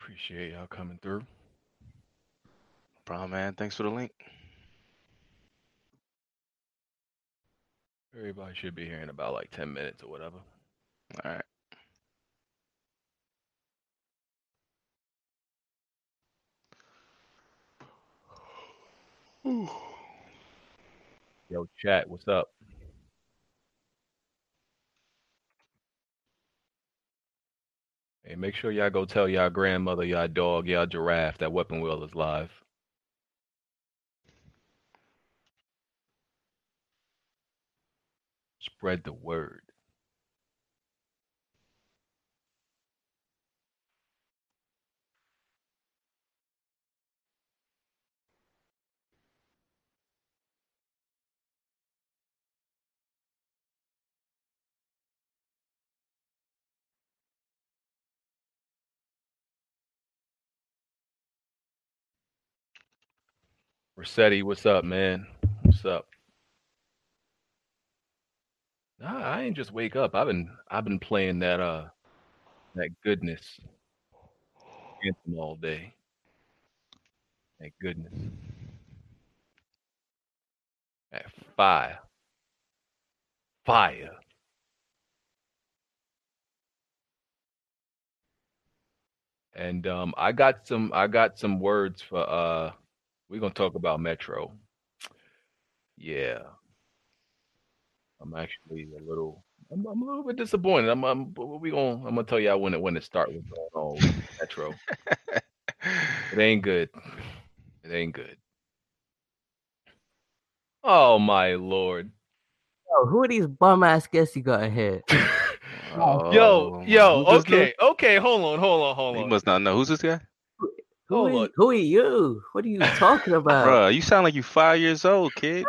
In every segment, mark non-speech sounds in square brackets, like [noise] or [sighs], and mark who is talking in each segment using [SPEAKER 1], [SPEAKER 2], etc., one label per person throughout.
[SPEAKER 1] Appreciate y'all coming through.
[SPEAKER 2] Problem, man. Thanks for the link.
[SPEAKER 1] Everybody should be here in about like 10 minutes or whatever.
[SPEAKER 2] All right. Ooh.
[SPEAKER 1] Yo, chat, what's up? Hey, make sure y'all go tell y'all grandmother, y'all dog, y'all giraffe that Weapon Wheel is live. Spread the word. Rossetti, what's up, man? What's up? Nah, I ain't just wake up. I've been I've been playing that uh that goodness anthem all day. That goodness. That fire. Fire. And um I got some I got some words for uh we're gonna talk about Metro. Yeah. I'm actually a little I'm, I'm a little bit disappointed. I'm I'm but we gonna I'm gonna tell y'all when it when it starts what's going on with Metro. It ain't good. It ain't good. Oh my lord.
[SPEAKER 3] Yo, who are these bum ass guests you got in [laughs] here?
[SPEAKER 1] yo,
[SPEAKER 2] Oh,
[SPEAKER 1] yo,
[SPEAKER 2] who's this
[SPEAKER 1] okay, okay, hold on, hold on, hold
[SPEAKER 2] dude? You
[SPEAKER 1] on.
[SPEAKER 2] must not know who's this guy,
[SPEAKER 3] Who,
[SPEAKER 1] Hold
[SPEAKER 3] are,
[SPEAKER 1] on.
[SPEAKER 3] who are you? What are you
[SPEAKER 2] [laughs]
[SPEAKER 3] talking about?
[SPEAKER 2] Bruh, You sound like you five years old, kid.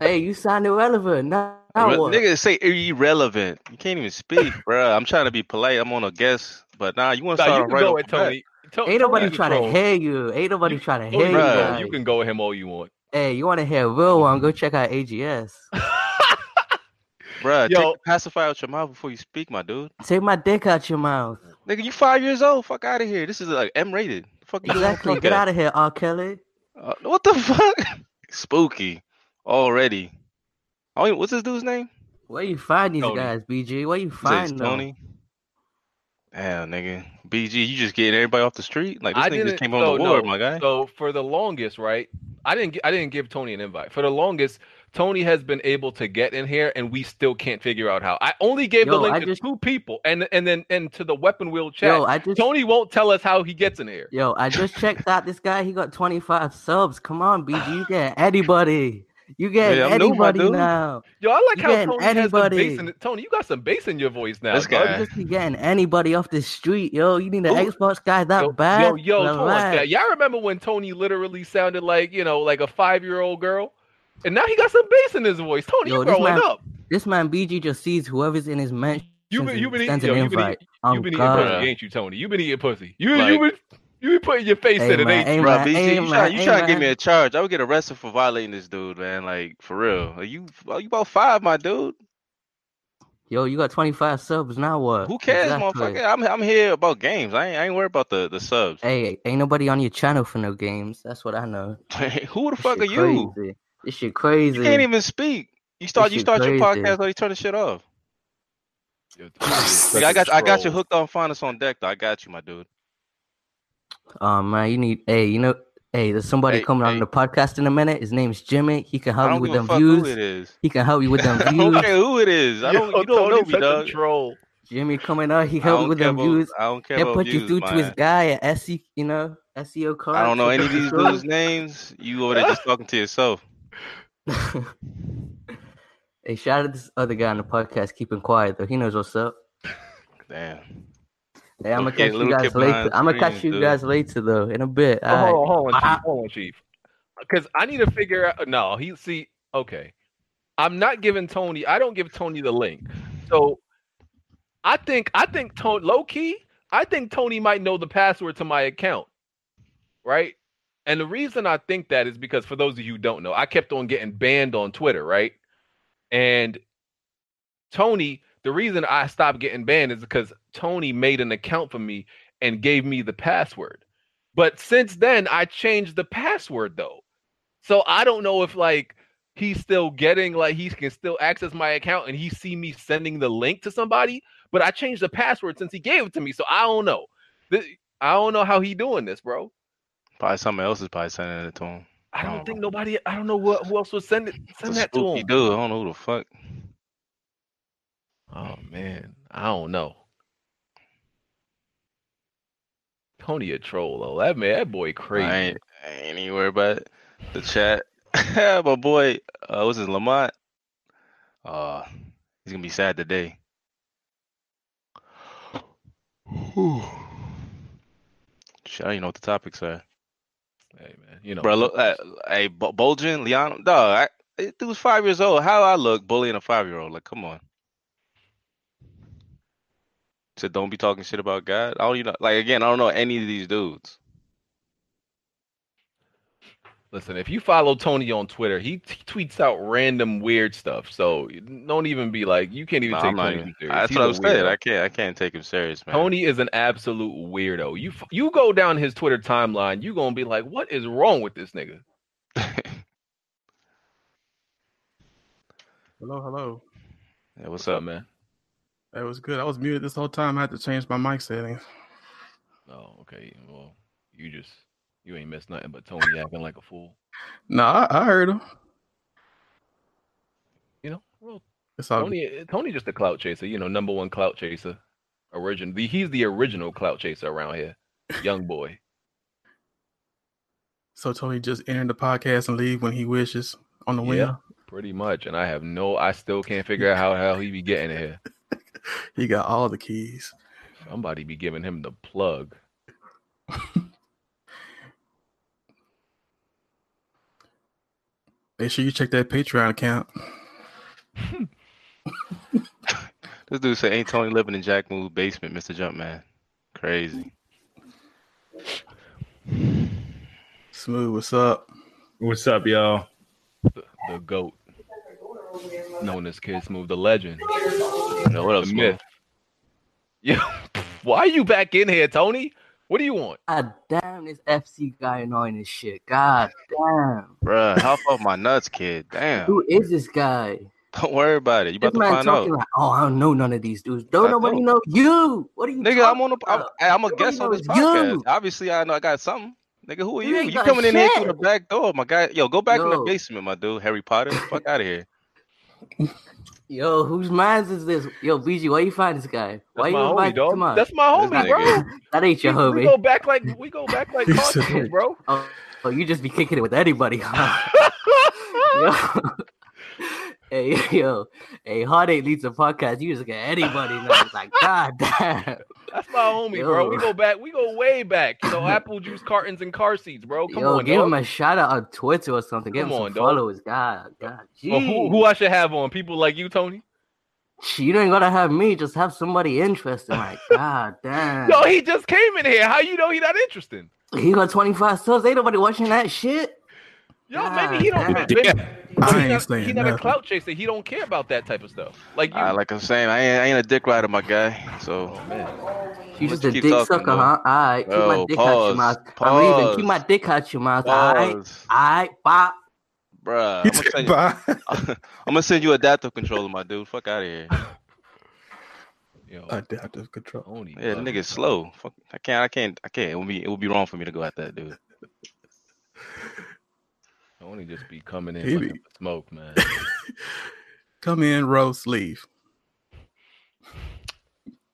[SPEAKER 3] Hey, you sound irrelevant. Now, now
[SPEAKER 2] Re-
[SPEAKER 3] what?
[SPEAKER 2] nigga, say irrelevant. You can't even
[SPEAKER 1] [laughs]
[SPEAKER 2] speak, bruh. I'm trying to be polite. I'm on a guest, but nah, you want to
[SPEAKER 1] Nah,
[SPEAKER 2] start
[SPEAKER 1] you
[SPEAKER 2] off
[SPEAKER 1] can
[SPEAKER 2] right
[SPEAKER 1] go
[SPEAKER 2] off
[SPEAKER 1] at
[SPEAKER 2] the bat.
[SPEAKER 1] Tony. To-
[SPEAKER 3] Ain't
[SPEAKER 1] Tony
[SPEAKER 3] nobody
[SPEAKER 1] can
[SPEAKER 3] trying to
[SPEAKER 1] troll.
[SPEAKER 3] hear you. Ain't nobody
[SPEAKER 1] You-
[SPEAKER 3] trying to
[SPEAKER 1] Oh,
[SPEAKER 3] hear you.
[SPEAKER 1] you, can
[SPEAKER 2] Bruh.
[SPEAKER 1] go,
[SPEAKER 3] guys.
[SPEAKER 1] you can go at him all you want.
[SPEAKER 3] Hey, you want to hear a real one? Go check out AGS.
[SPEAKER 2] Bruh,
[SPEAKER 1] Yo.
[SPEAKER 2] take the pacifier out your mouth before you speak, my dude.
[SPEAKER 3] Take my dick out your
[SPEAKER 2] [laughs]
[SPEAKER 3] mouth.
[SPEAKER 2] Nigga, you five years old. Fuck out of here. This is like M rated. Fuck you doing on
[SPEAKER 3] Exactly.
[SPEAKER 2] the
[SPEAKER 3] Get
[SPEAKER 2] podcast?
[SPEAKER 3] out of here, R. Kelly.
[SPEAKER 2] Uh, what the [laughs] fuck? Spooky already. I don't even- what's this dude's name?
[SPEAKER 3] Where you find these
[SPEAKER 1] Tony.
[SPEAKER 3] guys, BG? Where you
[SPEAKER 2] You say it's
[SPEAKER 3] find them?
[SPEAKER 2] Tony. Damn, nigga. BG, you just getting everybody off the street? Like this
[SPEAKER 1] I
[SPEAKER 2] nigga just
[SPEAKER 1] didn't
[SPEAKER 2] came on the
[SPEAKER 1] so
[SPEAKER 2] ward,
[SPEAKER 1] no.
[SPEAKER 2] my guy.
[SPEAKER 1] So for the longest, right? I didn't gi- I didn't give Tony an invite. For the longest, Tony has been able to get in here and we still can't figure out how. I only gave the
[SPEAKER 3] Yo,
[SPEAKER 1] link
[SPEAKER 3] I
[SPEAKER 1] to
[SPEAKER 3] just,
[SPEAKER 1] two people and and then and to the weapon wheel chat.
[SPEAKER 3] yo, I just,
[SPEAKER 1] Tony won't tell us how he gets in here.
[SPEAKER 3] yo, I just checked out this guy. He got 25 subs. Come on, BG. You get anybody. You getting
[SPEAKER 2] Yeah, I'm new, my
[SPEAKER 3] anybody
[SPEAKER 2] dude.
[SPEAKER 3] now.
[SPEAKER 1] Yo, I like
[SPEAKER 3] You
[SPEAKER 1] how
[SPEAKER 3] getting
[SPEAKER 1] Tony has some bass in
[SPEAKER 3] anybody.
[SPEAKER 1] it. Tony, you got some bass in your voice now,
[SPEAKER 2] This
[SPEAKER 1] bud.
[SPEAKER 3] You
[SPEAKER 2] guy.
[SPEAKER 3] just be getting anybody off the street, yo. You need an
[SPEAKER 1] Who-
[SPEAKER 3] Xbox guy that
[SPEAKER 1] Yo, yo,
[SPEAKER 3] bad?
[SPEAKER 1] yo, Torrance guy.
[SPEAKER 3] Relax.
[SPEAKER 1] Y'all remember when Tony literally sounded like, you know, like a five year old girl? And now he got some bass in his voice. Tony, you
[SPEAKER 3] Yo, this
[SPEAKER 1] growing
[SPEAKER 3] man,
[SPEAKER 1] up.
[SPEAKER 3] this man BG just sees whoever's in his mentions
[SPEAKER 1] You been you
[SPEAKER 3] and
[SPEAKER 1] been eating
[SPEAKER 3] sends
[SPEAKER 1] yo,
[SPEAKER 3] an
[SPEAKER 1] you been
[SPEAKER 3] invite.
[SPEAKER 1] eating you
[SPEAKER 3] Oh
[SPEAKER 1] been eating
[SPEAKER 3] God,
[SPEAKER 2] Bruh.
[SPEAKER 1] pussy, ain't you, Tony? You been eating pussy. You you
[SPEAKER 2] Like
[SPEAKER 1] been you been putting your face in it,
[SPEAKER 3] amen,
[SPEAKER 1] ain't you?
[SPEAKER 3] amen,
[SPEAKER 2] Bruh, BG, you trying
[SPEAKER 3] amen,
[SPEAKER 2] you trying to give me
[SPEAKER 3] amen.
[SPEAKER 2] a charge. I would get arrested for violating this dude, man. Like for real. Like, you uh,
[SPEAKER 1] oh,
[SPEAKER 2] well, you about five, my dude.
[SPEAKER 3] Yo, you got 25 subs now. What?
[SPEAKER 2] Who cares,
[SPEAKER 3] Exactly.
[SPEAKER 2] motherfucker? I'm I'm here about games. I ain't I ain't worried about the, the subs.
[SPEAKER 3] Hey, ain't nobody on your channel for no games. That's what I know.
[SPEAKER 2] [laughs] Who the
[SPEAKER 3] This
[SPEAKER 2] fuck are
[SPEAKER 3] shit
[SPEAKER 2] you?
[SPEAKER 3] crazy. This shit
[SPEAKER 2] You can't
[SPEAKER 3] crazy.
[SPEAKER 2] even speak. You
[SPEAKER 3] This
[SPEAKER 2] start you
[SPEAKER 3] shit
[SPEAKER 2] start your
[SPEAKER 3] crazy.
[SPEAKER 2] podcast or you turn the shit off.
[SPEAKER 1] Yo, Tony is
[SPEAKER 2] Nigga,
[SPEAKER 1] such
[SPEAKER 2] I
[SPEAKER 1] a
[SPEAKER 2] got I got you
[SPEAKER 1] troll.
[SPEAKER 2] hooked on Finest on deck though. I got you, my dude.
[SPEAKER 3] Oh man, you need. Hey, you know. Hey, there's somebody
[SPEAKER 2] Hey,
[SPEAKER 3] coming on
[SPEAKER 2] hey,
[SPEAKER 3] the podcast in a minute. His name's Jimmy. He can
[SPEAKER 2] I
[SPEAKER 3] help you
[SPEAKER 2] don't
[SPEAKER 3] with
[SPEAKER 2] give a
[SPEAKER 3] them
[SPEAKER 2] fuck who it
[SPEAKER 3] views.
[SPEAKER 2] is.
[SPEAKER 3] He can help you with them
[SPEAKER 2] [laughs] I don't
[SPEAKER 3] views.
[SPEAKER 2] care who it is. I don't
[SPEAKER 1] Yo,
[SPEAKER 2] you don't know
[SPEAKER 1] Tony's
[SPEAKER 2] me,
[SPEAKER 1] such a
[SPEAKER 2] dog.
[SPEAKER 1] troll.
[SPEAKER 3] Jimmy coming out. He
[SPEAKER 2] I
[SPEAKER 3] help you
[SPEAKER 2] don't
[SPEAKER 3] with
[SPEAKER 2] care
[SPEAKER 3] them
[SPEAKER 2] about
[SPEAKER 3] views.
[SPEAKER 2] I don't care
[SPEAKER 3] He'll
[SPEAKER 2] about
[SPEAKER 3] put you
[SPEAKER 2] views,
[SPEAKER 3] through to his
[SPEAKER 2] man.
[SPEAKER 3] guy at SE. You know E SEO
[SPEAKER 2] I
[SPEAKER 3] card
[SPEAKER 2] don't know
[SPEAKER 3] to
[SPEAKER 2] any
[SPEAKER 3] put
[SPEAKER 2] of
[SPEAKER 3] you
[SPEAKER 2] these
[SPEAKER 3] through.
[SPEAKER 2] dudes' names. You over there just talking to yourself.
[SPEAKER 3] hey, shout out to this other guy on the podcast. Keeping quiet though. He knows what's up.
[SPEAKER 2] Damn.
[SPEAKER 3] Hey, I'm
[SPEAKER 2] Little
[SPEAKER 3] gonna
[SPEAKER 2] kid,
[SPEAKER 3] catch you
[SPEAKER 2] little
[SPEAKER 3] guys
[SPEAKER 2] kid
[SPEAKER 3] later.
[SPEAKER 2] behind
[SPEAKER 3] I'm gonna catch
[SPEAKER 2] screens,
[SPEAKER 3] you
[SPEAKER 2] dude.
[SPEAKER 3] guys later though. In a bit.
[SPEAKER 1] Oh,
[SPEAKER 3] All
[SPEAKER 1] hold
[SPEAKER 3] right.
[SPEAKER 1] on, hold on,
[SPEAKER 3] Bye.
[SPEAKER 1] Chief. Hold on, Chief. Cause I need to figure out no, he see, okay. I'm not giving Tony, I don't give Tony the link. So I think I think Tony low key, I think Tony might know the password to my account, right? And the reason I think that is because for those of you who don't know, I kept on getting banned on Twitter, right? And Tony, the reason I stopped getting banned is because Tony made an account for me and gave me the password. But since then, I changed the password though. So I don't know if like he's still getting like he can still access my account and he see me sending the link to somebody, but I changed the password since he gave it to me. So I don't know. Th- I don't know how he doing this, bro.
[SPEAKER 2] Probably someone else is probably sending it to him.
[SPEAKER 1] I
[SPEAKER 2] I
[SPEAKER 1] don't
[SPEAKER 2] don't
[SPEAKER 1] think nobody. I don't know what who else would send it.
[SPEAKER 2] Oh. It's a
[SPEAKER 1] Send that to
[SPEAKER 2] spooky
[SPEAKER 1] him.
[SPEAKER 2] dude. I don't know who the fuck.
[SPEAKER 1] Oh man, I don't know. Tony a troll though. That man, that boy crazy.
[SPEAKER 2] I ain't, I ain't even worried about it. the chat. [laughs] My boy, uh, what's his Lamont? Uh, he's gonna be sad today. [sighs] Whew. Shit, I don't even know what the topics are.
[SPEAKER 1] Hey man, you know,
[SPEAKER 2] Bro, look, uh, hey, Bo- Bolgen, Leon, dog, I, it dude's five years old. How I look bullying a five year old? Like, come on. Said, don't be talking shit about God. I don't, you know, like again, I don't know any of these dudes.
[SPEAKER 1] listen. If you follow Tony on Twitter, he, he tweets out random weird stuff. So don't even be like, you can't even
[SPEAKER 2] Nah,
[SPEAKER 1] take
[SPEAKER 2] I'm not
[SPEAKER 1] Tony
[SPEAKER 2] even-
[SPEAKER 1] too serious.
[SPEAKER 2] That's
[SPEAKER 1] He's
[SPEAKER 2] what
[SPEAKER 1] a
[SPEAKER 2] I'm saying.
[SPEAKER 1] weirdo.
[SPEAKER 2] I can't, I can't take him serious, man.
[SPEAKER 1] Tony is an absolute weirdo. You f- you go down his Twitter timeline, you gonna be like, what is wrong with this nigga?
[SPEAKER 4] Hello, hello.
[SPEAKER 2] Yeah, what's up, man?
[SPEAKER 4] That was good. I was muted this whole time. I had to change my mic settings.
[SPEAKER 1] Oh, okay. Well, you just you ain't missed nothing but Tony acting like a fool.
[SPEAKER 4] No, I, I heard him.
[SPEAKER 1] You know, well,
[SPEAKER 4] It's all good.
[SPEAKER 1] Tony eh, Tony just a clout chaser. You know, number one clout chaser. Origin. The, he's the original clout chaser around here. Young boy.
[SPEAKER 4] So Tony just entered the podcast and leave when he wishes on the
[SPEAKER 1] Yeah.
[SPEAKER 4] window.
[SPEAKER 1] Pretty much, and I have no. I still can't figure out how how he be getting it here.
[SPEAKER 4] [laughs] He got all the keys.
[SPEAKER 1] Somebody be giving him the plug.
[SPEAKER 4] Make sure you check that Patreon account.
[SPEAKER 2] This dude said, "Ain't Tony living in Jack Moo's basement, Mr. Jumpman?" Crazy.
[SPEAKER 4] Smooth, what's up?
[SPEAKER 5] What's up, y'all?
[SPEAKER 1] The goat, known as Kid Smooth, the legend,
[SPEAKER 2] You know, what up,
[SPEAKER 1] the
[SPEAKER 2] Smith?
[SPEAKER 1] myth. Yeah. [laughs] Why are you back in here, Tony? What do you want?
[SPEAKER 3] God damn, this FC guy annoying as shit. God Uh, damn.
[SPEAKER 2] Bruh, help off my nuts, kid. Damn.
[SPEAKER 3] Who is this guy?
[SPEAKER 2] Don't worry about it. You
[SPEAKER 3] This
[SPEAKER 2] about to
[SPEAKER 3] man
[SPEAKER 2] find out,
[SPEAKER 3] talking like, oh, I don't know none of these dudes. Don't
[SPEAKER 2] I
[SPEAKER 3] nobody
[SPEAKER 2] don't.
[SPEAKER 3] know you. What are you
[SPEAKER 2] nigga. I'm on the. I'm,
[SPEAKER 3] about?
[SPEAKER 2] I'm a
[SPEAKER 3] Nobody
[SPEAKER 2] guest on
[SPEAKER 3] knows
[SPEAKER 2] this podcast.
[SPEAKER 3] you.
[SPEAKER 2] Obviously, I know I got something. Nigga, who are
[SPEAKER 3] You
[SPEAKER 2] you?
[SPEAKER 3] ain't
[SPEAKER 2] You
[SPEAKER 3] got
[SPEAKER 2] coming in here
[SPEAKER 3] shit.
[SPEAKER 2] through the back door, my guy? Yo, go back in the
[SPEAKER 3] Yo.
[SPEAKER 2] basement, my dude. Harry Potter,
[SPEAKER 3] [laughs]
[SPEAKER 2] fuck out of here.
[SPEAKER 3] Yo, whose minds is this? Yo, BG, why you find this guy? Why you
[SPEAKER 1] That's my homie,
[SPEAKER 3] invite
[SPEAKER 1] dog.
[SPEAKER 3] him on?
[SPEAKER 1] That's my
[SPEAKER 2] This
[SPEAKER 1] homie, bro.
[SPEAKER 2] nigga.
[SPEAKER 3] That ain't your
[SPEAKER 1] We-
[SPEAKER 3] homie.
[SPEAKER 1] We go back like we go
[SPEAKER 6] [laughs]
[SPEAKER 1] back like
[SPEAKER 4] He said-
[SPEAKER 1] cartoons, bro.
[SPEAKER 3] Oh, oh, you just be kicking it with anybody, huh? [laughs] yo. Hey yo, hey, heartache leads to podcast. You just get anybody now. It's like God
[SPEAKER 1] [laughs]
[SPEAKER 3] damn,
[SPEAKER 1] That's my homie, bro. We
[SPEAKER 3] Yo.
[SPEAKER 1] go back. We go way back.
[SPEAKER 3] [laughs]
[SPEAKER 1] You know, apple juice cartons and car seats, bro. Come
[SPEAKER 3] yo,
[SPEAKER 1] on,
[SPEAKER 3] give
[SPEAKER 1] dog.
[SPEAKER 3] him a shout out on Twitter or something. Give
[SPEAKER 1] Come
[SPEAKER 3] him some
[SPEAKER 1] on, dog.
[SPEAKER 3] followers. God, God,
[SPEAKER 1] Well, who,
[SPEAKER 3] jeez.
[SPEAKER 1] who I should have on? People like you, Tony.
[SPEAKER 3] Shit, You ain't gotta have me. Just have somebody interested. [laughs] Like God damn,
[SPEAKER 1] Yo, he just came in here. How you know he not interesting?
[SPEAKER 3] he got twenty five subs. Ain't nobody watching that shit.
[SPEAKER 1] Yo,
[SPEAKER 3] God
[SPEAKER 1] maybe he don't.
[SPEAKER 3] damn.
[SPEAKER 1] Maybe, maybe
[SPEAKER 4] I
[SPEAKER 1] he
[SPEAKER 4] ain't
[SPEAKER 1] not, he
[SPEAKER 4] saying
[SPEAKER 1] not a
[SPEAKER 4] nothing.
[SPEAKER 1] clout chaser. He don't care about that type of stuff. Like you.
[SPEAKER 2] Uh, like I'm saying, I ain't, I ain't a dick rider, my guy. So
[SPEAKER 1] oh man.
[SPEAKER 3] You
[SPEAKER 2] Let's
[SPEAKER 3] just a
[SPEAKER 2] keep
[SPEAKER 3] dick
[SPEAKER 2] talking,
[SPEAKER 3] sucker,
[SPEAKER 2] though.
[SPEAKER 3] huh? All right, keep my
[SPEAKER 2] Yo,
[SPEAKER 3] dick out your
[SPEAKER 2] pause,
[SPEAKER 3] mouth. I'm leaving. Keep my
[SPEAKER 2] pause,
[SPEAKER 3] dick out your mouth. All right,
[SPEAKER 2] pause,
[SPEAKER 3] all right, bye.
[SPEAKER 2] bruh.
[SPEAKER 4] He
[SPEAKER 2] I'm gonna
[SPEAKER 4] said
[SPEAKER 2] send you-
[SPEAKER 4] bye.
[SPEAKER 2] [laughs] I'm gonna send you adaptive controller, my dude. Fuck out of here.
[SPEAKER 1] Yo,
[SPEAKER 4] Adaptive control.
[SPEAKER 1] Tony.
[SPEAKER 2] Yeah, the
[SPEAKER 1] bro.
[SPEAKER 2] nigga's slow. Fuck, I can't. I can't. I can't. It would be. It would be wrong for me to go at that dude.
[SPEAKER 1] Tony just be coming in
[SPEAKER 4] He
[SPEAKER 1] looking
[SPEAKER 4] be-
[SPEAKER 1] for smoke, man.
[SPEAKER 4] [laughs] Come in, roast, leave.
[SPEAKER 1] [laughs]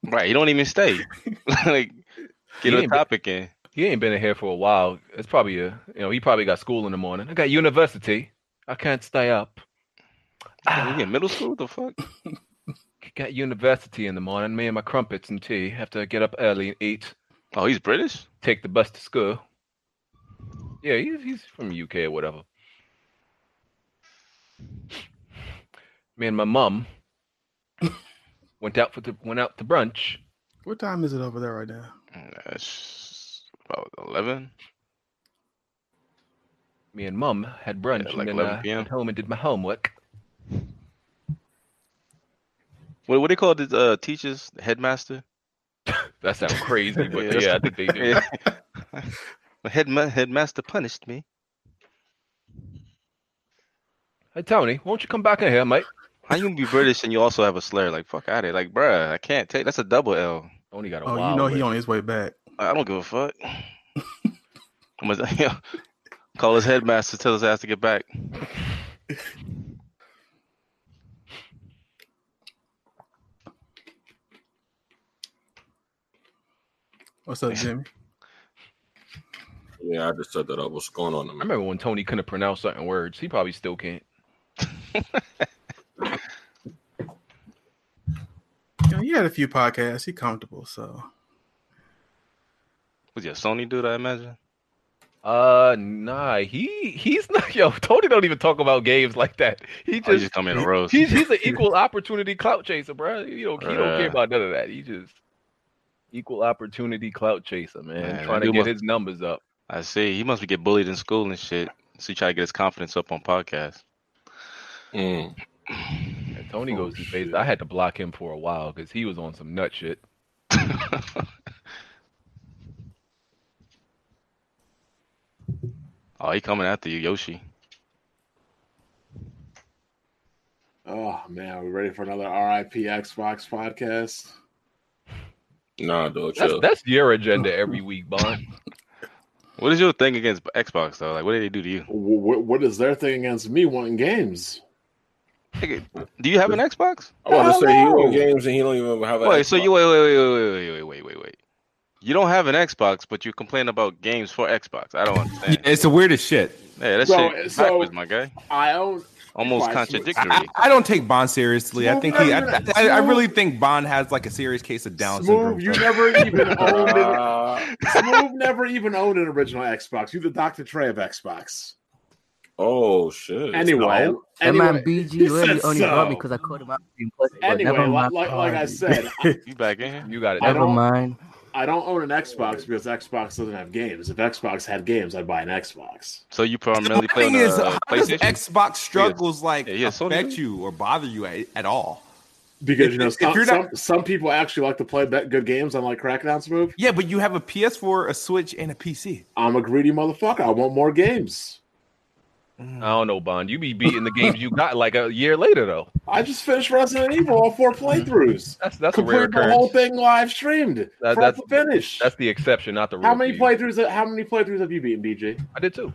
[SPEAKER 2] Right. He don't even stay. [laughs] like, get
[SPEAKER 1] He
[SPEAKER 2] a
[SPEAKER 1] ain't been-
[SPEAKER 2] topic in.
[SPEAKER 1] He ain't been in here for a while. It's probably a you know he probably got school in the morning. I got university. I can't stay up. Ah.
[SPEAKER 2] Nigga, we in middle school? What the fuck?
[SPEAKER 1] Got university in the morning. Me and my crumpets and tea. Have to get up early and eat.
[SPEAKER 2] Oh, he's British.
[SPEAKER 1] Take the bus to school. Yeah, he's he's from UK or whatever. Me and my mum went out for the, went out to brunch.
[SPEAKER 4] What time is it over there right now?
[SPEAKER 2] That's about eleven.
[SPEAKER 1] Me and mum had brunch
[SPEAKER 2] like
[SPEAKER 1] and then
[SPEAKER 2] 11
[SPEAKER 1] I
[SPEAKER 2] PM.
[SPEAKER 1] went home and did my homework.
[SPEAKER 2] What? What they call the uh, teachers? The headmaster.
[SPEAKER 1] [laughs] That sounds crazy, but
[SPEAKER 2] Yeah.
[SPEAKER 1] yeah, I think they do.
[SPEAKER 2] Yeah. My [laughs] head ma- headmaster punished me.
[SPEAKER 1] Hey Tony, won't you come back in here, mate?
[SPEAKER 2] How you gonna be British and you also have a slur? Like fuck out of it. Like bruh, I can't take. That's a double L.
[SPEAKER 1] Tony got a
[SPEAKER 4] Oh,
[SPEAKER 1] wild.
[SPEAKER 4] you know
[SPEAKER 1] list.
[SPEAKER 4] he on his way back.
[SPEAKER 2] I I don't give a
[SPEAKER 4] [laughs]
[SPEAKER 2] fuck. I'm gonna yeah, [laughs] call his headmaster, tell his ass to get
[SPEAKER 4] [laughs]
[SPEAKER 2] back.
[SPEAKER 1] [laughs]
[SPEAKER 4] What's up, Jimmy?
[SPEAKER 7] Yeah, I just set that up. What's going on?
[SPEAKER 1] I
[SPEAKER 7] Man?
[SPEAKER 1] remember when Tony couldn't pronounce certain words. He probably still can't.
[SPEAKER 4] Yeah, he had a few podcasts. He comfortable, so
[SPEAKER 2] Was he a Sony dude? I imagine.
[SPEAKER 1] Uh, nah, he he's not. [laughs] Yo, Tony don't even talk about games like that. He
[SPEAKER 2] Oh, he
[SPEAKER 1] just
[SPEAKER 2] just coming in a row.
[SPEAKER 1] he's, he's an equal opportunity clout chaser, bro. You don't he don't care
[SPEAKER 2] Uh.
[SPEAKER 1] about none of that. He just equal opportunity clout chaser, man.
[SPEAKER 2] Man,
[SPEAKER 1] trying
[SPEAKER 2] you
[SPEAKER 1] to get
[SPEAKER 2] must-
[SPEAKER 1] his numbers
[SPEAKER 2] [sighs]
[SPEAKER 1] up.
[SPEAKER 2] I see. He must be get bullied in school and shit. So he try to get his confidence up on podcasts.
[SPEAKER 7] Mm.
[SPEAKER 1] And Tony
[SPEAKER 2] Oh,
[SPEAKER 1] goes to face. I had to block him for a while because he was on some nut
[SPEAKER 2] [laughs]
[SPEAKER 1] shit.
[SPEAKER 2] oh, he coming after you, Yoshi.
[SPEAKER 6] Oh man, are we ready for another RIP Xbox podcast?
[SPEAKER 7] Nah, dog,
[SPEAKER 1] That's,
[SPEAKER 7] chill.
[SPEAKER 1] that's
[SPEAKER 6] [laughs]
[SPEAKER 1] your agenda every week, Bond.
[SPEAKER 2] What is your thing against Xbox though? Like, what did they do to you?
[SPEAKER 6] What, what is their thing against me wanting games?
[SPEAKER 2] Nigga, Do you have an Xbox?
[SPEAKER 7] I want to say he
[SPEAKER 2] Hello.
[SPEAKER 7] won games and he don't even have. a
[SPEAKER 2] Wait, so
[SPEAKER 7] Xbox.
[SPEAKER 2] you wait, wait, wait, wait, wait, wait, wait, wait. You don't have an Xbox, but you complain about games for Xbox. I don't
[SPEAKER 8] Yeah,
[SPEAKER 2] understand. yeah,
[SPEAKER 8] it's the weirdest shit.
[SPEAKER 2] that
[SPEAKER 6] Bro,
[SPEAKER 2] shit is
[SPEAKER 6] so-
[SPEAKER 2] backwards, my guy.
[SPEAKER 6] I own
[SPEAKER 2] Almost
[SPEAKER 6] Xbox-
[SPEAKER 2] contradictory.
[SPEAKER 8] I, I don't take Bond seriously. I think he. I, I, I really think Bond has like a serious case of Down syndrome.
[SPEAKER 6] Smooth. You never even owned an,
[SPEAKER 7] Uh,
[SPEAKER 6] Smooth never even owned an original Xbox. You the Dr. Trey of Xbox.
[SPEAKER 7] oh shit.
[SPEAKER 6] Anyway,
[SPEAKER 7] No.
[SPEAKER 9] That
[SPEAKER 6] anyway,
[SPEAKER 9] man
[SPEAKER 6] he
[SPEAKER 9] BG
[SPEAKER 6] said
[SPEAKER 9] really only brought me
[SPEAKER 6] so.
[SPEAKER 9] because I called him out for being pussy. but
[SPEAKER 6] anyway,
[SPEAKER 9] never
[SPEAKER 6] like,
[SPEAKER 9] mind.
[SPEAKER 6] like, like I said,
[SPEAKER 3] [laughs]
[SPEAKER 2] You back in here?
[SPEAKER 1] You got it.
[SPEAKER 6] I
[SPEAKER 9] Never
[SPEAKER 6] don't-
[SPEAKER 9] mind.
[SPEAKER 6] I don't own an Xbox because Xbox doesn't have games. If Xbox had games, I'd buy an Xbox.
[SPEAKER 2] So you
[SPEAKER 8] [laughs] The
[SPEAKER 2] primarily play on
[SPEAKER 8] thing
[SPEAKER 2] the
[SPEAKER 8] is,
[SPEAKER 2] uh,
[SPEAKER 8] how does
[SPEAKER 2] PlayStation?
[SPEAKER 8] Xbox struggles like
[SPEAKER 2] Yeah, yeah, Sony
[SPEAKER 8] affect
[SPEAKER 2] does.
[SPEAKER 8] you or bother you at, at all?
[SPEAKER 6] Because you know,
[SPEAKER 8] If- if
[SPEAKER 6] some,
[SPEAKER 8] you're not-
[SPEAKER 6] some, some people actually like to play bet good games unlike Crackdown Smooth.
[SPEAKER 8] Yeah, but you have a PS4, a Switch, and a PC.
[SPEAKER 6] I'm a greedy motherfucker. I want more games.
[SPEAKER 1] I don't know, Bond.
[SPEAKER 6] [laughs]
[SPEAKER 1] You be beating the games you got like a year later though.
[SPEAKER 6] I just finished Resident Evil all four playthroughs.
[SPEAKER 1] [laughs] That's that's a rare
[SPEAKER 6] Completed the whole
[SPEAKER 1] occurrence.
[SPEAKER 6] thing live streamed
[SPEAKER 1] That-
[SPEAKER 6] front
[SPEAKER 1] that's-
[SPEAKER 6] to finish.
[SPEAKER 1] That's the exception, not the rule.
[SPEAKER 6] how many
[SPEAKER 1] for you.
[SPEAKER 6] playthroughs? How many playthroughs have you beaten, BJ?
[SPEAKER 1] I did too.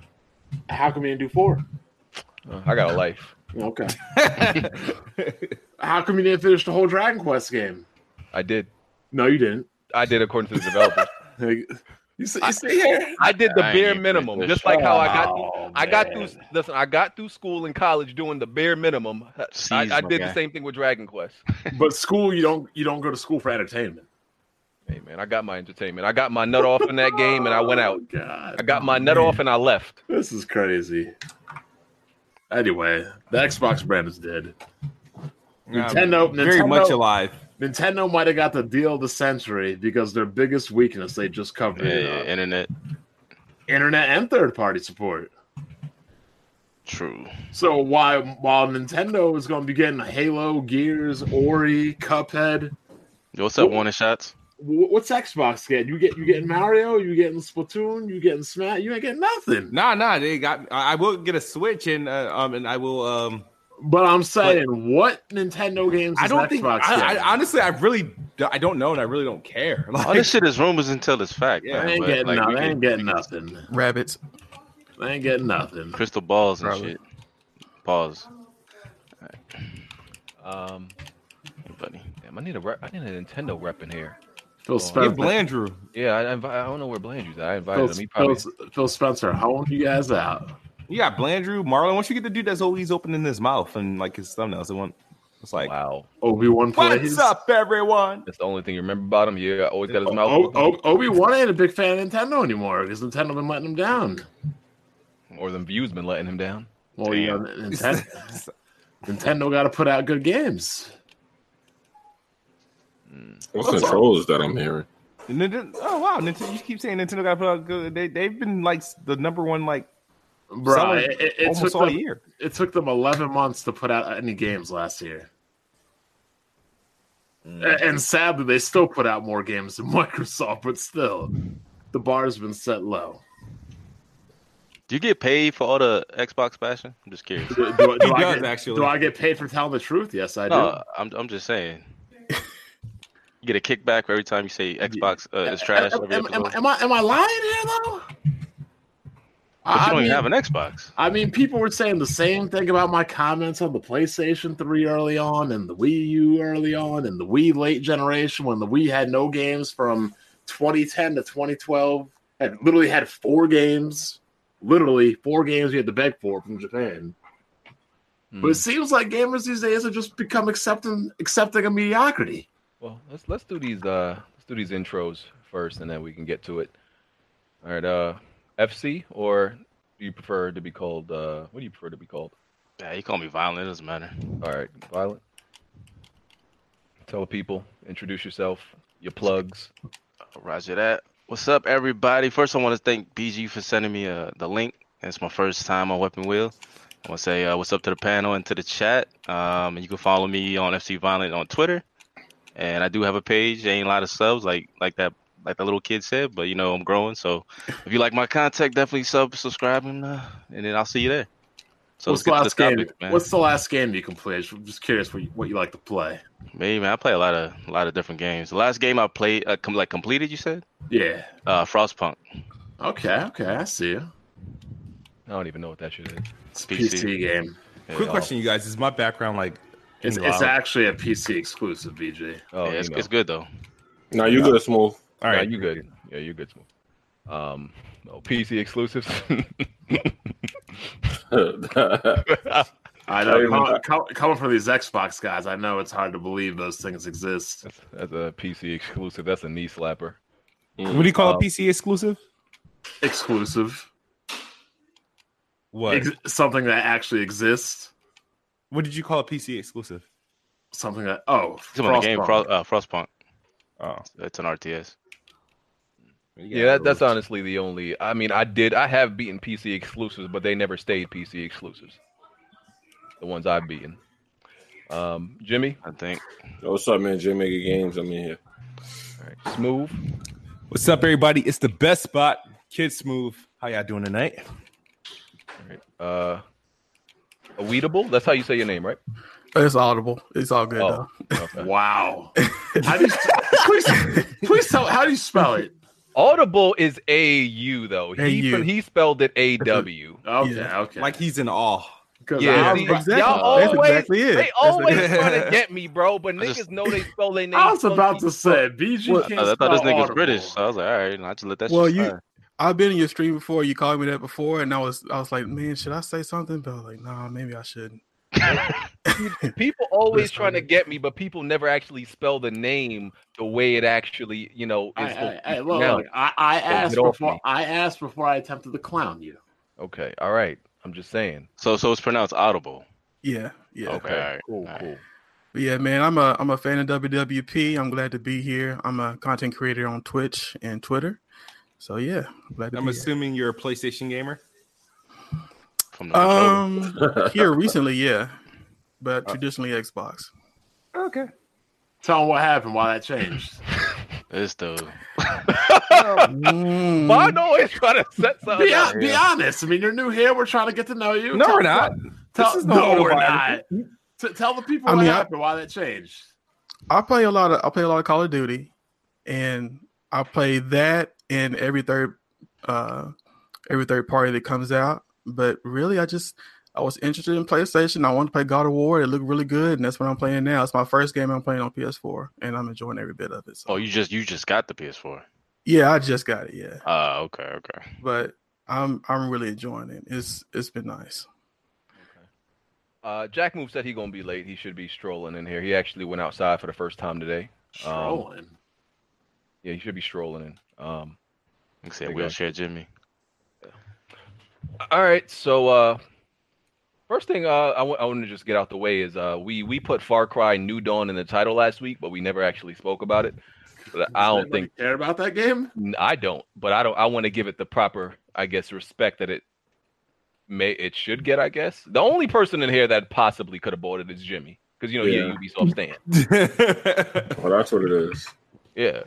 [SPEAKER 6] How come you didn't do four?
[SPEAKER 1] Uh, I got a life.
[SPEAKER 6] Okay. How come you didn't finish the whole Dragon Quest game?
[SPEAKER 1] I did.
[SPEAKER 6] No, you didn't.
[SPEAKER 1] I did according to the
[SPEAKER 6] [laughs]
[SPEAKER 1] developers.
[SPEAKER 6] Like, You sit, you sit here.
[SPEAKER 1] I did the
[SPEAKER 2] I ain't
[SPEAKER 1] bare
[SPEAKER 2] even
[SPEAKER 1] minimum,
[SPEAKER 2] finished.
[SPEAKER 1] just like how I got. Through,
[SPEAKER 6] Oh,
[SPEAKER 1] I got
[SPEAKER 6] man.
[SPEAKER 1] through. Listen, I got through school and college doing the bare minimum. I-
[SPEAKER 2] Jeez,
[SPEAKER 1] I, I
[SPEAKER 2] my
[SPEAKER 1] did
[SPEAKER 2] guy.
[SPEAKER 1] the same thing with Dragon Quest.
[SPEAKER 6] [laughs] But school, you don't you don't go to school for E entertainment.
[SPEAKER 1] Hey man, I got my entertainment. I got my nut off in that game, and I went
[SPEAKER 6] [laughs]
[SPEAKER 1] out.
[SPEAKER 6] Oh, God,
[SPEAKER 1] I got my nut off and I left.
[SPEAKER 6] This is crazy. Anyway, the [laughs] Xbox brand is dead.
[SPEAKER 8] Yeah,
[SPEAKER 6] Nintendo-
[SPEAKER 8] very
[SPEAKER 6] Nintendo-
[SPEAKER 8] much alive.
[SPEAKER 6] Nintendo might have got the deal of the century because their biggest weakness they just covered
[SPEAKER 2] Yeah,
[SPEAKER 6] it
[SPEAKER 2] yeah,
[SPEAKER 6] up.
[SPEAKER 2] internet.
[SPEAKER 6] internet and third party support.
[SPEAKER 2] True.
[SPEAKER 6] So while while Nintendo is going to be getting Halo, Gears, Ori, Cuphead,
[SPEAKER 2] Yo, what's up,
[SPEAKER 6] Wh-
[SPEAKER 2] warning shots?
[SPEAKER 6] wh- what's Xbox getting? You get you getting Mario, you getting Splatoon, you getting Smash, you ain't getting nothing.
[SPEAKER 8] Nah, nah, they got. I I will get a Switch and uh, um, and I will um.
[SPEAKER 6] But I'm saying, what Nintendo games?
[SPEAKER 8] I
[SPEAKER 6] is
[SPEAKER 8] don't
[SPEAKER 6] Xbox
[SPEAKER 8] think. I,
[SPEAKER 6] getting?
[SPEAKER 8] I honestly, I really, d- I don't know, and I really don't care. [laughs]
[SPEAKER 2] All
[SPEAKER 8] Like,
[SPEAKER 2] this shit is rumors until it's fact.
[SPEAKER 8] Yeah,
[SPEAKER 2] man,
[SPEAKER 6] They ain't
[SPEAKER 2] but,
[SPEAKER 6] getting
[SPEAKER 2] like,
[SPEAKER 6] no,
[SPEAKER 2] we
[SPEAKER 6] they
[SPEAKER 2] can-
[SPEAKER 6] ain't getting nothing.
[SPEAKER 4] Rabbits.
[SPEAKER 6] They ain't getting nothing.
[SPEAKER 2] crystal balls and
[SPEAKER 4] Probably.
[SPEAKER 2] shit. Pause,
[SPEAKER 1] Um,
[SPEAKER 2] everybody.
[SPEAKER 1] damn, I need a rep, I need a Nintendo rep in here.
[SPEAKER 6] Phil
[SPEAKER 1] Oh,
[SPEAKER 8] Give
[SPEAKER 6] Spencer.
[SPEAKER 8] Blandrew.
[SPEAKER 1] Yeah, I, I, invi- I don't know where Blandry's. at. I invited
[SPEAKER 6] Phil,
[SPEAKER 1] him. He probably.
[SPEAKER 6] Phil- Phil Spencer, how old you guys out?
[SPEAKER 8] You got Blandrew, Marlon. Once you get the dude that's always opening his mouth and like his thumbnails, it won't. It's like,
[SPEAKER 1] Wow,
[SPEAKER 6] Obi Wan
[SPEAKER 8] what's
[SPEAKER 6] plays.
[SPEAKER 8] up, everyone?
[SPEAKER 1] that's the only thing you remember about him. Yeah, always got his mouth.
[SPEAKER 6] O-
[SPEAKER 1] open.
[SPEAKER 6] O- Obi Wan ain't a big fan of Nintendo anymore because Nintendo been letting him down. oh.
[SPEAKER 1] or them views been letting him down.
[SPEAKER 6] Well, you know, Nintendo, Nintendo got to put out good games.
[SPEAKER 7] What controls that I'm hearing?
[SPEAKER 8] Nintendo, oh wow, Nintendo, you keep saying Nintendo got to put out good. They they've been like the number one like
[SPEAKER 6] Bro,
[SPEAKER 8] selling
[SPEAKER 6] it, it- it took
[SPEAKER 8] almost all
[SPEAKER 6] them,
[SPEAKER 8] year.
[SPEAKER 6] it took them 11 months to put out any games last year.
[SPEAKER 8] Mm.
[SPEAKER 6] A- And sadly, they still put out more games than [laughs] Microsoft, but still, the bar's been set low.
[SPEAKER 2] Do you get paid for all the Xbox bashing? I'm just curious.
[SPEAKER 6] Do, do- do
[SPEAKER 8] [laughs] He
[SPEAKER 6] I
[SPEAKER 8] does,
[SPEAKER 6] get,
[SPEAKER 8] actually. Uh,
[SPEAKER 6] do I get paid for telling the truth? Yes, I do.
[SPEAKER 2] No, I'm I'm
[SPEAKER 6] [laughs]
[SPEAKER 2] just saying. You get a kickback for every time you say Xbox uh, is trash.
[SPEAKER 6] Am,
[SPEAKER 2] Every
[SPEAKER 6] am- am-
[SPEAKER 2] episode.
[SPEAKER 6] am I am I lying here though?
[SPEAKER 2] But you
[SPEAKER 6] I, I
[SPEAKER 2] don't
[SPEAKER 6] mean,
[SPEAKER 2] even have an Xbox.
[SPEAKER 6] I mean, people were saying the same thing about my comments on the PlayStation 3 early on, and the Wii U early on, and the Wii late generation when the Wii had no games from 2010 to 2012. Had literally had four games, literally four games we had to beg for from Japan.
[SPEAKER 2] Hmm.
[SPEAKER 6] But it seems like gamers these days have just become accepting accepting of mediocrity.
[SPEAKER 1] Well, let's let's do these uh let's do these intros first, and then we can get to it. All right, uh, FC, or do you prefer to be called? Uh, what do you prefer to be called?
[SPEAKER 2] Yeah, you call me violent. It doesn't matter.
[SPEAKER 1] All right, Violet. Tell the people, introduce yourself, your plugs.
[SPEAKER 2] Roger that. What's up, everybody? First, I want to thank BG for sending me uh, the link. It's my first time on Weapon Wheel. I want to say uh, what's up to the panel and to the chat. Um, and you can follow me on FC Violent on Twitter. And I do have a page. There ain't a lot of subs, like like that, like the little kid said. But you know, I'm growing. So if you like my content, definitely sub, subscribe, and uh, and then I'll see you there. So
[SPEAKER 6] what's
[SPEAKER 2] let's
[SPEAKER 6] the
[SPEAKER 2] get to
[SPEAKER 6] last
[SPEAKER 2] this
[SPEAKER 6] game?
[SPEAKER 2] topic, man.
[SPEAKER 6] What's the last game you can play? I'm just curious what you, what you like to play.
[SPEAKER 2] Me, man, I play a lot of a lot of different games. The last game I played, uh, com- like completed, you said,
[SPEAKER 6] Yeah. Oh,
[SPEAKER 2] uh, Frostpunk.
[SPEAKER 6] Okay. Okay. I see you.
[SPEAKER 1] I don't even know what that shit is.
[SPEAKER 6] It's a
[SPEAKER 2] PC.
[SPEAKER 6] PC game.
[SPEAKER 2] Yeah,
[SPEAKER 8] Quick
[SPEAKER 2] oh,
[SPEAKER 8] question, you guys. Is my background like?
[SPEAKER 6] It's,
[SPEAKER 8] Anglo
[SPEAKER 6] it's
[SPEAKER 8] Island?
[SPEAKER 6] actually a PC exclusive, BJ.
[SPEAKER 1] Oh,
[SPEAKER 2] yeah, it's,
[SPEAKER 1] you know.
[SPEAKER 2] it's good though.
[SPEAKER 7] Now you good, smooth.
[SPEAKER 8] All
[SPEAKER 1] Nah,
[SPEAKER 8] right,
[SPEAKER 1] you good? Yeah, you good, smooth. Um, no PC exclusives. [laughs] That's
[SPEAKER 6] [laughs] I
[SPEAKER 7] Not
[SPEAKER 6] know
[SPEAKER 7] even
[SPEAKER 6] coming,
[SPEAKER 7] that.
[SPEAKER 6] co- coming from these Xbox guys, I know it's hard to believe those things exist.
[SPEAKER 1] a PC exclusive. That's a knee slapper.
[SPEAKER 7] Mm,
[SPEAKER 8] What do you call
[SPEAKER 6] um,
[SPEAKER 1] Uh,
[SPEAKER 8] a PC exclusive?
[SPEAKER 6] Exclusive,
[SPEAKER 8] What?
[SPEAKER 6] Ex- something that actually exists.
[SPEAKER 8] what did you call a PC exclusive?
[SPEAKER 6] Something that oh,
[SPEAKER 2] It's on the game Fro-
[SPEAKER 6] Frostpunk.
[SPEAKER 2] uh, Frostpunk.
[SPEAKER 8] Oh,
[SPEAKER 2] It's an RTS.
[SPEAKER 1] Yeah, that, that's honestly the only. I mean, I did. I have beaten PC exclusives, but they never stayed PC exclusives. The ones I've beaten. Um, Jimmy,
[SPEAKER 2] I think.
[SPEAKER 7] Yo, what's up, man? J Mega Games, I'm in here.
[SPEAKER 1] all right, smooth.
[SPEAKER 8] What's up, everybody? It's the best spot, Kid Smooth. How y'all doing tonight?
[SPEAKER 1] All right, uh, Weedable. That's how you say your name, right?
[SPEAKER 4] It's audible. It's all good
[SPEAKER 1] Oh,
[SPEAKER 4] [laughs]
[SPEAKER 1] okay.
[SPEAKER 6] Wow. how do you, please, please tell. How do you spell it?
[SPEAKER 1] Audible is A U though. He
[SPEAKER 4] AU.
[SPEAKER 1] he spelled it A W.
[SPEAKER 6] Okay,
[SPEAKER 4] Yeah.
[SPEAKER 6] okay.
[SPEAKER 8] Like he's in awe.
[SPEAKER 6] 'Cause
[SPEAKER 1] Yeah,
[SPEAKER 6] I,
[SPEAKER 1] see,
[SPEAKER 6] was,
[SPEAKER 4] exactly.
[SPEAKER 1] y'all
[SPEAKER 4] That's
[SPEAKER 1] always
[SPEAKER 4] exactly it.
[SPEAKER 1] they
[SPEAKER 4] That's
[SPEAKER 1] always
[SPEAKER 4] exactly-
[SPEAKER 1] trying to get me, bro. But
[SPEAKER 2] I
[SPEAKER 1] niggas
[SPEAKER 2] just-
[SPEAKER 1] know they spell their name.
[SPEAKER 6] I was about
[SPEAKER 1] funky.
[SPEAKER 6] to say BG.
[SPEAKER 4] Well,
[SPEAKER 6] can't
[SPEAKER 2] I thought
[SPEAKER 6] spell
[SPEAKER 2] this nigga was
[SPEAKER 6] audible.
[SPEAKER 2] British, so I was like, all right, I just let that.
[SPEAKER 4] Well,
[SPEAKER 2] shit
[SPEAKER 4] you-
[SPEAKER 2] slide.
[SPEAKER 4] I've been in your stream before. You called me that before, and I was I was like, man, should I say something? But I was like, nah, maybe I shouldn't.
[SPEAKER 1] people always
[SPEAKER 4] That's
[SPEAKER 1] trying to
[SPEAKER 4] funny.
[SPEAKER 1] get me, but people never actually spell the name the way it actually, you know, is.
[SPEAKER 6] I,
[SPEAKER 1] supposed
[SPEAKER 6] I,
[SPEAKER 1] to
[SPEAKER 6] I,
[SPEAKER 1] be
[SPEAKER 6] look,
[SPEAKER 1] pronounced.
[SPEAKER 6] look, I, I asked
[SPEAKER 1] get off
[SPEAKER 6] before.
[SPEAKER 1] me.
[SPEAKER 6] I asked before I attempted to clown you.
[SPEAKER 1] Okay, all right. I'm just saying.
[SPEAKER 2] So, so it's pronounced audible.
[SPEAKER 4] Yeah, yeah.
[SPEAKER 2] Okay, all right,
[SPEAKER 1] cool,
[SPEAKER 2] all right.
[SPEAKER 1] cool.
[SPEAKER 4] But yeah, man, I'm a I'm a fan of WWP. I'm glad to be here. I'm a content creator on Twitch and Twitter. So yeah, I'm glad to
[SPEAKER 8] I'm
[SPEAKER 4] be
[SPEAKER 8] assuming you're a PlayStation gamer.
[SPEAKER 2] From the
[SPEAKER 4] here.
[SPEAKER 2] controller.
[SPEAKER 4] Um,
[SPEAKER 6] [laughs]
[SPEAKER 4] here recently, yeah,
[SPEAKER 2] Uh,
[SPEAKER 4] but traditionally Xbox.
[SPEAKER 8] Okay.
[SPEAKER 6] Tell him what happened. Why that changed.
[SPEAKER 2] [laughs] This dude.
[SPEAKER 4] Mm,
[SPEAKER 1] Bond always trying to set something
[SPEAKER 6] Oh, Be,
[SPEAKER 1] up.
[SPEAKER 6] be honest. I mean, you're new here. We're trying to get to know you.
[SPEAKER 8] No,
[SPEAKER 6] Tell-
[SPEAKER 8] we're not.
[SPEAKER 6] Tell,
[SPEAKER 8] This is not
[SPEAKER 6] no,
[SPEAKER 8] what
[SPEAKER 6] we're
[SPEAKER 8] I'm-
[SPEAKER 6] not. T- tell the people
[SPEAKER 4] I
[SPEAKER 6] what
[SPEAKER 4] mean, I-
[SPEAKER 6] happened, why that changed.
[SPEAKER 4] I play a lot of I play a lot of Call of Duty, and I play that and every third uh every third party that comes out. But really, I just I was interested in PlayStation. I wanted to play God of War. It looked really good, and that's what I'm playing now. It's my first game I'm playing on PS4, and I'm enjoying every bit of it. So
[SPEAKER 2] Oh, you just you just got the PS4.
[SPEAKER 4] yeah, I just got it. Yeah,
[SPEAKER 2] Oh, okay, okay.
[SPEAKER 4] but I'm I'm really enjoying it. It's it's been nice.
[SPEAKER 1] Uh, Jack Move said he gonna be late. He should be strolling in here. He actually went outside for the first time today. Um,
[SPEAKER 6] Trolling.
[SPEAKER 1] Yeah, he should be strolling in. Um,
[SPEAKER 2] You said
[SPEAKER 1] Okay.
[SPEAKER 2] wheelchair Jimmy.
[SPEAKER 1] All right, so uh first thing uh, I want to just get out the way is uh we we put Far Cry New Dawn in the title last week, but we never actually spoke about it. But I
[SPEAKER 6] Does
[SPEAKER 1] don't
[SPEAKER 6] anybody
[SPEAKER 1] think
[SPEAKER 6] care about that game.
[SPEAKER 1] I don't, but I don't I want to give it the proper I guess respect that it may it should get, I guess. The only person in here that possibly could have bought it is Jimmy. because you know yeah,
[SPEAKER 7] Yeah.
[SPEAKER 1] Ubisoft stand.
[SPEAKER 7] Well, that's what it is.
[SPEAKER 1] Yeah,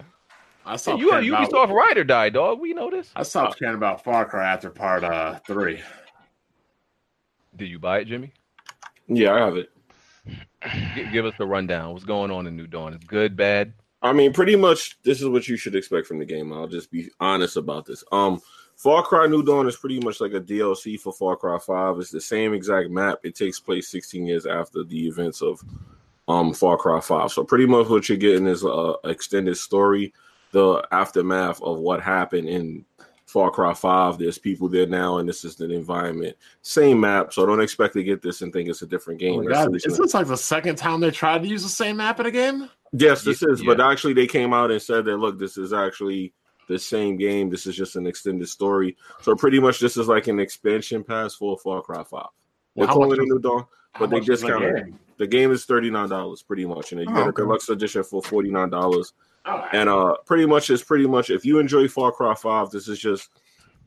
[SPEAKER 6] I stopped,
[SPEAKER 1] you a
[SPEAKER 6] caring about,
[SPEAKER 1] Ubisoft ride or die, dog. We know this.
[SPEAKER 6] I stopped caring about Far Cry after part uh, three.
[SPEAKER 1] Did you buy it, Jimmy?
[SPEAKER 7] Yeah, I have it.
[SPEAKER 1] Gi- give us the rundown. What's going on in New Dawn? It's
[SPEAKER 7] [laughs]
[SPEAKER 1] good, bad.
[SPEAKER 7] I mean, pretty much this is what you should expect from the game. I'll just be honest about this. Um, Far Cry New Dawn is pretty much like a DLC for Far Cry Five. It's the same exact map. It takes place 16 years after the events of um Far Cry Five. So pretty much what you're getting is a extended story, the aftermath of what happened in Far Cry Five. There's people there now, and this is the environment. Same map. So don't expect to get this and think it's a different game.
[SPEAKER 6] Oh my
[SPEAKER 7] That's
[SPEAKER 6] God,
[SPEAKER 7] the-
[SPEAKER 6] is this like the second time they tried to use the same map in a game?
[SPEAKER 7] Yes, this
[SPEAKER 1] Yeah,
[SPEAKER 7] is. But actually, they came out and said that look, this is actually the same game. This is just an extended story. So pretty much, this is like an expansion pass for Far Cry Five. They're
[SPEAKER 6] Well, how
[SPEAKER 7] calling
[SPEAKER 6] much
[SPEAKER 7] it a
[SPEAKER 6] is-
[SPEAKER 7] new dawn,
[SPEAKER 6] How
[SPEAKER 7] but they
[SPEAKER 6] much is the
[SPEAKER 7] discounted it.
[SPEAKER 6] game?
[SPEAKER 7] The game is thirty nine dollars, pretty much, and you
[SPEAKER 4] Oh,
[SPEAKER 7] get a
[SPEAKER 4] okay.
[SPEAKER 7] deluxe edition for forty nine dollars.
[SPEAKER 6] All right.
[SPEAKER 7] And uh, pretty much is pretty much if you enjoy Far Cry Five, this is just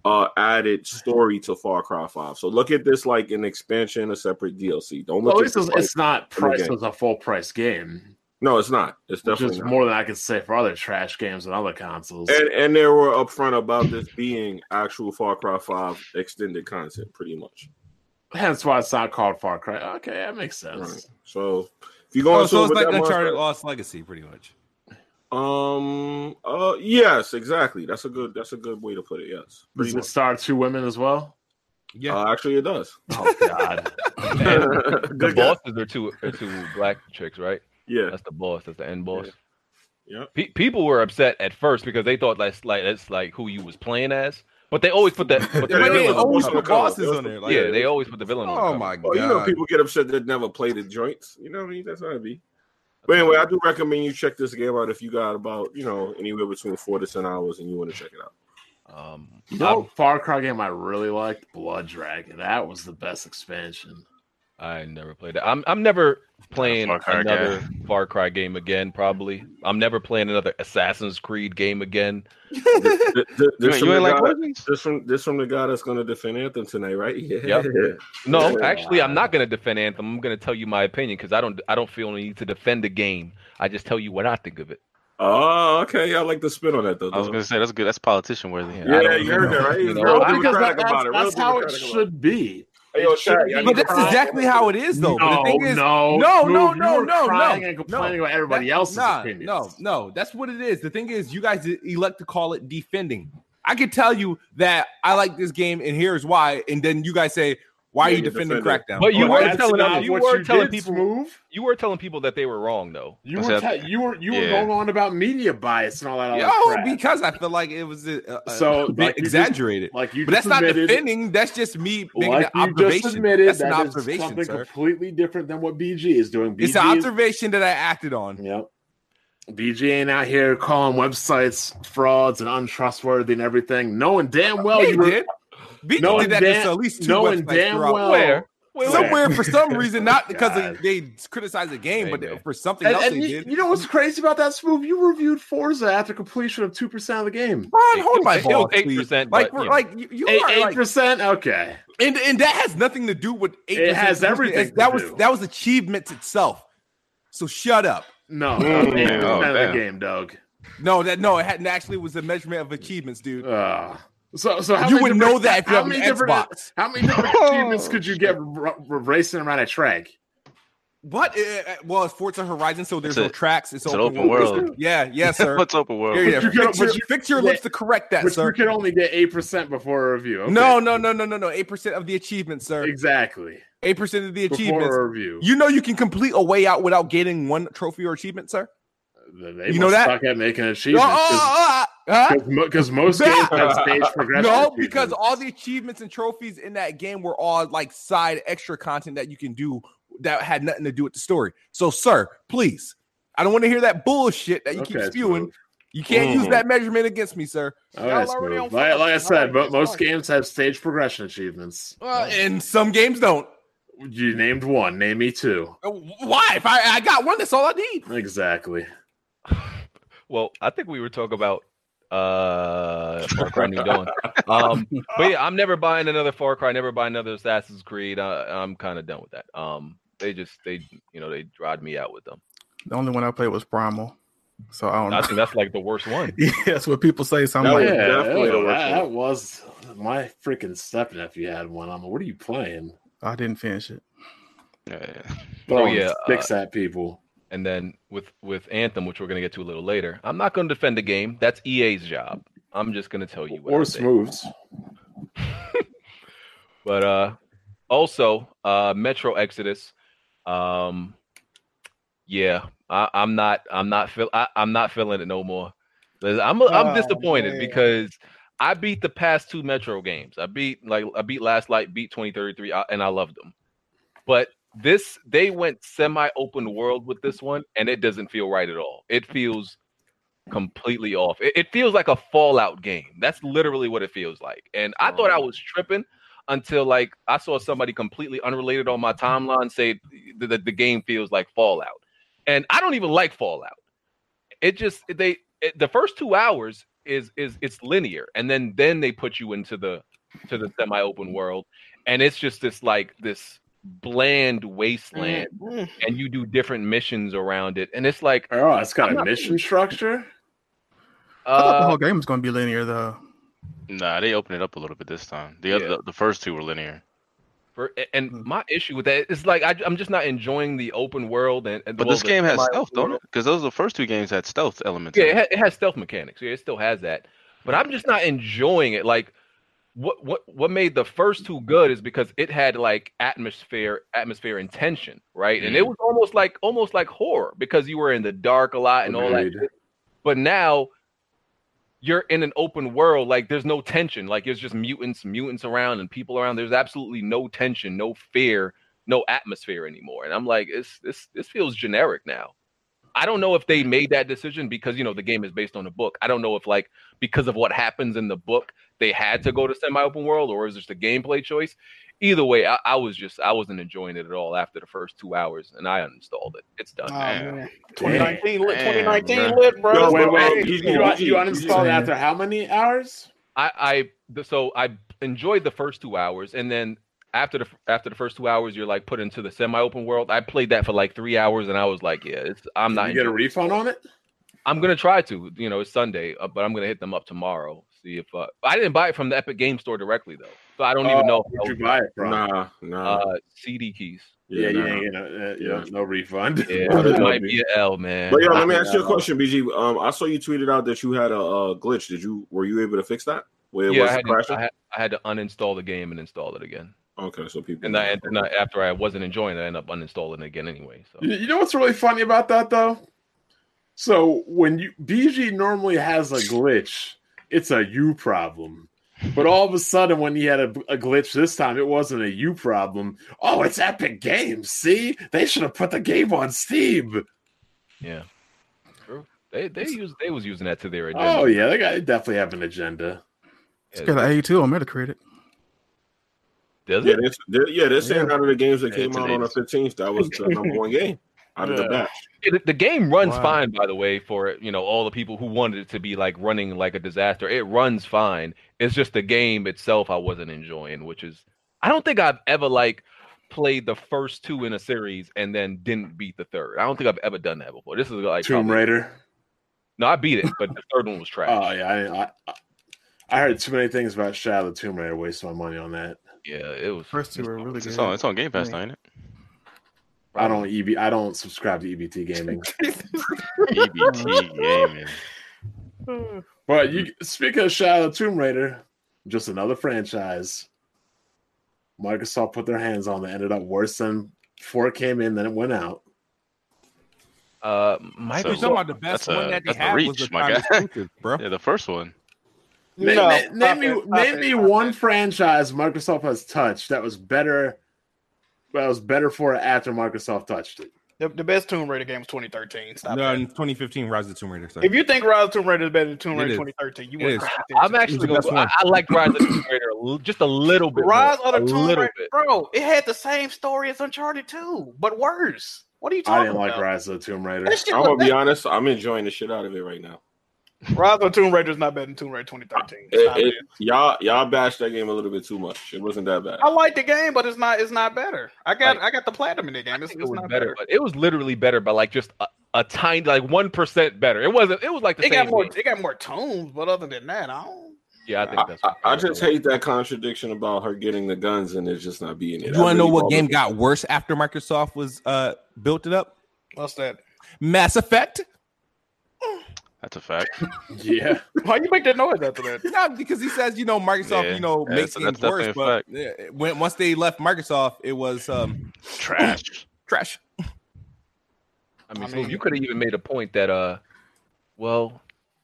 [SPEAKER 7] uh added story to Far Cry Five. So look at this like an expansion, a separate DLC. Don't look
[SPEAKER 6] Well, Oh,
[SPEAKER 7] at
[SPEAKER 6] this
[SPEAKER 7] this
[SPEAKER 6] is
[SPEAKER 7] like-
[SPEAKER 6] it's not
[SPEAKER 7] in the
[SPEAKER 6] priced
[SPEAKER 7] game.
[SPEAKER 6] as a full price game,
[SPEAKER 7] no, it's not. It's
[SPEAKER 6] which
[SPEAKER 7] definitely
[SPEAKER 6] is
[SPEAKER 7] not.
[SPEAKER 6] more than I could say for other trash games and other consoles.
[SPEAKER 7] And and they were upfront about this being actual Far Cry Five extended content, pretty much.
[SPEAKER 6] Hence why it's not called Far Cry. Okay, that makes sense.
[SPEAKER 7] Right. So if you go
[SPEAKER 8] oh,
[SPEAKER 7] into
[SPEAKER 8] so
[SPEAKER 7] so
[SPEAKER 8] it's
[SPEAKER 7] with
[SPEAKER 8] like
[SPEAKER 7] that
[SPEAKER 8] Uncharted
[SPEAKER 7] monster,
[SPEAKER 8] Lost Legacy, pretty much.
[SPEAKER 7] um, uh, yes, exactly. That's a good. That's a good way to put it. Yes,
[SPEAKER 6] Does
[SPEAKER 7] pretty
[SPEAKER 6] it
[SPEAKER 7] much.
[SPEAKER 6] star two women as well?
[SPEAKER 8] Yeah.
[SPEAKER 7] Uh, actually, it
[SPEAKER 8] [laughs]
[SPEAKER 7] does.
[SPEAKER 6] Oh
[SPEAKER 7] [laughs]
[SPEAKER 6] [laughs] God!
[SPEAKER 1] The
[SPEAKER 7] Good guess.
[SPEAKER 1] bosses are two are two black chicks, right?
[SPEAKER 7] Yeah,
[SPEAKER 1] That's the boss. That's the end boss.
[SPEAKER 7] Yeah. Yep.
[SPEAKER 1] Pe- people were upset at first because they thought that's like that's like who you was playing as, but they always put that.
[SPEAKER 7] [laughs]
[SPEAKER 1] But
[SPEAKER 7] Yeah,
[SPEAKER 1] the
[SPEAKER 7] they
[SPEAKER 1] villain
[SPEAKER 7] always
[SPEAKER 1] on
[SPEAKER 7] always
[SPEAKER 1] cover.
[SPEAKER 7] put bosses
[SPEAKER 8] on there.
[SPEAKER 1] yeah, they always put the villain on.
[SPEAKER 8] Oh
[SPEAKER 1] cover.
[SPEAKER 8] my
[SPEAKER 7] Well, you know,
[SPEAKER 8] god.
[SPEAKER 7] people get upset that never played the joints. You know what I mean? That's how it be. But anyway, I do recommend you check this game out if you got about you know anywhere between four to ten hours and you want to check it out.
[SPEAKER 1] Um,
[SPEAKER 6] You know, what Far Cry game I really liked Blood Dragon. That was the best expansion.
[SPEAKER 1] I never played it. I'm I'm never playing
[SPEAKER 2] Far Cry
[SPEAKER 1] another Far Cry game again. Probably, I'm never playing another Assassin's Creed
[SPEAKER 6] [laughs]
[SPEAKER 1] game again.
[SPEAKER 7] Th- th-
[SPEAKER 2] You,
[SPEAKER 7] this from
[SPEAKER 2] ain't- you
[SPEAKER 7] the
[SPEAKER 2] ain't like
[SPEAKER 7] guy-
[SPEAKER 2] Origins?
[SPEAKER 7] This from this from the guy that's gonna defend Anthem tonight, right? Yeah.
[SPEAKER 1] No,
[SPEAKER 7] Yeah.
[SPEAKER 1] actually, I'm not going to defend Anthem. I'm going to tell you my opinion because I don't I don't feel any need to defend the game. I just tell you what I think of it.
[SPEAKER 7] Oh, okay. I like the spin on that though.
[SPEAKER 2] I was gonna say that's good. That's politician worthy.
[SPEAKER 1] Yeah.
[SPEAKER 7] yeah,
[SPEAKER 1] I don't
[SPEAKER 7] you heard
[SPEAKER 1] know.
[SPEAKER 7] that, right?
[SPEAKER 1] You
[SPEAKER 7] He's
[SPEAKER 1] know,
[SPEAKER 7] real
[SPEAKER 1] I-
[SPEAKER 6] because that-
[SPEAKER 7] democratic
[SPEAKER 6] that's,
[SPEAKER 7] about it. real
[SPEAKER 6] that's how it
[SPEAKER 7] democratic about
[SPEAKER 6] should be.
[SPEAKER 7] Hey, yo,
[SPEAKER 6] it should
[SPEAKER 7] Shaq,
[SPEAKER 6] be-
[SPEAKER 7] I need
[SPEAKER 8] But
[SPEAKER 7] to
[SPEAKER 8] that's
[SPEAKER 7] cry.
[SPEAKER 8] exactly how it is, though.
[SPEAKER 6] No,
[SPEAKER 8] but the thing is,
[SPEAKER 6] no,
[SPEAKER 8] no, no,
[SPEAKER 6] Smooth, you
[SPEAKER 8] no,
[SPEAKER 6] were
[SPEAKER 8] no,
[SPEAKER 6] crying
[SPEAKER 8] no,
[SPEAKER 6] and
[SPEAKER 8] no.
[SPEAKER 6] complaining about everybody
[SPEAKER 8] That-
[SPEAKER 6] else's
[SPEAKER 8] nah,
[SPEAKER 6] opinions.
[SPEAKER 8] No, no, that's what it is. The thing is, you guys elect to call it defending. I could tell you that I like this game, and here's why. And then you guys say,
[SPEAKER 7] Yeah,
[SPEAKER 8] "Why are you
[SPEAKER 7] you
[SPEAKER 8] defending
[SPEAKER 7] defend
[SPEAKER 8] Crackdown?"
[SPEAKER 1] But you
[SPEAKER 6] But
[SPEAKER 1] were
[SPEAKER 6] that's
[SPEAKER 1] telling
[SPEAKER 6] not
[SPEAKER 1] them- you
[SPEAKER 6] what
[SPEAKER 1] were telling
[SPEAKER 6] did,
[SPEAKER 1] people-
[SPEAKER 6] Smooth.
[SPEAKER 1] You were telling people that they were wrong though.
[SPEAKER 6] You
[SPEAKER 2] I
[SPEAKER 6] were,
[SPEAKER 2] said-
[SPEAKER 6] te- you were you were
[SPEAKER 2] yeah.
[SPEAKER 6] going on about media bias and all that.
[SPEAKER 8] Yo,
[SPEAKER 6] Other crap.
[SPEAKER 8] because I feel like it was uh, uh,
[SPEAKER 6] So,
[SPEAKER 8] a bit
[SPEAKER 6] like, you just-
[SPEAKER 8] exaggerated.
[SPEAKER 6] like you,
[SPEAKER 8] but that's
[SPEAKER 6] just
[SPEAKER 8] not
[SPEAKER 6] admitted,
[SPEAKER 8] defending. That's just me making
[SPEAKER 6] Like
[SPEAKER 8] an
[SPEAKER 6] you just
[SPEAKER 8] observation.
[SPEAKER 6] admitted,
[SPEAKER 8] that's an
[SPEAKER 6] that is
[SPEAKER 8] observation,
[SPEAKER 6] something
[SPEAKER 8] sir.
[SPEAKER 6] completely different than what BG is doing. BG
[SPEAKER 8] It's an observation that I acted on.
[SPEAKER 6] Yep. BG ain't out here calling websites frauds and untrustworthy and everything, knowing damn well
[SPEAKER 8] Well,
[SPEAKER 6] you
[SPEAKER 8] you
[SPEAKER 6] were
[SPEAKER 8] did. Beat
[SPEAKER 6] knowing
[SPEAKER 8] did that
[SPEAKER 6] damn-
[SPEAKER 8] to at least two
[SPEAKER 6] knowing
[SPEAKER 8] websites
[SPEAKER 6] damn
[SPEAKER 8] throughout.
[SPEAKER 6] well
[SPEAKER 1] Where? Wait, wait.
[SPEAKER 8] somewhere
[SPEAKER 6] [laughs]
[SPEAKER 8] for some reason, not because
[SPEAKER 6] God.
[SPEAKER 8] they, they criticized the game,
[SPEAKER 1] Hey,
[SPEAKER 8] but
[SPEAKER 1] man.
[SPEAKER 8] for something
[SPEAKER 6] And,
[SPEAKER 8] else
[SPEAKER 6] and
[SPEAKER 8] they
[SPEAKER 6] you,
[SPEAKER 8] did.
[SPEAKER 6] you know what's crazy about that, Smooth? You reviewed Forza after completion of two percent of the game.
[SPEAKER 8] Brian,
[SPEAKER 1] It
[SPEAKER 8] hold
[SPEAKER 1] was-
[SPEAKER 8] my
[SPEAKER 1] it
[SPEAKER 8] ball,
[SPEAKER 1] was 8%,
[SPEAKER 8] Like,
[SPEAKER 1] but,
[SPEAKER 8] we're-
[SPEAKER 1] you know.
[SPEAKER 8] like you, you
[SPEAKER 6] Eight
[SPEAKER 8] are like,
[SPEAKER 6] percent, okay.
[SPEAKER 8] and, and that has nothing to do with eight.
[SPEAKER 6] It has everything to
[SPEAKER 8] That was
[SPEAKER 6] do.
[SPEAKER 8] that was achievements itself. So shut up.
[SPEAKER 6] No,
[SPEAKER 2] Mm,
[SPEAKER 6] eight
[SPEAKER 2] oh,
[SPEAKER 6] percent of
[SPEAKER 2] damn.
[SPEAKER 6] the game, Doug.
[SPEAKER 8] No, that no, it hadn't actually was a measurement of achievements, dude.
[SPEAKER 6] Uh, so, so how
[SPEAKER 8] you
[SPEAKER 6] many
[SPEAKER 8] would
[SPEAKER 6] different-
[SPEAKER 8] know that if you
[SPEAKER 6] how
[SPEAKER 8] have an
[SPEAKER 6] many different-
[SPEAKER 8] Xbox.
[SPEAKER 6] How many
[SPEAKER 8] [laughs]
[SPEAKER 6] different achievements could you get r- r- racing around a track?
[SPEAKER 8] What? eh, eh, well, it's Forza Horizon, so there's
[SPEAKER 2] It's a-
[SPEAKER 8] no tracks. It's,
[SPEAKER 2] it's an open world.
[SPEAKER 8] Yeah,
[SPEAKER 2] [laughs]
[SPEAKER 8] yeah, sir.
[SPEAKER 2] What's open world?
[SPEAKER 8] Here, yeah.
[SPEAKER 6] you can-
[SPEAKER 8] Fix your,
[SPEAKER 6] but you-
[SPEAKER 8] fix your lips to correct that,
[SPEAKER 6] Which
[SPEAKER 8] sir.
[SPEAKER 6] you can only get eight percent before a review. Okay.
[SPEAKER 8] No, no, no, no, no, no. Eight percent of the achievements, sir.
[SPEAKER 6] exactly.
[SPEAKER 8] Eight percent of the achievements.
[SPEAKER 6] Before a review,
[SPEAKER 8] You know you can complete a way out without getting one trophy or achievement, sir.
[SPEAKER 6] they
[SPEAKER 8] you know
[SPEAKER 6] must
[SPEAKER 8] that?
[SPEAKER 6] suck at making
[SPEAKER 8] No,
[SPEAKER 6] achievements.
[SPEAKER 8] uh, uh, uh,
[SPEAKER 6] because most games
[SPEAKER 8] That-
[SPEAKER 6] have
[SPEAKER 8] [laughs]
[SPEAKER 6] stage
[SPEAKER 8] uh,
[SPEAKER 6] progression.
[SPEAKER 8] no, because
[SPEAKER 6] achievements.
[SPEAKER 8] all the achievements and trophies in that game were all like side extra content that you can do that had nothing to do with the story. So, sir, please, I don't want to hear that bullshit that you keep
[SPEAKER 6] Okay,
[SPEAKER 8] spewing.
[SPEAKER 6] smooth.
[SPEAKER 8] You can't use
[SPEAKER 7] Mm.
[SPEAKER 8] that measurement against me, sir.
[SPEAKER 1] Oh,
[SPEAKER 6] All right,
[SPEAKER 8] Y'all already
[SPEAKER 6] Oh, smooth.
[SPEAKER 8] on
[SPEAKER 6] Like,
[SPEAKER 8] fire.
[SPEAKER 6] like I said,
[SPEAKER 8] Alright,
[SPEAKER 6] but most
[SPEAKER 8] sorry.
[SPEAKER 6] games have stage progression achievements.
[SPEAKER 1] Oh.
[SPEAKER 8] Uh, and some games don't.
[SPEAKER 6] You named one. Name me two.
[SPEAKER 8] Uh, Why? If I, I got one, that's all I need.
[SPEAKER 6] Exactly.
[SPEAKER 1] Well, I think we were talking about uh Far Cry New Dawn. Um but yeah, I'm never buying another Far Cry, never buying another Assassin's Creed. I, I'm kind of done with that. Um They just they you know they dried me out with them.
[SPEAKER 4] The only one I played was Primal, so I don't
[SPEAKER 1] I
[SPEAKER 4] know.
[SPEAKER 1] think that's like the worst one.
[SPEAKER 4] [laughs] yeah, that's what people say. So I'm
[SPEAKER 7] That
[SPEAKER 4] like,
[SPEAKER 7] was definitely the
[SPEAKER 6] that,
[SPEAKER 7] worst
[SPEAKER 6] that
[SPEAKER 7] one.
[SPEAKER 6] was my freaking stepnephew had one. I'm like, what are you playing?
[SPEAKER 4] I didn't finish it.
[SPEAKER 2] Yeah.
[SPEAKER 6] But
[SPEAKER 1] Oh,
[SPEAKER 6] I'm
[SPEAKER 1] yeah,
[SPEAKER 6] fix that people.
[SPEAKER 1] And then with with Anthem, which we're gonna get to a little later, I'm not gonna defend the game. That's EA's job. I'm just gonna tell you what. I
[SPEAKER 6] Or
[SPEAKER 1] think.
[SPEAKER 6] smooths.
[SPEAKER 1] But uh also uh Metro Exodus. Um yeah, I, I'm not I'm not feel I, I'm not feeling it no more. Liz, I'm I'm
[SPEAKER 10] Oh,
[SPEAKER 1] disappointed
[SPEAKER 10] man.
[SPEAKER 1] because I beat the past two Metro games. I beat like I beat Last Light, beat 2033, I- and I loved them. But this they went semi-open world with this one, and it doesn't feel right at all. It feels completely off. It, it feels like a Fallout game. That's literally what it feels like. And I thought I
[SPEAKER 6] Oh.
[SPEAKER 1] was tripping until like I saw somebody completely unrelated on my timeline say the, the, the game feels like Fallout, and I don't even like Fallout. It just they it, the first two hours is is it's linear, and then then they put you into the to the semi open world, and it's just this like this bland wasteland, and you do different missions around it, and it's like
[SPEAKER 6] Mm-hmm. Oh, it's got
[SPEAKER 1] I'm
[SPEAKER 6] a
[SPEAKER 1] not-
[SPEAKER 6] mission structure.
[SPEAKER 4] I thought the
[SPEAKER 1] uh,
[SPEAKER 4] whole game was going to be linear, though.
[SPEAKER 2] Nah, they opened it up a little bit this time. The other,
[SPEAKER 1] Yeah.
[SPEAKER 2] the, first two were linear.
[SPEAKER 1] for, a- and
[SPEAKER 4] Hmm.
[SPEAKER 1] my issue with that is like I, I'm just not enjoying the open world and, and
[SPEAKER 2] But
[SPEAKER 1] well,
[SPEAKER 2] this
[SPEAKER 1] the
[SPEAKER 2] game has
[SPEAKER 1] semi-
[SPEAKER 2] stealth, don't it? Because those are the first two games had stealth elements.
[SPEAKER 1] Yeah,
[SPEAKER 2] in
[SPEAKER 1] it,
[SPEAKER 2] it.
[SPEAKER 1] ha- it has stealth mechanics. Yeah, it still has that. But I'm just not enjoying it. Like, what what what made the first two good is because it had like atmosphere, atmosphere and tension, right? And
[SPEAKER 2] Mm-hmm.
[SPEAKER 1] it was almost like almost like horror because you were in the dark a lot and all that.
[SPEAKER 6] Agreed.
[SPEAKER 1] But now you're in an open world. Like, there's no tension. Like, there's just mutants, mutants around, and people around. There's absolutely no tension, no fear, no atmosphere anymore. And I'm like, it's this this feels generic now. I don't know if they made that decision because you know the game is based on a book. I don't know if like because of what happens in the book they had to go to semi-open world or is this a gameplay choice. Either way, I, I was just I wasn't enjoying it at all after the first two hours, and I uninstalled it. It's done.
[SPEAKER 10] Oh,
[SPEAKER 2] Damn.
[SPEAKER 10] man.
[SPEAKER 6] Damn.
[SPEAKER 10] 2019 lit.
[SPEAKER 2] Damn,
[SPEAKER 10] 2019
[SPEAKER 2] bruh.
[SPEAKER 10] lit, bro.
[SPEAKER 7] Yo,
[SPEAKER 6] uh,
[SPEAKER 10] That's
[SPEAKER 7] wait,
[SPEAKER 10] what
[SPEAKER 7] wait,
[SPEAKER 10] I'm saying.
[SPEAKER 7] you-
[SPEAKER 6] You, you uninstalled
[SPEAKER 4] Yeah.
[SPEAKER 6] after how many hours?
[SPEAKER 1] I I th- so I enjoyed the first two hours, and then after the after the first two hours, you're like put into the semi-open world. I played that for like three hours, and I was like, yeah, it's, I'm
[SPEAKER 6] Did
[SPEAKER 1] not.
[SPEAKER 6] you get a
[SPEAKER 1] enjoying-
[SPEAKER 6] refund on it?
[SPEAKER 1] I'm gonna try to. You know, it's Sunday, uh, but I'm gonna hit them up tomorrow. See if uh, I didn't buy it from the Epic Game Store directly though, so I don't even know. if I
[SPEAKER 6] Oh, Where'd
[SPEAKER 1] was-
[SPEAKER 6] you buy it from?
[SPEAKER 7] Nah, nah.
[SPEAKER 1] uh, CD keys.
[SPEAKER 6] yeah,
[SPEAKER 7] nah.
[SPEAKER 6] you ain't getting a, uh, you know,
[SPEAKER 7] Yeah.
[SPEAKER 6] no refund. [laughs]
[SPEAKER 1] Yeah,
[SPEAKER 4] What
[SPEAKER 1] it
[SPEAKER 4] is
[SPEAKER 1] might be an L, man.
[SPEAKER 7] But yo, let me
[SPEAKER 6] Yeah.
[SPEAKER 7] ask you a question, BG. Um, I saw you tweeted out that you had a, uh glitch. Did you were you able to fix that? Where it
[SPEAKER 1] yeah, I
[SPEAKER 7] was
[SPEAKER 1] had, to,
[SPEAKER 7] crashing?
[SPEAKER 1] I, had, I had to uninstall the game and install it again.
[SPEAKER 7] okay, so people
[SPEAKER 1] And, I, and, I- after I wasn't enjoying it, I ended up uninstalling it again anyway. So
[SPEAKER 6] You, you know what's really funny about that though? So when you BG normally has a glitch, it's a you problem. But all of a sudden, when he had a, a glitch this time, it wasn't a you problem. Oh, it's Epic Games. See, they should have put the game on Steam.
[SPEAKER 1] yeah, True. They they use they was using that to their agenda.
[SPEAKER 6] Oh yeah, they got they definitely have an agenda.
[SPEAKER 4] It's got an 82 on Metacritic.
[SPEAKER 1] Does
[SPEAKER 7] yeah,
[SPEAKER 1] it?
[SPEAKER 7] they're, they're- yeah, they're saying out of the games that
[SPEAKER 2] Yeah,
[SPEAKER 7] came
[SPEAKER 2] it's
[SPEAKER 7] out
[SPEAKER 2] an
[SPEAKER 7] on the fifteenth, that was the number one game out of the
[SPEAKER 6] Yeah.
[SPEAKER 7] batch.
[SPEAKER 1] The, the game runs
[SPEAKER 4] Wow.
[SPEAKER 1] fine, by the way, for you know all the people who wanted it to be like running like a disaster. It runs fine. It's just the game itself I wasn't enjoying, which is I don't think I've ever like played the first two in a series and then didn't beat the third. I don't think I've ever done that before. This is like
[SPEAKER 6] Tomb
[SPEAKER 1] probably-
[SPEAKER 6] Raider.
[SPEAKER 1] No, I beat it, but the
[SPEAKER 6] [laughs]
[SPEAKER 1] third one was trash.
[SPEAKER 6] Oh yeah, I, I I heard too many things about Shadow of the Tomb Raider. Waste my money on that.
[SPEAKER 1] yeah. it was.
[SPEAKER 4] First two were really
[SPEAKER 2] It's,
[SPEAKER 4] good.
[SPEAKER 2] on, it's on Game Pass,
[SPEAKER 4] Yeah.
[SPEAKER 2] now, ain't it?
[SPEAKER 6] I don't EB. I don't subscribe to EBT gaming.
[SPEAKER 4] [laughs]
[SPEAKER 2] EBT E gaming.
[SPEAKER 10] Hmm.
[SPEAKER 6] But you speaking of Shadow of Tomb Raider, just another franchise. Microsoft put their hands on that ended up worse than before it came in, then it went out.
[SPEAKER 1] Uh,
[SPEAKER 8] You're
[SPEAKER 1] Microsoft.
[SPEAKER 2] So-
[SPEAKER 8] talking about the best
[SPEAKER 2] that's a-
[SPEAKER 8] one that they
[SPEAKER 2] that's a
[SPEAKER 8] had was
[SPEAKER 2] reach,
[SPEAKER 8] the
[SPEAKER 2] my
[SPEAKER 8] time
[SPEAKER 2] guy.
[SPEAKER 8] exclusive, bro.
[SPEAKER 2] Yeah, the first one.
[SPEAKER 6] Name,
[SPEAKER 10] No,
[SPEAKER 6] name-
[SPEAKER 10] stop
[SPEAKER 6] name
[SPEAKER 10] it,
[SPEAKER 6] me,
[SPEAKER 10] stop
[SPEAKER 6] name
[SPEAKER 10] it,
[SPEAKER 6] me
[SPEAKER 10] stop
[SPEAKER 6] one
[SPEAKER 10] it.
[SPEAKER 6] franchise Microsoft has touched that was better. That was better for it after Microsoft touched it.
[SPEAKER 10] The, the best Tomb Raider game was 2013. Stop
[SPEAKER 8] No,
[SPEAKER 10] that.
[SPEAKER 8] in 2015, um, Rise of the Tomb Raider. sorry.
[SPEAKER 10] If you think Rise of Tomb Raider is better than Tomb
[SPEAKER 8] It
[SPEAKER 10] Raider
[SPEAKER 8] is.
[SPEAKER 10] 2013, you
[SPEAKER 8] It
[SPEAKER 10] wouldn't
[SPEAKER 8] is.
[SPEAKER 1] I'm actually
[SPEAKER 8] the
[SPEAKER 1] going.
[SPEAKER 8] best
[SPEAKER 1] I,
[SPEAKER 8] one.
[SPEAKER 1] I like Rise
[SPEAKER 10] [laughs]
[SPEAKER 1] of the Tomb Raider a l- just a little bit.
[SPEAKER 10] Rise
[SPEAKER 1] more,
[SPEAKER 10] of the
[SPEAKER 1] a
[SPEAKER 10] Tomb
[SPEAKER 1] little
[SPEAKER 10] Raider,
[SPEAKER 1] bit.
[SPEAKER 10] bro. It had the same story as Uncharted 2, but worse. What are
[SPEAKER 6] I
[SPEAKER 10] you talking
[SPEAKER 6] didn't
[SPEAKER 10] about?
[SPEAKER 6] like Rise of the Tomb Raider.
[SPEAKER 10] That shit
[SPEAKER 7] I'm
[SPEAKER 10] was
[SPEAKER 7] gonna be honest, I'm enjoying the shit out of it right now.
[SPEAKER 10] Rise of Tomb Raider is not better than Tomb Raider 2013. It's not
[SPEAKER 7] It- it-
[SPEAKER 10] bad.
[SPEAKER 7] y'all y'all bashed that game a little bit too much. It wasn't that bad.
[SPEAKER 10] I like the game, but it's not it's not better. I got I got the platinum in the game.
[SPEAKER 1] I
[SPEAKER 10] It's,
[SPEAKER 1] think
[SPEAKER 10] it's
[SPEAKER 1] it was
[SPEAKER 10] not
[SPEAKER 1] better,
[SPEAKER 10] better.
[SPEAKER 1] but it was literally better by like just a, a tiny, like one percent better. It wasn't. It was like the
[SPEAKER 10] It
[SPEAKER 1] same.
[SPEAKER 10] got more
[SPEAKER 1] game.
[SPEAKER 10] it got more tones, but other than that, I don't.
[SPEAKER 1] yeah, I
[SPEAKER 7] I,
[SPEAKER 1] think that's.
[SPEAKER 7] I, I just hate that contradiction about her getting the guns and it just not being it.
[SPEAKER 8] You
[SPEAKER 7] That
[SPEAKER 8] want to know
[SPEAKER 7] really
[SPEAKER 8] what game
[SPEAKER 7] bothered me.
[SPEAKER 8] got worse after Microsoft was uh built it up?
[SPEAKER 10] What's that?
[SPEAKER 8] Mass Effect.
[SPEAKER 2] That's
[SPEAKER 7] [laughs]
[SPEAKER 2] a fact.
[SPEAKER 6] Yeah.
[SPEAKER 10] Why you make that noise after that?
[SPEAKER 8] No, because he says you know Microsoft,
[SPEAKER 2] Yeah.
[SPEAKER 8] you know
[SPEAKER 2] Yeah,
[SPEAKER 8] makes
[SPEAKER 2] that's-
[SPEAKER 8] things
[SPEAKER 2] that's
[SPEAKER 8] worse.
[SPEAKER 2] definitely a
[SPEAKER 8] But yeah, when once they left Microsoft, it was um
[SPEAKER 2] Trash.
[SPEAKER 8] [clears throat] trash.
[SPEAKER 1] I mean,
[SPEAKER 10] I
[SPEAKER 1] Smooth,
[SPEAKER 10] mean-
[SPEAKER 1] you could have even made a point that uh, well,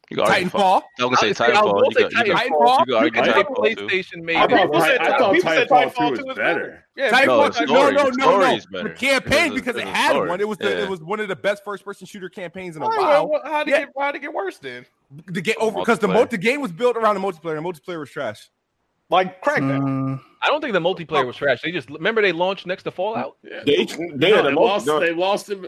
[SPEAKER 2] You got Titanfall.
[SPEAKER 8] Titanfall.
[SPEAKER 2] I was gonna say
[SPEAKER 1] I was- I
[SPEAKER 2] Titanfall. You got, you
[SPEAKER 1] was gonna say
[SPEAKER 2] got,
[SPEAKER 8] Titanfall.
[SPEAKER 2] you got, you got
[SPEAKER 1] you could say
[SPEAKER 2] Titanfall too.
[SPEAKER 1] PlayStation made
[SPEAKER 6] I
[SPEAKER 1] it
[SPEAKER 6] thought,
[SPEAKER 1] worse.
[SPEAKER 6] I, I thought
[SPEAKER 10] people said
[SPEAKER 6] Titanfall
[SPEAKER 10] Titanfall
[SPEAKER 6] 2 was
[SPEAKER 10] two was
[SPEAKER 6] better.
[SPEAKER 10] Yeah,
[SPEAKER 8] Titanfall-
[SPEAKER 2] No, the
[SPEAKER 8] no,
[SPEAKER 2] story-
[SPEAKER 8] no,
[SPEAKER 2] the
[SPEAKER 8] no,
[SPEAKER 2] story
[SPEAKER 8] no,
[SPEAKER 2] is better.
[SPEAKER 8] The campaign
[SPEAKER 2] It's a-
[SPEAKER 8] because it
[SPEAKER 2] it's a
[SPEAKER 8] had
[SPEAKER 2] story.
[SPEAKER 8] one. It was the
[SPEAKER 2] Yeah.
[SPEAKER 8] it was one of the best first person shooter campaigns in a
[SPEAKER 10] Why-
[SPEAKER 8] while.
[SPEAKER 10] why- How'd it
[SPEAKER 8] Yeah.
[SPEAKER 10] get how'd it get worse then?
[SPEAKER 8] The game over because the
[SPEAKER 2] Multiplayer.
[SPEAKER 8] mo- the game was built around the multiplayer. and multiplayer was trash.
[SPEAKER 10] Like crack that.
[SPEAKER 4] Mm,
[SPEAKER 1] I don't think the multiplayer was trash. They just remember they launched next to Fallout.
[SPEAKER 6] Yeah.
[SPEAKER 7] They, they,
[SPEAKER 6] No,
[SPEAKER 7] had
[SPEAKER 6] they
[SPEAKER 7] the most-
[SPEAKER 6] lost.
[SPEAKER 7] no,
[SPEAKER 6] They lost him.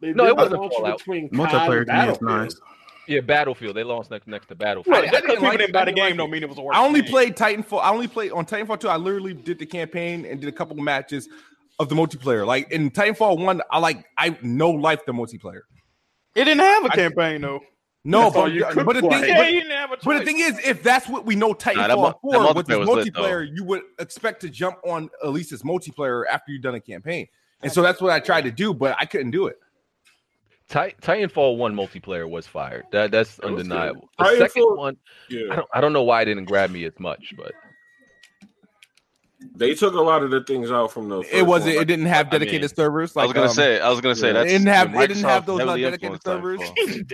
[SPEAKER 6] They
[SPEAKER 1] No,
[SPEAKER 6] did
[SPEAKER 1] it wasn't
[SPEAKER 6] launch
[SPEAKER 1] Fallout.
[SPEAKER 6] between COD
[SPEAKER 4] multiplayer
[SPEAKER 6] and
[SPEAKER 4] to me is
[SPEAKER 6] Battlefield.
[SPEAKER 4] nice.
[SPEAKER 1] Yeah, Battlefield. They launched next next to Battlefield.
[SPEAKER 10] Right,
[SPEAKER 8] I
[SPEAKER 10] just 'cause
[SPEAKER 8] didn't
[SPEAKER 10] people
[SPEAKER 8] like it.
[SPEAKER 10] didn't buy
[SPEAKER 8] I
[SPEAKER 10] the
[SPEAKER 8] didn't
[SPEAKER 10] game
[SPEAKER 8] like
[SPEAKER 10] don't mean it was a worse
[SPEAKER 8] I only
[SPEAKER 10] game.
[SPEAKER 8] played Titanfall. I only played on Titanfall 2. I literally did the campaign and did a couple matches of the multiplayer. Like in Titanfall 1, I like I no life the multiplayer.
[SPEAKER 10] It didn't have a
[SPEAKER 8] I-
[SPEAKER 10] campaign though.
[SPEAKER 8] No,
[SPEAKER 6] That's all
[SPEAKER 8] but,
[SPEAKER 6] you could
[SPEAKER 8] but the thing,
[SPEAKER 6] play.
[SPEAKER 8] but-
[SPEAKER 10] Yeah, you didn't have a choice.
[SPEAKER 8] But the thing is, if that's what we know Titanfall
[SPEAKER 2] that mu- that multiplayer
[SPEAKER 8] 4, which is
[SPEAKER 2] was lit, though.
[SPEAKER 8] multiplayer, you would expect to jump on at least its multiplayer after you've done a campaign. And so that's what I tried to do, but I couldn't do it.
[SPEAKER 1] Ti- Titanfall one multiplayer was fired. That that's undeniable. The
[SPEAKER 7] Titanfall-
[SPEAKER 1] second one, I
[SPEAKER 7] yeah.
[SPEAKER 1] don't, I don't know why it didn't grab me as much, but
[SPEAKER 7] They took a lot of the things out from the.
[SPEAKER 8] It
[SPEAKER 7] first
[SPEAKER 8] wasn't.
[SPEAKER 7] one.
[SPEAKER 8] It didn't have dedicated servers. Like
[SPEAKER 2] I was gonna
[SPEAKER 8] um,
[SPEAKER 2] say. I was gonna say
[SPEAKER 7] yeah.
[SPEAKER 2] that's
[SPEAKER 8] They didn't have-
[SPEAKER 2] Microsoft
[SPEAKER 8] they didn't have those,
[SPEAKER 2] heavily
[SPEAKER 8] like, dedicated
[SPEAKER 2] influenced
[SPEAKER 8] servers.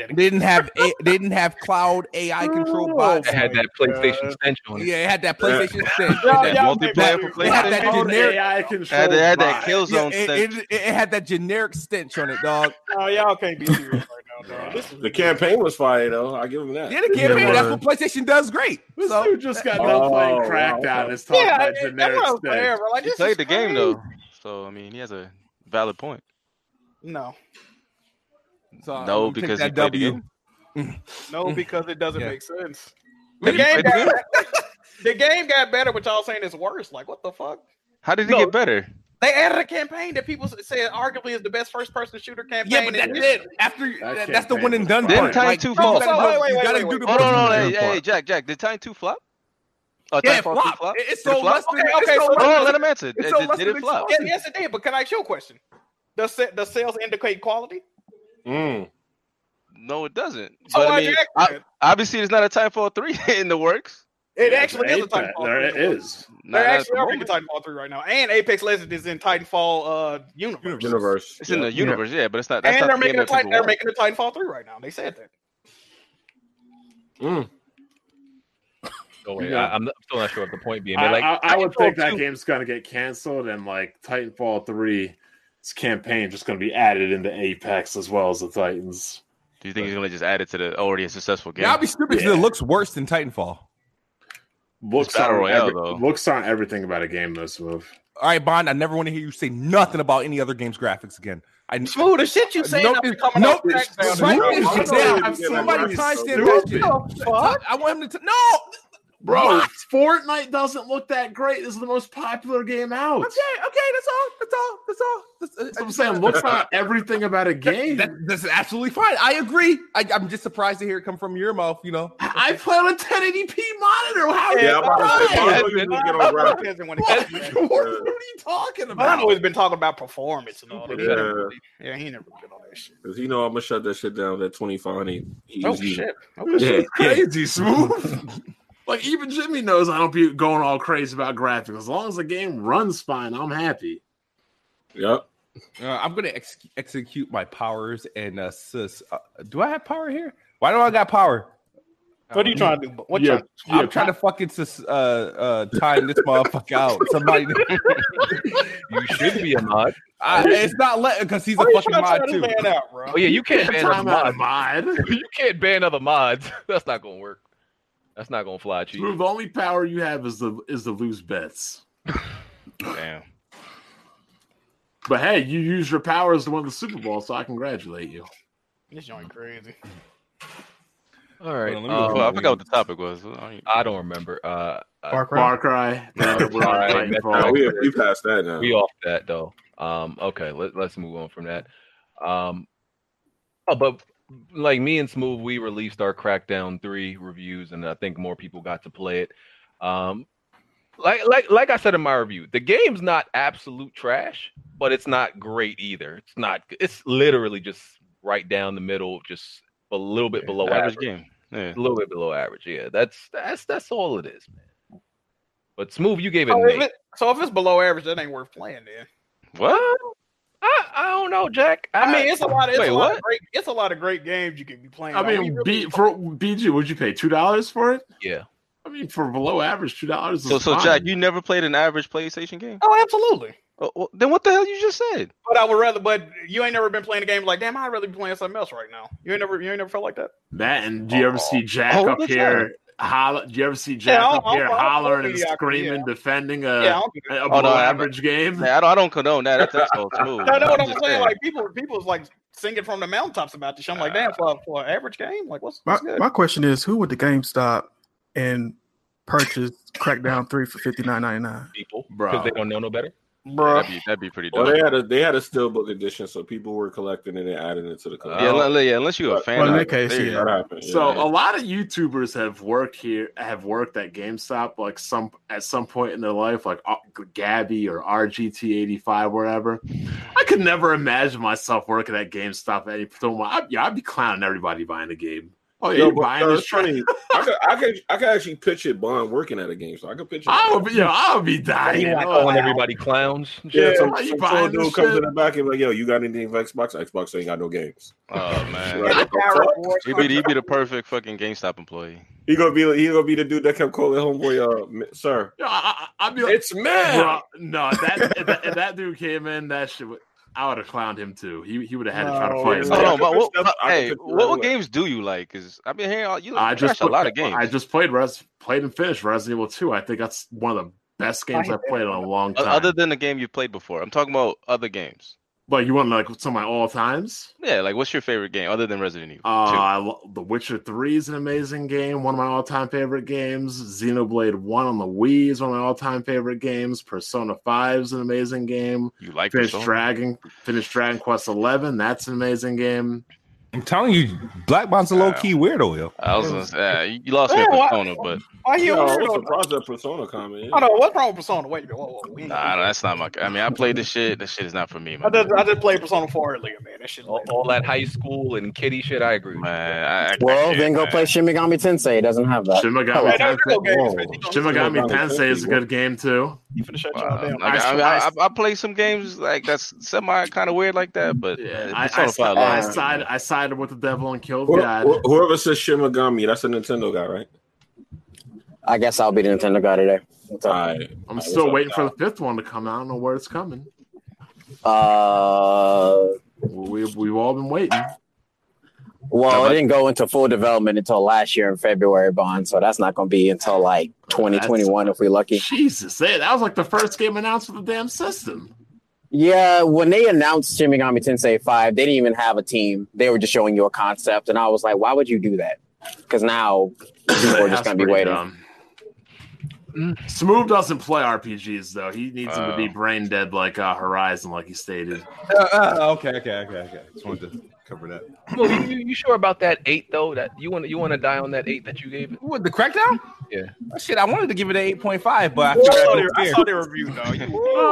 [SPEAKER 2] Titanfall.
[SPEAKER 8] they didn't have a, they didn't have cloud AI controlled bots.
[SPEAKER 1] it had that PlayStation stench on it.
[SPEAKER 8] Yeah, it had that PlayStation thing.
[SPEAKER 10] Y'all-
[SPEAKER 2] that
[SPEAKER 10] y'all
[SPEAKER 2] multiplayer
[SPEAKER 10] made my-
[SPEAKER 2] for
[SPEAKER 8] They had that
[SPEAKER 2] PlayStation.
[SPEAKER 6] Own
[SPEAKER 8] generic.
[SPEAKER 6] AI
[SPEAKER 2] Had
[SPEAKER 6] controlled
[SPEAKER 2] that, had that
[SPEAKER 6] bot.
[SPEAKER 2] kill
[SPEAKER 8] Yeah,
[SPEAKER 2] zone
[SPEAKER 8] it,
[SPEAKER 2] stench.
[SPEAKER 8] it- it had that generic stench on it, dog.
[SPEAKER 10] Oh, y'all can't be serious right now, dog. This is
[SPEAKER 7] The campaign was fire though. I give them that.
[SPEAKER 8] Yeah, the campaign. That's what PlaySation does great.
[SPEAKER 6] This
[SPEAKER 8] So
[SPEAKER 6] dude just got done
[SPEAKER 7] Oh,
[SPEAKER 6] playing
[SPEAKER 7] wow.
[SPEAKER 6] Crackdown. It's talking
[SPEAKER 10] yeah,
[SPEAKER 6] about
[SPEAKER 10] I- that's
[SPEAKER 6] generic
[SPEAKER 10] what I was
[SPEAKER 6] stuff.
[SPEAKER 10] saying, bro. Like,
[SPEAKER 2] He
[SPEAKER 10] this
[SPEAKER 2] played
[SPEAKER 10] is
[SPEAKER 2] the game
[SPEAKER 10] crazy.
[SPEAKER 2] though, so I mean he has a valid point.
[SPEAKER 10] No,
[SPEAKER 8] So, I'm
[SPEAKER 2] No,
[SPEAKER 8] gonna take
[SPEAKER 2] because
[SPEAKER 8] that
[SPEAKER 2] he played the
[SPEAKER 8] W.
[SPEAKER 2] game.
[SPEAKER 10] no, because it doesn't
[SPEAKER 8] Yeah.
[SPEAKER 10] make sense. The
[SPEAKER 2] Have you
[SPEAKER 10] game,
[SPEAKER 2] played the
[SPEAKER 10] got,
[SPEAKER 2] game?
[SPEAKER 10] [laughs] the game got better, but y'all saying it's worse. Like, what the fuck?
[SPEAKER 2] How did it
[SPEAKER 1] No.
[SPEAKER 2] get better?
[SPEAKER 10] They added a campaign that people say arguably is the best first-person shooter campaign.
[SPEAKER 8] Yeah, but
[SPEAKER 10] in
[SPEAKER 8] that,
[SPEAKER 10] history.
[SPEAKER 8] that, after you-
[SPEAKER 6] That
[SPEAKER 8] that, that's the
[SPEAKER 6] campaign
[SPEAKER 8] one and
[SPEAKER 6] was
[SPEAKER 8] done
[SPEAKER 6] fire.
[SPEAKER 8] part.
[SPEAKER 2] Didn't
[SPEAKER 8] Like,
[SPEAKER 2] Titan
[SPEAKER 8] you
[SPEAKER 2] 2 fall?
[SPEAKER 8] gotta do-
[SPEAKER 10] Wait, wait,
[SPEAKER 8] you gotta
[SPEAKER 10] wait,
[SPEAKER 8] do
[SPEAKER 10] wait,
[SPEAKER 8] the
[SPEAKER 2] Oh no, no,
[SPEAKER 8] most-
[SPEAKER 2] no,
[SPEAKER 4] Titanfall.
[SPEAKER 2] hey, hey, Jack, Jack, did Titan two flop? Uh,
[SPEAKER 8] Yeah, it
[SPEAKER 2] Titanfall
[SPEAKER 8] flopped.
[SPEAKER 2] two flop.
[SPEAKER 8] It- It's
[SPEAKER 2] Did it
[SPEAKER 8] so
[SPEAKER 2] flop?
[SPEAKER 8] less than.
[SPEAKER 10] Okay,
[SPEAKER 8] it's
[SPEAKER 10] okay,
[SPEAKER 8] so
[SPEAKER 10] so-
[SPEAKER 8] less
[SPEAKER 2] Hold
[SPEAKER 8] than-
[SPEAKER 2] on, let him answer.
[SPEAKER 8] it's
[SPEAKER 2] Did,
[SPEAKER 8] so
[SPEAKER 2] did,
[SPEAKER 8] less
[SPEAKER 2] did
[SPEAKER 8] than
[SPEAKER 2] it flop?
[SPEAKER 10] Yes, yes, it did. But can I ask you a question? Does sa- does sales indicate quality?
[SPEAKER 7] Mm.
[SPEAKER 2] No, it doesn't.
[SPEAKER 10] So
[SPEAKER 2] but
[SPEAKER 10] why
[SPEAKER 2] I
[SPEAKER 10] you
[SPEAKER 2] mean,
[SPEAKER 10] ask
[SPEAKER 2] I-
[SPEAKER 10] that?
[SPEAKER 2] obviously, there's not a Titanfall three in the works.
[SPEAKER 10] It
[SPEAKER 6] Yeah,
[SPEAKER 10] actually
[SPEAKER 6] there
[SPEAKER 10] is a
[SPEAKER 6] ain't that.
[SPEAKER 10] Titanfall.
[SPEAKER 6] There it
[SPEAKER 10] three.
[SPEAKER 6] is.
[SPEAKER 2] Not
[SPEAKER 10] There
[SPEAKER 2] at
[SPEAKER 10] actually
[SPEAKER 2] the
[SPEAKER 10] are in
[SPEAKER 2] moment.
[SPEAKER 10] Titanfall three right now, and Apex Legends is in Titanfall uh universe.
[SPEAKER 7] Universe.
[SPEAKER 2] It's in the universe, yeah, but it's not. That's
[SPEAKER 10] And
[SPEAKER 2] not
[SPEAKER 10] they're
[SPEAKER 2] the game
[SPEAKER 10] making a
[SPEAKER 2] that
[SPEAKER 10] Titan,
[SPEAKER 2] people
[SPEAKER 10] they're
[SPEAKER 2] want.
[SPEAKER 10] making a Titanfall three right now. They said that.
[SPEAKER 7] Mm.
[SPEAKER 1] Don't worry,
[SPEAKER 6] Yeah.
[SPEAKER 1] Oh, I, I'm, not- I'm still not sure what the point being.
[SPEAKER 6] I,
[SPEAKER 1] made. Like,
[SPEAKER 6] I, I would think
[SPEAKER 1] Titanfall
[SPEAKER 6] that
[SPEAKER 1] 2
[SPEAKER 6] game's gonna get canceled, and like Titanfall three, its campaign just gonna be added into Apex as well as the Titans.
[SPEAKER 2] Do you think he's gonna just add it to the already a successful game?
[SPEAKER 8] Y'all be stupid because
[SPEAKER 6] Yeah.
[SPEAKER 8] it looks worse than Titanfall. All
[SPEAKER 6] Looks
[SPEAKER 2] Battle
[SPEAKER 6] on
[SPEAKER 2] Royale,
[SPEAKER 6] every-
[SPEAKER 2] though.
[SPEAKER 6] looks on everything about a game. This move.
[SPEAKER 8] right, Bond. I never want to hear you say nothing about any other game's graphics again. I
[SPEAKER 10] Smooth the shit you saying.
[SPEAKER 8] Nope,
[SPEAKER 10] up and
[SPEAKER 8] it's-
[SPEAKER 10] coming
[SPEAKER 8] nope,
[SPEAKER 10] off
[SPEAKER 8] it's-
[SPEAKER 10] Crackdown is
[SPEAKER 8] right,
[SPEAKER 10] wrong.
[SPEAKER 8] it's-
[SPEAKER 10] What
[SPEAKER 8] it's-
[SPEAKER 10] the
[SPEAKER 8] yeah,
[SPEAKER 6] I'm
[SPEAKER 8] I'm
[SPEAKER 6] so
[SPEAKER 8] somebody timestamp that
[SPEAKER 6] stupid.
[SPEAKER 8] shit.
[SPEAKER 10] fuck?
[SPEAKER 8] I want him to t- no.
[SPEAKER 6] Bro,
[SPEAKER 8] What?
[SPEAKER 6] Fortnite doesn't look that great. This is the most popular game out.
[SPEAKER 8] Okay, okay, that's all. That's all. That's all. That's,
[SPEAKER 6] That's what I'm saying. Looks [laughs] on everything about a game.
[SPEAKER 8] That, that's absolutely fine. I agree. I, I'm just surprised to hear it come from your mouth. You know,
[SPEAKER 6] I play on a 1080p monitor. How?
[SPEAKER 7] Yeah, I'm about to say,
[SPEAKER 8] Right.
[SPEAKER 7] why don't you just [laughs] get on
[SPEAKER 8] [laughs]
[SPEAKER 10] fuck?
[SPEAKER 7] graphics?
[SPEAKER 10] When it
[SPEAKER 6] What?
[SPEAKER 10] comes
[SPEAKER 6] What
[SPEAKER 10] to
[SPEAKER 6] are
[SPEAKER 10] that.
[SPEAKER 6] you talking
[SPEAKER 10] But I've
[SPEAKER 6] about?
[SPEAKER 10] always been talking about performance and
[SPEAKER 2] Oh,
[SPEAKER 10] all that. He never-
[SPEAKER 7] Yeah,
[SPEAKER 10] Yeah, he never did all that shit.
[SPEAKER 7] because you know I'm gonna shut that shit down. That 25 he, he
[SPEAKER 10] Oh
[SPEAKER 7] was using.
[SPEAKER 10] shit.
[SPEAKER 6] This
[SPEAKER 10] Okay.
[SPEAKER 8] [laughs]
[SPEAKER 7] Yeah.
[SPEAKER 6] shit's crazy smooth. like even Jimmy knows I don't be going all crazy about graphics. As long as the game runs fine, I'm happy.
[SPEAKER 7] Yep.
[SPEAKER 8] uh, I'm gonna ex- execute my powers and uh, sis. Uh, do I have power here? Why do I got power?
[SPEAKER 10] What are you trying to do? What
[SPEAKER 6] yeah,
[SPEAKER 10] you
[SPEAKER 6] yeah,
[SPEAKER 8] I'm trying to fucking sus- uh, uh, time this
[SPEAKER 1] [laughs]
[SPEAKER 8] motherfucker out. Somebody,
[SPEAKER 1] you should be a mod.
[SPEAKER 8] I, it's not letting because he's a
[SPEAKER 10] Why you
[SPEAKER 8] fucking
[SPEAKER 10] trying to
[SPEAKER 8] mod
[SPEAKER 10] turn this
[SPEAKER 8] too.
[SPEAKER 10] man out, bro?
[SPEAKER 1] Oh yeah, you
[SPEAKER 10] [laughs]
[SPEAKER 1] can't ban other
[SPEAKER 6] time out of
[SPEAKER 1] mods.
[SPEAKER 6] mod.
[SPEAKER 1] [laughs] You can't ban other mods. [laughs] That's not gonna work. That's not gonna fly, chief.
[SPEAKER 6] Move. Only power you have is the is the loose bets.
[SPEAKER 2] Damn.
[SPEAKER 6] But hey, you used your powers to win the Super Bowl, so I congratulate you.
[SPEAKER 10] This joint crazy.
[SPEAKER 1] All right.
[SPEAKER 11] let me
[SPEAKER 1] um,
[SPEAKER 11] look
[SPEAKER 2] I forgot what the topic was. I don't even-
[SPEAKER 1] I don't remember. Uh,
[SPEAKER 4] Far Cry.
[SPEAKER 6] Far Cry. That's what we're
[SPEAKER 1] [laughs] Alright,
[SPEAKER 6] fighting
[SPEAKER 1] that's
[SPEAKER 6] for.
[SPEAKER 1] alright.
[SPEAKER 7] Nah, we, we passed that now.
[SPEAKER 1] we off that though. Um, okay, let, let's move on from that. Um, oh, but like me and Smooth, we released our Crackdown three reviews, and I think more people got to play it. Um, like like like I said in my review, the game's not absolute trash, but it's not great either. It's not. It's literally just right down the middle, just a little bit below
[SPEAKER 2] average
[SPEAKER 1] average
[SPEAKER 2] game. Yeah.
[SPEAKER 1] a little bit below average. Yeah, that's that's that's all it is, man. But smooth, you gave it.
[SPEAKER 10] So
[SPEAKER 1] an
[SPEAKER 10] if,
[SPEAKER 1] eight.
[SPEAKER 10] Oh, it, so if it's below average, that ain't worth playing. Then
[SPEAKER 2] What?
[SPEAKER 1] I, I don't know, Jack.
[SPEAKER 10] I mean, it's a lot. Of, it's
[SPEAKER 1] wait,
[SPEAKER 10] a lot
[SPEAKER 1] what?
[SPEAKER 10] of great. It's a lot of great games you could be playing.
[SPEAKER 6] I
[SPEAKER 10] Are we
[SPEAKER 6] mean,
[SPEAKER 10] really-
[SPEAKER 6] B, for BG, would you pay two dollars for it?
[SPEAKER 1] yeah.
[SPEAKER 6] I mean, for below average, two dollars.
[SPEAKER 2] So, so Jack, you never played an average PlayStation game?
[SPEAKER 10] oh, absolutely.
[SPEAKER 2] Oh, well, then what the hell you just said?
[SPEAKER 10] But I would rather. But you ain't never been playing a game like, damn, I'd rather be playing something else right now. You ain't never. You ain't never felt like that.
[SPEAKER 6] that, and do you ever
[SPEAKER 1] Oh.
[SPEAKER 6] see Jack
[SPEAKER 2] all
[SPEAKER 6] up
[SPEAKER 2] the
[SPEAKER 6] here? Holler, do you ever see Jack
[SPEAKER 10] I'll-
[SPEAKER 6] up here
[SPEAKER 10] I'll- I'll-
[SPEAKER 6] hollering and
[SPEAKER 10] yeah, yeah.
[SPEAKER 6] screaming, defending a,
[SPEAKER 10] yeah. I don't do
[SPEAKER 6] a
[SPEAKER 10] that.
[SPEAKER 6] a
[SPEAKER 2] Oh, no,
[SPEAKER 6] below
[SPEAKER 2] I-
[SPEAKER 6] average game?
[SPEAKER 2] Man, I don't, I don't condone that. That's, that's
[SPEAKER 6] [laughs]
[SPEAKER 2] all smooth.
[SPEAKER 10] I know what I'm saying.
[SPEAKER 2] just
[SPEAKER 10] Like people, people's like singing from the mountaintops about this. shit. I'm like, damn, for, for an average game, like what's,
[SPEAKER 4] My,
[SPEAKER 10] what's good?
[SPEAKER 4] my question is, who would the GameStop and purchase Crackdown three for fifty nine ninety nine?
[SPEAKER 1] people
[SPEAKER 6] Bro.
[SPEAKER 1] because they don't know no better.
[SPEAKER 10] Bruh.
[SPEAKER 2] that'd, be, that'd be pretty
[SPEAKER 7] Well,
[SPEAKER 2] dope.
[SPEAKER 7] they had a they had a steelbook edition, so people were collecting it and adding it to the
[SPEAKER 2] yeah,
[SPEAKER 7] collection.
[SPEAKER 1] Oh.
[SPEAKER 2] unle- yeah, unless you're a fan.
[SPEAKER 4] Well, in
[SPEAKER 2] of
[SPEAKER 4] that case,
[SPEAKER 2] there you
[SPEAKER 4] yeah.
[SPEAKER 2] go.
[SPEAKER 7] That happened.
[SPEAKER 6] So oh,
[SPEAKER 7] yeah.
[SPEAKER 6] a lot of YouTubers have worked here, have worked at GameStop, like some at some point in their life, like uh, Gabby or RGT85, wherever. I could never imagine myself working at GameStop at any point. I'd, yeah, I'd be clowning everybody buying the game. Oh yeah,
[SPEAKER 7] No,
[SPEAKER 6] you're
[SPEAKER 7] but,
[SPEAKER 6] buying
[SPEAKER 7] uh,
[SPEAKER 6] this
[SPEAKER 7] it's
[SPEAKER 6] train.
[SPEAKER 7] funny. I could, I could, I could actually picture Bond working at a game, so I could picture.
[SPEAKER 6] I
[SPEAKER 7] that.
[SPEAKER 6] would be, yo, I would be dying.
[SPEAKER 1] Like calling everybody clowns. and
[SPEAKER 7] Yeah,
[SPEAKER 1] shit.
[SPEAKER 7] so,
[SPEAKER 6] why you
[SPEAKER 7] so,
[SPEAKER 6] buying
[SPEAKER 7] so a
[SPEAKER 6] this
[SPEAKER 7] dude comes
[SPEAKER 6] shit?
[SPEAKER 7] in the back and be like, "Yo, you got anything for Xbox? Xbox ain't got no games." [laughs]
[SPEAKER 2] Oh man,
[SPEAKER 7] Like,
[SPEAKER 2] he be he be the perfect fucking GameStop employee.
[SPEAKER 7] he gonna be he gonna be the dude that kept calling homeboy, uh, "M- sir.
[SPEAKER 6] Yo, I, I, would be like,
[SPEAKER 7] It's man.
[SPEAKER 6] Bruh, no, if that if, that- if that dude came in, that shit would. I would have clowned him too. He he would have had to try to
[SPEAKER 7] No,
[SPEAKER 6] fight.
[SPEAKER 7] yeah.
[SPEAKER 6] his
[SPEAKER 7] Hold
[SPEAKER 2] Hold
[SPEAKER 7] I
[SPEAKER 6] way
[SPEAKER 7] could
[SPEAKER 2] on, but
[SPEAKER 7] picture
[SPEAKER 2] what,
[SPEAKER 7] that- I could
[SPEAKER 2] hey,
[SPEAKER 7] picture
[SPEAKER 2] what,
[SPEAKER 7] that
[SPEAKER 2] what
[SPEAKER 7] way.
[SPEAKER 2] games do you like? Because I've been hearing all- you.
[SPEAKER 6] I
[SPEAKER 2] I
[SPEAKER 6] just
[SPEAKER 2] just a lot of
[SPEAKER 6] played-
[SPEAKER 2] games.
[SPEAKER 6] I just played Res, played and finished Resident Evil 2. I think that's one of the best games I've played in a long
[SPEAKER 2] O-
[SPEAKER 6] time.
[SPEAKER 2] Other than the game you played before, I'm talking about other games.
[SPEAKER 6] but you want like some of my all times?
[SPEAKER 2] Yeah, like what's your favorite game other than Resident Evil?
[SPEAKER 6] Uh,
[SPEAKER 2] two?
[SPEAKER 6] I lo- The Witcher 3 is an amazing game, one of my all time favorite games. Xenoblade 1 on the Wii is one of my all time favorite games. Persona 5 is an amazing game.
[SPEAKER 2] You like
[SPEAKER 6] Finish
[SPEAKER 2] Persona?
[SPEAKER 6] Dragon, finish Dragon Quest 11. That's an amazing game.
[SPEAKER 11] I'm telling you, Black Bond's a low key weirdo, yo.
[SPEAKER 2] I was gonna say, uh, you you lost me at
[SPEAKER 10] Yeah, why-
[SPEAKER 2] Persona,
[SPEAKER 6] [laughs]
[SPEAKER 2] but
[SPEAKER 10] Why you?
[SPEAKER 7] Yo,
[SPEAKER 10] Hold
[SPEAKER 7] I'm
[SPEAKER 10] on,
[SPEAKER 7] surprised that Persona comment.
[SPEAKER 10] hold on, what's wrong with Persona? Wait, whoa, whoa, we ain't-
[SPEAKER 2] nah, nah, that's not my. I mean, I played this shit. This shit is not for me,
[SPEAKER 10] I
[SPEAKER 2] man.
[SPEAKER 10] just, I just played Persona 4 earlier, man. That shit.
[SPEAKER 1] All, all that high school and kitty shit. I agree. with you.
[SPEAKER 2] Man, I- I, I
[SPEAKER 12] Well,
[SPEAKER 2] can't,
[SPEAKER 12] then go
[SPEAKER 2] man.
[SPEAKER 12] play Shin Megami Tensei. It doesn't have that.
[SPEAKER 6] Shin Megami Tensei-
[SPEAKER 10] Hey, that's real games, man.
[SPEAKER 12] Whoa.
[SPEAKER 10] You know,
[SPEAKER 6] Oh, Shin Megami Tensei is a good game too.
[SPEAKER 10] You finna shut
[SPEAKER 2] Wow.
[SPEAKER 10] y'all down.
[SPEAKER 2] Like, I,
[SPEAKER 6] Oh, I-
[SPEAKER 2] mean, I, I, I play some games like that's semi kind of weird like that, but
[SPEAKER 6] Yeah,
[SPEAKER 2] uh,
[SPEAKER 6] I, I,
[SPEAKER 2] Persona
[SPEAKER 6] si-
[SPEAKER 2] Five
[SPEAKER 6] I
[SPEAKER 2] lost me,
[SPEAKER 6] sided
[SPEAKER 2] man.
[SPEAKER 6] I sided with the devil and killed
[SPEAKER 7] Who-
[SPEAKER 6] God.
[SPEAKER 7] who- Whoever says Shin Megami, that's a Nintendo guy, right?
[SPEAKER 12] I guess I'll be the Nintendo guy today. What's
[SPEAKER 7] All
[SPEAKER 12] up?
[SPEAKER 7] right.
[SPEAKER 6] I'm still waiting for the fifth one to come out. I don't know where it's coming.
[SPEAKER 12] Uh,
[SPEAKER 6] We we've all been waiting.
[SPEAKER 12] well, it didn't go into full development until last year in February, Bond. So that's not going to be until
[SPEAKER 6] [sighs]
[SPEAKER 12] like 2021 if we're lucky.
[SPEAKER 6] Jesus, hey, that was like the first game announced for the damn system.
[SPEAKER 12] Yeah, when they announced Shin Megami Tensei 5, they didn't even have a team. They were just showing you a concept. And I was like, why would you do that? Because
[SPEAKER 6] [coughs]
[SPEAKER 12] now people are
[SPEAKER 6] That's
[SPEAKER 12] just going to be
[SPEAKER 6] pretty
[SPEAKER 12] waiting.
[SPEAKER 6] dumb.
[SPEAKER 11] Mm.
[SPEAKER 6] Smooth doesn't play RPGs though. He needs him to be
[SPEAKER 2] Oh.
[SPEAKER 6] brain dead like uh, Horizon, like he stated.
[SPEAKER 11] Uh, uh, okay, okay, okay, okay. Just wanted to cover that.
[SPEAKER 1] Smooth, you, you- you sure about that eight though? That you want you want to die on that eight that you gave it?
[SPEAKER 8] What the crackdown?
[SPEAKER 1] Yeah.
[SPEAKER 8] Oh, shit, I wanted to give it an eight point five, but I
[SPEAKER 10] I
[SPEAKER 8] figured
[SPEAKER 10] saw
[SPEAKER 8] I'd
[SPEAKER 10] their,
[SPEAKER 8] be
[SPEAKER 10] I
[SPEAKER 8] fair.
[SPEAKER 10] saw their review, dog.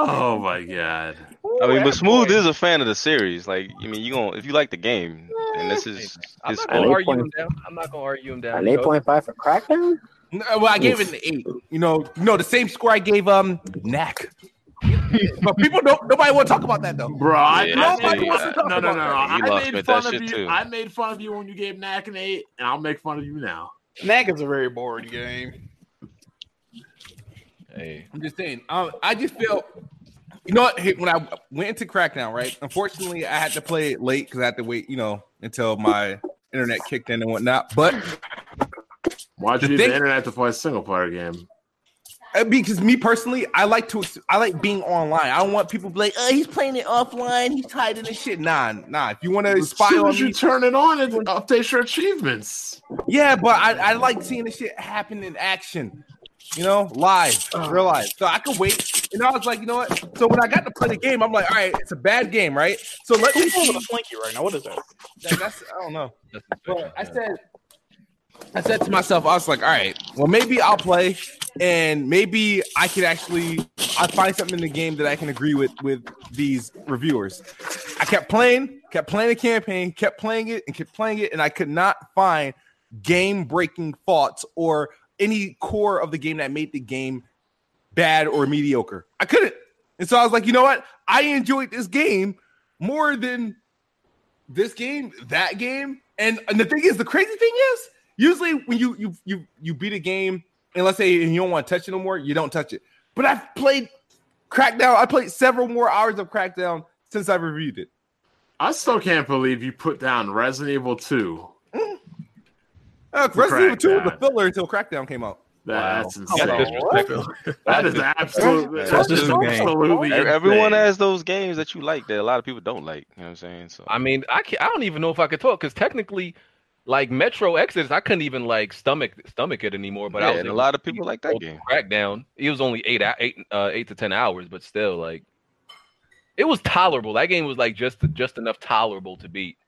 [SPEAKER 6] Oh my god.
[SPEAKER 2] I mean, but Smooth is a fan of the series. Like, I mean, you gonna if you like the game, and this is
[SPEAKER 1] I'm
[SPEAKER 2] his
[SPEAKER 1] not
[SPEAKER 12] An eight
[SPEAKER 1] gonna
[SPEAKER 2] fault.
[SPEAKER 1] argue him
[SPEAKER 12] point-
[SPEAKER 1] down. I'm not gonna argue him down.
[SPEAKER 12] An 8.5 for Crackdown?
[SPEAKER 8] No, uh, Well, I gave it an eight. You know, no, the same score I gave um Knack. but people don't. Nobody want to talk about that though.
[SPEAKER 6] Bro, I,
[SPEAKER 2] Yeah,
[SPEAKER 6] no,
[SPEAKER 2] see,
[SPEAKER 6] nobody wants to
[SPEAKER 2] uh,
[SPEAKER 6] talk no, no, no, no.
[SPEAKER 2] he
[SPEAKER 6] I
[SPEAKER 2] lost me
[SPEAKER 6] made
[SPEAKER 2] at that
[SPEAKER 6] fun of
[SPEAKER 2] shit,
[SPEAKER 6] you.
[SPEAKER 2] too.
[SPEAKER 6] I made fun of you when you gave Knack an eight, and I'll make fun of you now.
[SPEAKER 10] Knack is a very boring game.
[SPEAKER 1] Hey,
[SPEAKER 8] I'm just saying. Um, I just feel, you know, what, hey, when I went into Crackdown, right? Unfortunately, I had to play it late because I had to wait, you know, until my internet kicked in and whatnot. But
[SPEAKER 6] Why'd you
[SPEAKER 8] The
[SPEAKER 6] need the
[SPEAKER 8] thing-
[SPEAKER 6] internet to play a single player game?
[SPEAKER 8] Uh, Because me personally, I like to I like being online. I don't want people to be like, oh, he's playing it offline. He's hiding this shit. Nah, nah. If you want to
[SPEAKER 6] As
[SPEAKER 8] spy
[SPEAKER 6] soon
[SPEAKER 8] on
[SPEAKER 6] as you
[SPEAKER 8] me,
[SPEAKER 6] turn it on, it updates your achievements.
[SPEAKER 8] yeah, but I, I like seeing this shit happen in action. You know, live,
[SPEAKER 6] Uh.
[SPEAKER 8] real live. So I could wait. And I was like, you know what? So when I got to play the game, I'm like, all right, it's a bad game, right? So let me
[SPEAKER 10] Who's
[SPEAKER 8] see.
[SPEAKER 10] pulling a flanky right now? What is that?
[SPEAKER 8] That- that's I don't know. But I said, I said to myself, I was like, all right, well maybe I'll play, and maybe I could actually I find something in the game that I can agree with with these reviewers. I kept playing, kept playing the campaign, kept playing it, and kept playing it, and I could not find game breaking thoughts or any core of the game that made the game bad or mediocre. I couldn't. And so I was like, you know what? I enjoyed this game more than this game, that game, and, and the thing is, the crazy thing is, usually when you you you you beat a game, and let's say and you don't want to touch it no more, you don't touch it. But I've played Crackdown. I played several more hours of Crackdown since I reviewed it.
[SPEAKER 6] I still can't believe you put down Resident Evil 2.
[SPEAKER 8] Uh, Resident Evil Two was the
[SPEAKER 6] Crackdown.
[SPEAKER 8] filler until Crackdown came out.
[SPEAKER 6] That's
[SPEAKER 1] That's
[SPEAKER 6] insane.
[SPEAKER 1] disrespectful.
[SPEAKER 6] That is absolutely
[SPEAKER 4] That's just a game.
[SPEAKER 6] absolutely
[SPEAKER 2] E- Everyone
[SPEAKER 6] insane.
[SPEAKER 2] has those games that you like that a lot of people don't like. You know what I'm saying? So
[SPEAKER 1] I mean, I can't, I don't even know if I could talk because technically, like Metro Exodus, I couldn't even like stomach stomach it anymore. But
[SPEAKER 2] yeah,
[SPEAKER 1] I was
[SPEAKER 2] and a
[SPEAKER 1] able
[SPEAKER 2] lot
[SPEAKER 1] to
[SPEAKER 2] of people like
[SPEAKER 1] go
[SPEAKER 2] that
[SPEAKER 1] through
[SPEAKER 2] game.
[SPEAKER 1] Crackdown. It was only eight hou- eight uh, eight to ten hours, but still, like, it was tolerable. That game was like just just enough tolerable to beat.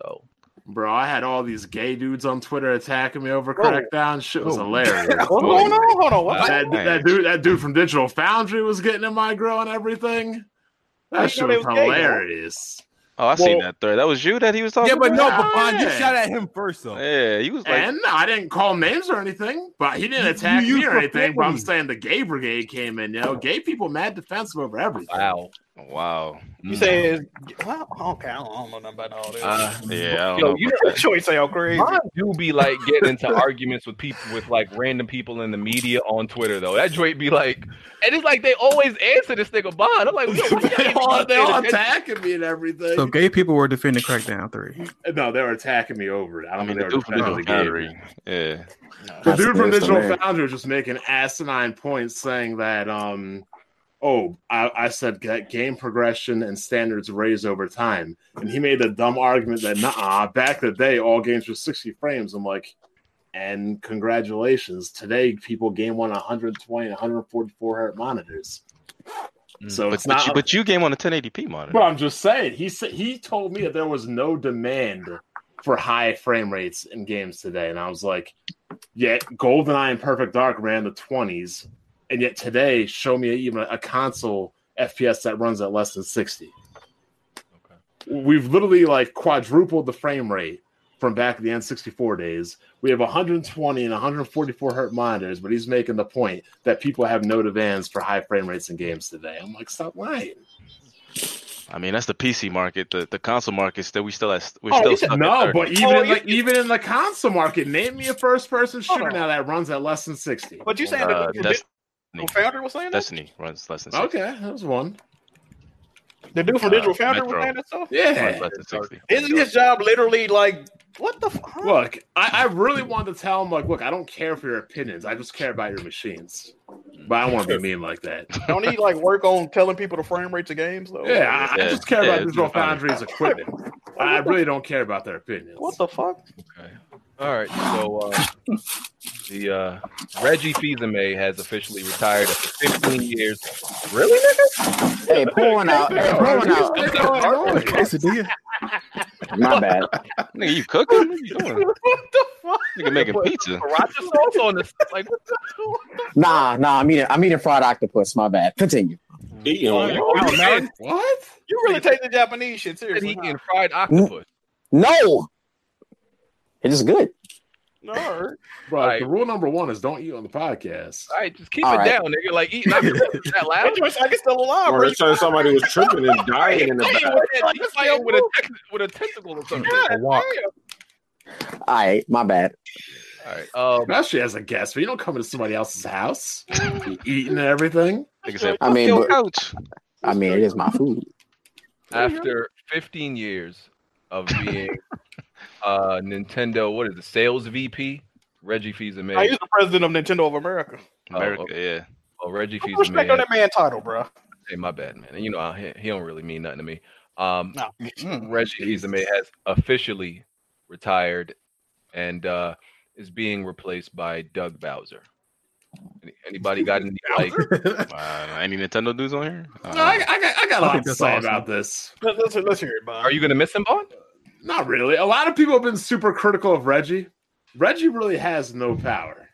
[SPEAKER 1] So
[SPEAKER 6] Bro, I had all these gay dudes on Twitter attacking me over Crackdown. Shit was hilarious.
[SPEAKER 10] What's going on? Oh. [laughs] Hold on. What's
[SPEAKER 2] Uh,
[SPEAKER 10] that?
[SPEAKER 6] That, that dude, that dude from Digital Foundry was getting in my grill and everything.
[SPEAKER 10] How you know
[SPEAKER 6] That shit
[SPEAKER 10] they
[SPEAKER 6] was
[SPEAKER 10] was gay, though?
[SPEAKER 6] hilarious.
[SPEAKER 2] Oh, I seen
[SPEAKER 10] Well-
[SPEAKER 2] that thread. That was you that he was talking
[SPEAKER 8] Yeah, but no,
[SPEAKER 2] about?
[SPEAKER 8] but Bond, you
[SPEAKER 6] Yeah.
[SPEAKER 8] shot at him first though.
[SPEAKER 2] Yeah, he was like,
[SPEAKER 6] And I didn't call names or anything, but he didn't
[SPEAKER 8] You-
[SPEAKER 6] attack
[SPEAKER 8] you
[SPEAKER 6] me or
[SPEAKER 8] used
[SPEAKER 6] anything. But I'm
[SPEAKER 8] profanity.
[SPEAKER 6] saying the gay brigade came in. You know, gay people mad defensive over everything.
[SPEAKER 1] wow.
[SPEAKER 2] wow.
[SPEAKER 10] You say it's, well, okay, I don't, I don't know nothing about all this.
[SPEAKER 2] Uh, yeah, I don't
[SPEAKER 1] Yo,
[SPEAKER 2] know.
[SPEAKER 1] you
[SPEAKER 2] about that.
[SPEAKER 10] sure you say all crazy.
[SPEAKER 1] Mine do be like getting
[SPEAKER 10] [laughs]
[SPEAKER 1] into arguments with people with like random people in the media on Twitter though. That joint be like, and it's like they always answer this nigga Bond. I'm like,
[SPEAKER 6] [laughs]
[SPEAKER 1] yo, what y'all
[SPEAKER 6] they
[SPEAKER 1] even
[SPEAKER 6] all, they all
[SPEAKER 1] paying attention-
[SPEAKER 6] attacking me and everything.
[SPEAKER 4] So gay people were defending Crackdown three.
[SPEAKER 6] No, they were attacking me over it. I
[SPEAKER 2] I
[SPEAKER 6] don't
[SPEAKER 2] mean,
[SPEAKER 6] mean
[SPEAKER 2] the
[SPEAKER 6] they were
[SPEAKER 2] dude from
[SPEAKER 6] defending the
[SPEAKER 2] Digital Foundry.
[SPEAKER 6] game.
[SPEAKER 2] Yeah.
[SPEAKER 6] The
[SPEAKER 12] That's
[SPEAKER 6] dude from
[SPEAKER 12] weird to
[SPEAKER 6] Digital
[SPEAKER 12] me.
[SPEAKER 6] Foundry was just making asinine points, saying that, um, oh, I, I said that game progression and standards raise over time, and he made a dumb argument that, nah, back the day all games were sixty frames. I'm like, and congratulations, today people game on 120 and 144 hertz monitors.
[SPEAKER 1] Mm.
[SPEAKER 6] So
[SPEAKER 2] But,
[SPEAKER 6] it's
[SPEAKER 2] but,
[SPEAKER 6] not
[SPEAKER 2] you, but you game on a 1080p monitor.
[SPEAKER 6] but I'm just saying, he said he told me that there was no demand for high frame rates in games today, and I was like, "Yeah, GoldenEye and Perfect Dark ran the 20s, and yet today, show me even a console FPS that runs at less than 60." We've literally like quadrupled the frame rate from back in the N64 days. We have 120 and 144 hertz monitors, but he's making the point that people have no demands for high frame rates in games today. I'm like, stop lying.
[SPEAKER 2] I mean, that's the PC market. The, the console market, still, we still at, we're
[SPEAKER 10] Oh,
[SPEAKER 2] still
[SPEAKER 10] you said
[SPEAKER 2] stuck at
[SPEAKER 6] No,
[SPEAKER 2] 30.
[SPEAKER 6] but even
[SPEAKER 10] Oh,
[SPEAKER 6] in the, even in the console market, name me a first person
[SPEAKER 10] Hold
[SPEAKER 6] shooter
[SPEAKER 10] on.
[SPEAKER 6] now that runs at less than sixty.
[SPEAKER 10] But you saying
[SPEAKER 2] uh,
[SPEAKER 10] that the,
[SPEAKER 2] Destiny,
[SPEAKER 10] Digital Foundry was saying that?
[SPEAKER 2] Destiny runs less than 60.
[SPEAKER 6] Okay, that was one.
[SPEAKER 10] The dude from
[SPEAKER 2] uh,
[SPEAKER 10] Digital Foundry
[SPEAKER 2] Metro.
[SPEAKER 10] was saying that stuff?
[SPEAKER 2] Runs
[SPEAKER 6] Yeah.
[SPEAKER 2] less than 60.
[SPEAKER 10] Isn't his job literally like, what the fuck?
[SPEAKER 6] Look, I, I really wanted to tell him like, look, I don't care for your opinions. I just care about your machines. But I don't want to be mean like
[SPEAKER 2] [laughs]
[SPEAKER 6] that.
[SPEAKER 10] Don't he like work on telling people the frame rates of games though?
[SPEAKER 6] Yeah, I, I
[SPEAKER 2] Oh, Yeah,
[SPEAKER 6] just care
[SPEAKER 2] yeah,
[SPEAKER 6] about
[SPEAKER 2] it's
[SPEAKER 6] Digital
[SPEAKER 2] not funny.
[SPEAKER 6] Foundry's equipment. I really don't care about their opinions.
[SPEAKER 10] What the fuck?
[SPEAKER 1] All right, so uh, the uh, Reggie Fils-Aimé has officially retired after 15 years. Really, nigga?
[SPEAKER 12] Hey, pulling out. Hey, pulling out.
[SPEAKER 4] Quesadilla.
[SPEAKER 12] My
[SPEAKER 1] [laughs]
[SPEAKER 12] bad.
[SPEAKER 2] Nigga, you cooking? What you
[SPEAKER 8] [laughs]
[SPEAKER 2] doing?
[SPEAKER 1] What the fuck?
[SPEAKER 2] Nigga making
[SPEAKER 1] [laughs]
[SPEAKER 2] pizza.
[SPEAKER 1] Sriracha sauce on this? Like, what the [laughs]
[SPEAKER 12] Nah, nah. I'm eating. I'm eating fried octopus. My bad. Continue.
[SPEAKER 7] Damn.
[SPEAKER 1] fuck? man,
[SPEAKER 6] What?
[SPEAKER 10] You really take the Japanese shit
[SPEAKER 1] he
[SPEAKER 10] seriously?
[SPEAKER 1] eating fried octopus.
[SPEAKER 12] No. It's just good.
[SPEAKER 10] No, alright.
[SPEAKER 6] Bro,
[SPEAKER 1] Alright.
[SPEAKER 6] the rule number one is don't eat on the podcast.
[SPEAKER 1] All right, just keep
[SPEAKER 12] All
[SPEAKER 1] it
[SPEAKER 12] right.
[SPEAKER 1] down, nigga. Like, eating
[SPEAKER 10] [laughs]
[SPEAKER 1] octopus is that
[SPEAKER 10] That
[SPEAKER 1] loud?
[SPEAKER 10] joint's like it's still alive,
[SPEAKER 7] Or
[SPEAKER 10] bro.
[SPEAKER 7] it's telling somebody was tripping
[SPEAKER 10] [laughs]
[SPEAKER 7] and dying in the
[SPEAKER 1] Playing
[SPEAKER 7] back.
[SPEAKER 1] with that- he's playing with a, tex- [laughs] with a tentacle or something.
[SPEAKER 10] Yeah,
[SPEAKER 4] walk.
[SPEAKER 12] All right. My bad.
[SPEAKER 1] All right. Um,
[SPEAKER 6] Especially as a guest, but you don't come into somebody else's house, be eating and everything.
[SPEAKER 2] Nigga said,
[SPEAKER 12] I mean,
[SPEAKER 2] "Yo,
[SPEAKER 12] but-
[SPEAKER 2] couch.
[SPEAKER 12] I mean, it is my food.
[SPEAKER 1] [laughs] after 15 years of being uh Nintendo, what is it, sales VP? Reggie Fils a
[SPEAKER 10] Now,
[SPEAKER 1] man.
[SPEAKER 10] he's the president of Nintendo of America.
[SPEAKER 1] America,
[SPEAKER 2] yeah.
[SPEAKER 1] Oh, Reggie Fils a
[SPEAKER 10] Respect
[SPEAKER 1] man.
[SPEAKER 10] on that man title, bro.
[SPEAKER 1] Hey, my bad, man. And you know I- he, he don't really mean nothing to me. Um, Reggie Fils
[SPEAKER 6] [laughs]
[SPEAKER 1] a man has officially retired and uh, is being replaced by Doug Bowser. Any- Anybody got
[SPEAKER 6] [laughs]
[SPEAKER 1] any like?
[SPEAKER 2] Uh, any Nintendo dudes on here? Uh,
[SPEAKER 6] No, I, I got, I got a
[SPEAKER 1] I
[SPEAKER 6] lot
[SPEAKER 1] think
[SPEAKER 6] to
[SPEAKER 1] that's
[SPEAKER 6] say
[SPEAKER 1] awesome.
[SPEAKER 6] about this.
[SPEAKER 10] Let's, let's, let's hear it, Bob.
[SPEAKER 1] Are you gonna miss him, Bond?
[SPEAKER 6] Not really. A lot of people have been super critical of Reggie. Reggie really has no power.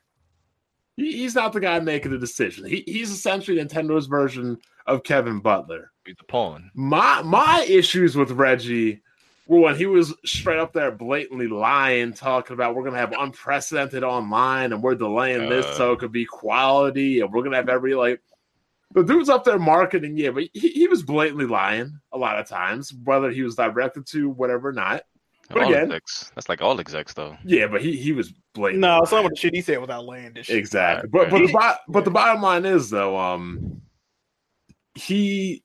[SPEAKER 6] He, he's not the guy making the decision. He, he's essentially Nintendo's version of Kevin Butler.
[SPEAKER 1] He's a pawn.
[SPEAKER 6] My my issues with Reggie were when he was straight up there blatantly lying, talking about we're gonna have unprecedented online and we're delaying this
[SPEAKER 2] Uh.
[SPEAKER 6] so it could be quality and we're gonna have every like the dude's up there marketing, yeah, but he, he was blatantly lying a lot of times, whether he was directed to whatever or not. But
[SPEAKER 2] all
[SPEAKER 6] again,
[SPEAKER 2] execs. That's like all execs, though.
[SPEAKER 6] yeah, but he, he was blatantly
[SPEAKER 10] No, some of the shit he said was outlandish.
[SPEAKER 6] Exactly.
[SPEAKER 2] Right,
[SPEAKER 6] But but the,
[SPEAKER 10] right.
[SPEAKER 6] bo- but the bottom line is though, um, he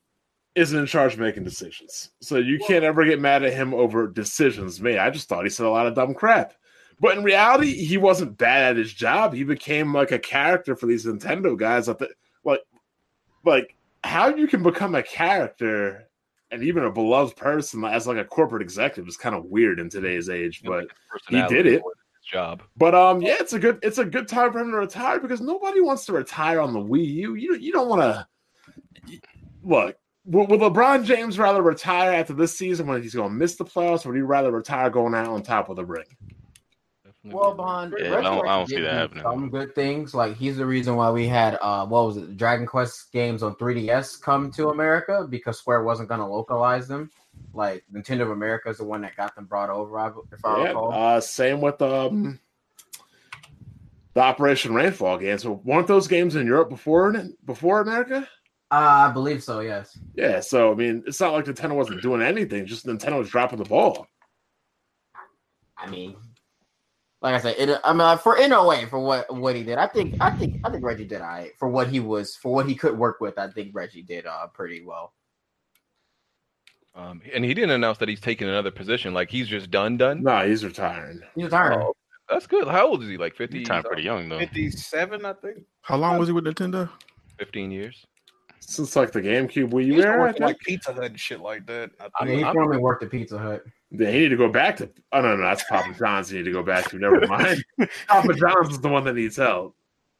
[SPEAKER 6] isn't in charge of making decisions, so you can't ever get mad at him over decisions made. I just thought he said a lot of dumb crap, but in reality, he wasn't bad at his job. He became like a character for these Nintendo guys. Up there. like like how you can become a character and even a beloved person as like a corporate executive is kind of weird in today's age, but. He did it.
[SPEAKER 1] more than His job.
[SPEAKER 6] But um, yeah, it's a good it's a good time for him to retire because nobody wants to retire on the Wii U. You you don't want to look. Would, would LeBron James rather retire after this season when he's going to miss the playoffs, or would he rather retire going out on top of the ring?
[SPEAKER 9] Well, Bond,
[SPEAKER 2] Yeah, I
[SPEAKER 9] Reggie
[SPEAKER 2] don't- I
[SPEAKER 9] actually
[SPEAKER 2] don't see
[SPEAKER 9] did
[SPEAKER 2] that
[SPEAKER 9] do
[SPEAKER 2] happening.
[SPEAKER 9] Some good things, like he's the reason why we had uh, what was it, Dragon Quest games on 3DS come to America because Square wasn't going to localize them. Like Nintendo of America is the one that got them brought over, I- if I
[SPEAKER 6] Yeah,
[SPEAKER 9] recall.
[SPEAKER 6] uh, same with um the Operation Rainfall games. So weren't those games in Europe before before America?
[SPEAKER 9] Uh, I believe so. Yes.
[SPEAKER 6] Yeah, so I mean, it's not like Nintendo wasn't doing anything; just Nintendo was dropping the ball.
[SPEAKER 9] I mean, like I said, it, I mean, for in a way, for what what he did, I think, I think, I think Reggie did. I for what he was, for what he could work with, I think Reggie did uh pretty
[SPEAKER 8] [laughs]
[SPEAKER 9] well.
[SPEAKER 1] Um, and he didn't announce that he's taking another position. Like he's just done, done.
[SPEAKER 6] No, he's retiring.
[SPEAKER 9] He's retired.
[SPEAKER 1] Oh, that's good. How old is he? Like fifty?
[SPEAKER 2] You time pretty young though.
[SPEAKER 10] 57, I think.
[SPEAKER 4] How long was he with Nintendo?
[SPEAKER 1] Fifteen years.
[SPEAKER 6] Since like the GameCube Wii
[SPEAKER 10] He
[SPEAKER 6] U
[SPEAKER 10] used to
[SPEAKER 6] era, I
[SPEAKER 10] work for,
[SPEAKER 6] think.
[SPEAKER 10] like Pizza Hut and shit like that. I think.
[SPEAKER 9] I mean, he
[SPEAKER 1] I'm-
[SPEAKER 9] formerly worked at Pizza Hut.
[SPEAKER 6] They need to go back to. Oh no, no, that's Papa John's. You need to go back to. Never mind. Papa John's is the one that needs help.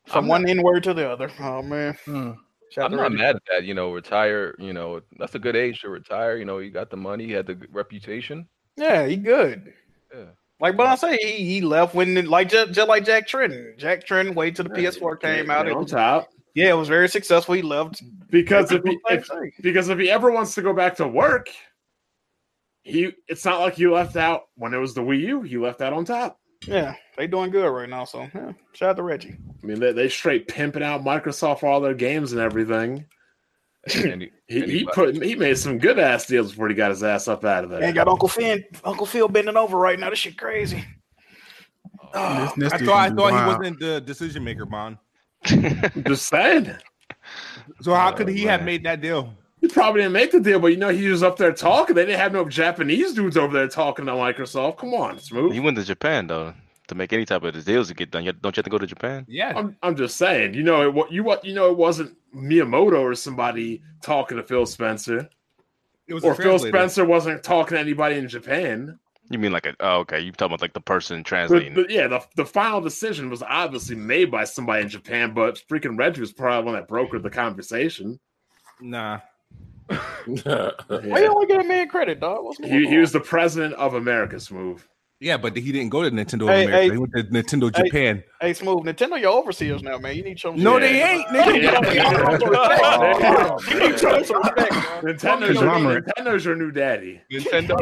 [SPEAKER 10] From one N word to the other. Oh man.
[SPEAKER 4] Hmm.
[SPEAKER 10] Shout
[SPEAKER 1] I'm
[SPEAKER 10] to
[SPEAKER 1] not
[SPEAKER 10] Reggie.
[SPEAKER 1] mad at that. You know, retire. You know, that's a good age to retire. You know, he got the money, he had the good reputation.
[SPEAKER 10] Yeah, he good.
[SPEAKER 1] Yeah.
[SPEAKER 10] Like Bon say, he, he left when like just, just like Jack Trenton. Jack Trenton waited till the PS4 came out.
[SPEAKER 6] They're
[SPEAKER 10] It
[SPEAKER 6] on
[SPEAKER 10] was,
[SPEAKER 6] top
[SPEAKER 10] yeah, it was very successful. He left.
[SPEAKER 6] because if, he,
[SPEAKER 10] Same
[SPEAKER 6] if
[SPEAKER 10] thing.
[SPEAKER 6] because if he ever wants to go back to work, he it's not like he left out when it was the Wii U. He left out on top.
[SPEAKER 10] yeah, they doing good right now. So yeah, shout out to Reggie.
[SPEAKER 6] I mean, they, they straight pimping out Microsoft for all their games and everything.
[SPEAKER 1] And he-
[SPEAKER 6] [laughs] He,
[SPEAKER 1] and he-
[SPEAKER 6] he put he made some good ass deals before he got his ass up out of there.
[SPEAKER 10] And got Uncle Finn, Uncle Phil bending over right now. This shit crazy.
[SPEAKER 4] This-
[SPEAKER 6] Ah,
[SPEAKER 10] Oh,
[SPEAKER 4] this
[SPEAKER 8] I
[SPEAKER 4] dude's
[SPEAKER 8] thought I
[SPEAKER 4] gonna be
[SPEAKER 8] thought he
[SPEAKER 4] wild.
[SPEAKER 8] wasn't the decision maker, Bond.
[SPEAKER 6] Just saying.
[SPEAKER 8] So how
[SPEAKER 2] Oh,
[SPEAKER 8] could he have
[SPEAKER 2] man.
[SPEAKER 8] made that deal?
[SPEAKER 6] He probably didn't make the deal, but you know he was up there talking. They didn't have no Japanese dudes over there talking to Microsoft. Come on,
[SPEAKER 2] He
[SPEAKER 6] smooth.
[SPEAKER 2] went to Japan though to make any type of the deals to get done. You- Don't you have to go to Japan?
[SPEAKER 8] Yeah.
[SPEAKER 6] I'm, I'm just saying, you know, it, wa- you what you know, it wasn't Miyamoto or somebody talking to Phil Spencer,
[SPEAKER 8] It was a
[SPEAKER 6] or Phil
[SPEAKER 8] translator.
[SPEAKER 6] Spencer wasn't talking to anybody in Japan.
[SPEAKER 2] You mean like a? Oh, okay. You talking about like the person
[SPEAKER 6] But,
[SPEAKER 2] translating?
[SPEAKER 6] but yeah, the, the final decision was obviously made by somebody in Japan, but freaking Reggie was probably the one that brokered the conversation.
[SPEAKER 8] Nah.
[SPEAKER 10] why you
[SPEAKER 6] [laughs] Yeah.
[SPEAKER 10] only give a man credit, dog? What's going
[SPEAKER 6] He, he
[SPEAKER 10] on?
[SPEAKER 6] was the president of America, smooth.
[SPEAKER 8] Yeah, but he didn't go to Nintendo
[SPEAKER 10] Hey,
[SPEAKER 8] America.
[SPEAKER 10] hey.
[SPEAKER 8] he went to Nintendo
[SPEAKER 10] Hey.
[SPEAKER 8] Japan.
[SPEAKER 10] Hey, smooth. Nintendo, your overseers now, man. You need some.
[SPEAKER 8] No,
[SPEAKER 10] Yeah.
[SPEAKER 8] they ain't.
[SPEAKER 10] [laughs]
[SPEAKER 8] Nigga.
[SPEAKER 10] Oh, you need to show them some respect. man.
[SPEAKER 6] Nintendo's your, Nintendo's your new daddy.
[SPEAKER 1] Nintendo.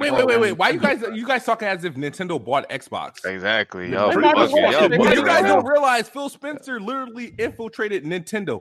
[SPEAKER 8] Wait, wait, wait, wait. Why you guys you guys talking as if Nintendo bought Xbox?
[SPEAKER 2] Exactly. Yo,
[SPEAKER 10] They
[SPEAKER 2] fuck
[SPEAKER 10] might as
[SPEAKER 2] you.
[SPEAKER 10] well.
[SPEAKER 2] Yo,
[SPEAKER 10] They
[SPEAKER 8] Well,
[SPEAKER 2] fuck
[SPEAKER 8] you guys
[SPEAKER 2] you.
[SPEAKER 8] don't realize Phil Spencer literally infiltrated Nintendo.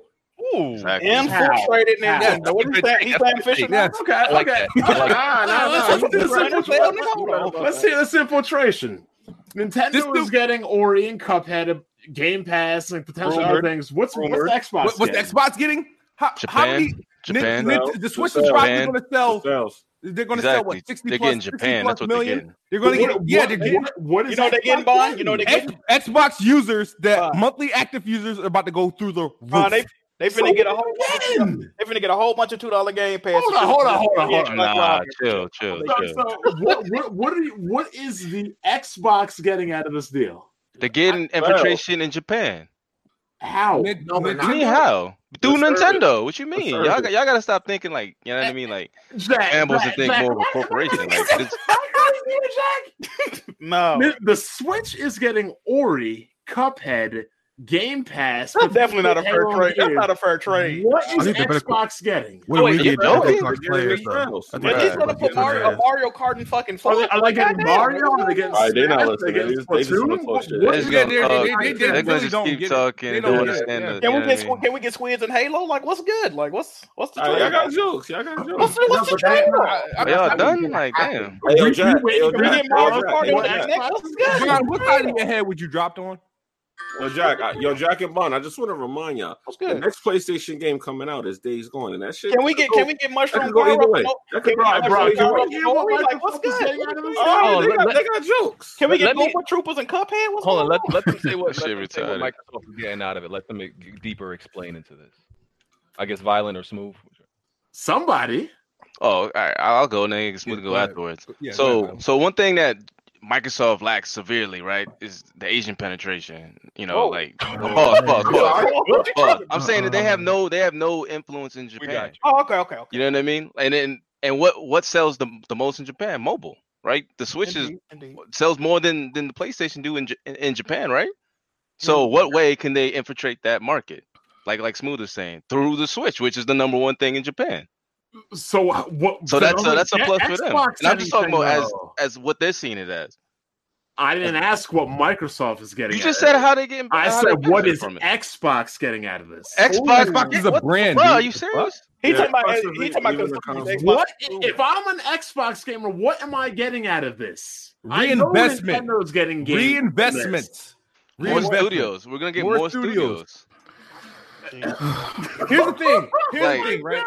[SPEAKER 1] Ooh,
[SPEAKER 2] Exactly.
[SPEAKER 10] Infiltrated
[SPEAKER 6] How?
[SPEAKER 10] Nintendo. What is that? He's saying fishing now?
[SPEAKER 8] Yes.
[SPEAKER 6] Okay,
[SPEAKER 1] like
[SPEAKER 6] okay.
[SPEAKER 1] that. I like
[SPEAKER 6] Nah, nah, nah. This
[SPEAKER 10] Right,
[SPEAKER 6] infiltration-
[SPEAKER 10] well, no.
[SPEAKER 6] Let's see this infiltration. Nintendo
[SPEAKER 8] This
[SPEAKER 6] is
[SPEAKER 8] dude-
[SPEAKER 6] getting Ori and Cuphead, a Game Pass, and potential other
[SPEAKER 10] Rumored.
[SPEAKER 6] things. What's, what's
[SPEAKER 10] Rumored.
[SPEAKER 6] the Xbox?
[SPEAKER 8] What, what's
[SPEAKER 6] getting?
[SPEAKER 8] Xbox getting? How, how
[SPEAKER 2] Japan.
[SPEAKER 8] many?
[SPEAKER 2] Japan.
[SPEAKER 8] Nin-
[SPEAKER 7] No,
[SPEAKER 8] Nin- the Switch
[SPEAKER 7] Japan.
[SPEAKER 8] is probably going to sell.
[SPEAKER 7] Sales.
[SPEAKER 8] They're going to sell
[SPEAKER 2] Exactly.
[SPEAKER 8] what sixty
[SPEAKER 2] They're
[SPEAKER 8] plus,
[SPEAKER 2] getting
[SPEAKER 8] 60
[SPEAKER 2] Japan,
[SPEAKER 8] plus
[SPEAKER 2] that's what they're
[SPEAKER 8] million.
[SPEAKER 2] getting.
[SPEAKER 8] They're going to
[SPEAKER 10] What-
[SPEAKER 8] get yeah.
[SPEAKER 10] what-
[SPEAKER 8] They're
[SPEAKER 10] hey,
[SPEAKER 8] getting,
[SPEAKER 10] what is You know they Xbox getting, Bond? You know they getting-
[SPEAKER 8] X- Xbox users that monthly active users are about to go through the roof.
[SPEAKER 10] Bro, they they finna get a whole they finna get a whole bunch of two dollar game passes.
[SPEAKER 6] Hold on, hold on, hold on, hold on.
[SPEAKER 2] Nah,
[SPEAKER 6] uh,
[SPEAKER 2] chill, chill,
[SPEAKER 6] So,
[SPEAKER 2] chill.
[SPEAKER 6] so what, what, what, are you, what is the Xbox getting out of this deal?
[SPEAKER 2] They're getting infiltration in Japan.
[SPEAKER 6] How?
[SPEAKER 8] No,
[SPEAKER 2] What do you mean how? Through
[SPEAKER 7] service.
[SPEAKER 2] Nintendo. What you
[SPEAKER 7] The
[SPEAKER 2] mean? Y'all,
[SPEAKER 7] service.
[SPEAKER 2] got- y'all gotta stop thinking like you know what I mean. Like
[SPEAKER 6] Jack,
[SPEAKER 2] Ambles to
[SPEAKER 6] Jack,
[SPEAKER 2] think
[SPEAKER 6] Jack,
[SPEAKER 2] more of a corporation.
[SPEAKER 6] [laughs]
[SPEAKER 2] Like this,
[SPEAKER 10] No,
[SPEAKER 6] The, the Switch is getting Ori, Cuphead, Game Pass.
[SPEAKER 10] that's definitely not a fair
[SPEAKER 6] Halo
[SPEAKER 10] trade. That's
[SPEAKER 6] Gear.
[SPEAKER 10] not a fair trade. Oh,
[SPEAKER 6] What
[SPEAKER 4] I
[SPEAKER 6] is
[SPEAKER 4] think they better-
[SPEAKER 6] Xbox getting?
[SPEAKER 4] What do we
[SPEAKER 2] Wait, you
[SPEAKER 4] need
[SPEAKER 2] know
[SPEAKER 4] to
[SPEAKER 2] it?
[SPEAKER 4] Xbox players though? I think
[SPEAKER 10] At least
[SPEAKER 4] that's
[SPEAKER 10] gonna
[SPEAKER 4] what
[SPEAKER 10] put
[SPEAKER 4] they're
[SPEAKER 10] Mario, a
[SPEAKER 4] gonna
[SPEAKER 10] Mario Kart and fucking
[SPEAKER 6] Are
[SPEAKER 10] four.
[SPEAKER 6] they, are they getting Mario? Are they getting
[SPEAKER 7] All right, they're not
[SPEAKER 6] Smash? Are
[SPEAKER 7] listening.
[SPEAKER 6] They
[SPEAKER 7] They
[SPEAKER 6] getting
[SPEAKER 7] just, they just want
[SPEAKER 6] Splatoon?
[SPEAKER 7] to talk shit.
[SPEAKER 8] what-
[SPEAKER 2] they're
[SPEAKER 8] Yeah,
[SPEAKER 2] just gonna
[SPEAKER 8] they're-
[SPEAKER 2] talk.
[SPEAKER 8] they- they- they
[SPEAKER 2] They're gonna
[SPEAKER 8] really
[SPEAKER 2] just
[SPEAKER 8] don't
[SPEAKER 2] keep
[SPEAKER 8] get it.
[SPEAKER 2] talking.
[SPEAKER 8] They
[SPEAKER 2] They
[SPEAKER 8] don't
[SPEAKER 2] don't
[SPEAKER 8] get it,
[SPEAKER 2] understand
[SPEAKER 8] yeah.
[SPEAKER 2] the.
[SPEAKER 10] Can
[SPEAKER 2] you
[SPEAKER 10] we
[SPEAKER 2] know what
[SPEAKER 10] get
[SPEAKER 2] I
[SPEAKER 10] squ-
[SPEAKER 2] mean?
[SPEAKER 10] can we get squids and Halo? Like what's good? Like what's what's the
[SPEAKER 7] All right,
[SPEAKER 10] trade?
[SPEAKER 7] y'all got jokes. Y'all got
[SPEAKER 10] What's
[SPEAKER 7] jokes.
[SPEAKER 10] the, what's
[SPEAKER 9] No,
[SPEAKER 10] the
[SPEAKER 9] but that's
[SPEAKER 10] trade?
[SPEAKER 9] not-
[SPEAKER 2] Are y'all done? Like damn.
[SPEAKER 7] Hey, yo,
[SPEAKER 6] You-
[SPEAKER 7] Jack.
[SPEAKER 6] you
[SPEAKER 7] Hey, yo,
[SPEAKER 6] waiting
[SPEAKER 10] Can we
[SPEAKER 7] Jack.
[SPEAKER 10] get Mario
[SPEAKER 7] Yo,
[SPEAKER 10] Kart
[SPEAKER 7] Jack.
[SPEAKER 10] and
[SPEAKER 7] Yo, Jack.
[SPEAKER 10] next? What's good?
[SPEAKER 8] John, what side of your head would you dropped on?
[SPEAKER 7] Yo, Jack. I- Yo, Jack and Bond. I just want to remind y'all.
[SPEAKER 10] What's
[SPEAKER 7] The
[SPEAKER 10] good?
[SPEAKER 7] next PlayStation game coming out is Days Gone, and that shit.
[SPEAKER 10] Can we get can we get
[SPEAKER 7] That
[SPEAKER 10] mushroom
[SPEAKER 7] could go
[SPEAKER 10] car
[SPEAKER 7] either
[SPEAKER 10] up?
[SPEAKER 7] way.
[SPEAKER 10] and-
[SPEAKER 7] That
[SPEAKER 10] Can
[SPEAKER 7] could go
[SPEAKER 10] we get
[SPEAKER 7] either
[SPEAKER 6] bro,
[SPEAKER 7] way.
[SPEAKER 10] mushroom
[SPEAKER 6] you
[SPEAKER 10] car
[SPEAKER 6] wanna
[SPEAKER 10] up?
[SPEAKER 6] hear
[SPEAKER 10] and
[SPEAKER 6] what
[SPEAKER 10] Roy? Like
[SPEAKER 6] Michael
[SPEAKER 10] what's
[SPEAKER 6] Fulton's
[SPEAKER 10] good?
[SPEAKER 6] saying out of his
[SPEAKER 10] Oh,
[SPEAKER 7] All right, they
[SPEAKER 10] let-
[SPEAKER 7] got,
[SPEAKER 10] let-
[SPEAKER 7] they got jokes.
[SPEAKER 10] Can we get
[SPEAKER 1] Let me-
[SPEAKER 10] Google Troopers and Cuphead? What's
[SPEAKER 1] Hold on,
[SPEAKER 10] going
[SPEAKER 1] let,
[SPEAKER 10] on?
[SPEAKER 1] let them [laughs] say what,
[SPEAKER 2] That
[SPEAKER 1] let
[SPEAKER 2] shit
[SPEAKER 1] them say what
[SPEAKER 2] retarded.
[SPEAKER 1] Microsoft is getting out of it. Let them get deeper explain into this. I guess violent or smooth.
[SPEAKER 6] Somebody.
[SPEAKER 2] Oh, all right. I'll go. And then it's smooth to go
[SPEAKER 8] go ahead.
[SPEAKER 2] afterwards.
[SPEAKER 8] Yeah, go
[SPEAKER 2] so
[SPEAKER 8] ahead.
[SPEAKER 2] so one thing that Microsoft lacks severely, right, is the Asian penetration. You know,
[SPEAKER 6] Oh.
[SPEAKER 10] Whoa.
[SPEAKER 2] like
[SPEAKER 8] Oh,
[SPEAKER 2] [laughs] pause, pause, pause,
[SPEAKER 10] Oh, What
[SPEAKER 2] pause.
[SPEAKER 10] you talking
[SPEAKER 2] I'm saying that they have no they have no influence in
[SPEAKER 1] We
[SPEAKER 2] Japan.
[SPEAKER 1] got
[SPEAKER 10] about? Oh, okay, okay, okay.
[SPEAKER 2] You know what I mean? And then and what what sells the the most in Japan? Mobile, right? The Switch is
[SPEAKER 10] Indeed, indeed.
[SPEAKER 2] sells more than than the PlayStation do in J- in, in Japan, right? So what way can they infiltrate that market? Like like Smooth is saying, through the Switch, which is the number one thing in Japan.
[SPEAKER 6] So uh, what?
[SPEAKER 2] So that's
[SPEAKER 6] the
[SPEAKER 2] so that's a
[SPEAKER 6] only-
[SPEAKER 2] plus
[SPEAKER 6] Xbox
[SPEAKER 2] for them. And I'm just talking
[SPEAKER 6] anything,
[SPEAKER 2] about as
[SPEAKER 6] though.
[SPEAKER 2] as what they're seeing it as.
[SPEAKER 6] I didn't ask what Microsoft is getting.
[SPEAKER 2] You
[SPEAKER 6] out
[SPEAKER 2] just
[SPEAKER 6] of
[SPEAKER 2] said
[SPEAKER 6] it.
[SPEAKER 2] how they getting.
[SPEAKER 6] I
[SPEAKER 2] how they
[SPEAKER 6] said what
[SPEAKER 2] benefit
[SPEAKER 6] is
[SPEAKER 2] from it.
[SPEAKER 6] Xbox getting out of this?
[SPEAKER 2] Xbox,
[SPEAKER 8] Xbox is a
[SPEAKER 2] what the
[SPEAKER 8] brand,
[SPEAKER 2] fuck?
[SPEAKER 8] dude.
[SPEAKER 2] Are you
[SPEAKER 8] The
[SPEAKER 2] serious?
[SPEAKER 10] He
[SPEAKER 7] Yeah,
[SPEAKER 10] talking about
[SPEAKER 7] Xbox
[SPEAKER 10] he
[SPEAKER 7] is leaving-
[SPEAKER 10] talking about
[SPEAKER 7] leaving the
[SPEAKER 10] consumer-
[SPEAKER 7] conference.
[SPEAKER 10] Xbox
[SPEAKER 6] What
[SPEAKER 10] consumer.
[SPEAKER 6] if I'm an Xbox gamer? What am I getting out of this? I know
[SPEAKER 8] Reinvestment.
[SPEAKER 6] Nintendo's getting games out of this.
[SPEAKER 8] Reinvestment.
[SPEAKER 2] More
[SPEAKER 8] Reinvestment.
[SPEAKER 2] studios. We're gonna get
[SPEAKER 8] More
[SPEAKER 2] more,
[SPEAKER 8] studios.
[SPEAKER 2] studios.
[SPEAKER 8] Here's the thing. Here's
[SPEAKER 2] Like-
[SPEAKER 8] the thing, right?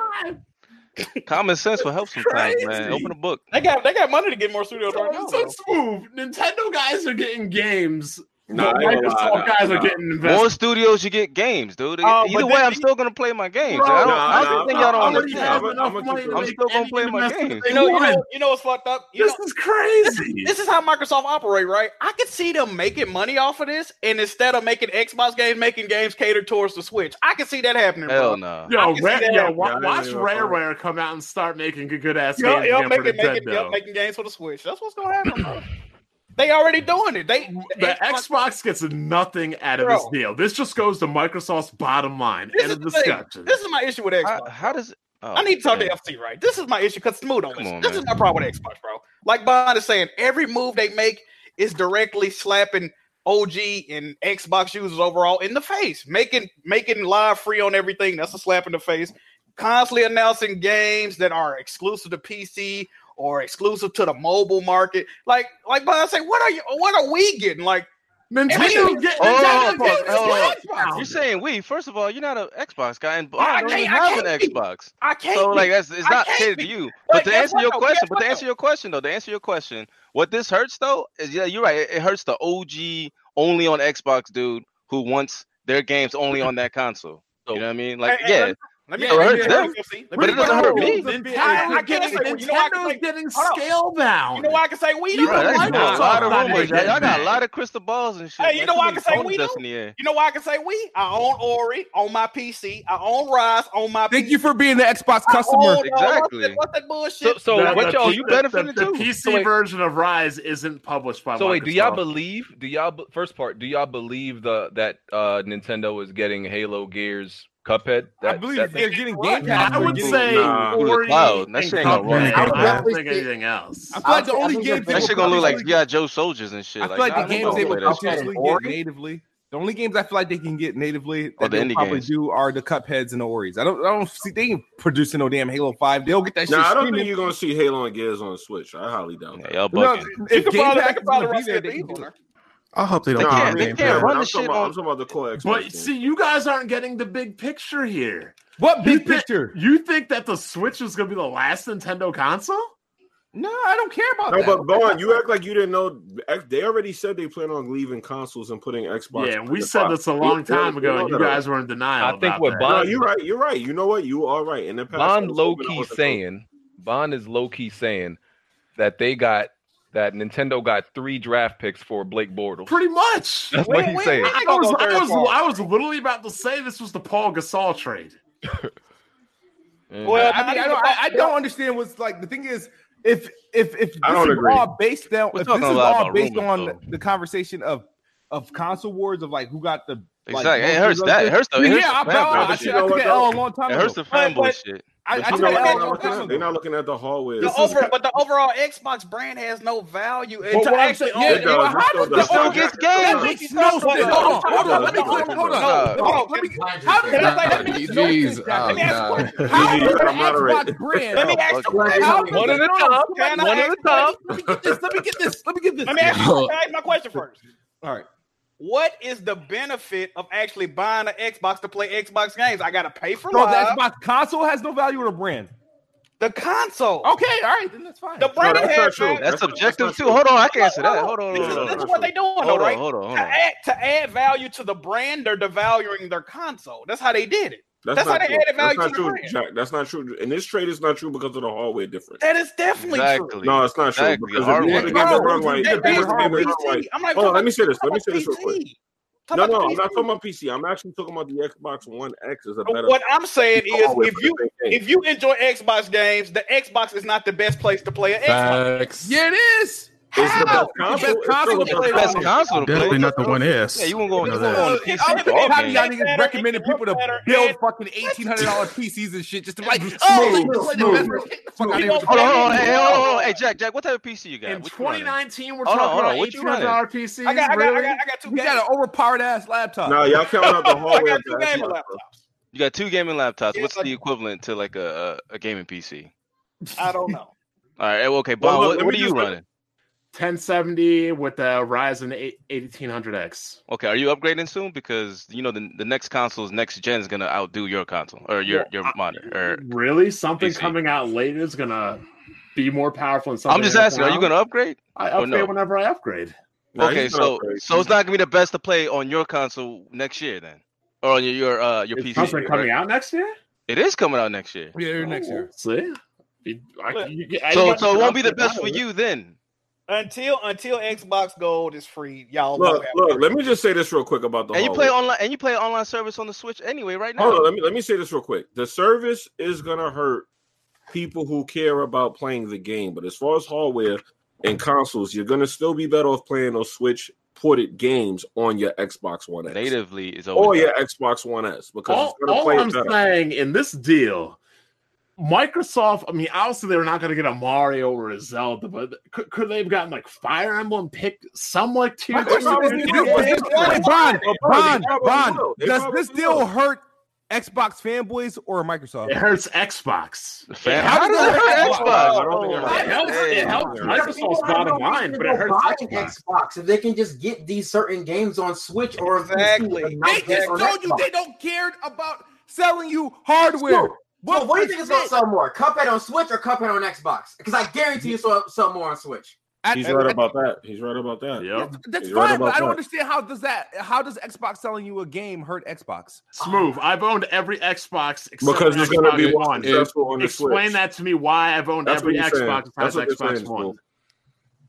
[SPEAKER 2] Common sense will
[SPEAKER 8] [laughs]
[SPEAKER 2] help sometimes, man. Open a book.
[SPEAKER 10] They got they got money to get more studios right now.
[SPEAKER 6] So, so smooth. Nintendo guys are getting games.
[SPEAKER 7] Nah,
[SPEAKER 6] but
[SPEAKER 7] I ain't gonna lie,
[SPEAKER 6] Microsoft
[SPEAKER 7] nah,
[SPEAKER 6] guys are
[SPEAKER 7] nah.
[SPEAKER 6] getting
[SPEAKER 2] More
[SPEAKER 6] investment.
[SPEAKER 2] studios, you get games, dude.
[SPEAKER 10] Oh, but
[SPEAKER 2] Either way,
[SPEAKER 10] then-
[SPEAKER 2] I'm still gonna play my games.
[SPEAKER 6] Bro,
[SPEAKER 2] Like, I don't,
[SPEAKER 7] nah,
[SPEAKER 2] I don't
[SPEAKER 7] nah,
[SPEAKER 2] think
[SPEAKER 7] nah,
[SPEAKER 2] y'all
[SPEAKER 7] I'm
[SPEAKER 2] don't
[SPEAKER 7] gonna
[SPEAKER 6] already
[SPEAKER 7] keep
[SPEAKER 2] understand.
[SPEAKER 6] have
[SPEAKER 7] it.
[SPEAKER 6] enough
[SPEAKER 7] I'ma keep
[SPEAKER 6] money
[SPEAKER 7] it.
[SPEAKER 6] to
[SPEAKER 2] I'm
[SPEAKER 6] make
[SPEAKER 2] still gonna
[SPEAKER 6] any
[SPEAKER 2] play my
[SPEAKER 6] investment
[SPEAKER 2] games.
[SPEAKER 6] they
[SPEAKER 10] You know, you
[SPEAKER 6] want.
[SPEAKER 10] know, you know what's fucked up. You know,
[SPEAKER 6] this is crazy.
[SPEAKER 10] this is how Microsoft operate, right? I could see them making money off of this, and instead of making Xbox games, making games catered towards the Switch. I could see that happening. bro.
[SPEAKER 2] Hell no.
[SPEAKER 6] Yo,
[SPEAKER 10] can see
[SPEAKER 6] Rare,
[SPEAKER 10] that.
[SPEAKER 6] yo, wa-
[SPEAKER 7] Yeah, I
[SPEAKER 6] watch
[SPEAKER 7] ain't gonna front.
[SPEAKER 6] Rareware come out and start making good, good ass
[SPEAKER 10] Yup,
[SPEAKER 6] games
[SPEAKER 10] yup,
[SPEAKER 6] again for
[SPEAKER 10] making, making, yup,
[SPEAKER 6] Nintendo.
[SPEAKER 10] making games for the Switch. That's what's gonna
[SPEAKER 7] [clears throat]
[SPEAKER 10] happen. bro. they already doing it. They
[SPEAKER 6] The Xbox gets nothing out of
[SPEAKER 10] Bro.
[SPEAKER 6] this deal. This just goes to Microsoft's bottom line.
[SPEAKER 10] This
[SPEAKER 6] End
[SPEAKER 10] is
[SPEAKER 6] of
[SPEAKER 10] the thing.
[SPEAKER 6] discussion.
[SPEAKER 10] This is my issue with Xbox.
[SPEAKER 2] How, how does? Oh,
[SPEAKER 10] I need to talk
[SPEAKER 2] man.
[SPEAKER 10] to FC, right? This is my issue because Smooth on
[SPEAKER 2] Come
[SPEAKER 10] this.
[SPEAKER 2] on,
[SPEAKER 10] this
[SPEAKER 2] man.
[SPEAKER 10] is my problem with Xbox, bro. Like Bond is saying, every move they make is directly slapping OG and Xbox users overall in the face, making making live free on everything. That's a slap in the face. Constantly announcing games that are exclusive to PC or exclusive to the mobile market. Like like Bond say, what are you? What are we getting? Like
[SPEAKER 6] Nintendo get
[SPEAKER 2] Oh,
[SPEAKER 6] Nintendo
[SPEAKER 2] fuck,
[SPEAKER 6] get
[SPEAKER 2] oh,
[SPEAKER 6] Xbox.
[SPEAKER 2] You're saying we? First of all, you're not an Xbox guy, and
[SPEAKER 10] I
[SPEAKER 2] I don't
[SPEAKER 10] can't-
[SPEAKER 2] even
[SPEAKER 10] I
[SPEAKER 2] have an
[SPEAKER 10] can't be.
[SPEAKER 2] Xbox.
[SPEAKER 10] I can't.
[SPEAKER 2] So like
[SPEAKER 10] be-
[SPEAKER 2] that's it's
[SPEAKER 10] I
[SPEAKER 2] not
[SPEAKER 10] can't
[SPEAKER 2] catered
[SPEAKER 10] be.
[SPEAKER 2] to you.
[SPEAKER 10] Like,
[SPEAKER 2] But to
[SPEAKER 10] guess
[SPEAKER 2] answer
[SPEAKER 10] what,
[SPEAKER 2] your
[SPEAKER 10] though?
[SPEAKER 2] question,
[SPEAKER 10] Guess
[SPEAKER 2] but to
[SPEAKER 10] what,
[SPEAKER 2] answer your question though, to answer your question, what this hurts though is yeah, you're right. It, it hurts the OG only on Xbox dude who wants their games only on that console. You know what I mean? Like
[SPEAKER 10] Hey, hey,
[SPEAKER 2] yeah,
[SPEAKER 10] Let me
[SPEAKER 2] Yeah, it
[SPEAKER 10] let me-
[SPEAKER 2] hurts them.
[SPEAKER 10] let me-
[SPEAKER 2] but it doesn't hurt me.
[SPEAKER 10] I- I
[SPEAKER 6] Nintendo's
[SPEAKER 10] can't
[SPEAKER 6] getting,
[SPEAKER 10] say- you know I can
[SPEAKER 6] Nintendo's
[SPEAKER 10] say-
[SPEAKER 6] getting
[SPEAKER 10] hold on.
[SPEAKER 6] scale bound.
[SPEAKER 10] You know why I can say we
[SPEAKER 6] You
[SPEAKER 10] don't
[SPEAKER 2] Bro, that's
[SPEAKER 6] like
[SPEAKER 2] a lot of
[SPEAKER 6] Microsoft on
[SPEAKER 2] rumors.
[SPEAKER 6] that
[SPEAKER 2] Y'all y'all got a
[SPEAKER 6] bag.
[SPEAKER 2] lot of crystal balls and shit.
[SPEAKER 10] Hey, you
[SPEAKER 2] man.
[SPEAKER 10] know
[SPEAKER 2] Too
[SPEAKER 10] why I
[SPEAKER 2] many
[SPEAKER 10] can say
[SPEAKER 2] phone
[SPEAKER 10] we
[SPEAKER 2] dust
[SPEAKER 10] don't?
[SPEAKER 2] in the air.
[SPEAKER 10] You know why I can say we? I own Ori on my PC. I own Rise on my
[SPEAKER 8] Thank
[SPEAKER 10] PC.
[SPEAKER 8] you for being the Xbox
[SPEAKER 10] I
[SPEAKER 8] customer.
[SPEAKER 10] own, uh, what's that-
[SPEAKER 2] Exactly.
[SPEAKER 10] What's that bullshit?
[SPEAKER 1] So, so
[SPEAKER 6] The-
[SPEAKER 1] what
[SPEAKER 6] the
[SPEAKER 1] y'all?
[SPEAKER 6] P-
[SPEAKER 2] you
[SPEAKER 6] the-
[SPEAKER 2] benefiting
[SPEAKER 6] the,
[SPEAKER 2] too?
[SPEAKER 6] The PC
[SPEAKER 1] So wait.
[SPEAKER 6] version of Rise isn't published by
[SPEAKER 1] So
[SPEAKER 6] Microsoft.
[SPEAKER 1] wait, do y'all believe? Do y'all be- first part? Do y'all believe the that uh Nintendo is getting Halo, Gears, Cuphead? That,
[SPEAKER 8] I believe
[SPEAKER 1] that
[SPEAKER 8] they're
[SPEAKER 1] thing?
[SPEAKER 8] getting
[SPEAKER 10] Right.
[SPEAKER 8] game pass.
[SPEAKER 6] I
[SPEAKER 8] for
[SPEAKER 6] would
[SPEAKER 8] getting-
[SPEAKER 6] say
[SPEAKER 7] Nah.
[SPEAKER 2] Through the
[SPEAKER 6] Ori
[SPEAKER 2] cloud. Oh, That
[SPEAKER 6] and
[SPEAKER 2] shit ain't gonna
[SPEAKER 6] Cuphead.
[SPEAKER 2] roll.
[SPEAKER 6] I
[SPEAKER 8] I
[SPEAKER 6] don't
[SPEAKER 8] would
[SPEAKER 6] think anything else.
[SPEAKER 8] I feel like the
[SPEAKER 9] I
[SPEAKER 8] only
[SPEAKER 9] think
[SPEAKER 8] game
[SPEAKER 9] that
[SPEAKER 8] they
[SPEAKER 2] That
[SPEAKER 8] will
[SPEAKER 2] shit gonna look like
[SPEAKER 8] potentially-
[SPEAKER 2] GI Joe soldiers and shit.
[SPEAKER 8] I feel like
[SPEAKER 2] nah,
[SPEAKER 8] the
[SPEAKER 2] they
[SPEAKER 8] games
[SPEAKER 2] don't
[SPEAKER 8] they
[SPEAKER 2] play
[SPEAKER 8] would
[SPEAKER 2] that shit.
[SPEAKER 8] potentially get natively. The only games I feel like they can get natively
[SPEAKER 2] Oh,
[SPEAKER 8] that
[SPEAKER 2] the
[SPEAKER 8] they'll
[SPEAKER 2] indie
[SPEAKER 8] probably
[SPEAKER 2] games.
[SPEAKER 8] do are the Cupheads and the Oris. I don't, I don't see they ain't producing no damn Halo Five. They'll get that shit.
[SPEAKER 7] Nah, I don't
[SPEAKER 8] streaming.
[SPEAKER 7] think you're gonna see Halo and Gears on the Switch. I highly doubt
[SPEAKER 2] Yeah,
[SPEAKER 7] that.
[SPEAKER 2] y'all
[SPEAKER 8] No,
[SPEAKER 2] bugging.
[SPEAKER 8] if
[SPEAKER 10] could
[SPEAKER 8] Game
[SPEAKER 10] probably-
[SPEAKER 8] Pass
[SPEAKER 10] they could
[SPEAKER 8] is
[SPEAKER 10] probably
[SPEAKER 8] gonna be
[SPEAKER 10] run
[SPEAKER 8] there,
[SPEAKER 10] Skip
[SPEAKER 8] they can
[SPEAKER 10] Eve
[SPEAKER 8] do
[SPEAKER 10] on
[SPEAKER 8] it.
[SPEAKER 10] her.
[SPEAKER 4] I hope they
[SPEAKER 2] They
[SPEAKER 4] don't.
[SPEAKER 7] Nah,
[SPEAKER 4] play
[SPEAKER 2] can't-
[SPEAKER 4] the
[SPEAKER 2] they
[SPEAKER 4] game
[SPEAKER 2] can't
[SPEAKER 4] plan.
[SPEAKER 7] but
[SPEAKER 2] run
[SPEAKER 7] I'm
[SPEAKER 2] the
[SPEAKER 7] talking
[SPEAKER 2] shit
[SPEAKER 7] about- I'm
[SPEAKER 2] on-
[SPEAKER 7] talking about the core Xbox.
[SPEAKER 6] But
[SPEAKER 7] team.
[SPEAKER 6] see, you guys aren't getting the big picture here.
[SPEAKER 8] What
[SPEAKER 6] You
[SPEAKER 8] big
[SPEAKER 6] thi-
[SPEAKER 8] picture?
[SPEAKER 6] You think that the Switch is going to be the last Nintendo console?
[SPEAKER 13] No, I don't care about
[SPEAKER 7] No,
[SPEAKER 13] that.
[SPEAKER 7] but Vaughn, you act like you didn't know. X- They already said they plan on leaving consoles and putting Xbox.
[SPEAKER 6] Yeah, we
[SPEAKER 7] to
[SPEAKER 6] said
[SPEAKER 7] Xbox.
[SPEAKER 6] this a long
[SPEAKER 7] You-
[SPEAKER 6] time ago,
[SPEAKER 7] know
[SPEAKER 6] and you
[SPEAKER 7] that already.
[SPEAKER 6] guys were in denial.
[SPEAKER 1] I think
[SPEAKER 6] about
[SPEAKER 1] what
[SPEAKER 6] that.
[SPEAKER 1] Bond-
[SPEAKER 7] No, you're right. You're right. You know what? You are right. In the past, I
[SPEAKER 1] Bond
[SPEAKER 7] was
[SPEAKER 1] low
[SPEAKER 7] hoping I
[SPEAKER 1] key
[SPEAKER 7] wasn't
[SPEAKER 1] saying, Bond is low key saying that they got that Nintendo got three draft picks for Blake Bortles.
[SPEAKER 6] Pretty much.
[SPEAKER 1] That's what
[SPEAKER 6] Wait,
[SPEAKER 1] he's
[SPEAKER 6] wait,
[SPEAKER 1] saying.
[SPEAKER 6] I was, I, was, I was literally about to say this was the Paul Gasol trade.
[SPEAKER 1] Well,
[SPEAKER 8] I, mean, I, don't, I, I don't understand what's like the thing is if if if this
[SPEAKER 7] I don't
[SPEAKER 8] is
[SPEAKER 7] agree.
[SPEAKER 8] all based down
[SPEAKER 2] We're
[SPEAKER 8] if this
[SPEAKER 2] talking
[SPEAKER 8] is
[SPEAKER 2] a lot
[SPEAKER 8] all
[SPEAKER 2] about
[SPEAKER 8] based
[SPEAKER 2] rumors,
[SPEAKER 8] on
[SPEAKER 2] though.
[SPEAKER 8] the conversation of of console wars of like who got the like,
[SPEAKER 2] Exactly. It
[SPEAKER 8] most
[SPEAKER 2] hurts
[SPEAKER 8] results.
[SPEAKER 2] that. It hurts the-
[SPEAKER 8] I mean,
[SPEAKER 2] it hurts
[SPEAKER 8] yeah, I,
[SPEAKER 2] the
[SPEAKER 8] I,
[SPEAKER 2] fan
[SPEAKER 8] I,
[SPEAKER 7] But
[SPEAKER 2] base.
[SPEAKER 8] I,
[SPEAKER 7] you
[SPEAKER 8] took-
[SPEAKER 7] know
[SPEAKER 8] I took
[SPEAKER 7] what,
[SPEAKER 8] that L a
[SPEAKER 7] though?
[SPEAKER 8] long time
[SPEAKER 2] It hurts
[SPEAKER 8] ago.
[SPEAKER 2] the fanboy
[SPEAKER 10] but-
[SPEAKER 2] shit.
[SPEAKER 8] I,
[SPEAKER 7] But
[SPEAKER 8] I took
[SPEAKER 7] you know
[SPEAKER 8] that
[SPEAKER 7] what? They're not
[SPEAKER 8] L a long time
[SPEAKER 7] looking at-
[SPEAKER 8] ago.
[SPEAKER 7] they're not looking at the hallway.
[SPEAKER 10] The over, but the overall Xbox brand has no value. It
[SPEAKER 8] But
[SPEAKER 10] to
[SPEAKER 8] what I'm
[SPEAKER 10] actually
[SPEAKER 8] saying- yeah,
[SPEAKER 10] own
[SPEAKER 7] It
[SPEAKER 10] it.
[SPEAKER 7] does. It
[SPEAKER 8] how
[SPEAKER 7] still
[SPEAKER 8] does the
[SPEAKER 7] does.
[SPEAKER 8] Orange
[SPEAKER 7] It
[SPEAKER 8] Is
[SPEAKER 7] does.
[SPEAKER 8] That
[SPEAKER 7] It
[SPEAKER 8] makes
[SPEAKER 7] does.
[SPEAKER 8] no sense. Hold on, hold on.
[SPEAKER 7] It
[SPEAKER 8] Let me
[SPEAKER 7] does.
[SPEAKER 8] hold on. Hold on.
[SPEAKER 2] No,
[SPEAKER 8] Hold on. Let me. How does
[SPEAKER 10] Can I
[SPEAKER 8] that
[SPEAKER 10] say-
[SPEAKER 8] that
[SPEAKER 10] let me-
[SPEAKER 8] makes no sense?
[SPEAKER 13] GG's.
[SPEAKER 8] That
[SPEAKER 10] Let me
[SPEAKER 8] makes
[SPEAKER 10] ask a
[SPEAKER 13] Oh,
[SPEAKER 10] question.
[SPEAKER 13] no.
[SPEAKER 8] How
[SPEAKER 7] GG's,
[SPEAKER 8] does an
[SPEAKER 7] I'm out of
[SPEAKER 8] Xbox
[SPEAKER 7] it.
[SPEAKER 8] brand?
[SPEAKER 10] Let me ask
[SPEAKER 2] Fuck
[SPEAKER 10] the
[SPEAKER 2] it.
[SPEAKER 8] How
[SPEAKER 10] question.
[SPEAKER 8] does
[SPEAKER 1] One at a
[SPEAKER 8] that-
[SPEAKER 1] time.
[SPEAKER 8] Let me-
[SPEAKER 1] One at a time.
[SPEAKER 8] Let me get this. Let me get this. Let me get this.
[SPEAKER 10] Let me ask,
[SPEAKER 13] Yo.
[SPEAKER 10] can I ask my question first.
[SPEAKER 8] All right.
[SPEAKER 10] What is the benefit of actually buying an Xbox to play Xbox games? I gotta pay for
[SPEAKER 8] So the
[SPEAKER 10] live.
[SPEAKER 8] Xbox console has no value in a brand.
[SPEAKER 10] the console.
[SPEAKER 8] Okay, all right, then that's fine.
[SPEAKER 10] The
[SPEAKER 7] No,
[SPEAKER 10] brand
[SPEAKER 7] that's not
[SPEAKER 10] has
[SPEAKER 7] true.
[SPEAKER 10] value.
[SPEAKER 2] That's
[SPEAKER 7] That's not-
[SPEAKER 2] subjective
[SPEAKER 7] that's
[SPEAKER 2] too.
[SPEAKER 7] not
[SPEAKER 2] Hold on, I can answer that. Hold on,
[SPEAKER 7] This is-
[SPEAKER 2] hold on,
[SPEAKER 10] This
[SPEAKER 2] hold
[SPEAKER 10] is
[SPEAKER 2] on.
[SPEAKER 10] what they're doing, though,
[SPEAKER 2] Hold on,
[SPEAKER 10] right?
[SPEAKER 2] hold on, hold
[SPEAKER 10] to
[SPEAKER 2] on.
[SPEAKER 10] add to add value to the brand, they're devaluing their console. That's how they did it.
[SPEAKER 7] not
[SPEAKER 10] That's how they
[SPEAKER 7] true.
[SPEAKER 10] added
[SPEAKER 7] That's
[SPEAKER 10] value
[SPEAKER 7] not
[SPEAKER 10] to the
[SPEAKER 7] true,
[SPEAKER 10] brand.
[SPEAKER 7] Jack. That's not true. And this trade is not true because of the hallway difference.
[SPEAKER 10] That is definitely true.
[SPEAKER 2] Exactly.
[SPEAKER 7] No, it's not true.
[SPEAKER 2] Exactly.
[SPEAKER 7] Because if
[SPEAKER 2] Hardware.
[SPEAKER 7] you want to give
[SPEAKER 8] No,
[SPEAKER 7] it run right,
[SPEAKER 8] it's
[SPEAKER 7] if you want to give it
[SPEAKER 10] PC.
[SPEAKER 7] run right.
[SPEAKER 10] I'm not
[SPEAKER 7] Hold on,
[SPEAKER 10] talking
[SPEAKER 7] let me say this.
[SPEAKER 10] about-
[SPEAKER 7] Let me say this real
[SPEAKER 10] PC.
[SPEAKER 7] quick.
[SPEAKER 10] Talk
[SPEAKER 7] No,
[SPEAKER 10] about
[SPEAKER 7] no,
[SPEAKER 10] the
[SPEAKER 7] I'm not
[SPEAKER 10] PC.
[SPEAKER 7] talking about PC. I'm actually talking about the Xbox One X is a better.
[SPEAKER 10] What I'm saying is,
[SPEAKER 7] hallway
[SPEAKER 10] if
[SPEAKER 7] for the
[SPEAKER 10] you
[SPEAKER 7] same thing.
[SPEAKER 10] if you enjoy Xbox games, the Xbox is not the best place to play an Xbox.
[SPEAKER 13] Facts.
[SPEAKER 8] yeah, it is.
[SPEAKER 7] It's the
[SPEAKER 8] How?
[SPEAKER 7] best console.
[SPEAKER 8] The best
[SPEAKER 7] It's
[SPEAKER 8] console
[SPEAKER 7] still
[SPEAKER 8] to
[SPEAKER 7] the
[SPEAKER 8] play
[SPEAKER 7] best
[SPEAKER 2] Best
[SPEAKER 7] console.
[SPEAKER 2] console to play.
[SPEAKER 4] Definitely not the one S.
[SPEAKER 2] Yeah, you won't go on, you
[SPEAKER 4] You know
[SPEAKER 2] won't go on
[SPEAKER 4] that.
[SPEAKER 2] the
[SPEAKER 10] It's
[SPEAKER 2] PC for
[SPEAKER 10] all-
[SPEAKER 2] all
[SPEAKER 10] it's
[SPEAKER 8] How do
[SPEAKER 2] games.
[SPEAKER 8] y'all
[SPEAKER 10] Get
[SPEAKER 8] niggas
[SPEAKER 10] better,
[SPEAKER 8] recommending
[SPEAKER 10] get
[SPEAKER 8] people to
[SPEAKER 10] better,
[SPEAKER 8] build
[SPEAKER 10] and-
[SPEAKER 8] fucking eighteen hundred dollar PCs and shit just to like, oh,
[SPEAKER 6] Smooth,
[SPEAKER 8] let's play the best.
[SPEAKER 6] smooth.
[SPEAKER 8] Get the fuck out of
[SPEAKER 10] You
[SPEAKER 8] here with
[SPEAKER 10] know,
[SPEAKER 2] Hold on, hold on.
[SPEAKER 10] Hey,
[SPEAKER 2] Hey, hold on, hold on. Hey, Jack, Jack, what type of PC you got?
[SPEAKER 6] In
[SPEAKER 2] What you running?
[SPEAKER 6] 2019, we're
[SPEAKER 2] Hold on,
[SPEAKER 6] talking
[SPEAKER 2] hold on.
[SPEAKER 6] about
[SPEAKER 2] What you running?
[SPEAKER 6] $1,800 PCs.
[SPEAKER 10] I got, I got, I
[SPEAKER 6] really?
[SPEAKER 10] got, I got two
[SPEAKER 8] You
[SPEAKER 10] games.
[SPEAKER 8] got an overpowered ass laptop.
[SPEAKER 7] No, y'all counting
[SPEAKER 8] [laughs]
[SPEAKER 7] out the
[SPEAKER 10] I
[SPEAKER 7] hallway.
[SPEAKER 10] got
[SPEAKER 7] as
[SPEAKER 10] two
[SPEAKER 7] the
[SPEAKER 10] gamer
[SPEAKER 7] Xbox, bro.
[SPEAKER 10] laptops.
[SPEAKER 2] You got two gaming laptops.
[SPEAKER 10] Yeah,
[SPEAKER 2] What's
[SPEAKER 10] I-
[SPEAKER 2] the equivalent to like a a, a gaming PC?
[SPEAKER 10] I don't know.
[SPEAKER 2] All right, okay,
[SPEAKER 7] Well,
[SPEAKER 2] Bon,
[SPEAKER 7] look,
[SPEAKER 2] what,
[SPEAKER 7] let
[SPEAKER 2] what are
[SPEAKER 7] me
[SPEAKER 2] you
[SPEAKER 7] just-
[SPEAKER 2] running?
[SPEAKER 6] 1070 with the Ryzen 8, 1800X.
[SPEAKER 2] Okay, are you upgrading soon? Because you know the, the next console's next gen is gonna outdo your console or your
[SPEAKER 6] Well,
[SPEAKER 2] your
[SPEAKER 6] I-
[SPEAKER 2] monitor. Or,
[SPEAKER 6] Really? Something
[SPEAKER 2] PC.
[SPEAKER 6] coming out later is going to be more powerful than something
[SPEAKER 2] I'm just
[SPEAKER 6] that's
[SPEAKER 2] asking, are you
[SPEAKER 6] out?
[SPEAKER 2] gonna upgrade?
[SPEAKER 6] I
[SPEAKER 2] or
[SPEAKER 6] upgrade
[SPEAKER 2] no?
[SPEAKER 6] whenever I upgrade.
[SPEAKER 7] Nah,
[SPEAKER 2] okay,
[SPEAKER 7] he's not
[SPEAKER 2] so
[SPEAKER 7] upgrading.
[SPEAKER 2] so it's not gonna be the best to play on your console next year then, or on your your uh your
[SPEAKER 6] Is
[SPEAKER 2] PC.
[SPEAKER 6] something
[SPEAKER 2] right?
[SPEAKER 6] coming out next year?
[SPEAKER 2] It is coming out next year.
[SPEAKER 8] Yeah, next year.
[SPEAKER 6] See? You- I- you- I-
[SPEAKER 2] So
[SPEAKER 6] you
[SPEAKER 2] so it won't be the
[SPEAKER 6] upgrade
[SPEAKER 2] best for
[SPEAKER 6] out of it.
[SPEAKER 2] you then.
[SPEAKER 10] Until until Xbox Gold is free, y'all.
[SPEAKER 7] Look,
[SPEAKER 10] won't have
[SPEAKER 7] look. Let me just say this real quick about the.
[SPEAKER 2] And you
[SPEAKER 7] hallway.
[SPEAKER 2] play online and you play online service on the Switch anyway right now.
[SPEAKER 7] Hold on, let me let me say this real quick. The service is gonna hurt people who care about playing the game, but as far as hardware and consoles, you're gonna still be better off playing those Switch ported games on your Xbox One X
[SPEAKER 2] Natively is always
[SPEAKER 7] or your
[SPEAKER 2] better.
[SPEAKER 7] Xbox One S because
[SPEAKER 6] All,
[SPEAKER 7] it's gonna
[SPEAKER 6] all
[SPEAKER 7] play
[SPEAKER 6] I'm
[SPEAKER 7] it better.
[SPEAKER 6] saying in this deal, Microsoft, I mean, obviously they're not going to get a Mario or a Zelda, but could, could they have gotten like Fire Emblem pick some like tier
[SPEAKER 8] My question
[SPEAKER 6] two?
[SPEAKER 8] is,
[SPEAKER 7] They probably did.
[SPEAKER 8] is this- is this- wait, Bond,
[SPEAKER 7] They
[SPEAKER 8] Bond,
[SPEAKER 7] probably
[SPEAKER 8] Bond,
[SPEAKER 7] will. They
[SPEAKER 8] does
[SPEAKER 7] probably
[SPEAKER 8] this deal
[SPEAKER 7] will.
[SPEAKER 8] hurt Xbox fanboys or Microsoft?
[SPEAKER 6] It hurts Xbox.
[SPEAKER 2] The fan-
[SPEAKER 8] How
[SPEAKER 2] How
[SPEAKER 8] does
[SPEAKER 2] does
[SPEAKER 8] that
[SPEAKER 2] it hurt
[SPEAKER 8] hurt
[SPEAKER 2] Xbox?
[SPEAKER 7] I don't think it hurts
[SPEAKER 2] Oh, my
[SPEAKER 6] It helps, it
[SPEAKER 2] God.
[SPEAKER 6] helps
[SPEAKER 7] Yeah.
[SPEAKER 6] Microsoft's
[SPEAKER 9] People have
[SPEAKER 6] bottom
[SPEAKER 9] no
[SPEAKER 6] line,
[SPEAKER 9] reason
[SPEAKER 6] but
[SPEAKER 9] to
[SPEAKER 6] it hurts
[SPEAKER 9] buy
[SPEAKER 6] Xbox.
[SPEAKER 9] Xbox if they can just get these certain games on Switch or on PC,
[SPEAKER 10] Exactly.
[SPEAKER 9] but not
[SPEAKER 8] They just
[SPEAKER 9] on
[SPEAKER 8] told you
[SPEAKER 9] Xbox.
[SPEAKER 8] they don't care about selling you hardware.
[SPEAKER 9] So- So what do you think is gonna
[SPEAKER 8] the
[SPEAKER 9] sell more, Cuphead on Switch or Cuphead on Xbox? Because I guarantee you, sell, sell more on Switch.
[SPEAKER 8] shit?
[SPEAKER 7] He's
[SPEAKER 8] At-
[SPEAKER 7] right
[SPEAKER 8] at-
[SPEAKER 7] about that. He's right about that.
[SPEAKER 6] Yep.
[SPEAKER 8] That's
[SPEAKER 7] You're right
[SPEAKER 8] fine, but
[SPEAKER 7] about
[SPEAKER 8] I don't
[SPEAKER 7] that.
[SPEAKER 8] understand how does that how does Xbox selling you a game hurt Xbox?
[SPEAKER 6] Smooth. I've owned every Xbox except
[SPEAKER 7] Because
[SPEAKER 6] for
[SPEAKER 7] it's gonna be
[SPEAKER 6] Xbox
[SPEAKER 7] more
[SPEAKER 6] one.
[SPEAKER 7] successful on the Switch.
[SPEAKER 6] Explain that to me why I've owned
[SPEAKER 7] That's
[SPEAKER 6] every
[SPEAKER 7] what you're saying.
[SPEAKER 6] Xbox
[SPEAKER 7] That's
[SPEAKER 6] besides
[SPEAKER 7] what you're
[SPEAKER 6] Xbox
[SPEAKER 7] saying,
[SPEAKER 6] One.
[SPEAKER 7] Smooth.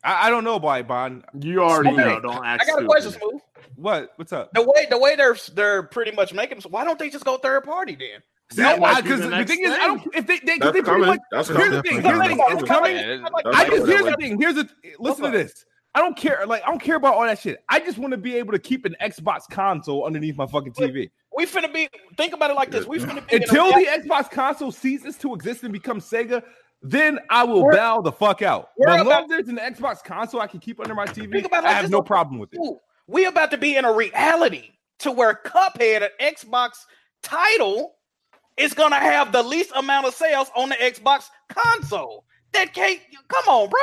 [SPEAKER 8] I, I don't know why Bond.
[SPEAKER 6] You already
[SPEAKER 10] Okay.
[SPEAKER 6] know. Don't ask.
[SPEAKER 10] I got a
[SPEAKER 6] stupid.
[SPEAKER 10] question, Smooth.
[SPEAKER 8] What what's up?
[SPEAKER 10] The way the way they're they're pretty much making. Why don't they just go third party then?
[SPEAKER 6] That might be
[SPEAKER 8] because
[SPEAKER 6] the
[SPEAKER 8] the,
[SPEAKER 6] next
[SPEAKER 8] thing is, I don't. If they, they,
[SPEAKER 7] That's
[SPEAKER 8] 'cause they pretty
[SPEAKER 7] coming.
[SPEAKER 8] much.
[SPEAKER 7] That's
[SPEAKER 8] Here's the
[SPEAKER 7] coming.
[SPEAKER 8] thing.
[SPEAKER 4] Definitely
[SPEAKER 8] Here's the thing. It's
[SPEAKER 7] That's
[SPEAKER 8] coming.
[SPEAKER 2] Yeah, it-
[SPEAKER 10] Like,
[SPEAKER 7] That's
[SPEAKER 8] I
[SPEAKER 7] coming.
[SPEAKER 8] just here's the thing. Here's the listen to this. I don't care. Like I don't care about all that shit. I just want to be able to keep an Xbox console underneath my fucking TV
[SPEAKER 10] We finna be think about it like this. We finna be in a-
[SPEAKER 8] until the Xbox console ceases to exist and becomes Sega. Then I will
[SPEAKER 10] We're-
[SPEAKER 8] bow the fuck out.
[SPEAKER 10] we're
[SPEAKER 8] As long
[SPEAKER 10] about-
[SPEAKER 8] as there's an Xbox console I can keep under my TV,
[SPEAKER 10] Think about it
[SPEAKER 8] I
[SPEAKER 10] like
[SPEAKER 8] have
[SPEAKER 10] this,
[SPEAKER 8] no
[SPEAKER 10] though.
[SPEAKER 8] problem with it.
[SPEAKER 10] Ooh, we about to be in a reality to where Cuphead, an Xbox title, is gonna have the least amount of sales on the Xbox console. That can't come on, bro.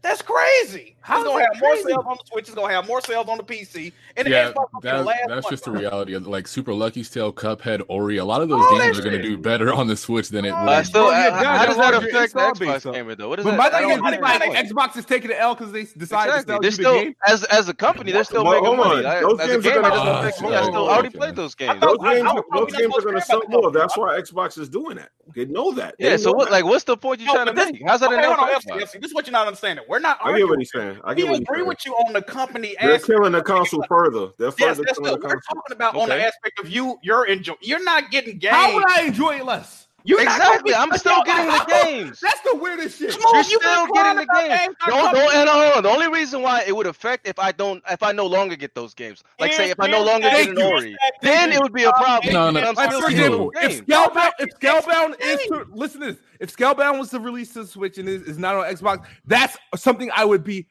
[SPEAKER 10] That's crazy.
[SPEAKER 12] How
[SPEAKER 10] it's
[SPEAKER 12] is
[SPEAKER 10] gonna
[SPEAKER 12] that
[SPEAKER 10] have more
[SPEAKER 12] crazy?
[SPEAKER 10] sales on the Switch. It's gonna have more sales on the PC. And the
[SPEAKER 13] yeah,
[SPEAKER 10] Xbox will be the
[SPEAKER 13] that-
[SPEAKER 10] last
[SPEAKER 13] that's
[SPEAKER 10] one.
[SPEAKER 13] just the reality of like Super Lucky's Tale, Cuphead, Ori. A lot of those
[SPEAKER 10] All that
[SPEAKER 13] games are going to
[SPEAKER 10] shit.
[SPEAKER 13] do better on the Switch than it would.
[SPEAKER 2] I still,
[SPEAKER 8] yeah,
[SPEAKER 2] how-
[SPEAKER 8] yeah,
[SPEAKER 2] how does that
[SPEAKER 8] yeah,
[SPEAKER 2] affect the
[SPEAKER 8] yeah,
[SPEAKER 2] Xbox
[SPEAKER 8] yeah.
[SPEAKER 2] gamer though? What is
[SPEAKER 8] But
[SPEAKER 2] that?
[SPEAKER 8] my
[SPEAKER 2] I
[SPEAKER 8] thing
[SPEAKER 2] don't
[SPEAKER 8] is like,
[SPEAKER 2] understand.
[SPEAKER 8] Xbox is taking the L because they decided
[SPEAKER 2] Exactly.
[SPEAKER 8] to
[SPEAKER 2] They're
[SPEAKER 8] sell you the
[SPEAKER 2] still
[SPEAKER 8] game.
[SPEAKER 2] as as a company, they're still
[SPEAKER 7] Well,
[SPEAKER 2] making
[SPEAKER 7] hold
[SPEAKER 2] money.
[SPEAKER 7] on.
[SPEAKER 2] I,
[SPEAKER 7] Those
[SPEAKER 2] as a
[SPEAKER 7] games are
[SPEAKER 2] gamer,
[SPEAKER 7] gonna-
[SPEAKER 2] I still
[SPEAKER 13] Uh,
[SPEAKER 2] make money. I still
[SPEAKER 13] okay.
[SPEAKER 2] I already played those games.
[SPEAKER 10] thought-
[SPEAKER 7] Those
[SPEAKER 10] I- I
[SPEAKER 7] games,
[SPEAKER 10] was probably
[SPEAKER 7] those
[SPEAKER 10] not
[SPEAKER 7] games are
[SPEAKER 10] supposed to
[SPEAKER 7] going to
[SPEAKER 10] care
[SPEAKER 7] sell
[SPEAKER 10] about the
[SPEAKER 7] more. That's why Xbox is doing that. They know that. They
[SPEAKER 2] Yeah. So
[SPEAKER 7] know
[SPEAKER 2] what?
[SPEAKER 7] that.
[SPEAKER 2] Like, what's the point you're
[SPEAKER 10] No,
[SPEAKER 2] trying to
[SPEAKER 10] Oh, but this-
[SPEAKER 2] make? How's that
[SPEAKER 10] okay, hold on,
[SPEAKER 2] enough?
[SPEAKER 10] FC, FC, This is what you're not understanding. We're not
[SPEAKER 7] I get
[SPEAKER 10] arguing.
[SPEAKER 7] what he's saying. I
[SPEAKER 10] We
[SPEAKER 7] get what he's
[SPEAKER 10] agree
[SPEAKER 7] saying.
[SPEAKER 10] with you on the company
[SPEAKER 7] They're
[SPEAKER 10] aspect.
[SPEAKER 7] killing the console further. They're
[SPEAKER 10] Yes,
[SPEAKER 7] further
[SPEAKER 10] that's
[SPEAKER 7] killing the
[SPEAKER 10] what we're
[SPEAKER 7] console.
[SPEAKER 10] talking about on the
[SPEAKER 2] Okay.
[SPEAKER 10] aspect of you. You're enjoy. You're not getting game.
[SPEAKER 8] How would I enjoy it less?
[SPEAKER 10] You're not gonna
[SPEAKER 2] Exactly.
[SPEAKER 10] be- Oh,
[SPEAKER 2] I'm still getting
[SPEAKER 10] [laughs]
[SPEAKER 2] the games.
[SPEAKER 8] That's the weirdest shit.
[SPEAKER 10] Come on,
[SPEAKER 2] You're
[SPEAKER 10] you
[SPEAKER 2] still
[SPEAKER 10] complain
[SPEAKER 2] getting the
[SPEAKER 10] about
[SPEAKER 2] games.
[SPEAKER 10] games not
[SPEAKER 2] Don't,
[SPEAKER 10] coming.
[SPEAKER 2] don't, and hold on. The only reason why it would affect if I don't, if I no longer get those games, like say
[SPEAKER 10] Here's-
[SPEAKER 2] if I no
[SPEAKER 10] here's
[SPEAKER 2] longer
[SPEAKER 10] that-
[SPEAKER 2] get an
[SPEAKER 10] here's
[SPEAKER 2] Ori,
[SPEAKER 10] that
[SPEAKER 2] then
[SPEAKER 10] thing.
[SPEAKER 2] it would be a problem.
[SPEAKER 13] No, no,
[SPEAKER 2] But I'm
[SPEAKER 8] Like
[SPEAKER 2] still
[SPEAKER 8] for
[SPEAKER 2] getting
[SPEAKER 8] example,
[SPEAKER 2] those
[SPEAKER 8] if
[SPEAKER 2] games.
[SPEAKER 8] Scalebound, if Scalebound is to listen to this, if Scalebound was to release to the Switch and is, is not on Xbox, that's something I would be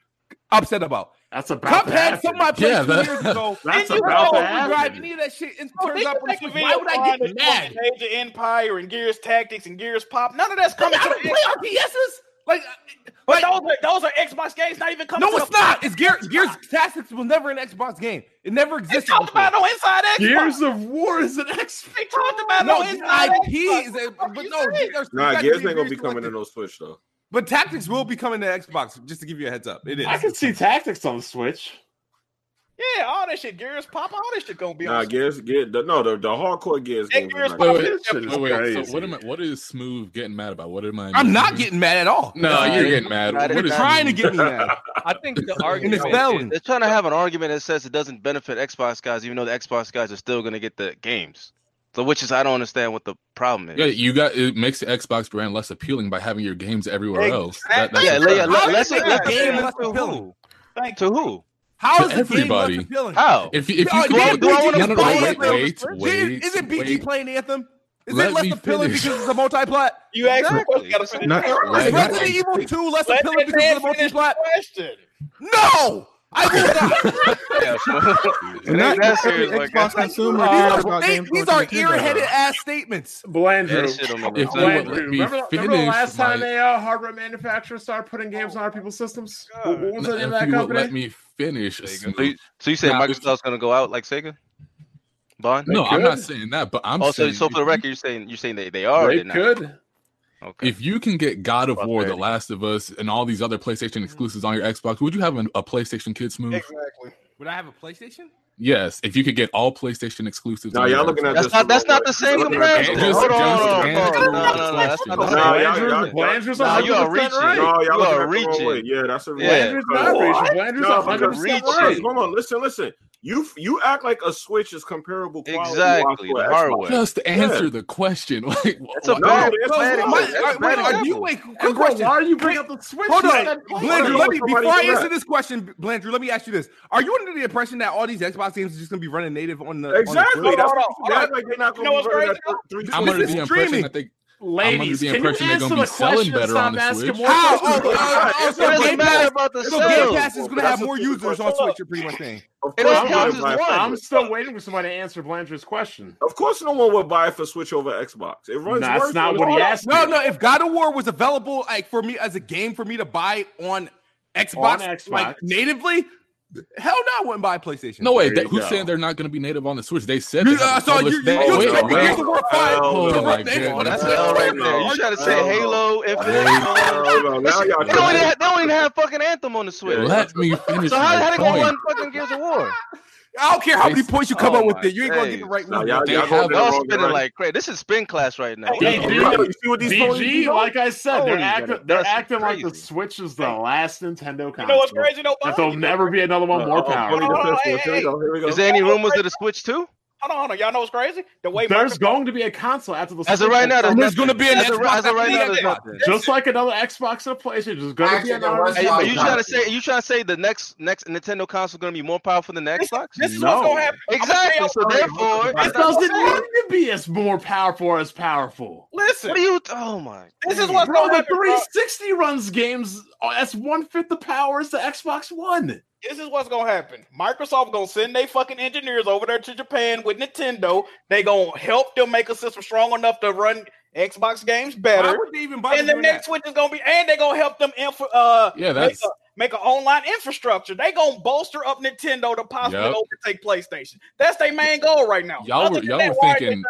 [SPEAKER 8] upset about.
[SPEAKER 6] That's about to
[SPEAKER 8] Cuphead,
[SPEAKER 6] happen.
[SPEAKER 8] something I played
[SPEAKER 13] Yeah,
[SPEAKER 8] two
[SPEAKER 13] that-
[SPEAKER 8] years ago.
[SPEAKER 6] [laughs] That's
[SPEAKER 8] and you
[SPEAKER 6] about
[SPEAKER 8] know
[SPEAKER 6] to happen.
[SPEAKER 8] drive any of that shit and
[SPEAKER 10] Oh,
[SPEAKER 8] turns
[SPEAKER 10] they
[SPEAKER 8] out
[SPEAKER 10] can
[SPEAKER 8] on the
[SPEAKER 10] make a
[SPEAKER 8] Switch.
[SPEAKER 10] video
[SPEAKER 8] Why would I
[SPEAKER 10] on
[SPEAKER 8] get mad?
[SPEAKER 10] Age of Empire and Gears Tactics and Gears Pop. None of that's
[SPEAKER 8] I
[SPEAKER 10] coming. to
[SPEAKER 8] don't
[SPEAKER 10] the
[SPEAKER 8] play
[SPEAKER 10] Xbox.
[SPEAKER 8] RPSs. Like, uh,
[SPEAKER 10] But
[SPEAKER 8] like
[SPEAKER 10] those are, those are Xbox games. Not even coming.
[SPEAKER 8] no,
[SPEAKER 10] to
[SPEAKER 8] it's
[SPEAKER 10] the-
[SPEAKER 8] not. It's Gear, Gears Tactics was never an Xbox game. It never
[SPEAKER 10] They
[SPEAKER 8] existed.
[SPEAKER 10] talked
[SPEAKER 8] before.
[SPEAKER 10] about it on Inside Xbox.
[SPEAKER 6] Years of War is an X.
[SPEAKER 10] They talked about it
[SPEAKER 8] No,
[SPEAKER 10] on
[SPEAKER 8] the
[SPEAKER 10] Inside
[SPEAKER 8] IP
[SPEAKER 10] Xbox.
[SPEAKER 8] is, a,
[SPEAKER 10] What the
[SPEAKER 8] but
[SPEAKER 10] fuck
[SPEAKER 8] no,
[SPEAKER 10] you saying?
[SPEAKER 8] there's-
[SPEAKER 7] Nah,
[SPEAKER 8] there's
[SPEAKER 7] Gears
[SPEAKER 8] actually
[SPEAKER 7] ain't gonna be coming
[SPEAKER 8] realistic-
[SPEAKER 7] in on Switch though.
[SPEAKER 8] But tactics will be coming to Xbox. Just to give you a heads up, it is.
[SPEAKER 6] I can see tactics on Switch.
[SPEAKER 10] Yeah, all that shit. Gears Pop. All that shit gonna be
[SPEAKER 7] Nah,
[SPEAKER 10] on.
[SPEAKER 7] Gears, Gears, the, no, the, the hardcore Gears
[SPEAKER 10] Hey,
[SPEAKER 7] games.
[SPEAKER 10] Gears
[SPEAKER 7] are
[SPEAKER 10] Pop.
[SPEAKER 7] nice.
[SPEAKER 13] Wait, wait,
[SPEAKER 6] This shit is
[SPEAKER 13] wait, wait.
[SPEAKER 6] crazy.
[SPEAKER 13] So what am I? What is Smooth getting mad about? What am I?
[SPEAKER 8] I'm not getting mad at all.
[SPEAKER 13] No,
[SPEAKER 2] No,
[SPEAKER 13] you're
[SPEAKER 2] it-
[SPEAKER 13] getting mad.
[SPEAKER 2] not-
[SPEAKER 13] What
[SPEAKER 8] You're
[SPEAKER 13] is-
[SPEAKER 8] trying to get me mad.
[SPEAKER 1] I think the
[SPEAKER 8] And it's
[SPEAKER 1] argument
[SPEAKER 8] failing.
[SPEAKER 2] They're trying to have an argument that says it doesn't benefit Xbox guys, even though the Xbox guys are still going to get the games. So, which is I don't understand what the problem is.
[SPEAKER 13] Yeah, you got it makes the Xbox brand less appealing by having your games everywhere else. That, that's
[SPEAKER 2] yeah,
[SPEAKER 13] the
[SPEAKER 2] le- yeah,
[SPEAKER 13] problem.
[SPEAKER 2] le-
[SPEAKER 8] How
[SPEAKER 2] let's
[SPEAKER 8] does it
[SPEAKER 2] let's,
[SPEAKER 8] make the game less
[SPEAKER 2] to who?
[SPEAKER 8] appealing?
[SPEAKER 10] Thank
[SPEAKER 2] To who?
[SPEAKER 8] How is
[SPEAKER 13] To
[SPEAKER 8] the game less
[SPEAKER 13] everybody.
[SPEAKER 8] appealing?
[SPEAKER 2] How?
[SPEAKER 13] If you- if
[SPEAKER 8] Yeah,
[SPEAKER 13] you
[SPEAKER 8] yeah,
[SPEAKER 13] could,
[SPEAKER 8] Uh, do I wanna
[SPEAKER 13] no, no, no,
[SPEAKER 8] play
[SPEAKER 13] wait,
[SPEAKER 8] Anthem?
[SPEAKER 13] wait, wait,
[SPEAKER 8] is it BG
[SPEAKER 13] wait.
[SPEAKER 8] playing Anthem? Is
[SPEAKER 13] Let
[SPEAKER 8] it less
[SPEAKER 13] me
[SPEAKER 8] appealing
[SPEAKER 13] finish.
[SPEAKER 8] because it's a multi-plat?
[SPEAKER 10] You asked the
[SPEAKER 2] Exactly.
[SPEAKER 10] question. Gotta finish
[SPEAKER 4] Not-
[SPEAKER 10] the question.
[SPEAKER 13] Like,
[SPEAKER 8] Is
[SPEAKER 13] that-
[SPEAKER 8] Resident Evil 2 less
[SPEAKER 10] Let
[SPEAKER 8] appealing
[SPEAKER 10] that
[SPEAKER 8] because
[SPEAKER 10] man
[SPEAKER 8] it's a
[SPEAKER 10] finish the
[SPEAKER 8] multi-plat?
[SPEAKER 10] question.
[SPEAKER 8] No, I will not.
[SPEAKER 2] Yeah, [laughs]
[SPEAKER 4] And not
[SPEAKER 2] that's
[SPEAKER 4] every
[SPEAKER 2] serious, like, uh,
[SPEAKER 4] Xbox
[SPEAKER 2] that's not-
[SPEAKER 4] consumer
[SPEAKER 8] These
[SPEAKER 4] cares
[SPEAKER 9] Uh,
[SPEAKER 8] are-
[SPEAKER 4] about
[SPEAKER 8] they-
[SPEAKER 4] games.
[SPEAKER 8] these
[SPEAKER 4] going
[SPEAKER 8] are
[SPEAKER 4] to Nintendo.
[SPEAKER 8] ear-headed ass statements.
[SPEAKER 2] that
[SPEAKER 6] Blandrew.
[SPEAKER 2] shit on
[SPEAKER 13] If you
[SPEAKER 6] Blandrew. Remember,
[SPEAKER 13] would let me
[SPEAKER 6] remember the
[SPEAKER 13] finish,
[SPEAKER 6] last time
[SPEAKER 13] like-
[SPEAKER 6] they uh, hardware manufacturers started putting games on our people's systems? What what was the name of
[SPEAKER 13] if
[SPEAKER 6] that
[SPEAKER 13] you would let
[SPEAKER 6] company?
[SPEAKER 13] me finish.
[SPEAKER 2] So you, so you say
[SPEAKER 13] Nah, it's-
[SPEAKER 2] Microsoft's going to go out like Sega? Bond?
[SPEAKER 13] No, I'm not
[SPEAKER 6] could.
[SPEAKER 13] saying that, but I'm
[SPEAKER 2] Also,
[SPEAKER 13] saying
[SPEAKER 2] so for the
[SPEAKER 13] if
[SPEAKER 2] record, you're saying you're saying they, they are. or
[SPEAKER 6] They
[SPEAKER 2] they're not?
[SPEAKER 6] could.
[SPEAKER 2] Okay.
[SPEAKER 13] if you can get God of
[SPEAKER 2] Well,
[SPEAKER 13] War,
[SPEAKER 2] there
[SPEAKER 13] The
[SPEAKER 2] it
[SPEAKER 13] Last of Us, and all these other PlayStation exclusives on your Xbox, would you have an, a PlayStation Kids move?
[SPEAKER 10] Exactly.
[SPEAKER 8] Would I have a PlayStation?
[SPEAKER 13] Yes, if you could get all PlayStation exclusives.
[SPEAKER 7] Nah,
[SPEAKER 13] on your
[SPEAKER 7] y'all looking at
[SPEAKER 13] Xbox.
[SPEAKER 2] that's
[SPEAKER 7] just
[SPEAKER 2] not that's
[SPEAKER 7] the wrong
[SPEAKER 2] not
[SPEAKER 7] way.
[SPEAKER 2] the same
[SPEAKER 7] Just looking at
[SPEAKER 2] comparison.
[SPEAKER 7] just-
[SPEAKER 2] Hold on,
[SPEAKER 13] just
[SPEAKER 2] hold on,
[SPEAKER 13] answer
[SPEAKER 2] hold on.
[SPEAKER 13] the
[SPEAKER 2] No, no, no, that's not the
[SPEAKER 13] question.
[SPEAKER 2] same.
[SPEAKER 7] Nah, y'all-
[SPEAKER 6] Blandrew's,
[SPEAKER 7] y'all-
[SPEAKER 6] Blandrew's
[SPEAKER 2] Nah, you are
[SPEAKER 6] 100%
[SPEAKER 2] reaching.
[SPEAKER 6] right.
[SPEAKER 7] No, y'all
[SPEAKER 2] You
[SPEAKER 7] looking
[SPEAKER 2] are
[SPEAKER 7] at the wrong way.
[SPEAKER 2] reaching.
[SPEAKER 7] Yeah, that's a
[SPEAKER 2] Yeah.
[SPEAKER 6] Blandrew's not reaching. Blandrew's
[SPEAKER 7] No, because
[SPEAKER 6] 100%
[SPEAKER 7] reach
[SPEAKER 6] right.
[SPEAKER 7] Hold on, listen, listen. You you act like a Switch is comparable quality
[SPEAKER 2] Exactly,
[SPEAKER 7] to
[SPEAKER 2] the
[SPEAKER 7] an Xbox.
[SPEAKER 2] hardware.
[SPEAKER 13] Just answer the question. [laughs] Like,
[SPEAKER 2] That's a
[SPEAKER 13] why-
[SPEAKER 7] No,
[SPEAKER 2] bad.
[SPEAKER 7] it's
[SPEAKER 8] Bro,
[SPEAKER 7] bad
[SPEAKER 8] am
[SPEAKER 7] example.
[SPEAKER 8] I-
[SPEAKER 2] That's
[SPEAKER 7] It's
[SPEAKER 2] a
[SPEAKER 8] wait,
[SPEAKER 2] bad
[SPEAKER 8] are you-
[SPEAKER 2] example.
[SPEAKER 8] wait, quick
[SPEAKER 6] And bro,
[SPEAKER 8] question.
[SPEAKER 6] why are you bringing up the Switch?
[SPEAKER 8] Hold
[SPEAKER 6] You
[SPEAKER 8] on,
[SPEAKER 6] said-
[SPEAKER 7] Blandrew,
[SPEAKER 8] Blandrew. Let me
[SPEAKER 7] Somebody
[SPEAKER 8] before I
[SPEAKER 7] do that.
[SPEAKER 8] answer this question, Blandrew. Let me ask you this: Are you under the impression that all these Xbox games are just going to be running native on the on the
[SPEAKER 7] Exactly.
[SPEAKER 8] Switch?
[SPEAKER 7] That's
[SPEAKER 10] Hold on,
[SPEAKER 7] what you act like they're not
[SPEAKER 10] You know
[SPEAKER 7] going
[SPEAKER 10] what's
[SPEAKER 7] to be running
[SPEAKER 10] crazy?
[SPEAKER 7] that three twenty.
[SPEAKER 13] I'm under
[SPEAKER 8] This is
[SPEAKER 13] the
[SPEAKER 8] streaming.
[SPEAKER 13] impression that they.
[SPEAKER 6] Ladies,
[SPEAKER 13] I'm under the
[SPEAKER 6] can you
[SPEAKER 13] impression they're
[SPEAKER 6] answer the
[SPEAKER 13] gonna be selling
[SPEAKER 6] question and
[SPEAKER 13] better
[SPEAKER 6] stop
[SPEAKER 13] on the
[SPEAKER 6] asking
[SPEAKER 13] Switch.
[SPEAKER 6] more
[SPEAKER 8] How?
[SPEAKER 6] questions?
[SPEAKER 8] Oh, oh, oh,
[SPEAKER 2] It
[SPEAKER 8] so
[SPEAKER 2] doesn't
[SPEAKER 8] Game
[SPEAKER 2] matter
[SPEAKER 8] Pass,
[SPEAKER 2] about the
[SPEAKER 8] so Game
[SPEAKER 2] sales.
[SPEAKER 8] Pass is going to have more users on Switch. You're pretty much saying.
[SPEAKER 7] Of
[SPEAKER 2] It
[SPEAKER 7] course
[SPEAKER 2] all
[SPEAKER 7] no
[SPEAKER 2] counts
[SPEAKER 7] one buy it
[SPEAKER 2] as
[SPEAKER 7] for
[SPEAKER 2] Oh, one.
[SPEAKER 7] Xbox.
[SPEAKER 6] I'm still waiting for somebody to answer Blandrew's question.
[SPEAKER 7] Of course, no one would buy it for Switch over Xbox. It runs.
[SPEAKER 6] That's
[SPEAKER 7] worse
[SPEAKER 6] not
[SPEAKER 7] on
[SPEAKER 6] what he
[SPEAKER 7] Xbox.
[SPEAKER 6] asked.
[SPEAKER 8] No,
[SPEAKER 6] me.
[SPEAKER 8] no. If God of War was available like for me as a game for me to buy on Xbox,
[SPEAKER 6] On Xbox.
[SPEAKER 8] like natively, hell no, I wouldn't buy a PlayStation.
[SPEAKER 13] No way.
[SPEAKER 6] There
[SPEAKER 13] That,
[SPEAKER 6] you
[SPEAKER 13] who's
[SPEAKER 6] go.
[SPEAKER 13] saying they're not going to be native on the Switch? They said.
[SPEAKER 8] You,
[SPEAKER 13] they
[SPEAKER 8] I
[SPEAKER 13] haven't
[SPEAKER 8] saw you. You,
[SPEAKER 13] published-
[SPEAKER 8] you,
[SPEAKER 13] Oh,
[SPEAKER 7] wait,
[SPEAKER 8] expect the
[SPEAKER 7] wait.
[SPEAKER 8] Gears of War five
[SPEAKER 7] Oh,
[SPEAKER 8] to
[SPEAKER 13] my
[SPEAKER 8] run native on
[SPEAKER 13] goodness.
[SPEAKER 8] the
[SPEAKER 2] That's
[SPEAKER 8] Switch.
[SPEAKER 2] hell right
[SPEAKER 7] No,
[SPEAKER 2] there. You trying to say
[SPEAKER 7] no.
[SPEAKER 2] Halo
[SPEAKER 7] No,
[SPEAKER 2] Infinite?
[SPEAKER 7] no, now y'all
[SPEAKER 2] They don't, even
[SPEAKER 7] tripping.
[SPEAKER 2] have, they don't even have fucking Anthem on the Switch.
[SPEAKER 13] Let me finish.
[SPEAKER 2] so how, how
[SPEAKER 13] my
[SPEAKER 2] they gonna
[SPEAKER 13] point.
[SPEAKER 2] run fucking Gears of War?
[SPEAKER 8] I don't care how many
[SPEAKER 13] They-
[SPEAKER 8] points you come
[SPEAKER 2] oh
[SPEAKER 8] up with
[SPEAKER 2] my
[SPEAKER 8] it. You ain't gonna get
[SPEAKER 2] days.
[SPEAKER 8] the right
[SPEAKER 7] Nah,
[SPEAKER 8] one.
[SPEAKER 7] y'all,
[SPEAKER 13] They
[SPEAKER 7] y'all going
[SPEAKER 13] have-
[SPEAKER 7] in the
[SPEAKER 2] Y'all
[SPEAKER 7] wrong
[SPEAKER 2] spinning
[SPEAKER 7] direction.
[SPEAKER 2] like crazy. This is spin class right now.
[SPEAKER 6] Hey,
[SPEAKER 7] Yo,
[SPEAKER 6] dude.
[SPEAKER 7] yo, you see what these phones
[SPEAKER 6] DG,
[SPEAKER 7] do?
[SPEAKER 6] like I said, they're
[SPEAKER 2] Oh,
[SPEAKER 6] acting.
[SPEAKER 2] that's
[SPEAKER 6] They're acting like the
[SPEAKER 2] crazy.
[SPEAKER 6] Switch is the last Nintendo console.
[SPEAKER 10] You know what's crazy though?
[SPEAKER 6] That
[SPEAKER 10] Bond?
[SPEAKER 6] there'll never be another one more
[SPEAKER 7] Oh, Cody
[SPEAKER 6] powerful.
[SPEAKER 10] Hold on, hold on,
[SPEAKER 7] defense
[SPEAKER 10] hey,
[SPEAKER 7] force. Here we
[SPEAKER 10] hey,
[SPEAKER 7] go. Here we go.
[SPEAKER 2] Is there any rumors of the Switch too?
[SPEAKER 10] Hold on, hold on. Y'all know what's crazy? The way
[SPEAKER 6] There's
[SPEAKER 10] Microsoft-
[SPEAKER 6] going to be a console after the
[SPEAKER 2] As of
[SPEAKER 6] Switch
[SPEAKER 2] right now,
[SPEAKER 6] is-
[SPEAKER 2] there's
[SPEAKER 8] There's
[SPEAKER 2] nothing.
[SPEAKER 8] gonna be an
[SPEAKER 2] as of,
[SPEAKER 8] Xbox
[SPEAKER 2] as of right now,
[SPEAKER 8] after
[SPEAKER 2] there's
[SPEAKER 8] the end.
[SPEAKER 2] nothing.
[SPEAKER 6] just like another Xbox and a PlayStation. There's going to be
[SPEAKER 9] Actually, there
[SPEAKER 6] another.
[SPEAKER 9] was
[SPEAKER 6] Xbox.
[SPEAKER 2] Are you
[SPEAKER 9] Xbox.
[SPEAKER 2] trying to say? you trying to say the next next Nintendo console going to be more powerful than the
[SPEAKER 10] This,
[SPEAKER 2] Xbox?
[SPEAKER 10] this is
[SPEAKER 6] No.
[SPEAKER 10] what's gonna happen. I'ma tell
[SPEAKER 2] Exactly.
[SPEAKER 10] y'all-
[SPEAKER 2] So therefore,
[SPEAKER 6] It doesn't need to be as more powerful or as powerful.
[SPEAKER 10] Listen,
[SPEAKER 2] What are you? Oh my!
[SPEAKER 10] this is what's
[SPEAKER 6] Bro,
[SPEAKER 10] gonna
[SPEAKER 6] the
[SPEAKER 10] happen. bro.
[SPEAKER 6] 360 runs games. Oh, that's one fifth the power as the Xbox One.
[SPEAKER 10] This is what's gonna happen. Microsoft gonna send their fucking engineers over there to Japan with Nintendo. They gonna help them make a system strong enough to run Xbox games better.
[SPEAKER 11] would they even
[SPEAKER 10] and the next Switch is gonna be, and they're gonna help them info, uh,
[SPEAKER 13] Yeah,
[SPEAKER 10] make
[SPEAKER 13] that's-
[SPEAKER 10] a, make an online infrastructure. They gonna bolster up Nintendo to possibly
[SPEAKER 13] Yep.
[SPEAKER 10] overtake PlayStation. That's their main goal right now.
[SPEAKER 13] Y'all were
[SPEAKER 10] Other than
[SPEAKER 13] y'all
[SPEAKER 10] that,
[SPEAKER 13] were
[SPEAKER 10] why are they
[SPEAKER 13] thinking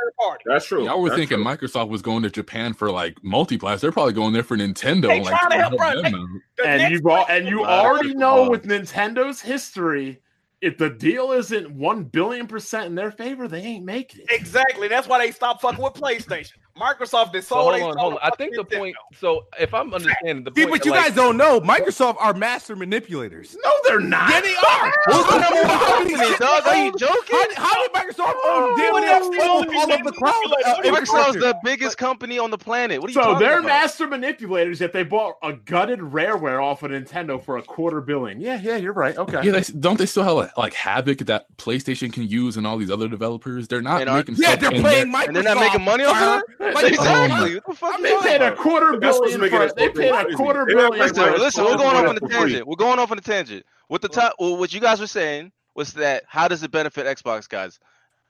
[SPEAKER 10] third party?
[SPEAKER 13] Y'all were thinking Microsoft was going to Japan for like multiplayer. They're probably going there for Nintendo.
[SPEAKER 6] They
[SPEAKER 13] and,
[SPEAKER 6] trying
[SPEAKER 13] like,
[SPEAKER 6] to help
[SPEAKER 13] help
[SPEAKER 6] run-
[SPEAKER 13] them
[SPEAKER 6] they-
[SPEAKER 13] out.
[SPEAKER 6] and you all, and you
[SPEAKER 13] Wow.
[SPEAKER 6] already know
[SPEAKER 13] Wow.
[SPEAKER 6] with Nintendo's history, if the deal isn't one billion percent in their favor, they ain't making it.
[SPEAKER 10] Exactly. That's why they stopped fucking with PlayStation. Microsoft is
[SPEAKER 6] So
[SPEAKER 10] sold.
[SPEAKER 6] hold
[SPEAKER 10] they
[SPEAKER 6] on,
[SPEAKER 10] sold
[SPEAKER 6] hold
[SPEAKER 10] them
[SPEAKER 13] I think the point.
[SPEAKER 1] So if I'm understanding the
[SPEAKER 8] See,
[SPEAKER 1] point,
[SPEAKER 8] but you
[SPEAKER 1] like-
[SPEAKER 8] guys don't know. Microsoft are master manipulators.
[SPEAKER 6] No, they're not.
[SPEAKER 8] Yeah, they are. Who's the number one company? in the
[SPEAKER 2] Dog, are you
[SPEAKER 8] world?
[SPEAKER 2] joking?
[SPEAKER 8] How, how did Microsoft
[SPEAKER 10] Oh,
[SPEAKER 8] own damn
[SPEAKER 2] What
[SPEAKER 8] near
[SPEAKER 2] else do
[SPEAKER 8] all,
[SPEAKER 2] you
[SPEAKER 8] all
[SPEAKER 2] mean?
[SPEAKER 8] of the cloud? Uh,
[SPEAKER 2] Microsoft's
[SPEAKER 8] infrastructure?
[SPEAKER 2] the biggest company on the planet. What are you
[SPEAKER 6] So
[SPEAKER 2] talking
[SPEAKER 6] they're
[SPEAKER 2] about?
[SPEAKER 6] master manipulators. If they bought a gutted rareware off of Nintendo for a quarter billion, yeah, yeah, you're right. Okay,
[SPEAKER 13] Yeah, they, don't they still have like, like Havoc that PlayStation can use and all these other developers? They're not
[SPEAKER 2] And
[SPEAKER 13] making.
[SPEAKER 2] aren't- Yeah,
[SPEAKER 13] stuff
[SPEAKER 2] they're
[SPEAKER 13] in
[SPEAKER 2] playing
[SPEAKER 13] their-
[SPEAKER 2] Microsoft. And they're not making money off of it?
[SPEAKER 13] Like,
[SPEAKER 2] Exactly.
[SPEAKER 13] um,
[SPEAKER 2] What the fuck
[SPEAKER 6] they
[SPEAKER 2] are you
[SPEAKER 6] paid a
[SPEAKER 2] talking
[SPEAKER 6] quarter
[SPEAKER 2] about?
[SPEAKER 6] billion for it. They paid a quarter billion. for
[SPEAKER 2] Listen,
[SPEAKER 6] it.
[SPEAKER 2] listen, we're going off on a tangent. We're going off on a tangent. What the top, well, what you guys were saying was that how does it benefit Xbox guys?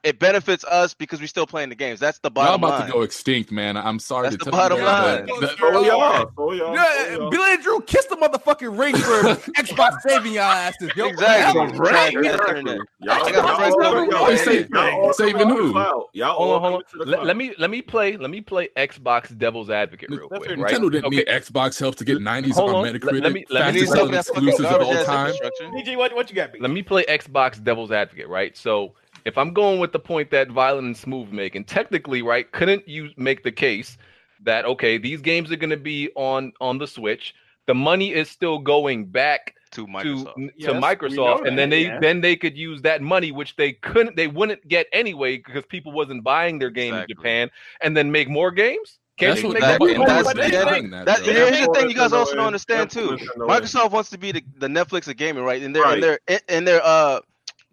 [SPEAKER 2] It benefits us because we're still playing the games. That's the
[SPEAKER 13] Y'all
[SPEAKER 2] bottom
[SPEAKER 13] about
[SPEAKER 2] line.
[SPEAKER 13] to go extinct, man. I'm sorry
[SPEAKER 2] That's
[SPEAKER 13] to
[SPEAKER 2] the
[SPEAKER 13] tell
[SPEAKER 2] bottom
[SPEAKER 13] you guys,
[SPEAKER 2] line.
[SPEAKER 13] but-
[SPEAKER 2] So y'all,
[SPEAKER 7] so y'all,
[SPEAKER 8] Yeah, Billy and Drew kiss the motherfucking ring for Xbox saving y'all asses. Yo,
[SPEAKER 2] Exactly.
[SPEAKER 8] What the
[SPEAKER 2] Exactly.
[SPEAKER 8] hell? Right?
[SPEAKER 2] That's the internet.
[SPEAKER 7] Y'all,
[SPEAKER 2] I got friends
[SPEAKER 7] y'all,
[SPEAKER 2] over
[SPEAKER 7] y'all,
[SPEAKER 13] Wait, say-
[SPEAKER 7] y'all,
[SPEAKER 13] say even who?
[SPEAKER 7] Y'all all
[SPEAKER 1] Hold on, hold
[SPEAKER 7] coming
[SPEAKER 1] on.
[SPEAKER 7] to the
[SPEAKER 1] Let,
[SPEAKER 7] cloud.
[SPEAKER 1] let me let me play let me play Xbox devil's advocate real quick.
[SPEAKER 13] Nintendo
[SPEAKER 1] Right?
[SPEAKER 13] didn't need Xbox help to get 90s
[SPEAKER 1] Hold
[SPEAKER 13] on
[SPEAKER 1] on. Let-
[SPEAKER 13] Metacritic.
[SPEAKER 1] let me-
[SPEAKER 13] fastest
[SPEAKER 1] let me- let me-
[SPEAKER 13] selling exclusives of all time.
[SPEAKER 10] DG, what, what you got? B?
[SPEAKER 1] Let me play Xbox devil's advocate, right? So if I'm going with the point that Violent and Smooth making, technically, right, couldn't you make the case that okay, these games are going to be on on the Switch, the money is still going back
[SPEAKER 2] to
[SPEAKER 1] Microsoft, to,
[SPEAKER 2] Yes, we
[SPEAKER 1] Microsoft,
[SPEAKER 2] know
[SPEAKER 1] and then
[SPEAKER 2] that,
[SPEAKER 1] they
[SPEAKER 2] yeah.
[SPEAKER 1] then they could use that money, which they couldn't, they wouldn't get anyway because people wasn't buying their game in Japan, and then make more games. Can't
[SPEAKER 13] That's
[SPEAKER 1] you
[SPEAKER 13] what-
[SPEAKER 1] make
[SPEAKER 13] that-
[SPEAKER 1] more
[SPEAKER 13] that-
[SPEAKER 1] games?
[SPEAKER 13] that's-
[SPEAKER 1] But they
[SPEAKER 13] that-
[SPEAKER 1] think-
[SPEAKER 13] that-
[SPEAKER 2] That,
[SPEAKER 13] Yeah.
[SPEAKER 2] here's the
[SPEAKER 13] Netflix
[SPEAKER 2] thing you guys
[SPEAKER 13] and
[SPEAKER 2] also don't
[SPEAKER 13] Nolan.
[SPEAKER 2] understand too.
[SPEAKER 13] Netflix and Nolan.
[SPEAKER 2] Microsoft wants to be the, the Netflix of gaming, right? And they're
[SPEAKER 13] Right.
[SPEAKER 2] and they're and they're uh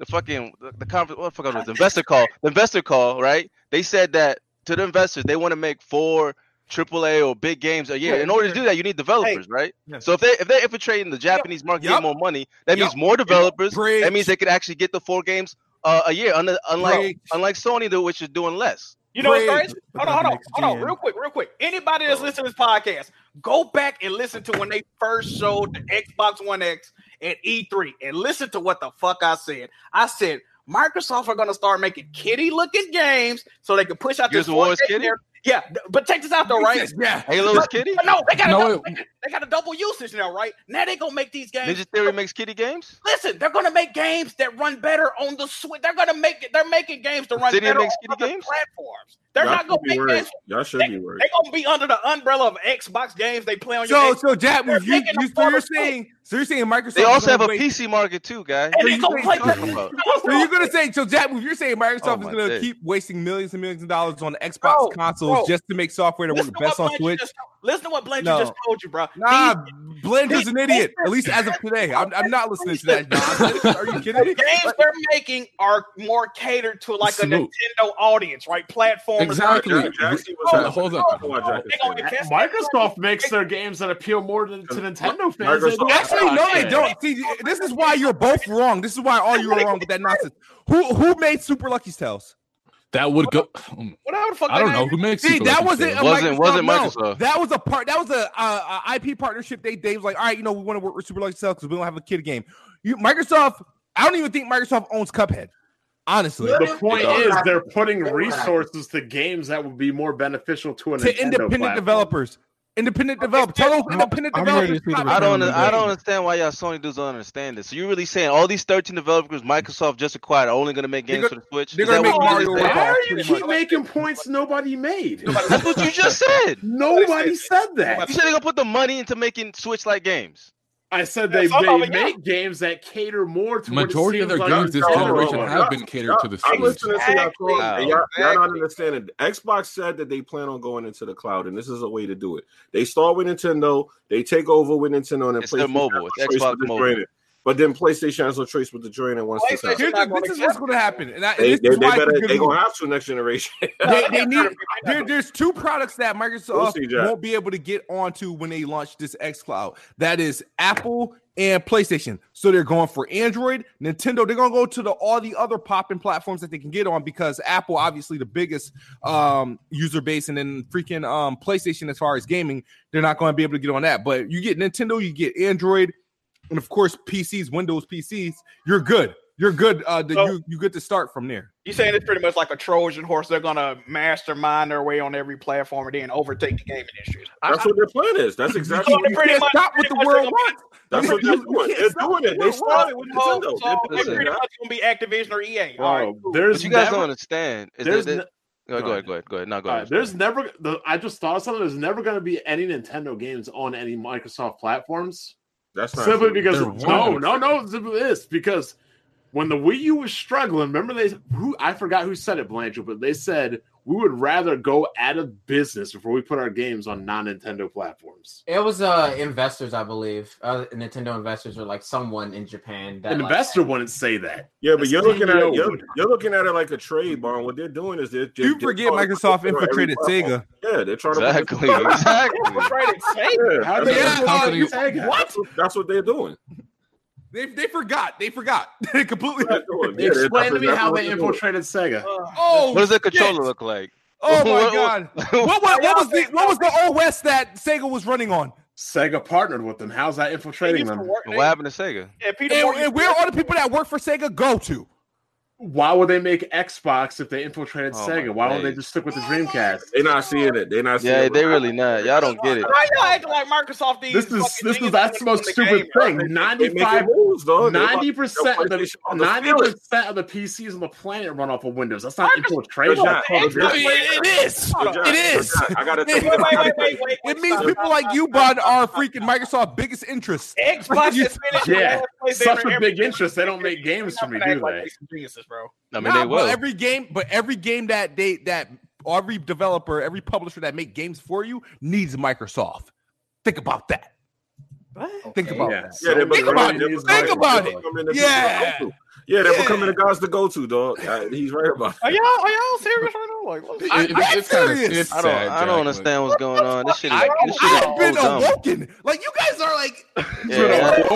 [SPEAKER 2] the fucking the, the conference. What fuck was the investor call? The investor call, right? They said that to the investors they want to make four AAA or big games a year.
[SPEAKER 11] Yeah,
[SPEAKER 2] In order to
[SPEAKER 11] yeah.
[SPEAKER 2] do that, you need developers, right?
[SPEAKER 11] Yeah.
[SPEAKER 2] So if they if they're infiltrating the Japanese market, get more money. That means more developers. That means they could actually get the four games uh, a year. un- Unlike
[SPEAKER 10] Preach.
[SPEAKER 2] unlike Sony, though, which is doing less.
[SPEAKER 10] You know what's crazy? Hold on, hold on, hold on, real quick, real quick. Anybody that's listening to this podcast, go back and listen to when they first showed the Xbox One X at E3 and listen to what the fuck I said. I said Microsoft are gonna start making kitty looking games so they can push out
[SPEAKER 2] Gears
[SPEAKER 10] this
[SPEAKER 2] of War is
[SPEAKER 10] 4K
[SPEAKER 2] kitty?
[SPEAKER 10] there. Yeah, th- but check this out though, right?
[SPEAKER 2] Yeah. Halo is kitty?
[SPEAKER 10] No, they got a
[SPEAKER 2] No,
[SPEAKER 10] double,
[SPEAKER 2] it-
[SPEAKER 10] they got a double usage now, right? Now they gonna make these games
[SPEAKER 2] Ninja Theory makes kitty games.
[SPEAKER 10] Listen, they're gonna make games that run better on the Switch. They're gonna make it. They're making games to run
[SPEAKER 2] City
[SPEAKER 10] better
[SPEAKER 2] makes
[SPEAKER 10] on other platforms. They're
[SPEAKER 7] Y'all
[SPEAKER 10] not gonna
[SPEAKER 7] should be
[SPEAKER 10] make
[SPEAKER 7] worried.
[SPEAKER 10] games.
[SPEAKER 7] Y'all should be worried.
[SPEAKER 10] They're gonna be under the umbrella of Xbox games they play on
[SPEAKER 8] So,
[SPEAKER 10] your. Xbox.
[SPEAKER 8] so Jack,
[SPEAKER 10] They're
[SPEAKER 8] you, you,
[SPEAKER 10] making them
[SPEAKER 8] so
[SPEAKER 10] for
[SPEAKER 8] you're
[SPEAKER 10] the Switch.
[SPEAKER 8] saying, so you're saying Microsoft.
[SPEAKER 2] They
[SPEAKER 8] is
[SPEAKER 2] also
[SPEAKER 8] gonna
[SPEAKER 2] have a
[SPEAKER 8] wait-
[SPEAKER 2] PC market too, guys.
[SPEAKER 8] So you
[SPEAKER 2] What are you
[SPEAKER 8] think-
[SPEAKER 2] talking about?
[SPEAKER 8] so you're gonna say so, Jack? If you're saying
[SPEAKER 2] Oh
[SPEAKER 8] Microsoft is
[SPEAKER 2] my
[SPEAKER 8] gonna
[SPEAKER 2] days.
[SPEAKER 8] keep wasting millions and millions of dollars on Xbox consoles
[SPEAKER 10] bro.
[SPEAKER 8] just to make software that works
[SPEAKER 10] Listen to
[SPEAKER 8] best on
[SPEAKER 10] what Blanche
[SPEAKER 8] Switch?
[SPEAKER 10] just- Listen to what Blanche
[SPEAKER 8] No.
[SPEAKER 10] just told you, bro.
[SPEAKER 8] Nah,
[SPEAKER 10] These
[SPEAKER 8] Blender's an idiot. At least as of today, I'm, I'm not listening to that. nonsense. Are you kidding? me?
[SPEAKER 10] games they're making are more catered to like a
[SPEAKER 8] Snoop.
[SPEAKER 10] Nintendo audience, right? Platformers.
[SPEAKER 13] Exactly. Hold on, hold on.
[SPEAKER 6] Microsoft makes their games that appeal more to, to Nintendo fans. than do
[SPEAKER 8] Actually, no,
[SPEAKER 6] Xbox
[SPEAKER 8] they
[SPEAKER 6] fans.
[SPEAKER 8] don't. See, this is why you're both wrong. This is why all you are wrong with that nonsense. Who who made Super Lucky's Tales?
[SPEAKER 13] That would go. um,
[SPEAKER 10] Whatever the fuck.
[SPEAKER 13] I don't know who makes.
[SPEAKER 8] See,
[SPEAKER 13] Super
[SPEAKER 8] that
[SPEAKER 13] Lucky's
[SPEAKER 8] wasn't
[SPEAKER 13] Tales.
[SPEAKER 8] a Microsoft, no. That was a part. That was a, uh a IP partnership. They they was like, all right, you know, we want to work with Super Lucky's Tales because we don't have a kid game. You Microsoft. I don't even think Microsoft owns Cuphead. Honestly,
[SPEAKER 6] The point is they're putting resources to games that would be more beneficial to a
[SPEAKER 8] to
[SPEAKER 6] Nintendo
[SPEAKER 8] independent
[SPEAKER 6] platform.
[SPEAKER 8] developers. Independent developers. Tell those independent developers. stop.
[SPEAKER 2] I don't. I don't understand why y'all Sony dudes don't understand this. So you really saying all these 13 developers Microsoft just acquired are only going to make games for the Switch?
[SPEAKER 8] they're
[SPEAKER 2] Is that
[SPEAKER 8] gonna
[SPEAKER 2] what
[SPEAKER 8] make
[SPEAKER 2] you
[SPEAKER 8] Mario
[SPEAKER 2] just said?
[SPEAKER 6] Why are you keep making points nobody made?
[SPEAKER 2] That's what you just said.
[SPEAKER 6] [laughs] Nobody said that.
[SPEAKER 2] You said they're gonna put the money into making Switch-like games.
[SPEAKER 6] I said they,
[SPEAKER 2] Some of
[SPEAKER 6] they
[SPEAKER 2] it, yeah.
[SPEAKER 6] make games that cater more to what it
[SPEAKER 13] Majority
[SPEAKER 6] seems
[SPEAKER 13] of their
[SPEAKER 6] like
[SPEAKER 13] games this
[SPEAKER 6] Nintendo
[SPEAKER 13] generation
[SPEAKER 6] wants.
[SPEAKER 13] have been catered to the
[SPEAKER 7] I'm
[SPEAKER 13] Switch.
[SPEAKER 7] listening to y'all
[SPEAKER 6] Exactly.
[SPEAKER 7] talk, and y'all, y'all not
[SPEAKER 6] Exactly.
[SPEAKER 7] understanding. Xbox said that they plan on going into the cloud, and this is a way to do it. They start with Nintendo, they take over with Nintendo, and then
[SPEAKER 2] It's their mobile. It's
[SPEAKER 7] PlayStation has the choice
[SPEAKER 2] Xbox
[SPEAKER 7] to
[SPEAKER 2] mobile.
[SPEAKER 7] join it. But then PlayStation has no choice but to join it once this
[SPEAKER 8] Here's
[SPEAKER 7] happens.
[SPEAKER 8] the- this is what's going to happen, and, I, and
[SPEAKER 7] They,
[SPEAKER 8] this
[SPEAKER 7] they,
[SPEAKER 8] is
[SPEAKER 7] they
[SPEAKER 8] why I
[SPEAKER 7] better
[SPEAKER 8] keep
[SPEAKER 7] they
[SPEAKER 8] giving-
[SPEAKER 7] gonna have to next generation. [laughs]
[SPEAKER 8] they, they need there- there's two products that
[SPEAKER 7] We'll
[SPEAKER 8] Microsoft
[SPEAKER 7] see, Jack.
[SPEAKER 8] won't be able to get onto when they launch this xCloud. That is Apple and PlayStation. So they're going for Android, Nintendo. They're gonna go to the all the other popping platforms that they can get on because Apple, obviously, the biggest um, user base, and then freaking um, PlayStation as far as gaming, they're not gonna be able to get on that. But you get Nintendo, you get Android, and of course PCs, Windows PCs. You're good. You're good. Uh, the, you you good to start from there.
[SPEAKER 10] You saying it's pretty much like a Trojan horse? They're gonna mastermind their way on every platform and then overtake the gaming industry.
[SPEAKER 7] That's what their plan is. That's exactly
[SPEAKER 10] You can't stop
[SPEAKER 8] what the world wants.
[SPEAKER 7] That's what they're doing. They're doing it. They started with Nintendo.
[SPEAKER 10] So
[SPEAKER 7] They're
[SPEAKER 10] it's
[SPEAKER 7] doing
[SPEAKER 10] pretty
[SPEAKER 7] it.
[SPEAKER 10] much gonna be Activision or EA. All right. cool.
[SPEAKER 2] But you guys
[SPEAKER 6] never-
[SPEAKER 2] don't understand. Is
[SPEAKER 6] there's
[SPEAKER 2] that- that-
[SPEAKER 6] ne-
[SPEAKER 2] go, ahead, go ahead, go ahead, go ahead. No, go
[SPEAKER 6] All right,
[SPEAKER 2] ahead.
[SPEAKER 6] there's never. The, I just thought of something. There's never going to be any Nintendo games on any Microsoft platforms.
[SPEAKER 7] That's
[SPEAKER 2] not
[SPEAKER 6] simply
[SPEAKER 2] true.
[SPEAKER 6] because
[SPEAKER 2] There
[SPEAKER 6] no,
[SPEAKER 2] won't.
[SPEAKER 6] no, no. Simply this because when the Wii U was struggling, remember they who I forgot who said it, Blanchard, but they said we would rather go out of business before we put our games on non-Nintendo platforms.
[SPEAKER 9] It was uh investors, I believe, uh, Nintendo investors or like someone in Japan. That
[SPEAKER 6] An
[SPEAKER 9] like,
[SPEAKER 6] investor wouldn't say that.
[SPEAKER 7] Yeah, but
[SPEAKER 6] The
[SPEAKER 7] you're looking at
[SPEAKER 9] E
[SPEAKER 6] CEO
[SPEAKER 7] it. You're,
[SPEAKER 6] would.
[SPEAKER 7] you're looking at it like a trade bond. What they're doing is they're, they're
[SPEAKER 8] You forget
[SPEAKER 7] they're-
[SPEAKER 8] Microsoft
[SPEAKER 7] they're on every
[SPEAKER 8] infiltrated
[SPEAKER 7] platform.
[SPEAKER 8] Sega.
[SPEAKER 7] Yeah, they're trying
[SPEAKER 2] Exactly,
[SPEAKER 7] to
[SPEAKER 10] exactly.
[SPEAKER 7] Yeah, that's-
[SPEAKER 8] How did
[SPEAKER 7] that's-
[SPEAKER 8] that company-
[SPEAKER 7] that's- That's what, that's what they're doing.
[SPEAKER 8] They, they forgot. They forgot. [laughs] They completely.
[SPEAKER 7] Yeah, that's
[SPEAKER 6] Explain to me
[SPEAKER 7] exactly
[SPEAKER 6] how
[SPEAKER 7] what
[SPEAKER 6] they
[SPEAKER 7] they're doing.
[SPEAKER 6] infiltrated Sega.
[SPEAKER 8] oh,
[SPEAKER 2] what does the
[SPEAKER 8] shit.
[SPEAKER 2] controller look like?
[SPEAKER 8] Oh
[SPEAKER 2] What-
[SPEAKER 8] my
[SPEAKER 2] what-
[SPEAKER 8] god. what, what, what was the what was the old west that Sega was running on?
[SPEAKER 6] Sega partnered with them. How's that infiltrating them?
[SPEAKER 2] What happened to Sega?
[SPEAKER 10] Yeah,
[SPEAKER 8] And, and where are the people that work for Sega go to?
[SPEAKER 6] Why would they make Xbox if they infiltrated
[SPEAKER 2] Oh, my
[SPEAKER 6] Sega? Why would not they
[SPEAKER 2] days.
[SPEAKER 6] just stick with the Dreamcast?
[SPEAKER 7] They're not seeing it. They're not seeing
[SPEAKER 2] Yeah,
[SPEAKER 7] it.
[SPEAKER 2] they really not. Y'all don't get it.
[SPEAKER 10] Why y'all acting like Microsoft? These
[SPEAKER 6] This is this is that's the most stupid thing.
[SPEAKER 7] They making
[SPEAKER 6] 95
[SPEAKER 7] moves, dog. They about-
[SPEAKER 6] 90% of
[SPEAKER 7] they're
[SPEAKER 6] the
[SPEAKER 7] on the
[SPEAKER 6] 90
[SPEAKER 7] field.
[SPEAKER 6] percent of the PCs on the planet run off of Windows. That's not infiltration.
[SPEAKER 7] Good job.
[SPEAKER 6] That's called
[SPEAKER 7] Good
[SPEAKER 6] a-
[SPEAKER 7] job.
[SPEAKER 8] It is.
[SPEAKER 7] Good job.
[SPEAKER 8] It is.
[SPEAKER 7] Good job. I gotta
[SPEAKER 8] It-
[SPEAKER 7] take that.
[SPEAKER 10] wait, wait, wait, wait,
[SPEAKER 8] It means people like you, Bud, are freaking Microsoft's biggest interest.
[SPEAKER 10] Xbox
[SPEAKER 8] [laughs] You-
[SPEAKER 10] has been in
[SPEAKER 6] Yeah,
[SPEAKER 10] last place in
[SPEAKER 6] such a
[SPEAKER 10] every-
[SPEAKER 6] big interest. They don't make games for me, do
[SPEAKER 10] like
[SPEAKER 6] they?
[SPEAKER 10] some geniuses, bro.
[SPEAKER 2] I mean,
[SPEAKER 8] Nah,
[SPEAKER 2] they
[SPEAKER 8] but
[SPEAKER 2] will.
[SPEAKER 8] every game, but every game that they that every developer, every publisher that make games for you needs Microsoft. Think about that. Think about
[SPEAKER 6] Yeah.
[SPEAKER 8] that.
[SPEAKER 7] Yeah, they're
[SPEAKER 8] Think
[SPEAKER 7] becoming-
[SPEAKER 8] about
[SPEAKER 7] they're
[SPEAKER 8] it.
[SPEAKER 7] becoming-
[SPEAKER 8] Think about
[SPEAKER 7] they're
[SPEAKER 8] it.
[SPEAKER 7] becoming the people
[SPEAKER 8] Yeah.
[SPEAKER 7] to go to. Yeah, they're
[SPEAKER 8] Yeah.
[SPEAKER 7] becoming the guys to go to, dog. Uh, He's right about
[SPEAKER 10] Are y'all are y'all serious right now? Like, what the-
[SPEAKER 13] It- it's- it's kinda-
[SPEAKER 8] serious.
[SPEAKER 13] it's
[SPEAKER 2] I don't.
[SPEAKER 13] sad, Jack,
[SPEAKER 2] I don't
[SPEAKER 13] but-
[SPEAKER 2] understand what's going on. This shit is.
[SPEAKER 1] I-
[SPEAKER 2] This shit is
[SPEAKER 8] I've
[SPEAKER 2] so
[SPEAKER 8] been
[SPEAKER 2] dumb.
[SPEAKER 8] awoken. Like you guys are like
[SPEAKER 2] Yeah,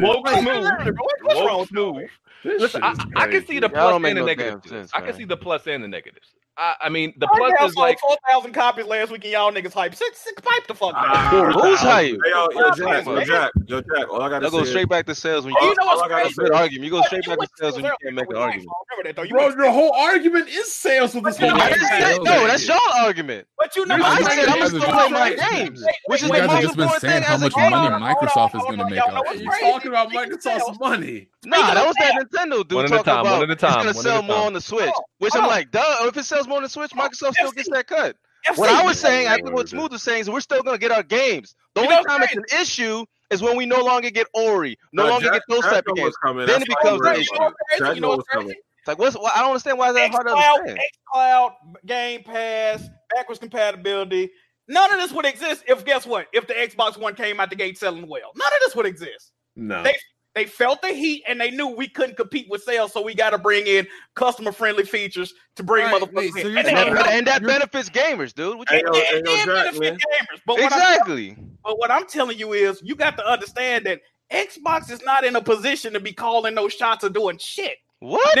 [SPEAKER 1] Woke
[SPEAKER 10] Like,
[SPEAKER 1] move.
[SPEAKER 10] literally, bro, what- What's wrong with you?
[SPEAKER 1] move.
[SPEAKER 6] This shit
[SPEAKER 1] Listen, I,
[SPEAKER 6] is
[SPEAKER 1] I can see
[SPEAKER 6] crazy.
[SPEAKER 1] the
[SPEAKER 2] Y'all
[SPEAKER 1] plus
[SPEAKER 2] don't make
[SPEAKER 1] and the
[SPEAKER 2] no damn
[SPEAKER 1] negative.
[SPEAKER 2] sense,
[SPEAKER 1] I can
[SPEAKER 2] man.
[SPEAKER 1] see the plus and the negatives. I, I mean, the
[SPEAKER 10] I
[SPEAKER 1] plus
[SPEAKER 10] sold
[SPEAKER 1] is like
[SPEAKER 10] four thousand copies last week, and y'all niggas hype. Six, six pipe the fuck
[SPEAKER 6] Ah,
[SPEAKER 10] out.
[SPEAKER 2] Who's hype?
[SPEAKER 7] Hey, yo, yo, Jack,
[SPEAKER 2] Come
[SPEAKER 7] yo,
[SPEAKER 2] on.
[SPEAKER 7] Jack, yo, Jack. All I gotta
[SPEAKER 2] Y'all
[SPEAKER 7] say
[SPEAKER 2] go
[SPEAKER 7] is-
[SPEAKER 2] straight back to sales when
[SPEAKER 10] Oh,
[SPEAKER 2] you.
[SPEAKER 10] you know what's
[SPEAKER 7] all I gotta
[SPEAKER 10] crazy?
[SPEAKER 7] say-
[SPEAKER 2] Good argument. You go
[SPEAKER 10] Fuck,
[SPEAKER 2] straight
[SPEAKER 10] you
[SPEAKER 2] back to
[SPEAKER 10] went
[SPEAKER 2] sales when you
[SPEAKER 10] 0.
[SPEAKER 2] can't make an
[SPEAKER 10] Right,
[SPEAKER 2] argument.
[SPEAKER 10] so Remember that though. You
[SPEAKER 6] Bro,
[SPEAKER 10] went-
[SPEAKER 6] your whole argument is sales with this
[SPEAKER 10] But
[SPEAKER 6] whole
[SPEAKER 10] you
[SPEAKER 2] I
[SPEAKER 10] know-
[SPEAKER 2] said- No, that's y'all argument.
[SPEAKER 10] But you know,
[SPEAKER 2] I said I'm
[SPEAKER 13] guys
[SPEAKER 2] still
[SPEAKER 13] are
[SPEAKER 2] playing my
[SPEAKER 13] just-
[SPEAKER 2] games,
[SPEAKER 10] Wait,
[SPEAKER 2] which is
[SPEAKER 13] You
[SPEAKER 2] the
[SPEAKER 13] guys have
[SPEAKER 2] most
[SPEAKER 13] just been
[SPEAKER 2] important thing
[SPEAKER 13] saying how
[SPEAKER 2] as a
[SPEAKER 13] much
[SPEAKER 10] hold
[SPEAKER 13] money
[SPEAKER 10] on,
[SPEAKER 13] Microsoft is
[SPEAKER 10] hold
[SPEAKER 13] going to
[SPEAKER 10] on,
[SPEAKER 13] make
[SPEAKER 10] y'all know
[SPEAKER 13] off
[SPEAKER 10] what-
[SPEAKER 13] of
[SPEAKER 6] You're
[SPEAKER 13] it.
[SPEAKER 10] crazy.
[SPEAKER 6] talking about
[SPEAKER 10] Speaking of
[SPEAKER 6] Microsoft's
[SPEAKER 10] sales.
[SPEAKER 6] money.
[SPEAKER 2] Nah, that was that Nintendo dude
[SPEAKER 1] One at a
[SPEAKER 2] talking
[SPEAKER 1] time,
[SPEAKER 2] about
[SPEAKER 1] one at a time,
[SPEAKER 2] it's gonna
[SPEAKER 1] one at a
[SPEAKER 2] sell more
[SPEAKER 1] time.
[SPEAKER 2] on the Switch.
[SPEAKER 10] Hold on,
[SPEAKER 2] Which
[SPEAKER 10] hold
[SPEAKER 2] I'm
[SPEAKER 10] on.
[SPEAKER 2] like, duh. If it sells more on the Switch, Microsoft still gets that cut.
[SPEAKER 10] FC.
[SPEAKER 2] What I was saying, I
[SPEAKER 6] Wait,
[SPEAKER 2] think
[SPEAKER 6] wait,
[SPEAKER 2] what
[SPEAKER 6] wait.
[SPEAKER 2] Smooth was saying is we're still gonna get our games. The
[SPEAKER 10] You
[SPEAKER 2] only
[SPEAKER 10] know,
[SPEAKER 2] time it's an issue is when we no longer get Ori, no
[SPEAKER 7] Nah,
[SPEAKER 2] longer
[SPEAKER 7] Jack-
[SPEAKER 2] get those
[SPEAKER 7] Jack
[SPEAKER 2] type
[SPEAKER 7] know
[SPEAKER 2] of games.
[SPEAKER 7] what's coming.
[SPEAKER 2] Then
[SPEAKER 7] That's
[SPEAKER 2] it
[SPEAKER 7] why
[SPEAKER 2] becomes
[SPEAKER 7] I'm
[SPEAKER 2] an
[SPEAKER 7] worried
[SPEAKER 10] You
[SPEAKER 2] issue.
[SPEAKER 10] know what's
[SPEAKER 7] about it.
[SPEAKER 10] crazy?
[SPEAKER 7] Jack
[SPEAKER 10] You
[SPEAKER 7] know
[SPEAKER 10] know
[SPEAKER 7] what's
[SPEAKER 10] what's
[SPEAKER 7] coming.
[SPEAKER 10] crazy?
[SPEAKER 2] It's like, what's what? I don't understand why is that hard to
[SPEAKER 10] XCloud,
[SPEAKER 2] understand.
[SPEAKER 10] XCloud, Game Pass, backwards compatibility. None of this would exist if guess what? If the Xbox One came out the gate selling well, none of this would exist.
[SPEAKER 6] No.
[SPEAKER 10] They they felt the heat and they knew we couldn't compete with sales, so we got to bring in customer friendly features to bring
[SPEAKER 8] All right,
[SPEAKER 10] motherfuckers
[SPEAKER 8] wait, so
[SPEAKER 10] in.
[SPEAKER 8] you're
[SPEAKER 10] And
[SPEAKER 2] And
[SPEAKER 10] they
[SPEAKER 2] that,
[SPEAKER 8] telling-
[SPEAKER 10] know
[SPEAKER 2] and that benefits gamers, dude. What you-
[SPEAKER 7] Hey, yo, hey,
[SPEAKER 10] it
[SPEAKER 7] yo,
[SPEAKER 10] did
[SPEAKER 7] Jack,
[SPEAKER 10] benefit
[SPEAKER 7] man.
[SPEAKER 10] gamers, but what I'm
[SPEAKER 2] exactly.
[SPEAKER 10] But what I'm telling you is, you got to understand that Xbox is not in a position to be calling no shots or doing shit.
[SPEAKER 2] What?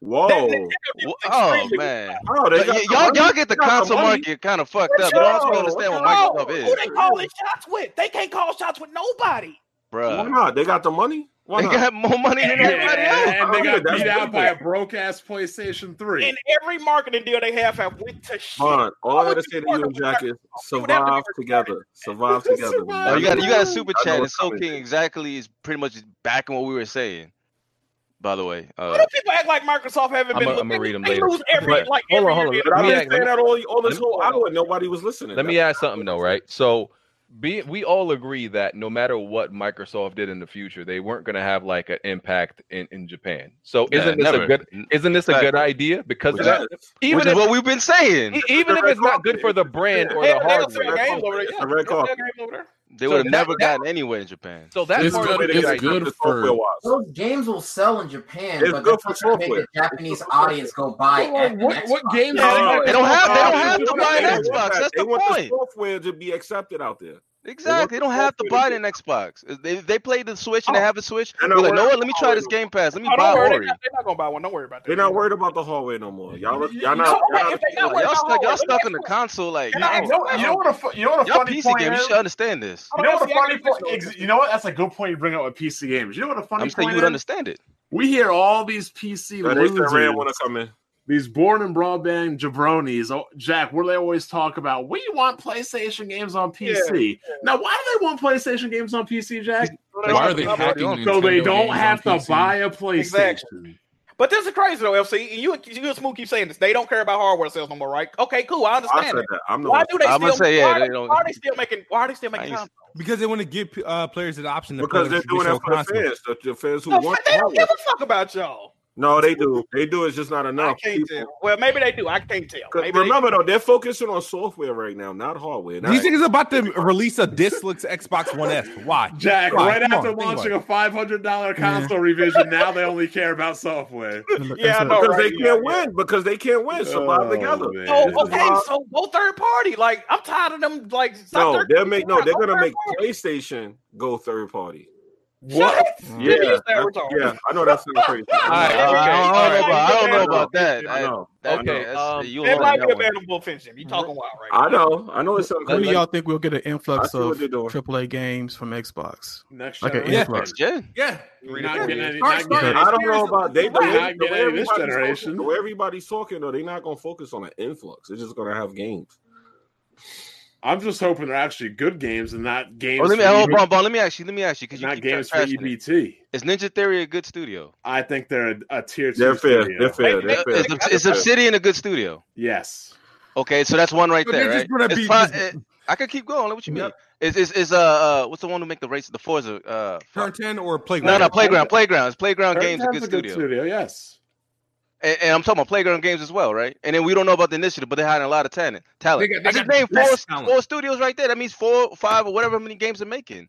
[SPEAKER 7] Whoa.
[SPEAKER 2] Wha- Oh man.
[SPEAKER 7] Oh, they got
[SPEAKER 2] But y-
[SPEAKER 7] the
[SPEAKER 2] y'all,
[SPEAKER 7] money.
[SPEAKER 2] y'all get the
[SPEAKER 7] They got
[SPEAKER 2] console
[SPEAKER 7] money.
[SPEAKER 2] market kind of fucked up.
[SPEAKER 10] Yo,
[SPEAKER 2] Y'all also don't understand what
[SPEAKER 10] yo,
[SPEAKER 2] Microsoft
[SPEAKER 10] Who
[SPEAKER 2] is,
[SPEAKER 10] they calling shots with? They can't call shots with nobody.
[SPEAKER 7] Why
[SPEAKER 2] bruh.
[SPEAKER 7] not? They got the money. Why
[SPEAKER 2] They
[SPEAKER 7] not?
[SPEAKER 2] got more money than everybody else.
[SPEAKER 6] and they
[SPEAKER 7] Yeah,
[SPEAKER 6] got
[SPEAKER 7] that's
[SPEAKER 6] beat out
[SPEAKER 7] different.
[SPEAKER 6] by a broke ass PlayStation 3.
[SPEAKER 10] And every marketing deal they have have went to shit.
[SPEAKER 7] Fine. All
[SPEAKER 10] Why
[SPEAKER 7] I gotta
[SPEAKER 10] would
[SPEAKER 7] say
[SPEAKER 10] you
[SPEAKER 7] to you and
[SPEAKER 10] partner
[SPEAKER 7] Jack
[SPEAKER 10] with
[SPEAKER 7] is
[SPEAKER 10] would have to
[SPEAKER 7] survive
[SPEAKER 10] be
[SPEAKER 7] together. Survive together.
[SPEAKER 6] Survive.
[SPEAKER 2] Oh, you got you got a
[SPEAKER 6] I
[SPEAKER 2] super
[SPEAKER 7] know
[SPEAKER 2] chat, and
[SPEAKER 7] what's
[SPEAKER 2] So
[SPEAKER 7] coming.
[SPEAKER 2] King exactly is pretty much backing what we were saying. By the way,
[SPEAKER 10] Why
[SPEAKER 2] uh,
[SPEAKER 10] do people act like Microsoft haven't
[SPEAKER 1] I'm
[SPEAKER 10] been
[SPEAKER 1] a- I'm
[SPEAKER 10] looking?
[SPEAKER 1] gonna read 'em
[SPEAKER 10] they
[SPEAKER 1] later.
[SPEAKER 10] lose every
[SPEAKER 1] But-
[SPEAKER 10] like
[SPEAKER 1] hold
[SPEAKER 10] every
[SPEAKER 1] on, hold on.
[SPEAKER 10] year.
[SPEAKER 7] But I've
[SPEAKER 1] Let me
[SPEAKER 7] been
[SPEAKER 1] ask-
[SPEAKER 7] saying that all, all this
[SPEAKER 1] let me-
[SPEAKER 7] whole hour. Nobody was listening.
[SPEAKER 1] Let me ask something though, right? So, be we all agree that no matter what Microsoft did in the future, they weren't going to have like an impact in in Japan. So,
[SPEAKER 2] yeah,
[SPEAKER 1] isn't this
[SPEAKER 2] never.
[SPEAKER 1] a good isn't this a
[SPEAKER 2] Right.
[SPEAKER 1] good idea? Because of
[SPEAKER 2] Which
[SPEAKER 1] that,
[SPEAKER 2] Which
[SPEAKER 1] even
[SPEAKER 2] is
[SPEAKER 1] if
[SPEAKER 2] what we've been saying.
[SPEAKER 1] e- even if it's not good for the brand or the
[SPEAKER 10] They'll sell
[SPEAKER 1] hardware,
[SPEAKER 10] games over there.
[SPEAKER 7] It's
[SPEAKER 10] Yeah,
[SPEAKER 7] a red
[SPEAKER 10] they'll sell
[SPEAKER 7] carpet.
[SPEAKER 10] games over there.
[SPEAKER 2] They
[SPEAKER 9] So
[SPEAKER 2] would have
[SPEAKER 9] that-
[SPEAKER 2] never
[SPEAKER 9] that-
[SPEAKER 2] gotten anywhere in Japan.
[SPEAKER 1] So that
[SPEAKER 2] It's
[SPEAKER 1] part
[SPEAKER 2] good-
[SPEAKER 1] of it
[SPEAKER 2] it's
[SPEAKER 1] like-
[SPEAKER 2] good for-
[SPEAKER 9] Those games will sell in Japan,
[SPEAKER 2] It's
[SPEAKER 9] but
[SPEAKER 2] good
[SPEAKER 9] that's
[SPEAKER 2] for
[SPEAKER 9] not gonna make
[SPEAKER 2] software.
[SPEAKER 9] the Japanese audience go buy.
[SPEAKER 2] Well,
[SPEAKER 9] X-
[SPEAKER 2] what-
[SPEAKER 9] Xbox.
[SPEAKER 2] what games No, are they- they don't have- they don't have to buy an Xbox. That's
[SPEAKER 7] they
[SPEAKER 2] the
[SPEAKER 7] want
[SPEAKER 2] point.
[SPEAKER 7] The software to be accepted out there.
[SPEAKER 2] Exactly. They don't have to buy an Xbox. They they play the Switch
[SPEAKER 7] Oh,
[SPEAKER 2] and they have a Switch.
[SPEAKER 7] I
[SPEAKER 2] They're
[SPEAKER 7] know
[SPEAKER 2] like,
[SPEAKER 7] what-
[SPEAKER 2] no what? Let me
[SPEAKER 7] Oh,
[SPEAKER 2] try this
[SPEAKER 7] no.
[SPEAKER 2] Game Pass. Let me
[SPEAKER 7] Oh, don't
[SPEAKER 2] buy
[SPEAKER 7] worry,
[SPEAKER 2] Ori.
[SPEAKER 10] They're not gonna buy one. Don't worry about that.
[SPEAKER 7] They're not worried about the hallway no more. Y'all, y'all not.
[SPEAKER 10] know what?
[SPEAKER 7] Y'all
[SPEAKER 10] If they not
[SPEAKER 7] not.
[SPEAKER 2] Y'all stuck.
[SPEAKER 10] worried about
[SPEAKER 2] Y'all
[SPEAKER 10] Ori, let me
[SPEAKER 2] stuck
[SPEAKER 10] ask
[SPEAKER 2] in the
[SPEAKER 10] you-
[SPEAKER 2] console. Like,
[SPEAKER 10] Can I-
[SPEAKER 2] yo,
[SPEAKER 10] you know what-
[SPEAKER 2] yo,
[SPEAKER 10] you know what a fu-
[SPEAKER 6] you know what a
[SPEAKER 2] y'all
[SPEAKER 6] funny
[SPEAKER 2] PC
[SPEAKER 6] point
[SPEAKER 2] game. You
[SPEAKER 6] is?
[SPEAKER 2] should understand this.
[SPEAKER 6] You know what a funny point? ex- You know what? That's a good point you bring up with PC games. You know what a funny
[SPEAKER 2] I'm
[SPEAKER 6] point
[SPEAKER 2] saying you would
[SPEAKER 6] is?
[SPEAKER 2] understand it.
[SPEAKER 6] We hear all these PC
[SPEAKER 7] That is the Ram want
[SPEAKER 6] losers,
[SPEAKER 7] to come in.
[SPEAKER 6] these born and broadband jabronis. Oh, Jack, where they always talk about we want PlayStation games on PC. Now, why do they want PlayStation games on PC, Jack?
[SPEAKER 13] Why are they hacking
[SPEAKER 6] So they
[SPEAKER 13] Nintendo
[SPEAKER 6] don't
[SPEAKER 13] games
[SPEAKER 6] have
[SPEAKER 13] on
[SPEAKER 6] to
[SPEAKER 13] PC?
[SPEAKER 6] buy a PlayStation.
[SPEAKER 10] Exactly. But this is crazy though, FC. And you, you and Smooth keep saying this. They don't care about hardware sales no more, right? Okay, cool. I understand
[SPEAKER 7] I said
[SPEAKER 10] that.
[SPEAKER 7] that. I'm the
[SPEAKER 10] Why
[SPEAKER 7] one-
[SPEAKER 10] do they
[SPEAKER 2] I'm
[SPEAKER 10] still?
[SPEAKER 2] gonna say, yeah,
[SPEAKER 10] why,
[SPEAKER 2] they
[SPEAKER 10] are-
[SPEAKER 2] don't-
[SPEAKER 10] why are they still making? Why are they still making? Consoles?
[SPEAKER 14] because they want to give uh, players an option to
[SPEAKER 7] because
[SPEAKER 14] play
[SPEAKER 7] they're
[SPEAKER 14] on
[SPEAKER 7] doing
[SPEAKER 14] traditional
[SPEAKER 7] that for the
[SPEAKER 14] consoles.
[SPEAKER 7] fans. The, the fans who
[SPEAKER 10] No,
[SPEAKER 7] want
[SPEAKER 10] they
[SPEAKER 7] the
[SPEAKER 10] don't give
[SPEAKER 7] hardware.
[SPEAKER 10] a fuck about y'all.
[SPEAKER 7] No, they do. They do. It's just not enough.
[SPEAKER 10] I can't tell. Well, maybe they do. I can't tell.
[SPEAKER 7] 'Cause
[SPEAKER 10] Maybe
[SPEAKER 7] Remember though, they're focusing on software right now, not hardware. Not
[SPEAKER 14] These niggas about to release a dislikes Xbox One S. Why?
[SPEAKER 6] Jack,
[SPEAKER 14] Why?
[SPEAKER 6] right
[SPEAKER 14] Come
[SPEAKER 6] after
[SPEAKER 14] on, think
[SPEAKER 6] launching
[SPEAKER 14] about
[SPEAKER 6] a [laughs] five hundred dollar console
[SPEAKER 7] [laughs]
[SPEAKER 6] revision, now they only care about software.
[SPEAKER 10] Yeah, I know,
[SPEAKER 7] because they
[SPEAKER 10] right?
[SPEAKER 7] can't
[SPEAKER 10] Yeah,
[SPEAKER 7] win. Because they can't win. Survive
[SPEAKER 6] Oh,
[SPEAKER 7] together.
[SPEAKER 6] man.
[SPEAKER 10] Oh,
[SPEAKER 7] This is
[SPEAKER 10] okay.
[SPEAKER 7] why-
[SPEAKER 10] So go third party. Like I'm tired of them. Like stop
[SPEAKER 7] No,
[SPEAKER 10] third-
[SPEAKER 7] they'll make no. They're
[SPEAKER 10] Go
[SPEAKER 7] gonna
[SPEAKER 10] third
[SPEAKER 7] make
[SPEAKER 10] party.
[SPEAKER 7] PlayStation go third party.
[SPEAKER 10] What?
[SPEAKER 7] Yeah,
[SPEAKER 10] Maybe it's that
[SPEAKER 7] that's-
[SPEAKER 10] we're talking.
[SPEAKER 7] yeah. I know that sounds crazy.
[SPEAKER 10] [laughs]
[SPEAKER 1] right,
[SPEAKER 2] I don't- I don't know about- I don't know about that.
[SPEAKER 7] I know. Mm-hmm.
[SPEAKER 2] I- that-
[SPEAKER 1] Okay,
[SPEAKER 2] that's-
[SPEAKER 1] um,
[SPEAKER 2] you
[SPEAKER 10] It
[SPEAKER 2] alone
[SPEAKER 10] might
[SPEAKER 2] on that
[SPEAKER 10] be a
[SPEAKER 2] one.
[SPEAKER 10] animal offensive. You talking wild right
[SPEAKER 7] I know. I know it's something
[SPEAKER 4] When do
[SPEAKER 7] crazy.
[SPEAKER 4] y'all think we'll get an
[SPEAKER 7] I
[SPEAKER 4] influx
[SPEAKER 7] see what
[SPEAKER 4] of
[SPEAKER 7] they're doing.
[SPEAKER 4] AAA games from Xbox?
[SPEAKER 6] Next
[SPEAKER 4] Like an
[SPEAKER 6] generation.
[SPEAKER 4] influx.
[SPEAKER 2] Jen?
[SPEAKER 14] Yeah.
[SPEAKER 6] You're not getting any- not
[SPEAKER 4] Start-
[SPEAKER 6] getting any-
[SPEAKER 7] I don't know about they. The
[SPEAKER 6] Right.
[SPEAKER 7] way,
[SPEAKER 6] Not
[SPEAKER 7] the
[SPEAKER 6] get
[SPEAKER 7] way
[SPEAKER 6] out of this
[SPEAKER 7] everybody's
[SPEAKER 6] generation.
[SPEAKER 7] Talking, the way everybody's talking though, they're not gonna focus on an influx. They're just gonna have games.
[SPEAKER 6] I'm just hoping they're actually good games and not games.
[SPEAKER 2] Oh, let me.
[SPEAKER 6] for
[SPEAKER 2] Oh,
[SPEAKER 6] EB
[SPEAKER 2] Bon, Bon, let me ask you. Let me ask you because you
[SPEAKER 6] not
[SPEAKER 2] keep games
[SPEAKER 6] games for EBT.
[SPEAKER 2] Is Ninja Theory a good studio?
[SPEAKER 6] I think they're a, a tier two.
[SPEAKER 7] They're fair.
[SPEAKER 6] studio.
[SPEAKER 7] They're fair. They're fair.
[SPEAKER 2] Is, Obs- is Obsidian a good studio?
[SPEAKER 6] Yes.
[SPEAKER 2] Okay, so that's one right
[SPEAKER 14] But
[SPEAKER 2] there,
[SPEAKER 14] they're
[SPEAKER 2] right?
[SPEAKER 14] just gonna
[SPEAKER 2] It's
[SPEAKER 14] be
[SPEAKER 2] fine-
[SPEAKER 14] just-
[SPEAKER 2] eh, I could keep going. What you mean? Is is is uh, uh what's the one who make the race the Forza uh
[SPEAKER 14] Turn 10 or
[SPEAKER 2] no
[SPEAKER 14] Playground?
[SPEAKER 2] no playground playgrounds playground games a
[SPEAKER 6] Turn
[SPEAKER 2] good
[SPEAKER 6] 10's
[SPEAKER 2] studio
[SPEAKER 6] Yes.
[SPEAKER 2] and, and I'm talking about playground games as well right and then we don't know about the initiative but they're hiring a lot of talent talent
[SPEAKER 14] They got- they
[SPEAKER 2] I just
[SPEAKER 14] got
[SPEAKER 2] named
[SPEAKER 14] less
[SPEAKER 2] four
[SPEAKER 14] talent.
[SPEAKER 2] four studios right there that means four five or whatever many games they're making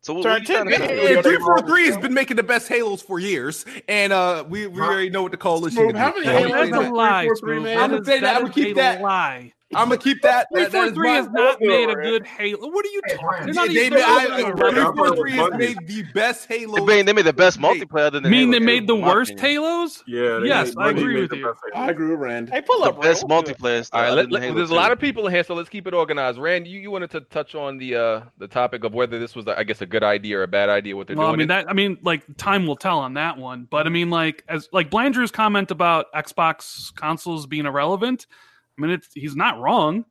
[SPEAKER 2] so what, what are
[SPEAKER 10] Turn
[SPEAKER 2] you trying
[SPEAKER 10] 10
[SPEAKER 2] to
[SPEAKER 10] games.
[SPEAKER 2] do?
[SPEAKER 14] Yeah, 343 has been making the best Halos for years, and uh, we, we already know what the coalition
[SPEAKER 6] Smooth,
[SPEAKER 14] is.
[SPEAKER 6] how many
[SPEAKER 14] I'm
[SPEAKER 6] Halos
[SPEAKER 14] gonna
[SPEAKER 6] have
[SPEAKER 14] say
[SPEAKER 15] That's a
[SPEAKER 14] that.
[SPEAKER 15] lie.
[SPEAKER 6] Three, four, three,
[SPEAKER 15] Scrooge.
[SPEAKER 6] man.
[SPEAKER 15] That
[SPEAKER 14] I'ma
[SPEAKER 15] is-
[SPEAKER 14] say that.
[SPEAKER 15] that
[SPEAKER 14] I'ma
[SPEAKER 15] is
[SPEAKER 14] keep
[SPEAKER 15] a
[SPEAKER 14] that.
[SPEAKER 15] lie.
[SPEAKER 14] I'm gonna keep that.
[SPEAKER 10] Three,
[SPEAKER 14] that- that
[SPEAKER 10] four,
[SPEAKER 14] is
[SPEAKER 10] three
[SPEAKER 14] my-
[SPEAKER 10] is
[SPEAKER 15] Has not
[SPEAKER 10] Halo,
[SPEAKER 15] made a
[SPEAKER 10] right?
[SPEAKER 15] good Halo. What are you?
[SPEAKER 9] Hey, Ryan.
[SPEAKER 14] Yeah,
[SPEAKER 15] They're not
[SPEAKER 14] they
[SPEAKER 15] even.
[SPEAKER 14] made, I,
[SPEAKER 15] Halo.
[SPEAKER 7] Right, I'm playing
[SPEAKER 14] 343 has
[SPEAKER 7] with Bungie.
[SPEAKER 14] made the best
[SPEAKER 2] They
[SPEAKER 14] Halo.
[SPEAKER 2] made, they made the best multiplayer other than
[SPEAKER 15] Mean they
[SPEAKER 2] Halo
[SPEAKER 15] made
[SPEAKER 2] games,
[SPEAKER 15] the
[SPEAKER 2] in my
[SPEAKER 15] worst
[SPEAKER 2] opinion.
[SPEAKER 15] Halos?
[SPEAKER 7] Yeah. they
[SPEAKER 15] Yes,
[SPEAKER 7] made-
[SPEAKER 15] I
[SPEAKER 7] they
[SPEAKER 15] agree
[SPEAKER 7] made
[SPEAKER 15] with
[SPEAKER 7] the
[SPEAKER 15] you.
[SPEAKER 7] best
[SPEAKER 6] I
[SPEAKER 7] thing.
[SPEAKER 6] agree with Rand.
[SPEAKER 10] Hey, pull
[SPEAKER 2] the
[SPEAKER 10] up.
[SPEAKER 2] best
[SPEAKER 10] Rand.
[SPEAKER 2] multiplayer
[SPEAKER 1] All right,
[SPEAKER 2] other
[SPEAKER 1] let,
[SPEAKER 2] than
[SPEAKER 1] let-
[SPEAKER 2] Halo
[SPEAKER 1] there's a lot
[SPEAKER 2] 2.
[SPEAKER 1] of people in here, so let's keep it organized. Rand, you, you wanted to touch on the uh the topic of whether this was, I guess, a good idea or a bad idea what they're
[SPEAKER 15] Well, I
[SPEAKER 1] doing.
[SPEAKER 15] mean that. I mean, like time will tell on that one. But I mean, like as like Blandrew's comment about Xbox consoles being irrelevant. I mean, it's, he's not wrong.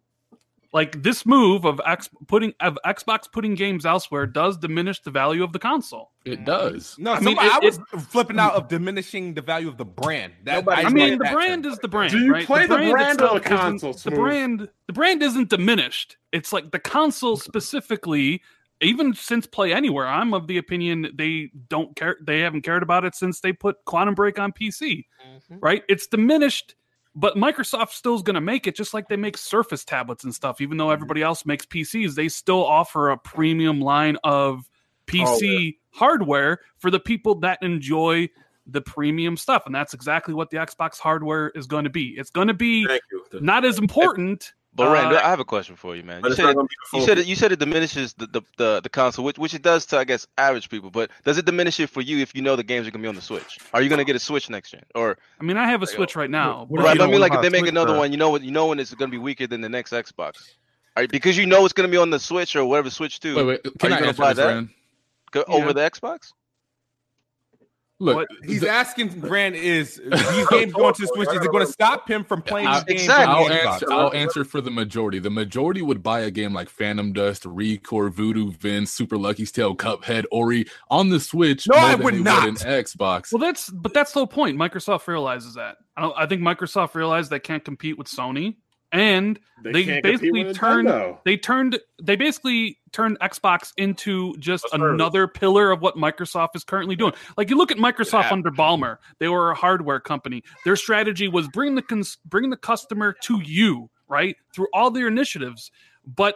[SPEAKER 15] Like this move of X putting of Xbox putting games elsewhere does diminish the value of the console.
[SPEAKER 4] It does.
[SPEAKER 14] No,
[SPEAKER 15] I mean,
[SPEAKER 14] somebody- I,
[SPEAKER 15] it-
[SPEAKER 14] was flipping out of diminishing the value of the brand. That,
[SPEAKER 15] I,
[SPEAKER 14] I
[SPEAKER 15] mean,
[SPEAKER 14] like
[SPEAKER 15] the
[SPEAKER 14] that
[SPEAKER 15] brand
[SPEAKER 14] term.
[SPEAKER 15] is the brand.
[SPEAKER 6] Do you
[SPEAKER 15] right?
[SPEAKER 6] play the brand
[SPEAKER 15] itself
[SPEAKER 6] or the
[SPEAKER 15] isn't-
[SPEAKER 6] console,
[SPEAKER 15] The
[SPEAKER 6] Smooth?
[SPEAKER 15] brand, the brand isn't diminished. It's like the console specifically. Even since Play Anywhere, I'm of the opinion they don't care. They haven't cared about it since they put Quantum Break on PC. Right? It's diminished, but Microsoft still's going to make it, just like they make Surface tablets and stuff. Even though everybody else makes PCs, they still offer a premium line of PC hardware for the people that enjoy the premium stuff and that's exactly what the xbox hardware is going to be it's going to be
[SPEAKER 7] Thank you.
[SPEAKER 15] not as important
[SPEAKER 2] But Rand,
[SPEAKER 15] uh,
[SPEAKER 2] I have a question for you, man.
[SPEAKER 7] But
[SPEAKER 2] You
[SPEAKER 7] it's
[SPEAKER 2] said,
[SPEAKER 7] not
[SPEAKER 2] it,
[SPEAKER 7] gonna be the
[SPEAKER 2] you
[SPEAKER 7] full
[SPEAKER 2] said it, you said it diminishes the, the, the, the console, which which it does to I guess average people. But does it diminish it for you if you know the games are gonna be on the Switch? Are you gonna get a Switch next gen? Or
[SPEAKER 15] i mean i have a switch
[SPEAKER 2] oh,
[SPEAKER 15] right now
[SPEAKER 4] What if
[SPEAKER 2] right,
[SPEAKER 4] you
[SPEAKER 2] but I
[SPEAKER 4] don't
[SPEAKER 2] mean, like if they
[SPEAKER 4] wanna buy a
[SPEAKER 2] make
[SPEAKER 4] Switch
[SPEAKER 2] another
[SPEAKER 4] for-
[SPEAKER 2] one, you know what? You know when it's gonna be weaker than the next Xbox, All right, because you know it's gonna be on the Switch or whatever Switch two.
[SPEAKER 13] Wait, wait. Can
[SPEAKER 2] you
[SPEAKER 13] I
[SPEAKER 2] gonna
[SPEAKER 13] answer
[SPEAKER 2] buy
[SPEAKER 13] this,
[SPEAKER 2] that?
[SPEAKER 13] Rand?
[SPEAKER 2] Go
[SPEAKER 15] Yeah.
[SPEAKER 2] over the Xbox.
[SPEAKER 13] Look,
[SPEAKER 15] What?
[SPEAKER 13] he's
[SPEAKER 4] The-
[SPEAKER 13] asking Rand is these games going to the Switch? Is it going to stop him from playing these games? on
[SPEAKER 2] Exactly.
[SPEAKER 13] I'll
[SPEAKER 2] Yeah,
[SPEAKER 13] answer, I'll answer for the majority. The majority would buy a game like Phantom Dust, Recore, Voodoo, Vin, Super Lucky's Tale, Cuphead, Ori on the Switch.
[SPEAKER 14] No,
[SPEAKER 13] more
[SPEAKER 14] I
[SPEAKER 13] than
[SPEAKER 14] would
[SPEAKER 13] they
[SPEAKER 14] not.
[SPEAKER 13] An Xbox.
[SPEAKER 15] well that's but that's the whole point microsoft realizes that i don't i think microsoft realized they can't compete with sony and
[SPEAKER 6] They,
[SPEAKER 15] They
[SPEAKER 6] can't
[SPEAKER 15] basically
[SPEAKER 6] compete with
[SPEAKER 15] turned-
[SPEAKER 6] Nintendo.
[SPEAKER 15] they turned they basically turned xbox into just
[SPEAKER 7] A service.
[SPEAKER 15] another pillar of what microsoft is currently doing like you look at microsoft under balmer they were a hardware company their strategy was bring the cons- bring the customer to you right through all their initiatives but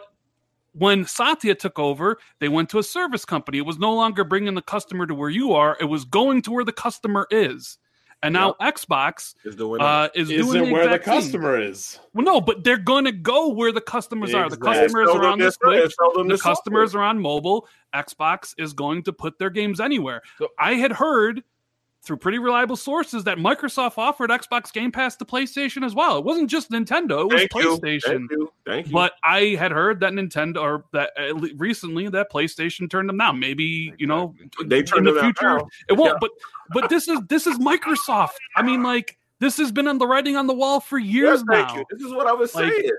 [SPEAKER 15] when Satya took over, they went to a service company. It was no longer bringing the customer to where you are; it was going to where the customer is. And now Xbox
[SPEAKER 7] is doing
[SPEAKER 15] uh, is,
[SPEAKER 6] Is
[SPEAKER 15] doing
[SPEAKER 6] it
[SPEAKER 15] the
[SPEAKER 6] where the
[SPEAKER 15] exact same.
[SPEAKER 6] customer is?
[SPEAKER 15] Well, no, but they're gonna go where the customers are. The
[SPEAKER 6] Exactly.
[SPEAKER 15] customers
[SPEAKER 6] Sell
[SPEAKER 15] are
[SPEAKER 6] them
[SPEAKER 15] on the
[SPEAKER 6] this-
[SPEAKER 15] Switch.
[SPEAKER 6] sell them
[SPEAKER 15] The
[SPEAKER 6] this
[SPEAKER 15] customers are on mobile. Xbox is going to put their games anywhere. I had heard through pretty reliable sources that Microsoft offered Xbox Game Pass to PlayStation as well. It wasn't just Nintendo; it was
[SPEAKER 7] Thank you.
[SPEAKER 15] PlayStation.
[SPEAKER 7] Thank you. Thank you.
[SPEAKER 15] But I had heard that Nintendo or that uh, le- recently that PlayStation turned them down. Maybe you know
[SPEAKER 7] They turned
[SPEAKER 15] in the
[SPEAKER 7] them down
[SPEAKER 15] future
[SPEAKER 7] now.
[SPEAKER 15] it won't. But but this is this is Microsoft. I mean, like this has been on the writing on the wall for years
[SPEAKER 7] thank
[SPEAKER 15] now.
[SPEAKER 7] you. This is what I was
[SPEAKER 15] Like,
[SPEAKER 7] saying.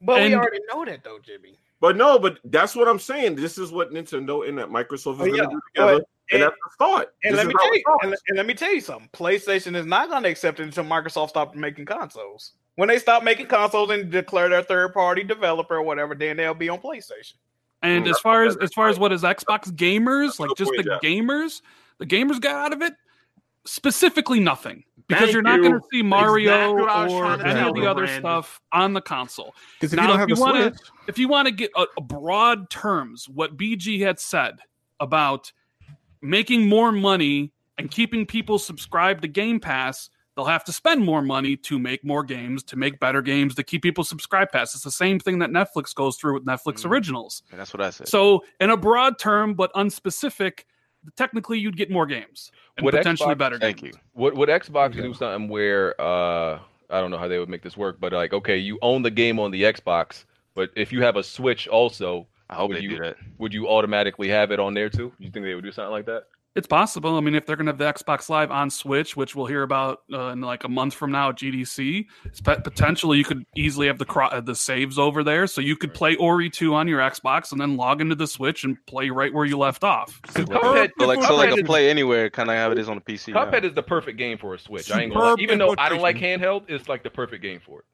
[SPEAKER 15] But we and- already
[SPEAKER 10] know that though, Jimmy.
[SPEAKER 7] But no, but that's what I'm saying. This is what Nintendo and that Microsoft is
[SPEAKER 10] Oh,
[SPEAKER 7] going to
[SPEAKER 10] yeah.
[SPEAKER 7] do together,
[SPEAKER 10] But-
[SPEAKER 7] and,
[SPEAKER 10] and-
[SPEAKER 7] that's the thought.
[SPEAKER 10] And
[SPEAKER 7] This
[SPEAKER 10] let
[SPEAKER 7] is
[SPEAKER 10] me
[SPEAKER 7] how
[SPEAKER 10] tell
[SPEAKER 7] it
[SPEAKER 10] you, and, and let me tell you something. PlayStation is not going to accept it until Microsoft stops making consoles. When they stop making consoles and declare their third party developer or whatever, then they'll be on PlayStation.
[SPEAKER 15] And as far as as far as what is Xbox gamers, like just the gamers, the gamers got out of it specifically nothing because
[SPEAKER 14] Thank
[SPEAKER 15] you're not
[SPEAKER 14] you.
[SPEAKER 15] going to see Mario
[SPEAKER 14] Exactly what I was
[SPEAKER 15] or
[SPEAKER 14] trying to
[SPEAKER 15] any
[SPEAKER 14] tell
[SPEAKER 15] of the
[SPEAKER 14] you,
[SPEAKER 15] other
[SPEAKER 14] Brandon.
[SPEAKER 15] stuff on the console.
[SPEAKER 4] 'Cause if you
[SPEAKER 15] Now,
[SPEAKER 4] don't have a
[SPEAKER 15] wanna,
[SPEAKER 4] Switch-
[SPEAKER 15] if you want to get a, a broad terms, what BG had said about making more money and keeping people subscribed to Game Pass, they'll have to spend more money to make more games, to make better games, to keep people subscribed past. It's the same thing that Netflix goes through with Netflix originals.
[SPEAKER 2] Mm. And that's what I said.
[SPEAKER 15] So, in a broad term but unspecific, technically you'd get more games and potentially better games.
[SPEAKER 1] Thank you. Would, would Xbox do something where uh, I don't know how they would make this work, but like, okay, you own the game on the Xbox, but if you have a Switch also, would you would you automatically have it on there too? You think they would do something like that?
[SPEAKER 15] It's possible. I mean, if they're going to have the Xbox Live on Switch, which we'll hear about uh, in like a month from now at GDC, it's pe- potentially you could easily have the cro- uh, the saves over there, so you could play Ori two on your Xbox and then log into the Switch and play right where you left off.
[SPEAKER 2] Cuphead, so like, so like a
[SPEAKER 15] Cuphead is-
[SPEAKER 2] play anywhere, kind of how it is on the PC. now.
[SPEAKER 1] Cuphead is the perfect game for a Switch. I ain't gonna lie.
[SPEAKER 2] Superb
[SPEAKER 1] even though I don't like handheld, it's like the perfect game for it.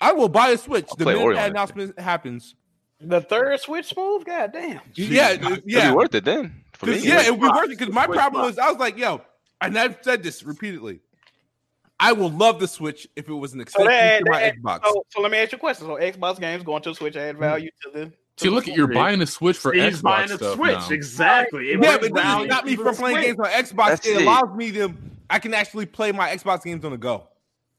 [SPEAKER 8] I will buy a Switch the
[SPEAKER 1] play
[SPEAKER 8] minute
[SPEAKER 1] Ori on
[SPEAKER 8] that
[SPEAKER 1] this
[SPEAKER 8] announcement happens.
[SPEAKER 10] The third Switch move? God damn.
[SPEAKER 8] [laughs] Yeah,
[SPEAKER 2] It'd be
[SPEAKER 8] yeah.
[SPEAKER 2] worth it then. For me,
[SPEAKER 8] 'Cause, yeah, it would be
[SPEAKER 2] Xbox.
[SPEAKER 8] worth it because my
[SPEAKER 2] Switch
[SPEAKER 8] problem
[SPEAKER 2] box.
[SPEAKER 8] was I was like, yo, and I've said this repeatedly. I will love the Switch if it was an
[SPEAKER 10] So,
[SPEAKER 8] extension
[SPEAKER 10] that,
[SPEAKER 8] to my
[SPEAKER 10] that-
[SPEAKER 8] Xbox.
[SPEAKER 10] so, so let me ask you a question. So Xbox games going to the Switch add value to the to
[SPEAKER 13] See, look at you're
[SPEAKER 10] the-
[SPEAKER 13] buying a Switch for
[SPEAKER 10] He's
[SPEAKER 13] Xbox
[SPEAKER 10] buying a
[SPEAKER 13] stuff
[SPEAKER 10] Switch,
[SPEAKER 13] now.
[SPEAKER 10] exactly. It
[SPEAKER 8] yeah,
[SPEAKER 10] brings
[SPEAKER 8] but that
[SPEAKER 10] value
[SPEAKER 8] stopped me
[SPEAKER 10] to
[SPEAKER 8] from
[SPEAKER 10] the
[SPEAKER 8] playing
[SPEAKER 10] Switch.
[SPEAKER 8] games on Xbox.
[SPEAKER 10] That's
[SPEAKER 8] it
[SPEAKER 10] it.
[SPEAKER 8] allows me to. I can actually play my Xbox games on the go.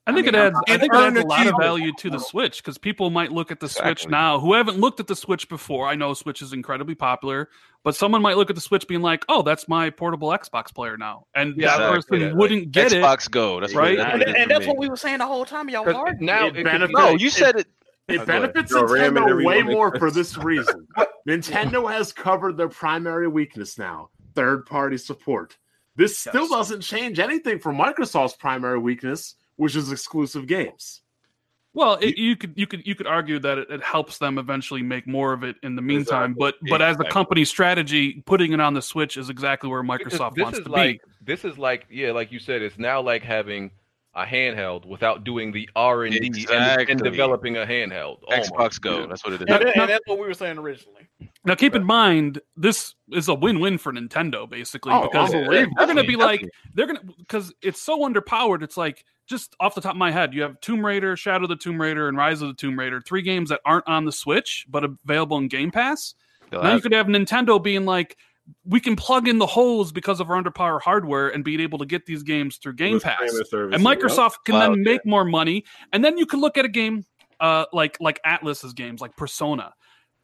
[SPEAKER 15] I think it adds. I
[SPEAKER 8] And
[SPEAKER 15] think it
[SPEAKER 8] earn
[SPEAKER 15] adds a lot of
[SPEAKER 8] achievements.
[SPEAKER 15] value to the Switch because people might look at the Switch now who haven't looked at the Switch before. I know Switch is incredibly popular, but someone might look at the Switch being like, "Oh, that's my portable Xbox player now,w," and
[SPEAKER 2] Yeah,
[SPEAKER 15] that
[SPEAKER 2] exactly.
[SPEAKER 15] person
[SPEAKER 2] Like,
[SPEAKER 15] wouldn't get it.
[SPEAKER 2] Xbox Go, that's what
[SPEAKER 15] right.
[SPEAKER 2] it- that's what it is
[SPEAKER 10] And that's what we were saying the whole time, y'all. argued.
[SPEAKER 2] No, you said it.
[SPEAKER 10] Oh,
[SPEAKER 6] It
[SPEAKER 10] go ahead.
[SPEAKER 6] benefits
[SPEAKER 10] You're ramming
[SPEAKER 6] Nintendo way
[SPEAKER 10] everyone in.
[SPEAKER 6] more for this
[SPEAKER 8] [laughs]
[SPEAKER 6] reason. Nintendo has covered their primary weakness now: third-party support. This still doesn't change anything from Microsoft's primary weakness, which is exclusive games.
[SPEAKER 15] Well, it, you could you could you could argue that it, it helps them eventually make more of it in the meantime, but but as a
[SPEAKER 1] Exactly.
[SPEAKER 15] company strategy, putting it on the Switch is exactly where Microsoft
[SPEAKER 1] this
[SPEAKER 15] wants
[SPEAKER 1] is
[SPEAKER 15] to
[SPEAKER 1] like
[SPEAKER 15] be.
[SPEAKER 1] this is like yeah, like you said, it's now like having a handheld without doing the R and D and
[SPEAKER 2] Exactly.
[SPEAKER 1] developing a handheld. Oh my
[SPEAKER 2] Xbox Go,
[SPEAKER 1] goodness.
[SPEAKER 2] that's what it
[SPEAKER 10] [laughs] And, that- and that's what we were saying originally.
[SPEAKER 15] Now, keep in mind, this is a win-win for Nintendo, basically,
[SPEAKER 10] Oh,
[SPEAKER 15] because they're
[SPEAKER 10] unbelievable.
[SPEAKER 15] going to be
[SPEAKER 10] Definitely,
[SPEAKER 15] like they're going to because it's so underpowered. It's like just off the top of my head, you have Tomb Raider, Shadow of the Tomb Raider, and Rise of the Tomb Raider, three games that aren't on the Switch but available in Game Pass.
[SPEAKER 2] They'll
[SPEAKER 15] now you
[SPEAKER 2] have-
[SPEAKER 15] could have Nintendo being like, we can plug in the holes because of our underpowered hardware and being able to get these games through Game
[SPEAKER 7] With
[SPEAKER 15] Pass,
[SPEAKER 7] streaming
[SPEAKER 15] and
[SPEAKER 7] services,
[SPEAKER 15] Microsoft
[SPEAKER 7] yep.
[SPEAKER 15] can
[SPEAKER 7] Cloud,
[SPEAKER 15] then make more money, and then you can look at a game uh, like like Atlas's games, like Persona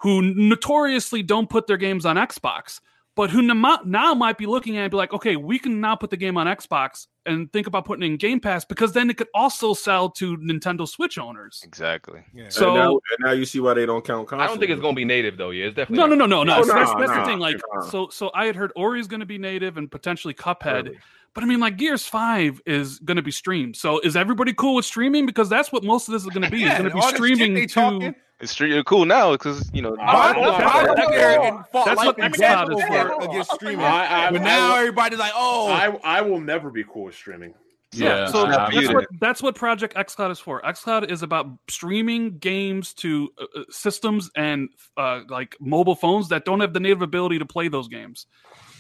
[SPEAKER 15] who notoriously don't put their games on Xbox, but who namo- now might be looking at it and be like, okay, we can now put the game on Xbox and think about putting it in Game Pass because then it could also sell to Nintendo Switch owners.
[SPEAKER 2] Exactly.
[SPEAKER 15] So-
[SPEAKER 7] and now, and now you see why they don't count. Consoles.
[SPEAKER 1] I don't think it's gonna be native though. Yeah, it's definitely
[SPEAKER 15] No, no,
[SPEAKER 1] not-
[SPEAKER 15] no, no, no.
[SPEAKER 1] Oh,
[SPEAKER 15] so that's, that's
[SPEAKER 1] nah.
[SPEAKER 15] the thing. Like,
[SPEAKER 1] Nah.
[SPEAKER 15] so, so I had heard Ori's going to be native and potentially Cuphead,
[SPEAKER 1] Really?
[SPEAKER 15] but I mean, like, Gears Five is going to be streamed. So, is everybody cool with streaming? Because that's what most of this is going to be. it's
[SPEAKER 2] and
[SPEAKER 15] going to be
[SPEAKER 2] all this shit
[SPEAKER 15] streaming
[SPEAKER 2] they
[SPEAKER 15] to.
[SPEAKER 2] It's street uh, cool now because you know.
[SPEAKER 15] I don't know. I don't care. Fuck
[SPEAKER 6] That's
[SPEAKER 15] what
[SPEAKER 6] Xbox
[SPEAKER 15] Xbox
[SPEAKER 6] is
[SPEAKER 15] is
[SPEAKER 6] for,
[SPEAKER 15] for.
[SPEAKER 6] against streaming.
[SPEAKER 15] I- I-
[SPEAKER 6] but
[SPEAKER 15] I-
[SPEAKER 6] now everybody's like, "Oh,
[SPEAKER 15] I-
[SPEAKER 6] I will never be cool with streaming."
[SPEAKER 15] Yeah, so that's what, that's what Project XCloud is for. XCloud is about streaming games to uh, uh, systems and uh, like mobile phones that don't have the native ability to play those games.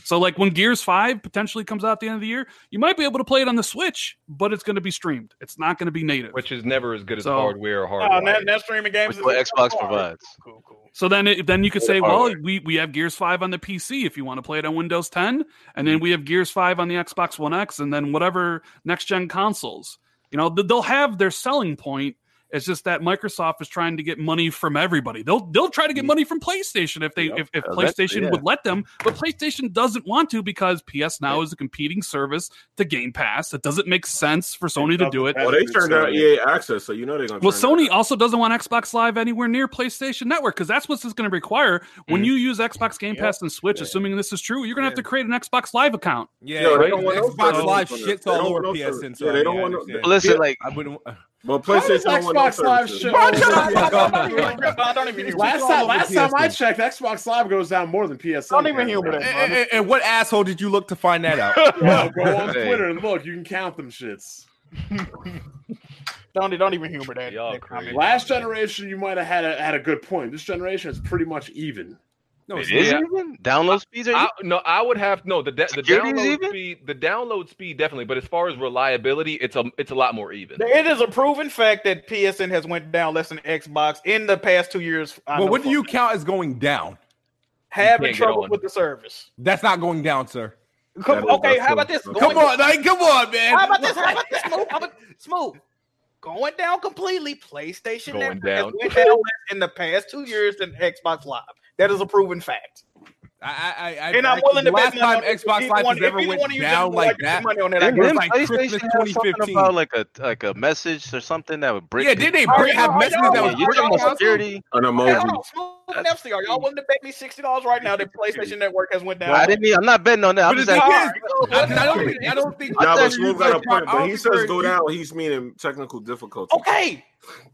[SPEAKER 15] So, like when Gears Five potentially comes out at the end of the year, you might be able to play it on the Switch, but it's going to be streamed. It's not going to be native,
[SPEAKER 1] which is never as good as
[SPEAKER 15] So-
[SPEAKER 1] hardware or
[SPEAKER 10] Oh,
[SPEAKER 1] hardware.
[SPEAKER 10] that, that streaming games
[SPEAKER 1] Which is what
[SPEAKER 10] is-
[SPEAKER 1] Xbox provides.
[SPEAKER 10] Cool, cool.
[SPEAKER 15] So then, it, then you could say, well,
[SPEAKER 13] Hardware.
[SPEAKER 15] we, we have Gears Five on the PC if you want to play it on Windows 10, and then we have Gears Five on the Xbox One X, and then whatever next gen consoles. You know, th- they'll have their selling point. It's just that Microsoft is trying to get money from everybody. They'll they'll try to get money from PlayStation if they if, if
[SPEAKER 13] Eventually,
[SPEAKER 15] PlayStation
[SPEAKER 13] yeah.
[SPEAKER 15] would let them, but PlayStation doesn't want to because PS Now is a competing service to Game Pass. It doesn't make sense for Sony to do it.
[SPEAKER 7] Well, Oh, they turned out EA access, so you know they're gonna.
[SPEAKER 15] Well,
[SPEAKER 7] turn
[SPEAKER 15] Sony also doesn't want Xbox Live anywhere near PlayStation Network because that's what it's going to require.
[SPEAKER 7] Mm.
[SPEAKER 15] When you use Xbox Game Pass and Switch, assuming this is true, you're going to have to create an Xbox Live account.
[SPEAKER 7] Yeah, Yeah, they right. don't want no service
[SPEAKER 8] Xbox Live
[SPEAKER 7] on there.
[SPEAKER 8] shits
[SPEAKER 7] They don't
[SPEAKER 8] all
[SPEAKER 7] want no
[SPEAKER 8] over
[SPEAKER 7] service.
[SPEAKER 8] PSN.
[SPEAKER 7] Yeah,
[SPEAKER 8] So
[SPEAKER 7] they don't
[SPEAKER 8] I
[SPEAKER 7] want no-
[SPEAKER 8] understand.
[SPEAKER 7] Well, listen, like-
[SPEAKER 8] [sighs] I wouldn't.
[SPEAKER 7] Well,
[SPEAKER 8] How
[SPEAKER 7] PlayStation
[SPEAKER 8] does
[SPEAKER 7] don't want no
[SPEAKER 8] Xbox Live
[SPEAKER 7] services.
[SPEAKER 8] shit
[SPEAKER 7] Bro,
[SPEAKER 8] all
[SPEAKER 7] shut
[SPEAKER 8] over
[SPEAKER 7] up.
[SPEAKER 8] PSN?
[SPEAKER 6] Last time, last time I checked, Xbox Live goes down more than PSN. Don't even humor
[SPEAKER 8] And- and, and what asshole did you look to find that out?
[SPEAKER 6] [laughs] go on Twitter and look. You can count them shits.
[SPEAKER 10] [laughs] don't don't even humor that. that comment.
[SPEAKER 6] Last generation, you might have had a had a good point. This generation is pretty much even.
[SPEAKER 1] No,
[SPEAKER 6] it's
[SPEAKER 1] it's
[SPEAKER 6] not.
[SPEAKER 2] Download speeds are
[SPEAKER 1] I, no, I would have no the, da- the
[SPEAKER 6] Security's
[SPEAKER 1] download
[SPEAKER 6] even?
[SPEAKER 1] speed the download speed definitely, but as far as reliability, it's a it's a lot more even.
[SPEAKER 10] [laughs] It is a proven fact that PSN has went down less than Xbox in the past two years. I
[SPEAKER 8] well,
[SPEAKER 10] know
[SPEAKER 8] what do
[SPEAKER 10] for-
[SPEAKER 8] you count as going down?
[SPEAKER 10] having trouble with the service?
[SPEAKER 8] That's not going down, sir.
[SPEAKER 10] Come- okay, how about this?
[SPEAKER 8] Come on, like, come on, man.
[SPEAKER 10] How about this? How about this? Smooth, how about, smooth. Going down completely. PlayStation
[SPEAKER 1] Going
[SPEAKER 10] Network has
[SPEAKER 1] down.
[SPEAKER 10] went down less in the past two years than Xbox Live. That is a proven fact.
[SPEAKER 8] I, I, I,
[SPEAKER 10] and I'm willing to
[SPEAKER 8] last
[SPEAKER 10] bet my
[SPEAKER 8] time
[SPEAKER 10] money if
[SPEAKER 8] Xbox
[SPEAKER 10] either
[SPEAKER 8] Live
[SPEAKER 10] one-
[SPEAKER 8] has
[SPEAKER 10] if
[SPEAKER 8] ever
[SPEAKER 10] either
[SPEAKER 8] went
[SPEAKER 10] one of you
[SPEAKER 8] down
[SPEAKER 10] didn't like
[SPEAKER 8] like
[SPEAKER 10] your
[SPEAKER 8] that.
[SPEAKER 10] money on that, I
[SPEAKER 8] it
[SPEAKER 10] guess.
[SPEAKER 8] was
[SPEAKER 2] Didn't
[SPEAKER 8] like
[SPEAKER 2] PlayStation
[SPEAKER 8] Christmas
[SPEAKER 2] have something
[SPEAKER 8] 2015.
[SPEAKER 2] about like a like a message or something that would break?
[SPEAKER 8] Yeah, didn't they
[SPEAKER 2] people?
[SPEAKER 8] break- have
[SPEAKER 2] Yeah,
[SPEAKER 8] messages that would
[SPEAKER 2] you
[SPEAKER 8] break
[SPEAKER 2] talking about
[SPEAKER 8] accounts?
[SPEAKER 2] security?
[SPEAKER 7] An
[SPEAKER 10] Hey, hold on, Smooth and FC, are y'all willing to bet me sixty dollars right now that PlayStation Network has went down?
[SPEAKER 2] I didn't. mean- I'm not betting on that. I'm just
[SPEAKER 10] thing
[SPEAKER 2] asking.
[SPEAKER 10] is- I- 'cause I don't
[SPEAKER 8] think- I don't think-
[SPEAKER 7] Nah,
[SPEAKER 8] I
[SPEAKER 7] but
[SPEAKER 8] thought
[SPEAKER 7] Smooth
[SPEAKER 8] you
[SPEAKER 7] got a
[SPEAKER 8] said-
[SPEAKER 7] point.
[SPEAKER 8] I don't
[SPEAKER 7] When he
[SPEAKER 8] think
[SPEAKER 7] says
[SPEAKER 8] we're-
[SPEAKER 7] go down, he's meaning technical difficulty.
[SPEAKER 10] Okay,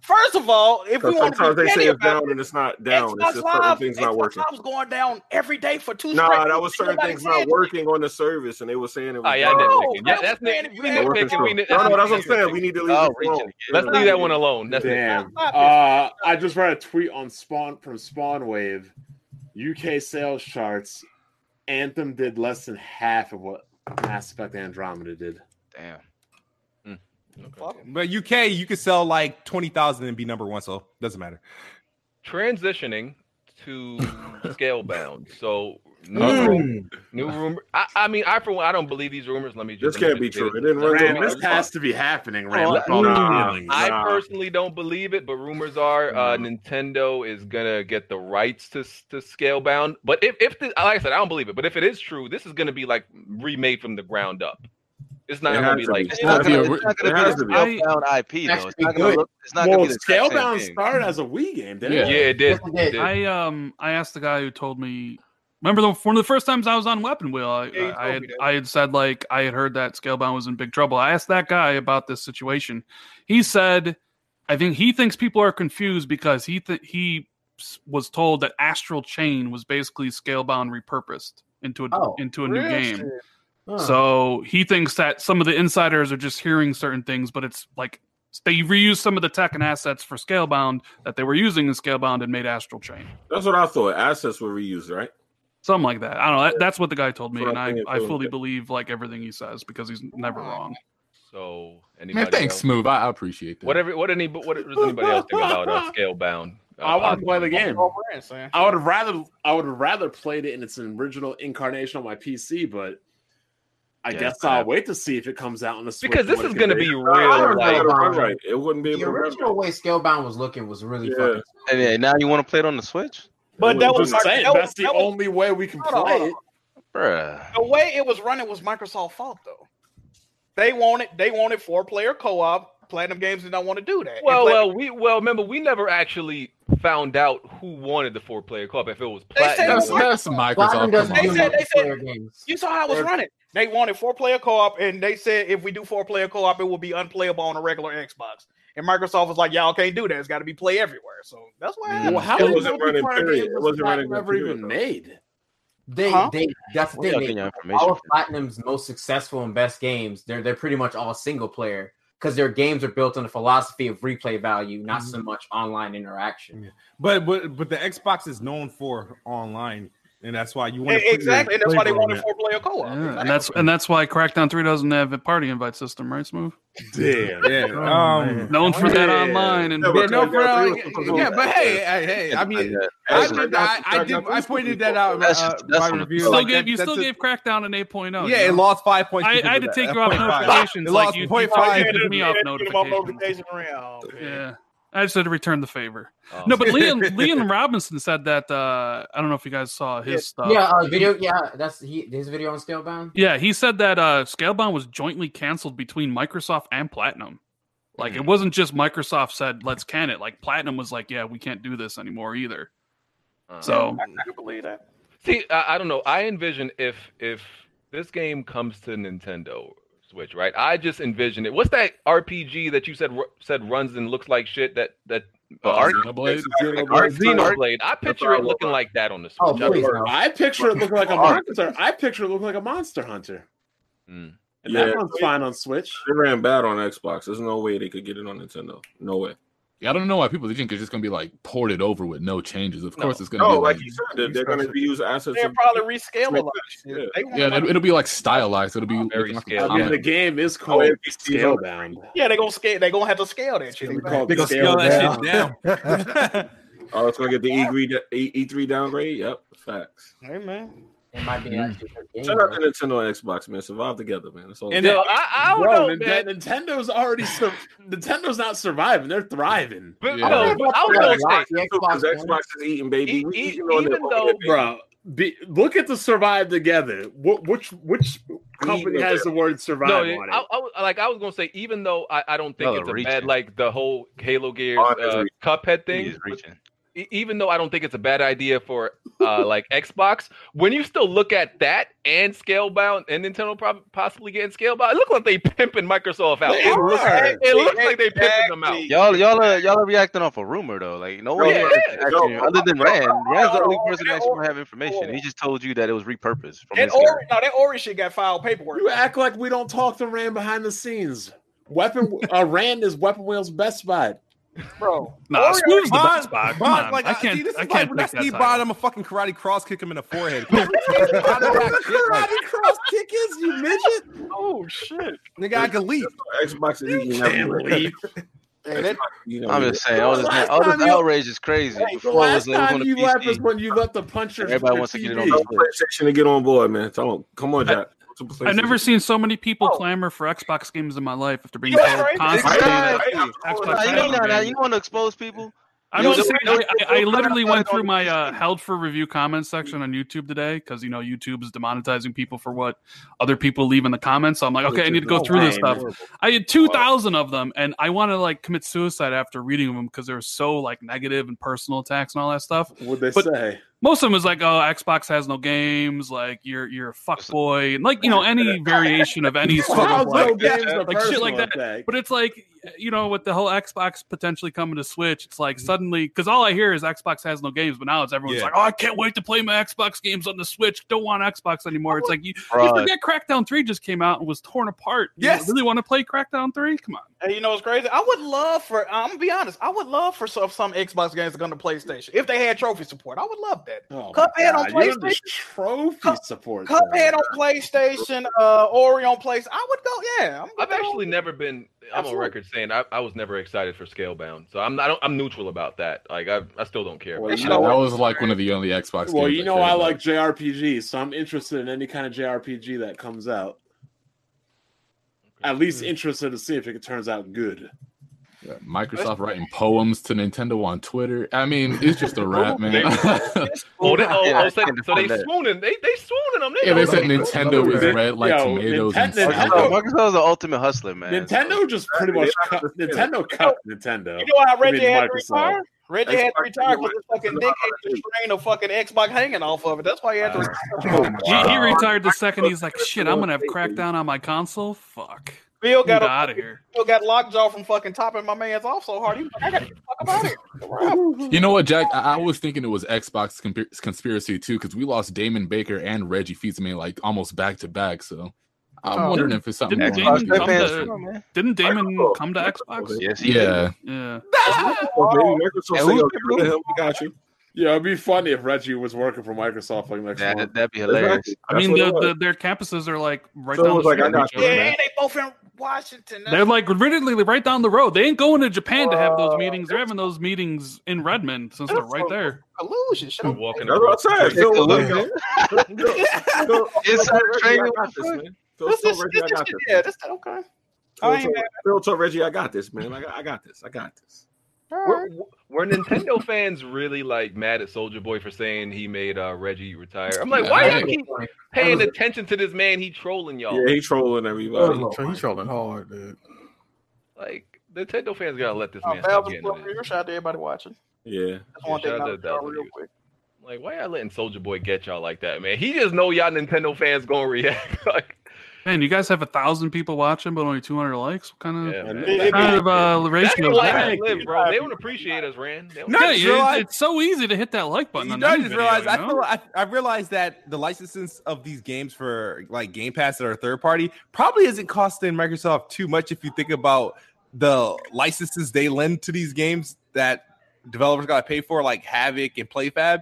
[SPEAKER 10] first of all, if we
[SPEAKER 7] Because
[SPEAKER 10] want to
[SPEAKER 7] sometimes
[SPEAKER 10] be
[SPEAKER 7] they say
[SPEAKER 10] petty
[SPEAKER 7] it's
[SPEAKER 10] about
[SPEAKER 7] down and it's not
[SPEAKER 10] it,
[SPEAKER 7] down.
[SPEAKER 10] Xbox
[SPEAKER 7] It's just certain
[SPEAKER 10] Live,
[SPEAKER 7] things not
[SPEAKER 10] Xbox
[SPEAKER 7] working.
[SPEAKER 10] Live was going down every day for two.
[SPEAKER 7] Nah,
[SPEAKER 10] straight
[SPEAKER 7] that
[SPEAKER 10] weeks.
[SPEAKER 7] was certain
[SPEAKER 10] Nobody
[SPEAKER 7] things
[SPEAKER 10] said
[SPEAKER 7] not working on the service, and they were saying it was.
[SPEAKER 1] Oh, yeah, I
[SPEAKER 7] down.
[SPEAKER 1] nitpicking. Yeah, that's nit- we
[SPEAKER 7] It wasn't
[SPEAKER 1] nitpicking, we
[SPEAKER 7] strong.
[SPEAKER 1] nit-
[SPEAKER 7] No, no, that's what I'm
[SPEAKER 1] that's
[SPEAKER 7] saying. We need to leave
[SPEAKER 1] Oh,
[SPEAKER 7] it
[SPEAKER 1] reaching
[SPEAKER 7] alone.
[SPEAKER 1] Let's leave that one alone. That's
[SPEAKER 2] [laughs]
[SPEAKER 6] Damn.
[SPEAKER 1] it.
[SPEAKER 6] Uh, I just read a tweet on Spawn from Spawn Wave. UK sales charts. Anthem did less than half of what Mass Effect Andromeda did.
[SPEAKER 2] Damn.
[SPEAKER 8] But UK, you could sell like twenty thousand and be number one, so doesn't matter.
[SPEAKER 1] Transitioning
[SPEAKER 7] [laughs]
[SPEAKER 1] to Scalebound. So new
[SPEAKER 7] Uh-huh.
[SPEAKER 8] Uh-oh.
[SPEAKER 6] Hmm.
[SPEAKER 1] room, new room. I, I mean, I for one, I don't believe these rumors. Let me just.
[SPEAKER 7] This can't be true. It didn't run
[SPEAKER 6] Ram, this has to be happening,
[SPEAKER 7] Oh,
[SPEAKER 6] Ram. with all the feelings.
[SPEAKER 1] I personally don't believe it, but rumors are
[SPEAKER 7] Mm-hmm.
[SPEAKER 1] uh, Nintendo is gonna get the rights to to Scalebound. But if if the, like I said, I don't believe it. But if it is true, this is gonna be like remade from the ground up. It's not
[SPEAKER 7] It
[SPEAKER 1] gonna
[SPEAKER 7] has
[SPEAKER 1] be
[SPEAKER 7] to be.
[SPEAKER 1] like
[SPEAKER 7] It's not gonna- it's not gonna be the
[SPEAKER 2] Scalebound IP though. It's not gonna look. It's not
[SPEAKER 6] well,
[SPEAKER 2] gonna be the exact same
[SPEAKER 6] Scalebound
[SPEAKER 2] thing.
[SPEAKER 6] started as a Wii game, didn't
[SPEAKER 1] Yeah.
[SPEAKER 6] it?
[SPEAKER 1] Yeah, it did. It did.
[SPEAKER 15] I um I asked the guy who told me. Remember the, one of the first times I was on Weapon Wheel, I,
[SPEAKER 10] Yeah,
[SPEAKER 15] I,
[SPEAKER 10] you
[SPEAKER 15] I
[SPEAKER 10] told
[SPEAKER 15] had
[SPEAKER 10] me that.
[SPEAKER 15] I had said like I had heard that Scalebound was in big trouble. I asked that guy about this situation. He said, I think he thinks people are confused because he th- he s- was told that Astral Chain was basically Scalebound repurposed into a into a new
[SPEAKER 10] real
[SPEAKER 15] game.
[SPEAKER 10] shit. Huh.
[SPEAKER 15] So he thinks that some of the insiders are just hearing certain things, but it's like they reused some of the tech and assets for Scalebound that they were using in Scalebound and made Astral Chain,
[SPEAKER 7] That's what I thought. Assets were reused, right?
[SPEAKER 15] something like that. I don't know. That, that's what the guy told me, and
[SPEAKER 7] That's what
[SPEAKER 15] I,
[SPEAKER 7] I'm thinking,
[SPEAKER 15] I
[SPEAKER 7] too.
[SPEAKER 15] fully believe like everything he says because he's never wrong.
[SPEAKER 1] So anybody
[SPEAKER 13] Man, thanks,
[SPEAKER 1] else?
[SPEAKER 13] Smooth. I, I appreciate that.
[SPEAKER 1] Whatever. What any? What does anybody else think about uh,
[SPEAKER 7] [laughs]
[SPEAKER 1] Scalebound? Uh,
[SPEAKER 6] I want to play the game.
[SPEAKER 10] Sam.
[SPEAKER 6] I would have rather I would have rather played it in its original incarnation on my PC, but I
[SPEAKER 1] Yeah,
[SPEAKER 6] guess
[SPEAKER 1] I
[SPEAKER 6] I'll
[SPEAKER 1] have-
[SPEAKER 6] wait to see if it comes out on the Switch.
[SPEAKER 1] Because this
[SPEAKER 6] what
[SPEAKER 1] is
[SPEAKER 6] it can
[SPEAKER 1] gonna be real,
[SPEAKER 6] I don't know
[SPEAKER 1] like-
[SPEAKER 6] how to run
[SPEAKER 7] Right. It wouldn't be
[SPEAKER 9] The
[SPEAKER 7] able to run.
[SPEAKER 9] original way Scalebound was looking was really
[SPEAKER 7] Yeah.
[SPEAKER 9] fucking.
[SPEAKER 2] And yeah, now you want to play it on the Switch?
[SPEAKER 10] But that was
[SPEAKER 6] just saying,
[SPEAKER 10] that was-
[SPEAKER 6] that's the
[SPEAKER 10] that was-
[SPEAKER 6] only way we can
[SPEAKER 10] Hold on,
[SPEAKER 6] play
[SPEAKER 10] hold
[SPEAKER 6] it.
[SPEAKER 2] Bruh.
[SPEAKER 10] The way it was running was Microsoft's fault, though. They wanted they wanted four player co op. Platinum Games did not want to do that. And
[SPEAKER 1] Well,
[SPEAKER 10] Platinum-
[SPEAKER 1] well, we well remember we never actually found out who wanted the four player club if it was
[SPEAKER 10] They said
[SPEAKER 1] platinum.
[SPEAKER 10] it was That's-
[SPEAKER 13] Microsoft.
[SPEAKER 10] They said they said
[SPEAKER 9] games.
[SPEAKER 10] you saw how it was running. They wanted four player co op, and they said if we do four player co op, it will be unplayable on a regular Xbox. And Microsoft was like, "Y'all can't do that. It's got to be play everywhere." So that's why.
[SPEAKER 6] Well, how
[SPEAKER 7] It
[SPEAKER 6] did
[SPEAKER 7] wasn't
[SPEAKER 6] Multiplayer
[SPEAKER 7] running, period.
[SPEAKER 6] games
[SPEAKER 7] It wasn't
[SPEAKER 6] not
[SPEAKER 7] running,
[SPEAKER 6] ever
[SPEAKER 7] period,
[SPEAKER 6] even
[SPEAKER 7] though.
[SPEAKER 6] made?
[SPEAKER 9] They,
[SPEAKER 6] Huh?
[SPEAKER 9] they, that's the
[SPEAKER 6] We're
[SPEAKER 9] thing.
[SPEAKER 6] not getting
[SPEAKER 9] They,
[SPEAKER 6] your
[SPEAKER 9] all of Platinum's most successful and best games, they're they're pretty much all single player because their games are built on the philosophy of replay value, not
[SPEAKER 6] Mm-hmm.
[SPEAKER 9] so much online interaction.
[SPEAKER 14] But but but the Xbox is known for online.
[SPEAKER 11] and that's why you want
[SPEAKER 10] E- Exactly, and that's why they wanted
[SPEAKER 11] it.
[SPEAKER 10] four player co op.
[SPEAKER 15] Yeah, and that's and that's why Crackdown Three doesn't have a party invite system, right, Smooth?
[SPEAKER 11] Yeah, yeah.
[SPEAKER 15] Oh,
[SPEAKER 11] Um,
[SPEAKER 15] man. known for that
[SPEAKER 11] yeah.
[SPEAKER 15] online and
[SPEAKER 11] Yeah, but no, for real,
[SPEAKER 8] yeah, but hey, hey, hey, I mean, I, did, I, I did, I pointed that out in my, uh, my review.
[SPEAKER 15] Still
[SPEAKER 8] like,
[SPEAKER 15] gave,
[SPEAKER 8] that-
[SPEAKER 15] you still
[SPEAKER 8] that's a-
[SPEAKER 15] gave Crackdown an 8.0.
[SPEAKER 8] Yeah,
[SPEAKER 15] you
[SPEAKER 8] it
[SPEAKER 15] know?
[SPEAKER 8] lost five points
[SPEAKER 15] I,
[SPEAKER 8] because
[SPEAKER 15] I had
[SPEAKER 8] of
[SPEAKER 15] to
[SPEAKER 8] that.
[SPEAKER 15] take
[SPEAKER 8] That's
[SPEAKER 15] you off
[SPEAKER 8] 0.5.
[SPEAKER 15] notifications.
[SPEAKER 8] It
[SPEAKER 15] like
[SPEAKER 8] lost
[SPEAKER 15] you, you
[SPEAKER 8] 0.5.
[SPEAKER 15] took me off
[SPEAKER 8] Yeah,
[SPEAKER 15] notifications.
[SPEAKER 10] around.
[SPEAKER 15] Yeah. I just had to return the favor.
[SPEAKER 8] Oh,
[SPEAKER 15] No, but Liam
[SPEAKER 8] [laughs]
[SPEAKER 15] Liam Robinson said that. Uh, I don't know if you guys saw his stuff.
[SPEAKER 9] yeah, uh, video. Yeah, that's he, his video on Scalebound.
[SPEAKER 15] Yeah, he said that uh, Scalebound was jointly canceled between Microsoft and Platinum. Like
[SPEAKER 2] Hmm.
[SPEAKER 15] it wasn't just Microsoft said let's can it. Like Platinum was like, yeah, we can't do this anymore either. So
[SPEAKER 2] Uh-huh.
[SPEAKER 1] I,
[SPEAKER 10] can believe that.
[SPEAKER 1] See, I, I don't know. I envision if if this game comes to Nintendo Switch, right? I just envision it. What's that RPG that you said ru- said runs and looks like shit? That that
[SPEAKER 2] Uh,
[SPEAKER 1] Arc-
[SPEAKER 2] Xenoblade?
[SPEAKER 1] Xenoblade. Xenoblade. I picture it looking like that on the Switch.
[SPEAKER 7] Oh,
[SPEAKER 1] I-
[SPEAKER 6] I picture it looking like a
[SPEAKER 1] Alright.
[SPEAKER 6] monster. I picture it looking like a monster hunter. And
[SPEAKER 7] Yeah.
[SPEAKER 6] that one's fine on Switch.
[SPEAKER 7] They ran bad on Xbox. There's no way they could get it on Nintendo. No way.
[SPEAKER 13] Yeah, I don't know why people think it's just gonna be like ported over with no changes. Of course, it's gonna
[SPEAKER 7] No,
[SPEAKER 13] be
[SPEAKER 7] like
[SPEAKER 13] like,
[SPEAKER 7] you said, they're, they're going to use assets.
[SPEAKER 10] They'll
[SPEAKER 7] of-
[SPEAKER 10] probably rescale a lot.
[SPEAKER 7] Yeah.
[SPEAKER 10] They want
[SPEAKER 13] yeah, it'll, it'll be like stylized. It'll be
[SPEAKER 15] Oh,
[SPEAKER 13] very like a
[SPEAKER 6] I mean, the
[SPEAKER 13] comic.
[SPEAKER 6] game
[SPEAKER 7] Oh,
[SPEAKER 6] is called
[SPEAKER 7] NPCs are-
[SPEAKER 6] Scalebound.
[SPEAKER 10] Yeah, they're gonna scale. They're gonna have to scale that shit.
[SPEAKER 6] They gonna scale that shit down.
[SPEAKER 7] Oh, it's going to get the E3, da- E- E3 downgrade. Yep, facts.
[SPEAKER 10] Hey man,
[SPEAKER 9] it might be
[SPEAKER 7] Mm.
[SPEAKER 9] actually a game.
[SPEAKER 7] Shout out to Nintendo and Xbox, man. Survive together, man. That's all.
[SPEAKER 6] And uh,
[SPEAKER 1] Yo,
[SPEAKER 6] it-
[SPEAKER 1] I- I don't
[SPEAKER 6] bro,
[SPEAKER 1] know,
[SPEAKER 6] Nintendo- Nintendo's already sur- Nintendo's not surviving; they're thriving.
[SPEAKER 1] But,
[SPEAKER 7] Yeah. no,
[SPEAKER 1] but I was gonna
[SPEAKER 7] Xbox,
[SPEAKER 1] say-
[SPEAKER 7] Xbox, Xbox is eating, baby.
[SPEAKER 1] E-
[SPEAKER 7] We
[SPEAKER 1] e-
[SPEAKER 7] eating on
[SPEAKER 1] even
[SPEAKER 7] the-
[SPEAKER 1] though-
[SPEAKER 6] bro, be, look at the survive together. What which which company has the word survive
[SPEAKER 1] No,
[SPEAKER 6] on it?
[SPEAKER 1] I, I was- like I was gonna say, even though I, I don't think
[SPEAKER 6] Y'all
[SPEAKER 1] it's
[SPEAKER 6] are
[SPEAKER 1] a bad
[SPEAKER 6] reaching.
[SPEAKER 1] like the whole Halo Gears
[SPEAKER 6] Oh, that's
[SPEAKER 1] uh,
[SPEAKER 6] reaching.
[SPEAKER 1] Cuphead thing. e- Even though I don't think it's a bad idea for uh, like Xbox, when you still look at that and Scalebound and Nintendo prob- possibly getting Scalebound, it looks like they pimping Microsoft out.
[SPEAKER 2] They
[SPEAKER 1] it looks,
[SPEAKER 2] are.
[SPEAKER 1] it, it looks like they pimping them out.
[SPEAKER 2] Y'all, y'all are y'all are reacting off a rumor though. Like no one
[SPEAKER 1] Yeah,
[SPEAKER 2] else
[SPEAKER 1] yeah.
[SPEAKER 2] actually,
[SPEAKER 1] No.
[SPEAKER 2] other than Rand. Rand's the only
[SPEAKER 10] Oh,
[SPEAKER 2] person that actually have information. He just told you that it was repurposed from
[SPEAKER 10] That
[SPEAKER 6] [laughs]
[SPEAKER 2] his
[SPEAKER 10] Ori, no, that Ori shit got filed paperwork.
[SPEAKER 6] You act like we don't talk to Rand behind the scenes. Weapon uh, Rand is Weapon Wheel's best spot.
[SPEAKER 10] bro.
[SPEAKER 15] Nah, Smooth's the best buy.
[SPEAKER 14] Bond,
[SPEAKER 15] Come on.
[SPEAKER 14] Bond, like,
[SPEAKER 15] I
[SPEAKER 14] I
[SPEAKER 15] can't-
[SPEAKER 14] see, this
[SPEAKER 15] I
[SPEAKER 14] is like
[SPEAKER 15] can't
[SPEAKER 14] when I
[SPEAKER 15] pick that
[SPEAKER 14] see
[SPEAKER 15] title.
[SPEAKER 14] Bond, I'm a fucking karate cross kick him in the forehead.
[SPEAKER 6] karate cross kick is you midget.
[SPEAKER 10] Oh shit,
[SPEAKER 14] nigga, I can leap.
[SPEAKER 7] Xbox is eating everywhere. Xbox, [laughs] you know,
[SPEAKER 2] I'm just saying, all this,
[SPEAKER 6] Last
[SPEAKER 2] all this
[SPEAKER 6] time you-
[SPEAKER 2] outrage is crazy.
[SPEAKER 6] Hey, the
[SPEAKER 2] Before it
[SPEAKER 6] last
[SPEAKER 2] was, it was on
[SPEAKER 6] time
[SPEAKER 2] the
[SPEAKER 6] you left is
[SPEAKER 2] PC.
[SPEAKER 6] when you left the puncher.
[SPEAKER 2] Everybody wants to get it on
[SPEAKER 7] Tell
[SPEAKER 2] the
[SPEAKER 7] PlayStation to get on board, man. Tell 'em. Come on, Jack.
[SPEAKER 15] I've
[SPEAKER 6] [laughs]
[SPEAKER 15] never seen so many people clamor for Xbox games in my life after being
[SPEAKER 2] You
[SPEAKER 15] told
[SPEAKER 2] Oh. right?
[SPEAKER 15] constantly that
[SPEAKER 2] Exactly.
[SPEAKER 15] Xbox
[SPEAKER 2] Nah, you know
[SPEAKER 15] has no
[SPEAKER 2] that.
[SPEAKER 15] game.
[SPEAKER 2] You want to expose people?
[SPEAKER 15] I'm
[SPEAKER 2] You
[SPEAKER 15] just
[SPEAKER 2] know,
[SPEAKER 15] saying,
[SPEAKER 2] don't-
[SPEAKER 15] I, I, I literally went through my uh, held for review comment section on YouTube today because you know YouTube is demonetizing people for what other people leave in the comments. So I'm like, okay, I need to go
[SPEAKER 14] No
[SPEAKER 15] through this
[SPEAKER 14] way,
[SPEAKER 15] stuff.
[SPEAKER 14] horrible.
[SPEAKER 15] I had two thousand of them, and I want to like commit suicide after reading them because they were so like negative and personal attacks and all that stuff.
[SPEAKER 6] What they
[SPEAKER 15] But-
[SPEAKER 6] say?
[SPEAKER 15] Most of them was like, "Oh, Xbox has no games. Like you're you're a fuckboy, and like you know any variation of any sort
[SPEAKER 6] How's
[SPEAKER 15] of
[SPEAKER 6] no
[SPEAKER 15] like,
[SPEAKER 6] games a
[SPEAKER 15] like shit like
[SPEAKER 6] personal
[SPEAKER 15] that."
[SPEAKER 6] attack?
[SPEAKER 15] But it's like you know with the whole Xbox potentially coming to Switch, it's like suddenly because all I hear is Xbox has no games, but now it's everyone's
[SPEAKER 14] Yeah.
[SPEAKER 15] like, "Oh, I can't wait to play my Xbox games on the Switch. Don't want Xbox anymore." It's like you, you
[SPEAKER 2] Right.
[SPEAKER 15] forget Crackdown Three just came out and was torn apart. You
[SPEAKER 14] Yes.
[SPEAKER 15] really want to play Crackdown Three? Come on.
[SPEAKER 10] And you know what's crazy? I would love for I'm gonna be honest. I would love for some some Xbox games to come to PlayStation if they had trophy support. I would love that.
[SPEAKER 6] Oh my
[SPEAKER 10] Cuphead
[SPEAKER 6] God,
[SPEAKER 10] on
[SPEAKER 6] you're
[SPEAKER 10] PlayStation.
[SPEAKER 6] just Trophy support.
[SPEAKER 10] Cuphead on PlayStation. Uh, Ori on PlayStation. I would go. Yeah, I'm
[SPEAKER 1] I've actually never been. I'm
[SPEAKER 10] Absolutely.
[SPEAKER 1] on record saying I, I was never excited for Scalebound, so I'm not. I'm neutral about that. Like I, I still don't care.
[SPEAKER 6] Well,
[SPEAKER 1] about
[SPEAKER 6] you
[SPEAKER 1] it.
[SPEAKER 6] know
[SPEAKER 13] that
[SPEAKER 6] what?
[SPEAKER 13] was like one of the only Xbox.
[SPEAKER 6] Well,
[SPEAKER 13] games
[SPEAKER 6] you
[SPEAKER 13] I
[SPEAKER 6] know
[SPEAKER 13] cared
[SPEAKER 6] I
[SPEAKER 13] about.
[SPEAKER 6] like JRPGs, so I'm interested in any kind of JRPG that comes out. At least
[SPEAKER 2] Hmm.
[SPEAKER 6] interested to see if it turns out good.
[SPEAKER 13] Yeah, Microsoft writing poems to Nintendo on Twitter. I mean, it's just
[SPEAKER 15] [laughs]
[SPEAKER 13] a rap, [laughs] man.
[SPEAKER 1] Oh, they, oh,
[SPEAKER 13] Yeah,
[SPEAKER 1] oh, so,
[SPEAKER 13] I can't
[SPEAKER 1] so they
[SPEAKER 13] defend that.
[SPEAKER 1] swooning. They they swooning them.
[SPEAKER 13] Yeah, they
[SPEAKER 1] don't
[SPEAKER 13] said
[SPEAKER 1] know.
[SPEAKER 13] Nintendo is red like
[SPEAKER 6] Yo,
[SPEAKER 13] tomatoes. and
[SPEAKER 6] Nintendo-
[SPEAKER 13] stuff.
[SPEAKER 2] Microsoft- Microsoft's the ultimate hustler, man.
[SPEAKER 6] Nintendo just pretty much cut, Nintendo cut Nintendo.
[SPEAKER 10] You know how Reggie
[SPEAKER 6] I mean,
[SPEAKER 10] had to retire?
[SPEAKER 6] Microsoft.
[SPEAKER 10] Reggie had to retire because the fucking dick had the strain of fucking Xbox hanging off of it. That's why he had to retire.
[SPEAKER 15] He, he retired the second he's like, "Shit, I'm gonna have Crackdown on my console." Fuck.
[SPEAKER 10] Bill got a-
[SPEAKER 15] out of here.
[SPEAKER 10] Still got lockjaw from fucking topping my man's off so hard. He was like, I gotta get the fuck about it.
[SPEAKER 13] You know what, Jack? I, I was thinking it was Xbox consp- conspiracy too, because we lost Damon Baker and Reggie Fils-Aimé like almost back to back. So I'm
[SPEAKER 15] Oh.
[SPEAKER 13] wondering if it's something.
[SPEAKER 15] Didn't
[SPEAKER 13] going on.
[SPEAKER 15] Damon come to, didn't Damon come to Xbox?
[SPEAKER 13] yeah,
[SPEAKER 15] Yeah.
[SPEAKER 7] Microsoft, baby. Microsoft said, "Yo, get rid of him. We got you.
[SPEAKER 11] Yeah, it'd be funny if Reggie was working for Microsoft like next
[SPEAKER 2] That-
[SPEAKER 11] month.
[SPEAKER 2] that'd be hilarious.
[SPEAKER 15] I mean, the, the, their campuses are like right down the
[SPEAKER 11] Someone's
[SPEAKER 15] street.
[SPEAKER 11] like, I got
[SPEAKER 15] from
[SPEAKER 11] you,
[SPEAKER 15] each other.
[SPEAKER 11] man.
[SPEAKER 10] They both in Washington.
[SPEAKER 15] They're like literally right down the road. They ain't going to Japan to have those meetings. They're having those meetings in Redmond since they're right there.
[SPEAKER 10] Collusion.
[SPEAKER 15] Should walking.
[SPEAKER 7] That's what I'm saying. Phil, look,
[SPEAKER 10] [laughs] Inside
[SPEAKER 7] Reggie, I
[SPEAKER 10] trading.
[SPEAKER 7] got this, man. Phil,
[SPEAKER 10] This
[SPEAKER 7] Phil,
[SPEAKER 10] is
[SPEAKER 7] Reggie,
[SPEAKER 10] this
[SPEAKER 7] I
[SPEAKER 10] is
[SPEAKER 7] got this.
[SPEAKER 10] yeah. This okay.
[SPEAKER 7] Phil,
[SPEAKER 10] I ain't
[SPEAKER 7] told-
[SPEAKER 10] mad.
[SPEAKER 7] Phil told Reggie, I got this, man. I got, I got this. I got this.
[SPEAKER 1] Were,
[SPEAKER 7] [laughs]
[SPEAKER 1] were Nintendo fans really like mad at Soldier Boy for saying he made uh, Reggie retire? I'm like, why y'all
[SPEAKER 7] [laughs]
[SPEAKER 1] keep paying attention to this man? He trolling y'all.
[SPEAKER 7] Yeah, he trolling everybody.
[SPEAKER 4] He
[SPEAKER 8] Oh
[SPEAKER 4] tro- he trolling hard, dude.
[SPEAKER 1] Like Nintendo fans gotta let this
[SPEAKER 10] Uh,
[SPEAKER 1] man stop
[SPEAKER 10] Valve
[SPEAKER 1] getting it.
[SPEAKER 10] Shout out to everybody watching.
[SPEAKER 7] Yeah.
[SPEAKER 10] That's one
[SPEAKER 1] Yeah,
[SPEAKER 10] thing.
[SPEAKER 1] shout out
[SPEAKER 10] I'll
[SPEAKER 1] to
[SPEAKER 10] tell
[SPEAKER 1] Valve
[SPEAKER 10] real
[SPEAKER 1] News.
[SPEAKER 10] quick.
[SPEAKER 1] Like, why y'all letting Soldier Boy get y'all like that, man? He just know y'all Nintendo fans gonna
[SPEAKER 10] [laughs]
[SPEAKER 1] react. like,
[SPEAKER 15] Man, you guys have a thousand people watching, but only 200 likes. What kind of
[SPEAKER 1] man.
[SPEAKER 15] what kind of uh,
[SPEAKER 1] that's the
[SPEAKER 15] ratio is
[SPEAKER 1] life
[SPEAKER 15] that?
[SPEAKER 1] we live, bro. They don't appreciate us, Rand. They don't-
[SPEAKER 15] Yeah,
[SPEAKER 8] No,
[SPEAKER 15] it's,
[SPEAKER 8] you realize-
[SPEAKER 15] it's so easy to hit that like button.
[SPEAKER 8] You
[SPEAKER 15] on
[SPEAKER 8] know, I
[SPEAKER 15] any
[SPEAKER 8] just
[SPEAKER 15] video,
[SPEAKER 8] realized
[SPEAKER 15] you
[SPEAKER 8] I
[SPEAKER 15] know?
[SPEAKER 8] feel I, I realized that the licenses of these games for like Game Pass that are third party probably isn't costing Microsoft too much if you think about the licenses they lend to these games that developers got to pay for, like Havoc and PlayFab.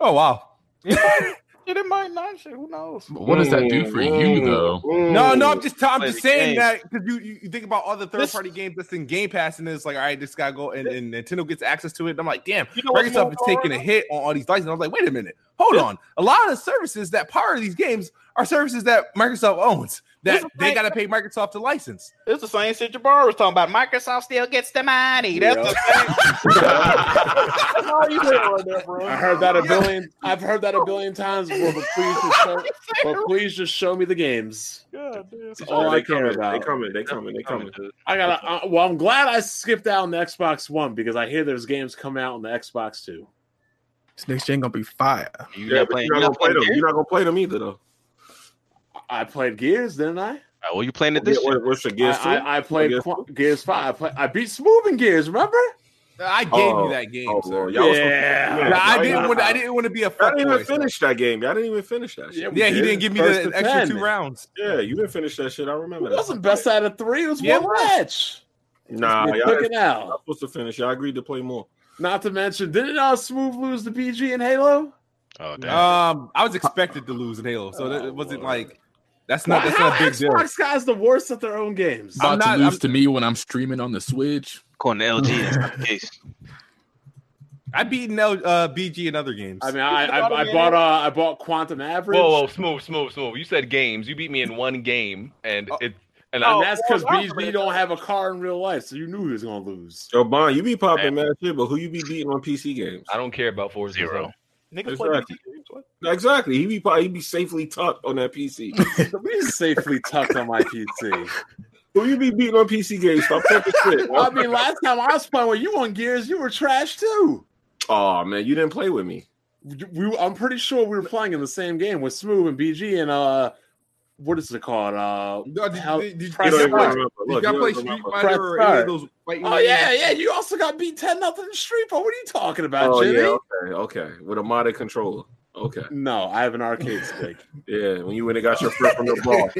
[SPEAKER 8] Oh wow,
[SPEAKER 10] Shit, it might not. Shit, who knows?
[SPEAKER 13] what does that do for you though?
[SPEAKER 8] No, no, I'm just i I'm
[SPEAKER 13] Play
[SPEAKER 8] just
[SPEAKER 13] the
[SPEAKER 8] saying
[SPEAKER 13] game.
[SPEAKER 8] that because you, you you think about all the third party games that's in Game Pass and it's like all right, this guy go and, and Nintendo gets access to it. And I'm like, damn,
[SPEAKER 10] know what's
[SPEAKER 8] Microsoft is
[SPEAKER 10] more
[SPEAKER 8] taking a hit on all these licenses. I was like, wait a minute, hold on. A lot of services that power these games are services that Microsoft owns that they got to pay Microsoft to license.
[SPEAKER 10] It's the same shit Jabbar was talking about. Microsoft still gets the money. That's the [laughs]
[SPEAKER 6] That's all you said right there, bro. I heard that a billion. I've heard that a billion times before, but please just [laughs] show, but please just show me the games.
[SPEAKER 10] God damn.
[SPEAKER 6] That's all I
[SPEAKER 7] They coming,
[SPEAKER 6] care about.
[SPEAKER 7] They coming. They coming. They coming.
[SPEAKER 6] I gotta. Uh, well, I'm glad I skipped out on the Xbox One because I hear there's games coming out on the Xbox Two.
[SPEAKER 4] This next gen gonna be fire.
[SPEAKER 6] You're not
[SPEAKER 2] playing-
[SPEAKER 6] you're
[SPEAKER 2] you're
[SPEAKER 6] not
[SPEAKER 2] not playing
[SPEAKER 6] them.
[SPEAKER 2] Gears?
[SPEAKER 6] You're not gonna play them either, though. I played Gears, didn't I?
[SPEAKER 2] Uh, Well, you playing it this
[SPEAKER 6] Yeah,
[SPEAKER 2] year?
[SPEAKER 6] what- what's the Gears I- two? I- I played Gears Qu- Gears Five. I, play, I beat Smooth in Gears. Remember?
[SPEAKER 8] Uh, I gave
[SPEAKER 7] Oh.
[SPEAKER 8] you that game.
[SPEAKER 7] Oh,
[SPEAKER 8] sir.
[SPEAKER 7] Lord. Y'all
[SPEAKER 6] [laughs]
[SPEAKER 7] was-
[SPEAKER 8] yeah.
[SPEAKER 7] Yeah.
[SPEAKER 8] Nah, I didn't want. I didn't want to be a
[SPEAKER 7] I didn't
[SPEAKER 8] fuckboy,
[SPEAKER 7] even
[SPEAKER 8] sir.
[SPEAKER 7] finish that game. I didn't even finish that. Shit.
[SPEAKER 8] we Yeah, he did. didn't give me the
[SPEAKER 7] First to
[SPEAKER 8] extra
[SPEAKER 7] ten.
[SPEAKER 8] two rounds.
[SPEAKER 7] Yeah, you didn't finish that shit. I remember
[SPEAKER 6] It
[SPEAKER 7] that.
[SPEAKER 6] wasn't best out of three. It was
[SPEAKER 7] Yeah,
[SPEAKER 6] one
[SPEAKER 7] it was.
[SPEAKER 6] match.
[SPEAKER 7] Nah,
[SPEAKER 6] You're
[SPEAKER 7] y'all
[SPEAKER 6] cooking
[SPEAKER 7] y'all
[SPEAKER 6] out.
[SPEAKER 7] not supposed to finish. Y'all agreed to play more.
[SPEAKER 6] Not to mention, didn't uh, Smooth lose the BG in Halo?
[SPEAKER 2] Oh,
[SPEAKER 8] Um, I was expected to lose in Halo, so that it wasn't
[SPEAKER 4] Oh,
[SPEAKER 8] like that's not
[SPEAKER 6] Why-
[SPEAKER 8] that's not a
[SPEAKER 6] how
[SPEAKER 8] big deal.
[SPEAKER 6] Xbox guys the worst at their own games.
[SPEAKER 13] About to lose to me when I'm streaming on the Switch.
[SPEAKER 2] According to LG,
[SPEAKER 13] [laughs]
[SPEAKER 2] that's not the case.
[SPEAKER 8] I beaten L, uh, BG in other games.
[SPEAKER 6] I [laughs] mean, I, I, I bought uh, I bought Quantum Average.
[SPEAKER 1] Whoa, whoa, smooth, smooth, smooth. You said games. You beat me in one game, and
[SPEAKER 10] Oh.
[SPEAKER 1] it and
[SPEAKER 6] And
[SPEAKER 1] I,
[SPEAKER 6] that's because BG don't have a car in real life, so you knew he was gonna lose.
[SPEAKER 7] Yo, Bond, you be popping mad shit, but who you be beating on PC games?
[SPEAKER 1] I don't care about four zero.
[SPEAKER 10] Niggas play
[SPEAKER 7] Exactly. Exactly. He be probably he be safely tucked on that
[SPEAKER 6] [laughs]
[SPEAKER 7] PC.
[SPEAKER 6] we safely tucked on my PC.
[SPEAKER 7] Who you be beating on PC games? Stop talking shit.
[SPEAKER 6] I mean, last time I was playing with you on Gears, you were trash too.
[SPEAKER 7] oh man, you didn't play with me.
[SPEAKER 6] We, I'm pretty sure we were playing in the same game with Smooth and BG and uh, what is it called? Uh, how-
[SPEAKER 8] did- did-
[SPEAKER 6] Press
[SPEAKER 8] did y'all
[SPEAKER 6] Start.
[SPEAKER 8] play- did y'all play Street Fighter or
[SPEAKER 6] Press
[SPEAKER 8] any of
[SPEAKER 6] Start.
[SPEAKER 8] those fighting
[SPEAKER 6] Oh yeah,
[SPEAKER 8] games?
[SPEAKER 6] yeah. You also got beat ten nothing in Street Fighter. What are you talking about,
[SPEAKER 7] Oh
[SPEAKER 6] Jimmy?
[SPEAKER 7] yeah, okay, okay. With a modded controller. Okay.
[SPEAKER 6] No, I have an arcade stick.
[SPEAKER 7] Yeah, when you went and got your friend from the bar.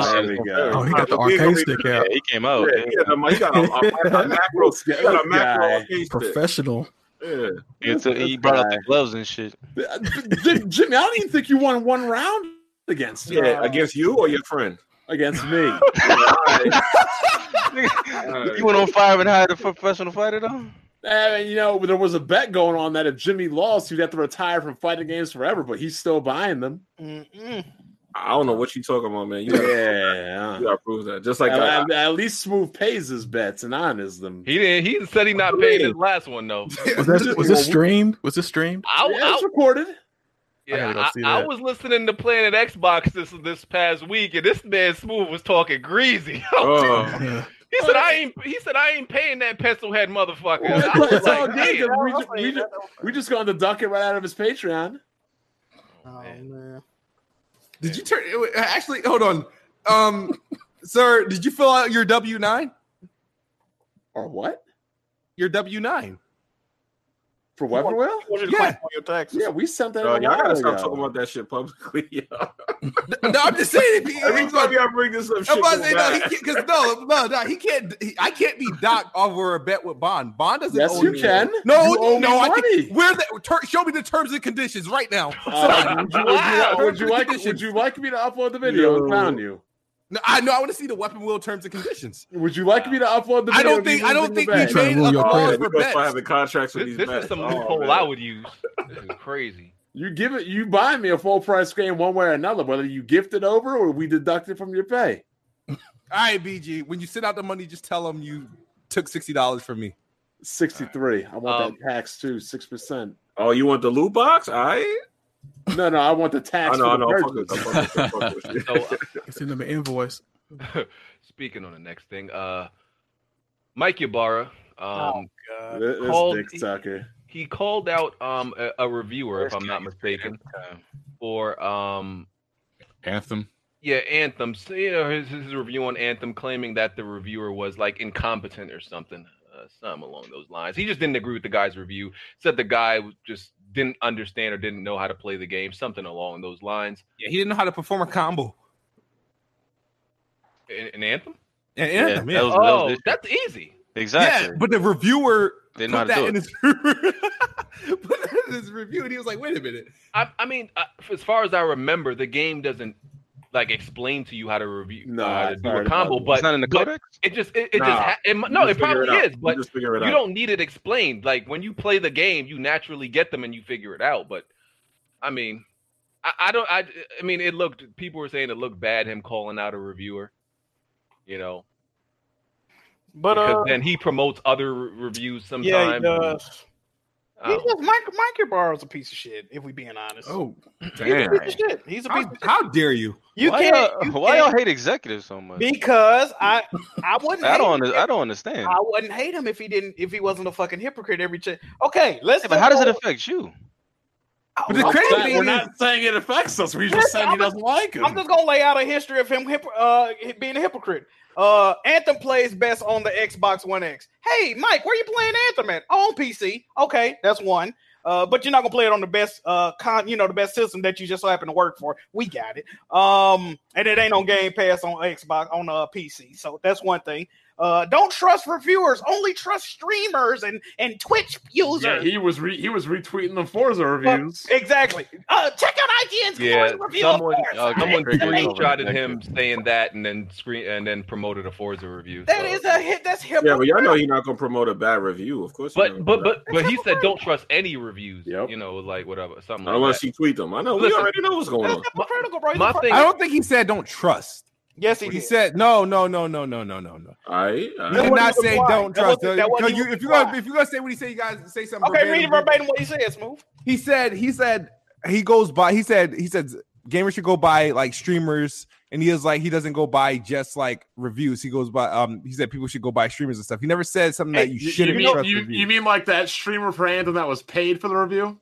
[SPEAKER 6] Oh, [laughs] there we go.
[SPEAKER 4] Oh, he got the arcade stick out.
[SPEAKER 2] He came out.
[SPEAKER 7] Yeah, he, had a, he got a, a,
[SPEAKER 6] [laughs]
[SPEAKER 7] a macro. He got a macro
[SPEAKER 6] Guy.
[SPEAKER 7] arcade stick.
[SPEAKER 4] Professional.
[SPEAKER 7] Yeah.
[SPEAKER 2] He took- he brought out the gloves and shit.
[SPEAKER 6] Jim- Jimmy, I don't even think you won one round against me.
[SPEAKER 7] Yeah, against you or your friend?
[SPEAKER 6] Against me.
[SPEAKER 2] You went on fire and hired a professional fighter though.
[SPEAKER 6] And, you know, there was a bet going on that if Jimmy lost, he'd have to retire from fighting games forever, but he's still buying them.
[SPEAKER 7] I don't know what you talking about, man. You gotta,
[SPEAKER 6] Yeah.
[SPEAKER 7] you gotta prove that. Uh, Just like
[SPEAKER 6] at,
[SPEAKER 7] I,
[SPEAKER 6] at- at least Smooth pays his bets and honors them.
[SPEAKER 1] He didn't. He said he not paying his last
[SPEAKER 7] [laughs]
[SPEAKER 1] one though.
[SPEAKER 4] Was [laughs] that was this streamed? Was this streamed?
[SPEAKER 1] I,
[SPEAKER 6] Yeah,
[SPEAKER 1] I,
[SPEAKER 6] it's recorded.
[SPEAKER 1] yeah,
[SPEAKER 4] gotta go
[SPEAKER 1] I,
[SPEAKER 4] see
[SPEAKER 1] I
[SPEAKER 4] that.
[SPEAKER 1] was listening to Planet Xbox this this past week, and this man Smooth was talking greasy. [laughs]
[SPEAKER 4] Oh. [laughs]
[SPEAKER 1] he said I ain't. He said I ain't paying that pencil head
[SPEAKER 8] [laughs]
[SPEAKER 1] motherfucker.
[SPEAKER 6] Well,
[SPEAKER 1] I was
[SPEAKER 6] it's all
[SPEAKER 1] like,
[SPEAKER 6] good, 'cause
[SPEAKER 1] "Damn."
[SPEAKER 6] we just- we just- We just got to duck it right out of his Patreon.
[SPEAKER 10] Oh man.
[SPEAKER 8] uh, Did you turn? Actually, hold on,
[SPEAKER 10] [laughs]
[SPEAKER 8] um, sir. Did you fill out your W nine?
[SPEAKER 6] Or what?
[SPEAKER 10] [laughs]
[SPEAKER 8] Your W nine.
[SPEAKER 7] For Weapon
[SPEAKER 6] You
[SPEAKER 7] Wheel?
[SPEAKER 6] wanted to
[SPEAKER 7] Yeah.
[SPEAKER 6] question Yeah, we sent that.
[SPEAKER 7] Yo,
[SPEAKER 6] in a
[SPEAKER 7] y'all
[SPEAKER 6] while
[SPEAKER 7] gotta stop
[SPEAKER 6] ago.
[SPEAKER 7] talking about that shit publicly. [laughs] yo.
[SPEAKER 8] No, I'm just saying. If he,
[SPEAKER 7] Every time y'all bring this up, shit
[SPEAKER 8] I'm about to
[SPEAKER 7] go
[SPEAKER 8] say, no, he
[SPEAKER 7] back.
[SPEAKER 8] can't, cause no, no, no, he can't. He, I can't be
[SPEAKER 6] [laughs]
[SPEAKER 8] docked over a bet with Bond. Bond doesn't.
[SPEAKER 6] Yes,
[SPEAKER 8] owe
[SPEAKER 6] you
[SPEAKER 8] me.
[SPEAKER 6] can.
[SPEAKER 8] No,
[SPEAKER 6] You owe me
[SPEAKER 8] no, I
[SPEAKER 6] money.
[SPEAKER 8] can. Where the ter, show me the terms and conditions right now.
[SPEAKER 6] [laughs] Uh, would, you, would, you, would you
[SPEAKER 8] Terms and
[SPEAKER 6] like?
[SPEAKER 8] conditions.
[SPEAKER 6] Would
[SPEAKER 7] [laughs]
[SPEAKER 6] you like me to upload the video and
[SPEAKER 8] Yo.
[SPEAKER 6] found you?
[SPEAKER 8] No, I know. I want to see the weapon wheel terms and conditions.
[SPEAKER 6] Would you like me to upload the?
[SPEAKER 8] I
[SPEAKER 6] Video
[SPEAKER 8] don't
[SPEAKER 6] and
[SPEAKER 8] think-
[SPEAKER 6] give
[SPEAKER 8] I
[SPEAKER 6] you
[SPEAKER 8] don't
[SPEAKER 6] the
[SPEAKER 8] think
[SPEAKER 6] back?
[SPEAKER 8] we Trying to made ruin your a call credit. for
[SPEAKER 7] We Oh, gonna start
[SPEAKER 8] bets.
[SPEAKER 7] having contracts with these
[SPEAKER 1] This
[SPEAKER 7] bets.
[SPEAKER 1] is some
[SPEAKER 7] Oh,
[SPEAKER 1] loophole
[SPEAKER 7] man.
[SPEAKER 1] I would use. This is crazy.
[SPEAKER 6] You give it. You buy me a full price game one way or another, whether you gift it over or we deduct it from your pay.
[SPEAKER 8] All right, BG. When you send out the money, just tell them you took sixty dollars from me.
[SPEAKER 6] Sixty three. I want that tax too, six percent.
[SPEAKER 7] Oh, you want the loot box? All right.
[SPEAKER 6] No, no, I want the
[SPEAKER 7] I
[SPEAKER 6] tax.
[SPEAKER 7] know, I
[SPEAKER 6] for
[SPEAKER 7] know.
[SPEAKER 6] the
[SPEAKER 7] I'm fucking with
[SPEAKER 6] purchase.
[SPEAKER 7] you, I'm fucking with you, I'm fucking with you.
[SPEAKER 4] uh, [laughs] It's in the invoice.
[SPEAKER 1] uh, [laughs] Speaking on the next thing, uh, Mike Ybarra um,
[SPEAKER 6] Th- [laughs] This
[SPEAKER 1] called
[SPEAKER 6] dick sucker.
[SPEAKER 1] he called out um a, a reviewer, if I'm not mistaken, for um
[SPEAKER 13] Anthem.
[SPEAKER 1] yeah Anthem. So, you know his, his review on Anthem, claiming that the reviewer was like incompetent or something, uh, something along those lines. He just didn't agree with the guy's review. Said the guy was- just didn't understand or didn't know how to play the game, something along those lines.
[SPEAKER 8] Yeah, he didn't know how to perform a combo.
[SPEAKER 1] An, an Anthem.
[SPEAKER 8] Yeah, Anthem, yeah.
[SPEAKER 1] oh, that's easy.
[SPEAKER 8] Yeah, but the reviewer
[SPEAKER 1] They
[SPEAKER 8] put
[SPEAKER 1] know how to
[SPEAKER 8] that
[SPEAKER 1] do
[SPEAKER 8] in
[SPEAKER 1] it.
[SPEAKER 8] his, [laughs] put that in his review, and he was like, "Wait a minute."
[SPEAKER 1] I, I mean, I, as far as I remember, the game doesn't like explain to you how to review,
[SPEAKER 7] No,
[SPEAKER 1] uh, how
[SPEAKER 7] I
[SPEAKER 1] to do a
[SPEAKER 7] heard about
[SPEAKER 1] combo.
[SPEAKER 7] it.
[SPEAKER 1] But
[SPEAKER 7] It's not in the
[SPEAKER 1] but
[SPEAKER 7] codex?
[SPEAKER 1] It just, it, it
[SPEAKER 7] Nah,
[SPEAKER 1] just, ha- it,
[SPEAKER 7] you
[SPEAKER 1] mi- no,
[SPEAKER 7] just
[SPEAKER 1] it
[SPEAKER 7] figure
[SPEAKER 1] probably
[SPEAKER 7] it out.
[SPEAKER 1] is.
[SPEAKER 7] You
[SPEAKER 1] But
[SPEAKER 7] just figure it
[SPEAKER 1] you
[SPEAKER 7] out.
[SPEAKER 1] don't need it explained. Like when you play the game, you naturally get them and you figure it out. But I mean, I, I don't. I, I mean, it looked. People were saying it looked bad. Him calling out a reviewer. You know,
[SPEAKER 10] But
[SPEAKER 1] because
[SPEAKER 10] uh,
[SPEAKER 1] then he promotes other re- reviews sometimes.
[SPEAKER 10] yeah, he does.
[SPEAKER 1] I
[SPEAKER 10] He
[SPEAKER 1] don't-
[SPEAKER 10] just, Mike Mike Ybarra's a piece of shit. If we being honest,
[SPEAKER 4] Oh,
[SPEAKER 10] he's a piece of shit. He's a piece.
[SPEAKER 8] How, how dare you?
[SPEAKER 10] You
[SPEAKER 2] why
[SPEAKER 10] can't-
[SPEAKER 2] Y'all,
[SPEAKER 10] you
[SPEAKER 2] why
[SPEAKER 10] can't-
[SPEAKER 2] y'all hate executives so much?
[SPEAKER 10] Because I,
[SPEAKER 2] [laughs]
[SPEAKER 10] I wouldn't.
[SPEAKER 2] I
[SPEAKER 10] hate
[SPEAKER 2] don't.
[SPEAKER 10] him
[SPEAKER 2] Under,
[SPEAKER 10] if-
[SPEAKER 2] I don't understand.
[SPEAKER 10] I wouldn't hate him if he didn't. If he wasn't a fucking hypocrite every chance. Okay, let's. Oh,
[SPEAKER 2] Yeah, but how does it
[SPEAKER 10] affect?
[SPEAKER 2] affect you?
[SPEAKER 10] But the crazy
[SPEAKER 6] We're
[SPEAKER 10] thing is-
[SPEAKER 6] not saying it affects us. We just
[SPEAKER 10] Listen,
[SPEAKER 6] saying he
[SPEAKER 10] I'm
[SPEAKER 6] doesn't like him.
[SPEAKER 10] I'm just gonna lay out a history of him hip- uh, being a hypocrite. Uh, Anthem plays best on the Xbox One X. Hey, Mike, where you playing Anthem at? On PC. Okay, that's one. Uh, but you're not gonna play it on the best uh con, you know, the best system that you just so happen to work for. We got it. Um, and it ain't on Game Pass on Xbox on uh PC. So that's one thing. Uh, don't trust reviewers. Only trust streamers and and Twitch users.
[SPEAKER 6] yeah, he was re- he was retweeting the Forza reviews.
[SPEAKER 10] Exactly. Uh, check out IGN's
[SPEAKER 1] Yeah,
[SPEAKER 10] glowing review. of
[SPEAKER 1] someone uh,
[SPEAKER 10] Forza.
[SPEAKER 1] someone
[SPEAKER 10] It's amazing.
[SPEAKER 1] screenshotted him saying that, and then screen and then promoted a Forza review.
[SPEAKER 10] That
[SPEAKER 1] so-
[SPEAKER 10] is a hit. That's him.
[SPEAKER 7] Yeah, but y'all know he's not gonna promote a bad review, of course.
[SPEAKER 1] But but but but he said don't trust any reviews. You know, like whatever, something. Like
[SPEAKER 7] unless
[SPEAKER 1] that.
[SPEAKER 7] he tweet them, I know. we
[SPEAKER 1] Listen,
[SPEAKER 7] already know what's going on.
[SPEAKER 10] hypocritical, bro. He's
[SPEAKER 1] my
[SPEAKER 10] a fr-
[SPEAKER 1] thing-
[SPEAKER 10] I
[SPEAKER 8] I
[SPEAKER 10] don't-
[SPEAKER 8] don't think he said don't trust.
[SPEAKER 10] Yes, he,
[SPEAKER 8] he said no, no, no, no, no, no, no.
[SPEAKER 7] I you
[SPEAKER 8] You did not say don't trust.
[SPEAKER 10] That wasn't-
[SPEAKER 8] though,
[SPEAKER 10] that wasn't
[SPEAKER 8] because you-
[SPEAKER 10] even
[SPEAKER 8] if you're gonna
[SPEAKER 10] why.
[SPEAKER 8] if you're gonna say what he said, you guys say something.
[SPEAKER 10] okay, read it
[SPEAKER 8] verbatim.
[SPEAKER 10] verbatim what he said, Smooth.
[SPEAKER 8] He said he said he goes by. He said he said gamers should go by like streamers, and he is like he doesn't go by just like reviews. He goes by um. He said people should go by streamers and stuff. He never said something that you shouldn't
[SPEAKER 6] mean,
[SPEAKER 8] trust.
[SPEAKER 6] you,
[SPEAKER 8] reviews.
[SPEAKER 6] you mean like that streamer for Anthem that was paid for the review?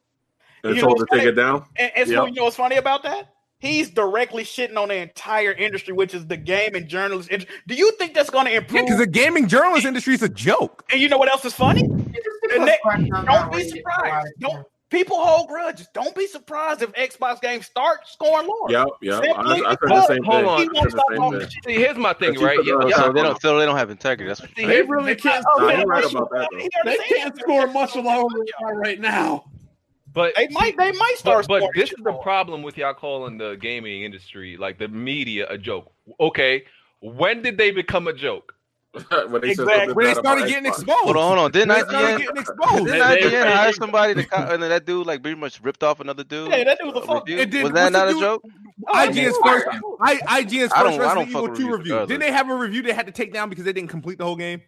[SPEAKER 7] And told to take it down.
[SPEAKER 10] And, and
[SPEAKER 7] Yep.
[SPEAKER 10] Smooth, you know what's funny about that? He's directly shitting on the entire industry, which is the game and journalist. ind- Do you think that's going to
[SPEAKER 8] Yeah,
[SPEAKER 10] improve?
[SPEAKER 8] because the gaming journalist industry is a joke.
[SPEAKER 10] and you know what else is funny? The ne- don't be surprised. Don't people hold grudges. Don't be surprised if Xbox games start scoring lower.
[SPEAKER 7] Yep, yep. I- I
[SPEAKER 10] Simply
[SPEAKER 7] said the
[SPEAKER 10] because
[SPEAKER 7] same
[SPEAKER 10] he
[SPEAKER 7] thing.
[SPEAKER 10] won't
[SPEAKER 7] I said the
[SPEAKER 10] stop
[SPEAKER 7] same
[SPEAKER 10] talking
[SPEAKER 7] thing.
[SPEAKER 10] shit.
[SPEAKER 1] See, here's my thing,
[SPEAKER 7] But you
[SPEAKER 1] right?
[SPEAKER 7] put
[SPEAKER 1] Yeah,
[SPEAKER 7] it
[SPEAKER 1] yeah.
[SPEAKER 7] on-
[SPEAKER 2] So they don't. So they don't have integrity. That's what
[SPEAKER 1] See,
[SPEAKER 6] They
[SPEAKER 1] here's-
[SPEAKER 6] really can't.
[SPEAKER 10] Oh,
[SPEAKER 7] Nah,
[SPEAKER 10] man,
[SPEAKER 7] you're right
[SPEAKER 10] they-
[SPEAKER 7] about that, though.
[SPEAKER 10] they
[SPEAKER 6] They
[SPEAKER 10] understand
[SPEAKER 6] can't score much lower than we are right now.
[SPEAKER 1] But
[SPEAKER 10] They might- they might
[SPEAKER 1] But,
[SPEAKER 10] start
[SPEAKER 1] but
[SPEAKER 10] scoring
[SPEAKER 1] this is the problem with y'all calling the gaming industry, like the media, a joke. Okay, when did they become a joke?
[SPEAKER 7] when
[SPEAKER 1] they
[SPEAKER 8] said Exactly. something When they bad started about getting Xbox. exposed.
[SPEAKER 2] Hold on, hold on. Didn't
[SPEAKER 8] They started
[SPEAKER 2] IGN
[SPEAKER 8] getting exposed.
[SPEAKER 2] Didn't
[SPEAKER 8] They-
[SPEAKER 2] IGN
[SPEAKER 8] they-
[SPEAKER 2] hire somebody to co- and that dude like pretty much ripped off another dude?
[SPEAKER 10] Yeah, that dude was a fuck.
[SPEAKER 2] Review?
[SPEAKER 8] It did-
[SPEAKER 2] was
[SPEAKER 8] what's
[SPEAKER 2] that
[SPEAKER 8] the
[SPEAKER 2] not a
[SPEAKER 8] dude-
[SPEAKER 2] joke?
[SPEAKER 8] IGN's first, I, IGN's
[SPEAKER 2] I don't-
[SPEAKER 8] first
[SPEAKER 2] I don't fuck
[SPEAKER 8] Resident
[SPEAKER 2] with
[SPEAKER 8] Evil 2
[SPEAKER 2] reviews
[SPEAKER 8] review.
[SPEAKER 2] regardless.
[SPEAKER 8] Didn't they have a review they had to take down because they didn't complete the whole game?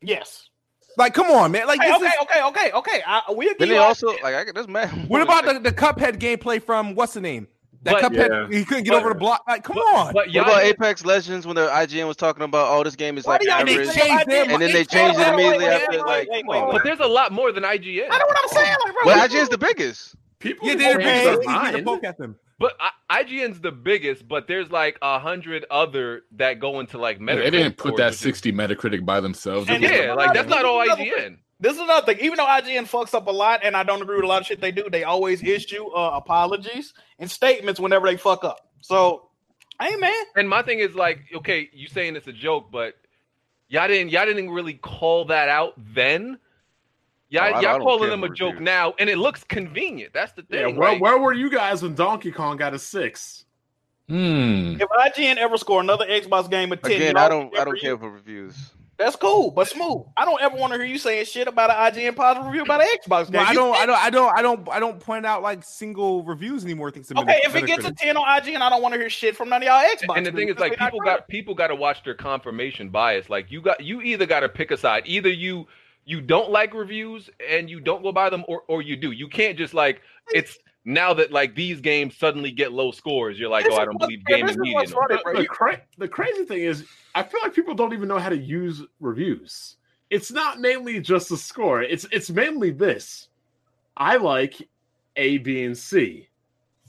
[SPEAKER 10] Yes.
[SPEAKER 8] Like, come on, man. Like,
[SPEAKER 10] Hey,
[SPEAKER 8] this
[SPEAKER 10] okay,
[SPEAKER 8] is,
[SPEAKER 10] okay, okay, okay. I, we'll give
[SPEAKER 8] Then
[SPEAKER 10] you
[SPEAKER 8] they
[SPEAKER 10] all-
[SPEAKER 8] also-
[SPEAKER 2] Like I there's mad.
[SPEAKER 8] what about the, the Cuphead gameplay from what's the name? That
[SPEAKER 2] But-
[SPEAKER 8] Cuphead,
[SPEAKER 2] Yeah.
[SPEAKER 8] he couldn't get
[SPEAKER 2] But-
[SPEAKER 8] over the block. Like, come on.
[SPEAKER 2] What about Apex Legends when the IGN was talking about, oh, this game is
[SPEAKER 8] Why
[SPEAKER 2] like
[SPEAKER 8] do y'all
[SPEAKER 2] average,
[SPEAKER 8] need to change their
[SPEAKER 2] and then
[SPEAKER 8] mind?
[SPEAKER 2] they
[SPEAKER 8] It's
[SPEAKER 2] changed it
[SPEAKER 8] all-
[SPEAKER 2] immediately
[SPEAKER 8] wait,
[SPEAKER 2] after,
[SPEAKER 8] wait,
[SPEAKER 2] like,
[SPEAKER 8] wait,
[SPEAKER 2] come on,
[SPEAKER 1] But there's a lot more than IGN.
[SPEAKER 10] I know what I'm saying. Like, bro,
[SPEAKER 2] Well, IGN's the biggest.
[SPEAKER 6] People
[SPEAKER 1] Yeah,
[SPEAKER 8] they're
[SPEAKER 1] they're
[SPEAKER 8] paying
[SPEAKER 1] paying
[SPEAKER 8] easy to
[SPEAKER 1] mine.
[SPEAKER 8] poke at them.
[SPEAKER 1] But I, IGN's the biggest, but there's like a hundred other that go into like
[SPEAKER 13] Yeah,
[SPEAKER 1] Metacritic.
[SPEAKER 13] they didn't put
[SPEAKER 1] scores.
[SPEAKER 13] that 60 Metacritic by themselves. It
[SPEAKER 1] And
[SPEAKER 13] was
[SPEAKER 1] yeah, like that's not all
[SPEAKER 10] Another
[SPEAKER 1] IGN.
[SPEAKER 10] thing. This is another thing. Even though IGN fucks up a lot, and I don't agree with a lot of shit they do, they always issue uh, apologies and statements whenever they fuck up. So, hey man.
[SPEAKER 1] And my thing is like, okay, you saying it's a joke, but y'all didn't y'all didn't really call that out then.
[SPEAKER 6] No, I-
[SPEAKER 1] Y'all,
[SPEAKER 6] I
[SPEAKER 1] y'all
[SPEAKER 6] don't
[SPEAKER 1] calling
[SPEAKER 6] care
[SPEAKER 1] them a
[SPEAKER 6] what
[SPEAKER 1] joke
[SPEAKER 6] reviews.
[SPEAKER 1] now, and it looks convenient. That's the
[SPEAKER 6] Yeah,
[SPEAKER 1] thing.
[SPEAKER 6] where,
[SPEAKER 1] like-
[SPEAKER 6] where were you guys when Donkey Kong got a six?
[SPEAKER 13] Hmm.
[SPEAKER 10] If IGN ever score another Xbox game of ten,
[SPEAKER 2] Again,
[SPEAKER 10] y'all-
[SPEAKER 2] I don't I don't care for reviews.
[SPEAKER 10] That's cool, but smooth. I don't ever want to hear you saying shit about an IGN positive review about an Xbox game.
[SPEAKER 14] Well, I
[SPEAKER 10] You
[SPEAKER 14] don't,
[SPEAKER 10] think-
[SPEAKER 14] I don't, I don't, I don't, I don't point out like single reviews anymore. Things to
[SPEAKER 10] Okay, if it gets a ten on IGN, I don't want to hear shit from none of y'all Xbox.
[SPEAKER 1] and the thing
[SPEAKER 10] people
[SPEAKER 1] is like
[SPEAKER 10] because
[SPEAKER 1] people got people got to watch their confirmation bias like you got you either got to pick a side either you you don't like reviews and you don't go buy them or or you do you can't just like it's now that like these games suddenly get low scores you're like
[SPEAKER 6] This
[SPEAKER 1] oh i
[SPEAKER 6] is
[SPEAKER 1] don't
[SPEAKER 6] what-
[SPEAKER 1] believe
[SPEAKER 6] yeah,
[SPEAKER 1] gaming
[SPEAKER 6] this is
[SPEAKER 1] media
[SPEAKER 6] what's
[SPEAKER 1] no more."
[SPEAKER 6] running, bro. The, cra- the crazy thing is, I feel like people don't even know how to use reviews. It's not mainly just a score. It's it's mainly this. I like A, B, and C.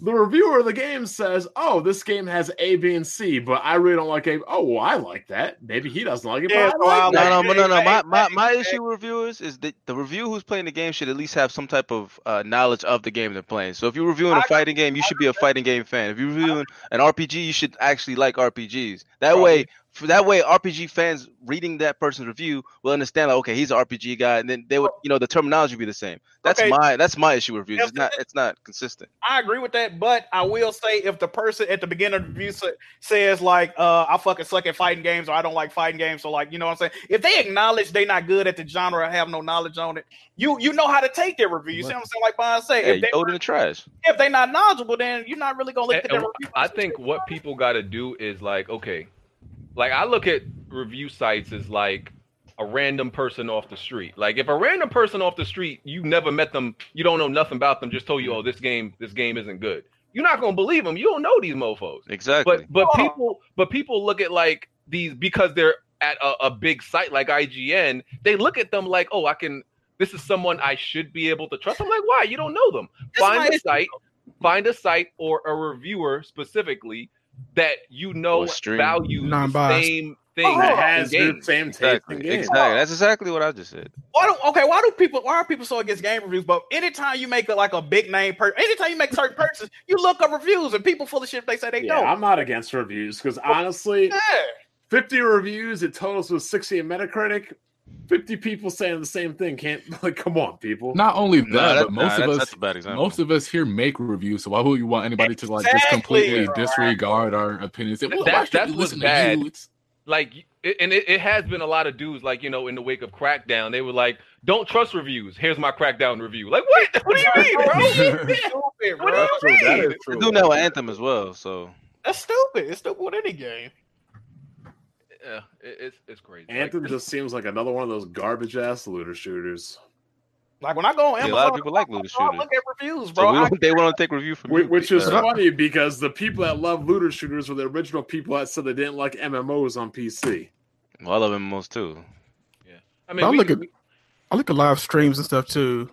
[SPEAKER 6] The reviewer of the game says, "Oh, this game has A, B, and C, but I really don't like A. Oh, well, I like that. Maybe he doesn't like it, but I like
[SPEAKER 2] no,
[SPEAKER 6] that.
[SPEAKER 2] no, but no, no. My, my, my issue with reviewers is that the reviewer who's playing the game should at least have some type of uh, knowledge of the game they're playing. So if you're reviewing a fighting game, you should be a fighting game fan. If you're reviewing an RPG, you should actually like RPGs. That way, for that way, RPG fans reading that person's review will understand. Like, okay, he's an RPG guy, and then they would, you know, the terminology would be the same. That's
[SPEAKER 10] Okay.
[SPEAKER 2] my that's my issue with reviews. It's not it's not consistent.
[SPEAKER 10] I agree with that, but I will say if the person at the beginning of the review sa- says like, uh, "I fucking suck at fighting games" or "I don't like fighting games," so like, you know what I'm saying? If they acknowledge they not good at the genre, or have no knowledge on it, you you know how to take their review. You see what I'm saying? Like Bond say,
[SPEAKER 2] Yeah,
[SPEAKER 10] if
[SPEAKER 2] you
[SPEAKER 10] they
[SPEAKER 2] throw it in the trash.
[SPEAKER 10] if they not knowledgeable, then you're not really gonna look at
[SPEAKER 1] And-
[SPEAKER 10] their
[SPEAKER 1] and
[SPEAKER 10] review.
[SPEAKER 1] I think what people got to do is like, okay, like I look at review sites as like a random person off the street. Like if a random person off the street, you never met them, you don't know nothing about them, just told you, oh, this game, this game isn't good. You're not gonna believe them. You don't know these mofo's.
[SPEAKER 2] Exactly.
[SPEAKER 1] But but people but people look at like these because they're at a, a big site like IGN. They look at them like, oh, I can. This is someone I should be able to trust. I'm like, why? You don't know them.
[SPEAKER 10] my
[SPEAKER 1] Find a
[SPEAKER 10] issue,
[SPEAKER 1] site find a site or a reviewer specifically that you know
[SPEAKER 2] stream.
[SPEAKER 1] values the
[SPEAKER 2] Non-biased.
[SPEAKER 1] same thing
[SPEAKER 10] That
[SPEAKER 1] in
[SPEAKER 10] has the
[SPEAKER 1] games.
[SPEAKER 6] same
[SPEAKER 2] Exactly. Exactly. That's exactly what I just said.
[SPEAKER 10] Why do okay? Why do people? Why are people so against game reviews? But anytime you make a, like a big name per, anytime you make certain purchases, you look up reviews and people full of shit. They say they
[SPEAKER 6] Yeah,
[SPEAKER 10] don't.
[SPEAKER 6] I'm
[SPEAKER 10] [laughs]
[SPEAKER 6] not against reviews because honestly, 50 reviews, it totals with 60 at Metacritic. 50 people saying the same thing. Can't, [laughs] like, come on, people.
[SPEAKER 13] Not only that,
[SPEAKER 6] Nah, that-
[SPEAKER 13] but most
[SPEAKER 6] nah,
[SPEAKER 13] of
[SPEAKER 6] that's-
[SPEAKER 13] us,
[SPEAKER 6] that's a bad example.
[SPEAKER 13] most of us here make reviews. So why would you want anybody to like just
[SPEAKER 1] Exactly.
[SPEAKER 13] completely disregard our opinions? Say, "Well, why
[SPEAKER 1] That,
[SPEAKER 13] should
[SPEAKER 1] that's
[SPEAKER 13] we
[SPEAKER 1] what's
[SPEAKER 13] listen to
[SPEAKER 1] bad.
[SPEAKER 13] you?" It's-
[SPEAKER 1] Like, it- and it, it has been a lot of dudes like you know in the wake of Crackdown, they were like, "Don't trust reviews." Here's my Crackdown review. Like, what? What do you mean, bro?
[SPEAKER 10] Stupid,
[SPEAKER 1] What do
[SPEAKER 10] bro.
[SPEAKER 1] you mean?
[SPEAKER 2] That
[SPEAKER 1] [laughs]
[SPEAKER 2] is true. I do know Anthem as well, so
[SPEAKER 10] That's stupid. It's stupid with any game.
[SPEAKER 1] Yeah, it, it's it's crazy.
[SPEAKER 6] Anthem just seems like another one of those garbage ass looter shooters.
[SPEAKER 10] Like when I go on
[SPEAKER 2] Yeah, a
[SPEAKER 10] Amazon,
[SPEAKER 2] lot of people like looter
[SPEAKER 10] I
[SPEAKER 2] shooters.
[SPEAKER 10] look at reviews,
[SPEAKER 2] So
[SPEAKER 10] bro.
[SPEAKER 2] we
[SPEAKER 10] I-
[SPEAKER 2] don't, they want to take review from
[SPEAKER 6] Whi-
[SPEAKER 2] you,
[SPEAKER 6] Which is
[SPEAKER 2] uh,
[SPEAKER 6] funny because the people that love looter shooters were the original people that said they didn't like MMOs on PC.
[SPEAKER 2] Well, I love MMOs too.
[SPEAKER 1] I
[SPEAKER 4] But I look at I look at live streams and stuff too,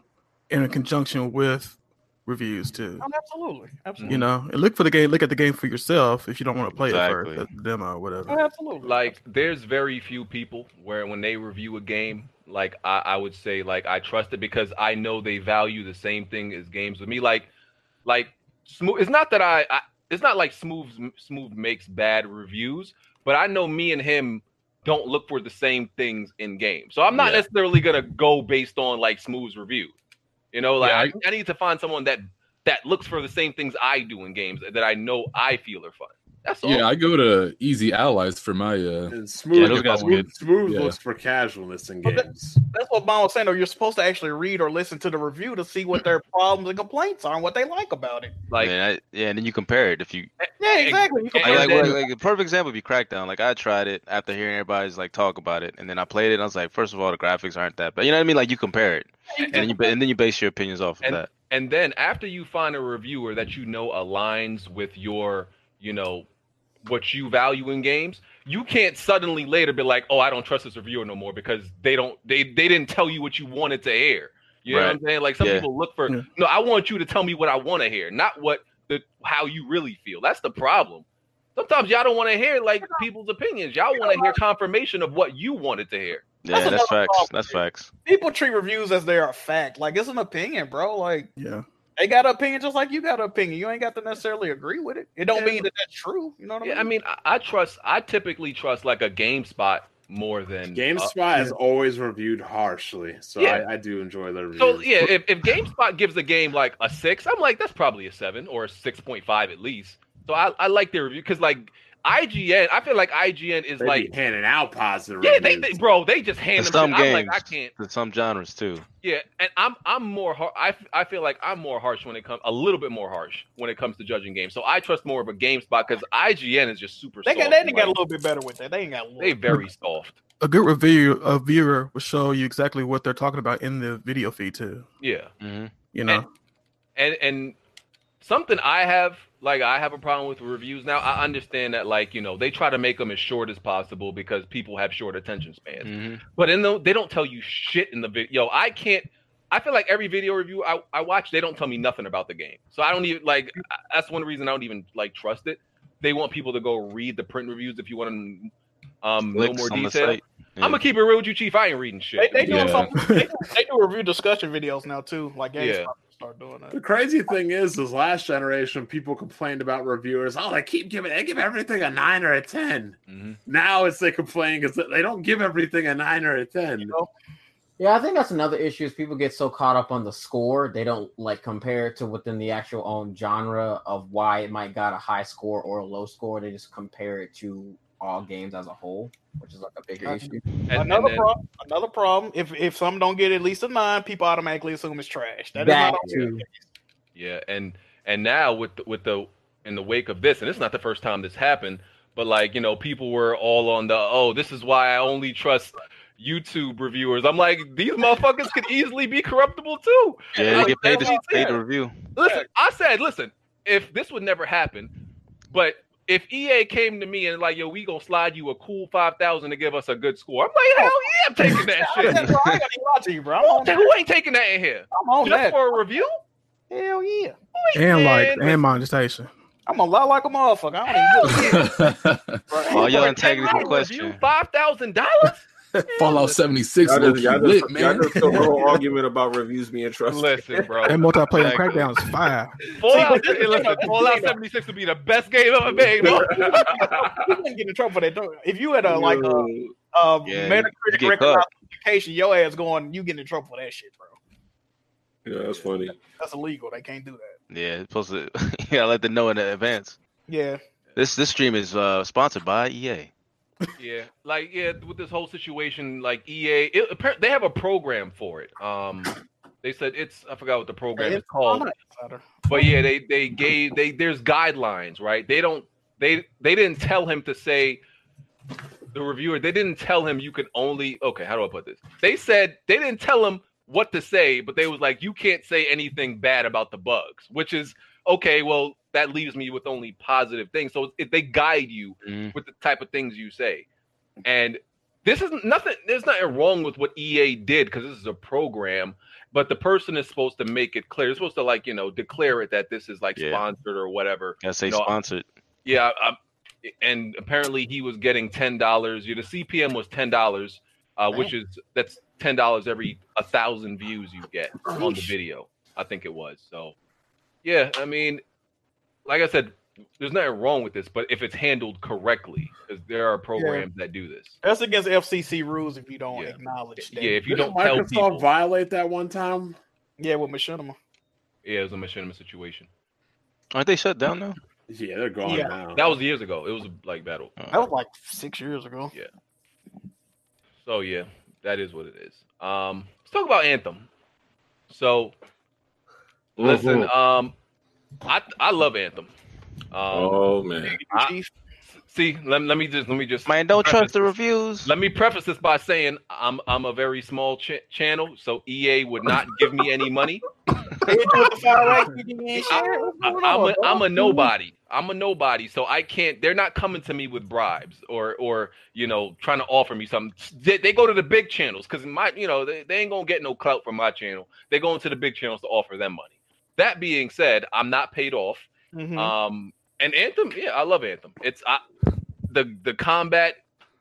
[SPEAKER 4] and in conjunction with reviews too.
[SPEAKER 10] Oh, absolutely, absolutely.
[SPEAKER 4] You know, and look for the game. Look at the game for yourself if you don't want to play it
[SPEAKER 1] Exactly.
[SPEAKER 4] for the demo or whatever.
[SPEAKER 10] Absolutely.
[SPEAKER 1] Like, there's very few people where when they review a game, like I, I would say, like I trust it because I know they value the same thing as games with me. Like, like smooth. It's not that I. I it's not like smooth. Smooth makes bad reviews, but I know me and him don't look for the same things in games. So I'm not
[SPEAKER 13] Yeah.
[SPEAKER 1] necessarily gonna go based on like smooth's review. You know, like
[SPEAKER 13] Yeah,
[SPEAKER 1] I, I need to find someone that that looks for the same things I do in games that I know I feel are fun. That's all.
[SPEAKER 13] yeah, I go to Easy Allies for my uh.
[SPEAKER 6] Smooth,
[SPEAKER 13] Yeah, those guys
[SPEAKER 6] smooth,
[SPEAKER 13] good.
[SPEAKER 6] smooth
[SPEAKER 13] Yeah.
[SPEAKER 6] looks for casualness in games.
[SPEAKER 10] That's what Bond was saying. Though you're supposed to actually read or listen to the review to see what their problems and complaints are and what they like about it.
[SPEAKER 1] Like
[SPEAKER 2] yeah, I- yeah, and then you compare it if you
[SPEAKER 10] Yeah, exactly. You
[SPEAKER 2] like,
[SPEAKER 10] compare
[SPEAKER 2] like,
[SPEAKER 10] that-
[SPEAKER 2] like, like, a perfect example would be Crackdown. Like I tried it after hearing everybody's like talk about it, and then I played it. and I was like, first of all, the graphics aren't that bad. You know what I mean? Like you compare it, and then you ba- and then you base your opinions off of
[SPEAKER 1] and,
[SPEAKER 2] that.
[SPEAKER 1] And then after you find a reviewer that you know aligns with your, you know, what you value in games, you can't suddenly later be like, "Oh, I don't trust this reviewer no more because they don't they they didn't tell you what you wanted to hear." You know what I'm
[SPEAKER 2] Right.
[SPEAKER 1] saying? Like some
[SPEAKER 2] Yeah.
[SPEAKER 1] people look for, "No, I want you to tell me what I want to hear, not what the how you really feel." That's the problem. Sometimes y'all don't want to hear like people's opinions. Y'all want to hear confirmation of what you wanted to hear.
[SPEAKER 2] Yeah, that's,
[SPEAKER 10] another
[SPEAKER 2] facts.
[SPEAKER 10] problem.
[SPEAKER 2] That's facts.
[SPEAKER 10] People treat reviews as they are a fact. Like it's an opinion, bro. Like
[SPEAKER 4] yeah.
[SPEAKER 10] they got an opinion just like you got an opinion. You ain't got to necessarily agree with it. It don't
[SPEAKER 1] Yeah.
[SPEAKER 10] mean that that's true. You know what I mean?
[SPEAKER 1] Yeah, I mean, I, I trust. I typically trust like a GameSpot more
[SPEAKER 2] Mm,
[SPEAKER 1] than uh,
[SPEAKER 2] uh,
[SPEAKER 6] GameSpot has always reviewed harshly, so
[SPEAKER 1] Yeah.
[SPEAKER 6] I, I do enjoy their reviews.
[SPEAKER 1] So yeah, if, if GameSpot gives a game like a six, I'm like that's probably a seven or a six point five at least. So I, I like their review because like IGN, I feel like IGN is
[SPEAKER 6] They be
[SPEAKER 1] like
[SPEAKER 6] handing out positive.
[SPEAKER 1] yeah, they,
[SPEAKER 6] reviews.
[SPEAKER 1] they bro, they just
[SPEAKER 2] To
[SPEAKER 1] hand them.
[SPEAKER 2] some
[SPEAKER 1] shit. I'm
[SPEAKER 2] games,
[SPEAKER 1] like I can't.
[SPEAKER 2] to some genres too.
[SPEAKER 1] Yeah, and I'm I'm more har- I f- I feel like I'm more harsh when it comes a little bit more harsh when it comes to judging games. So I trust more of a GameSpot because IGN is just super.
[SPEAKER 10] they got
[SPEAKER 1] soft,
[SPEAKER 10] they done got
[SPEAKER 1] like,
[SPEAKER 10] a little bit better with that. They ain't got a little
[SPEAKER 1] They very soft.
[SPEAKER 4] A good review, a viewer will show you exactly what they're talking about in the video feed too.
[SPEAKER 1] Yeah.
[SPEAKER 4] You know,
[SPEAKER 1] and and something I have like I have a problem with reviews now. I understand that like you know they try to make them as short as possible because people have short attention spans.
[SPEAKER 2] Mm-hmm.
[SPEAKER 1] But in the they don't tell you shit in the video. Yo, I can't. I feel like every video review I, I watch, they don't tell me nothing about the game. So I don't even like. I- That's one reason I don't even like trust it. They want people to go read the print reviews if you want to um, know
[SPEAKER 2] Clicks
[SPEAKER 1] more
[SPEAKER 2] on the
[SPEAKER 1] detail.
[SPEAKER 2] site. Yeah.
[SPEAKER 1] I'm gonna keep it real with you, Chief. I ain't reading shit.
[SPEAKER 10] They, they doing
[SPEAKER 1] Yeah.
[SPEAKER 4] [laughs]
[SPEAKER 10] something. They, do- they do review discussion videos now too. Like GameSpot
[SPEAKER 1] Yeah.
[SPEAKER 10] start doing that.
[SPEAKER 6] The crazy thing is, is last generation people complained about reviewers. Oh, they keep giving they give everything a nine or a 10 Now it's they complain because they don't give everything a nine or a ten.
[SPEAKER 9] Yeah, I think that's another issue is people get so caught up on the score they don't like compare it to within the actual own genre of why it might got a high score or a low score. They just compare it to all games as a whole, which is like a bigger issue.
[SPEAKER 10] another problem. Another problem. If if some don't get at least a nine, people automatically assume it's trash. That is
[SPEAKER 9] That
[SPEAKER 10] not
[SPEAKER 9] too.
[SPEAKER 1] Yeah, and and now with the, with the in the wake of this, and it's not the first time this happened, but like you know, people were all on the oh, this is why I only trust YouTube reviewers. I'm like, these motherfuckers could easily be corruptible too.
[SPEAKER 2] Yeah, they
[SPEAKER 1] Like,
[SPEAKER 2] get paid
[SPEAKER 1] that's
[SPEAKER 2] to,
[SPEAKER 1] what I'm
[SPEAKER 2] paid to
[SPEAKER 1] saying.
[SPEAKER 2] review.
[SPEAKER 1] Listen, I said, listen, if this would never happen, but if EA came to me and like, yo, we gonna slide you a cool five thousand to give us a good score, I'm like, hell yeah, I'm taking that shit.
[SPEAKER 10] I ain't gonna lie to you, bro. I'm on that.
[SPEAKER 1] Who ain't taking that in here?
[SPEAKER 10] I'm on
[SPEAKER 1] Just
[SPEAKER 10] that.
[SPEAKER 1] for a review?
[SPEAKER 10] Hell yeah.
[SPEAKER 4] and like
[SPEAKER 10] man,
[SPEAKER 4] and monetization.
[SPEAKER 10] I'm a lot like a motherfucker. I don't even give a shit.
[SPEAKER 2] All your
[SPEAKER 1] For a
[SPEAKER 2] integrity's in
[SPEAKER 1] $10
[SPEAKER 2] question.
[SPEAKER 1] Review five thousand dollars.
[SPEAKER 13] Fallout 76
[SPEAKER 7] Y'all just,
[SPEAKER 13] low-key
[SPEAKER 7] y'all just,
[SPEAKER 13] lit,
[SPEAKER 7] y'all
[SPEAKER 13] man.
[SPEAKER 7] just took the whole argument about reviews being trusted.
[SPEAKER 1] Listen, bro.
[SPEAKER 4] That multiplayer crackdown is fire.
[SPEAKER 1] Fallout, hey, listen, Fallout 76 would be the best game ever
[SPEAKER 2] [laughs]
[SPEAKER 1] made. bro.
[SPEAKER 10] [laughs] you wouldn't get in trouble for that. don't- If you had a like a, a
[SPEAKER 2] Yeah, you- you
[SPEAKER 10] Metacritic
[SPEAKER 2] get
[SPEAKER 10] record
[SPEAKER 2] caught.
[SPEAKER 10] application, your ass going, you getting in trouble for that shit, bro.
[SPEAKER 7] Yeah, that's funny.
[SPEAKER 10] That's illegal. They can't do that.
[SPEAKER 2] Yeah, it's supposed to. [laughs] yeah, let them know in advance.
[SPEAKER 10] Yeah.
[SPEAKER 2] This this stream is uh, sponsored by EA.
[SPEAKER 1] yeah, like yeah, with this whole situation, like EA, it, appar- they have a program for it. Um, they said it's I forgot what the program is
[SPEAKER 2] Oh.
[SPEAKER 1] called, but yeah, they they gave they there's guidelines, right? They don't they they didn't tell him to say the reviewer. They didn't tell him you can only okay. How do I put this? They said they didn't tell him what to say, but they was like you can't say anything bad about the bugs, which is okay. Well, that leaves me with only positive things. So if they guide you with the type of things you say, and this is nothing. There's nothing wrong with what EA did because this is a program, but the person is supposed to make it clear. They're supposed to like you know declare it that this is like sponsored or whatever.
[SPEAKER 2] Gotta say
[SPEAKER 1] You know,
[SPEAKER 2] sponsored.
[SPEAKER 1] yeah, I, and apparently he was getting ten dollars. The CPM was ten dollars, uh, which is that's ten dollars every a thousand views you get on the video. I think it was. So, yeah, I mean, like I said, there's nothing wrong with this, but if it's handled correctly, because there are programs that do this.
[SPEAKER 10] That's against FCC rules if you don't acknowledge that.
[SPEAKER 1] Yeah, if you
[SPEAKER 10] Didn't
[SPEAKER 1] don't tell
[SPEAKER 10] Microsoft-
[SPEAKER 1] people,
[SPEAKER 6] Microsoft violate that one time.
[SPEAKER 10] Yeah, with Machinima.
[SPEAKER 1] yeah, it was a machinima situation.
[SPEAKER 2] Aren't they shut down now?
[SPEAKER 6] Yeah, they're
[SPEAKER 10] gone Yeah. now.
[SPEAKER 1] That was years ago. It was like battle.
[SPEAKER 4] Oh.
[SPEAKER 10] That was like six years ago.
[SPEAKER 1] Yeah. So yeah, that is what it is. Um, let's talk about Anthem. So, listen,
[SPEAKER 7] Mhm.
[SPEAKER 1] um, I I love Anthem. Um,
[SPEAKER 7] Oh,
[SPEAKER 1] [laughs]
[SPEAKER 7] man.
[SPEAKER 1] I- see, let, let me just let me just
[SPEAKER 2] man, don't trust the
[SPEAKER 1] this.
[SPEAKER 2] reviews.
[SPEAKER 1] Let me preface this by saying I'm I'm a very small ch- channel, so EA would not give me any money.
[SPEAKER 7] [laughs]
[SPEAKER 1] I, I'm, a, I'm a nobody. I'm a nobody, so I can't. They're not coming to me with bribes or or you know trying to offer me something. They, they go to the big channels because my you know they, they ain't gonna get no clout from my channel. They go into the big channels to offer them money. That being said, I'm not paid off.
[SPEAKER 10] Mhm.
[SPEAKER 1] Um, and Anthem, yeah, I love Anthem. It's I, the the combat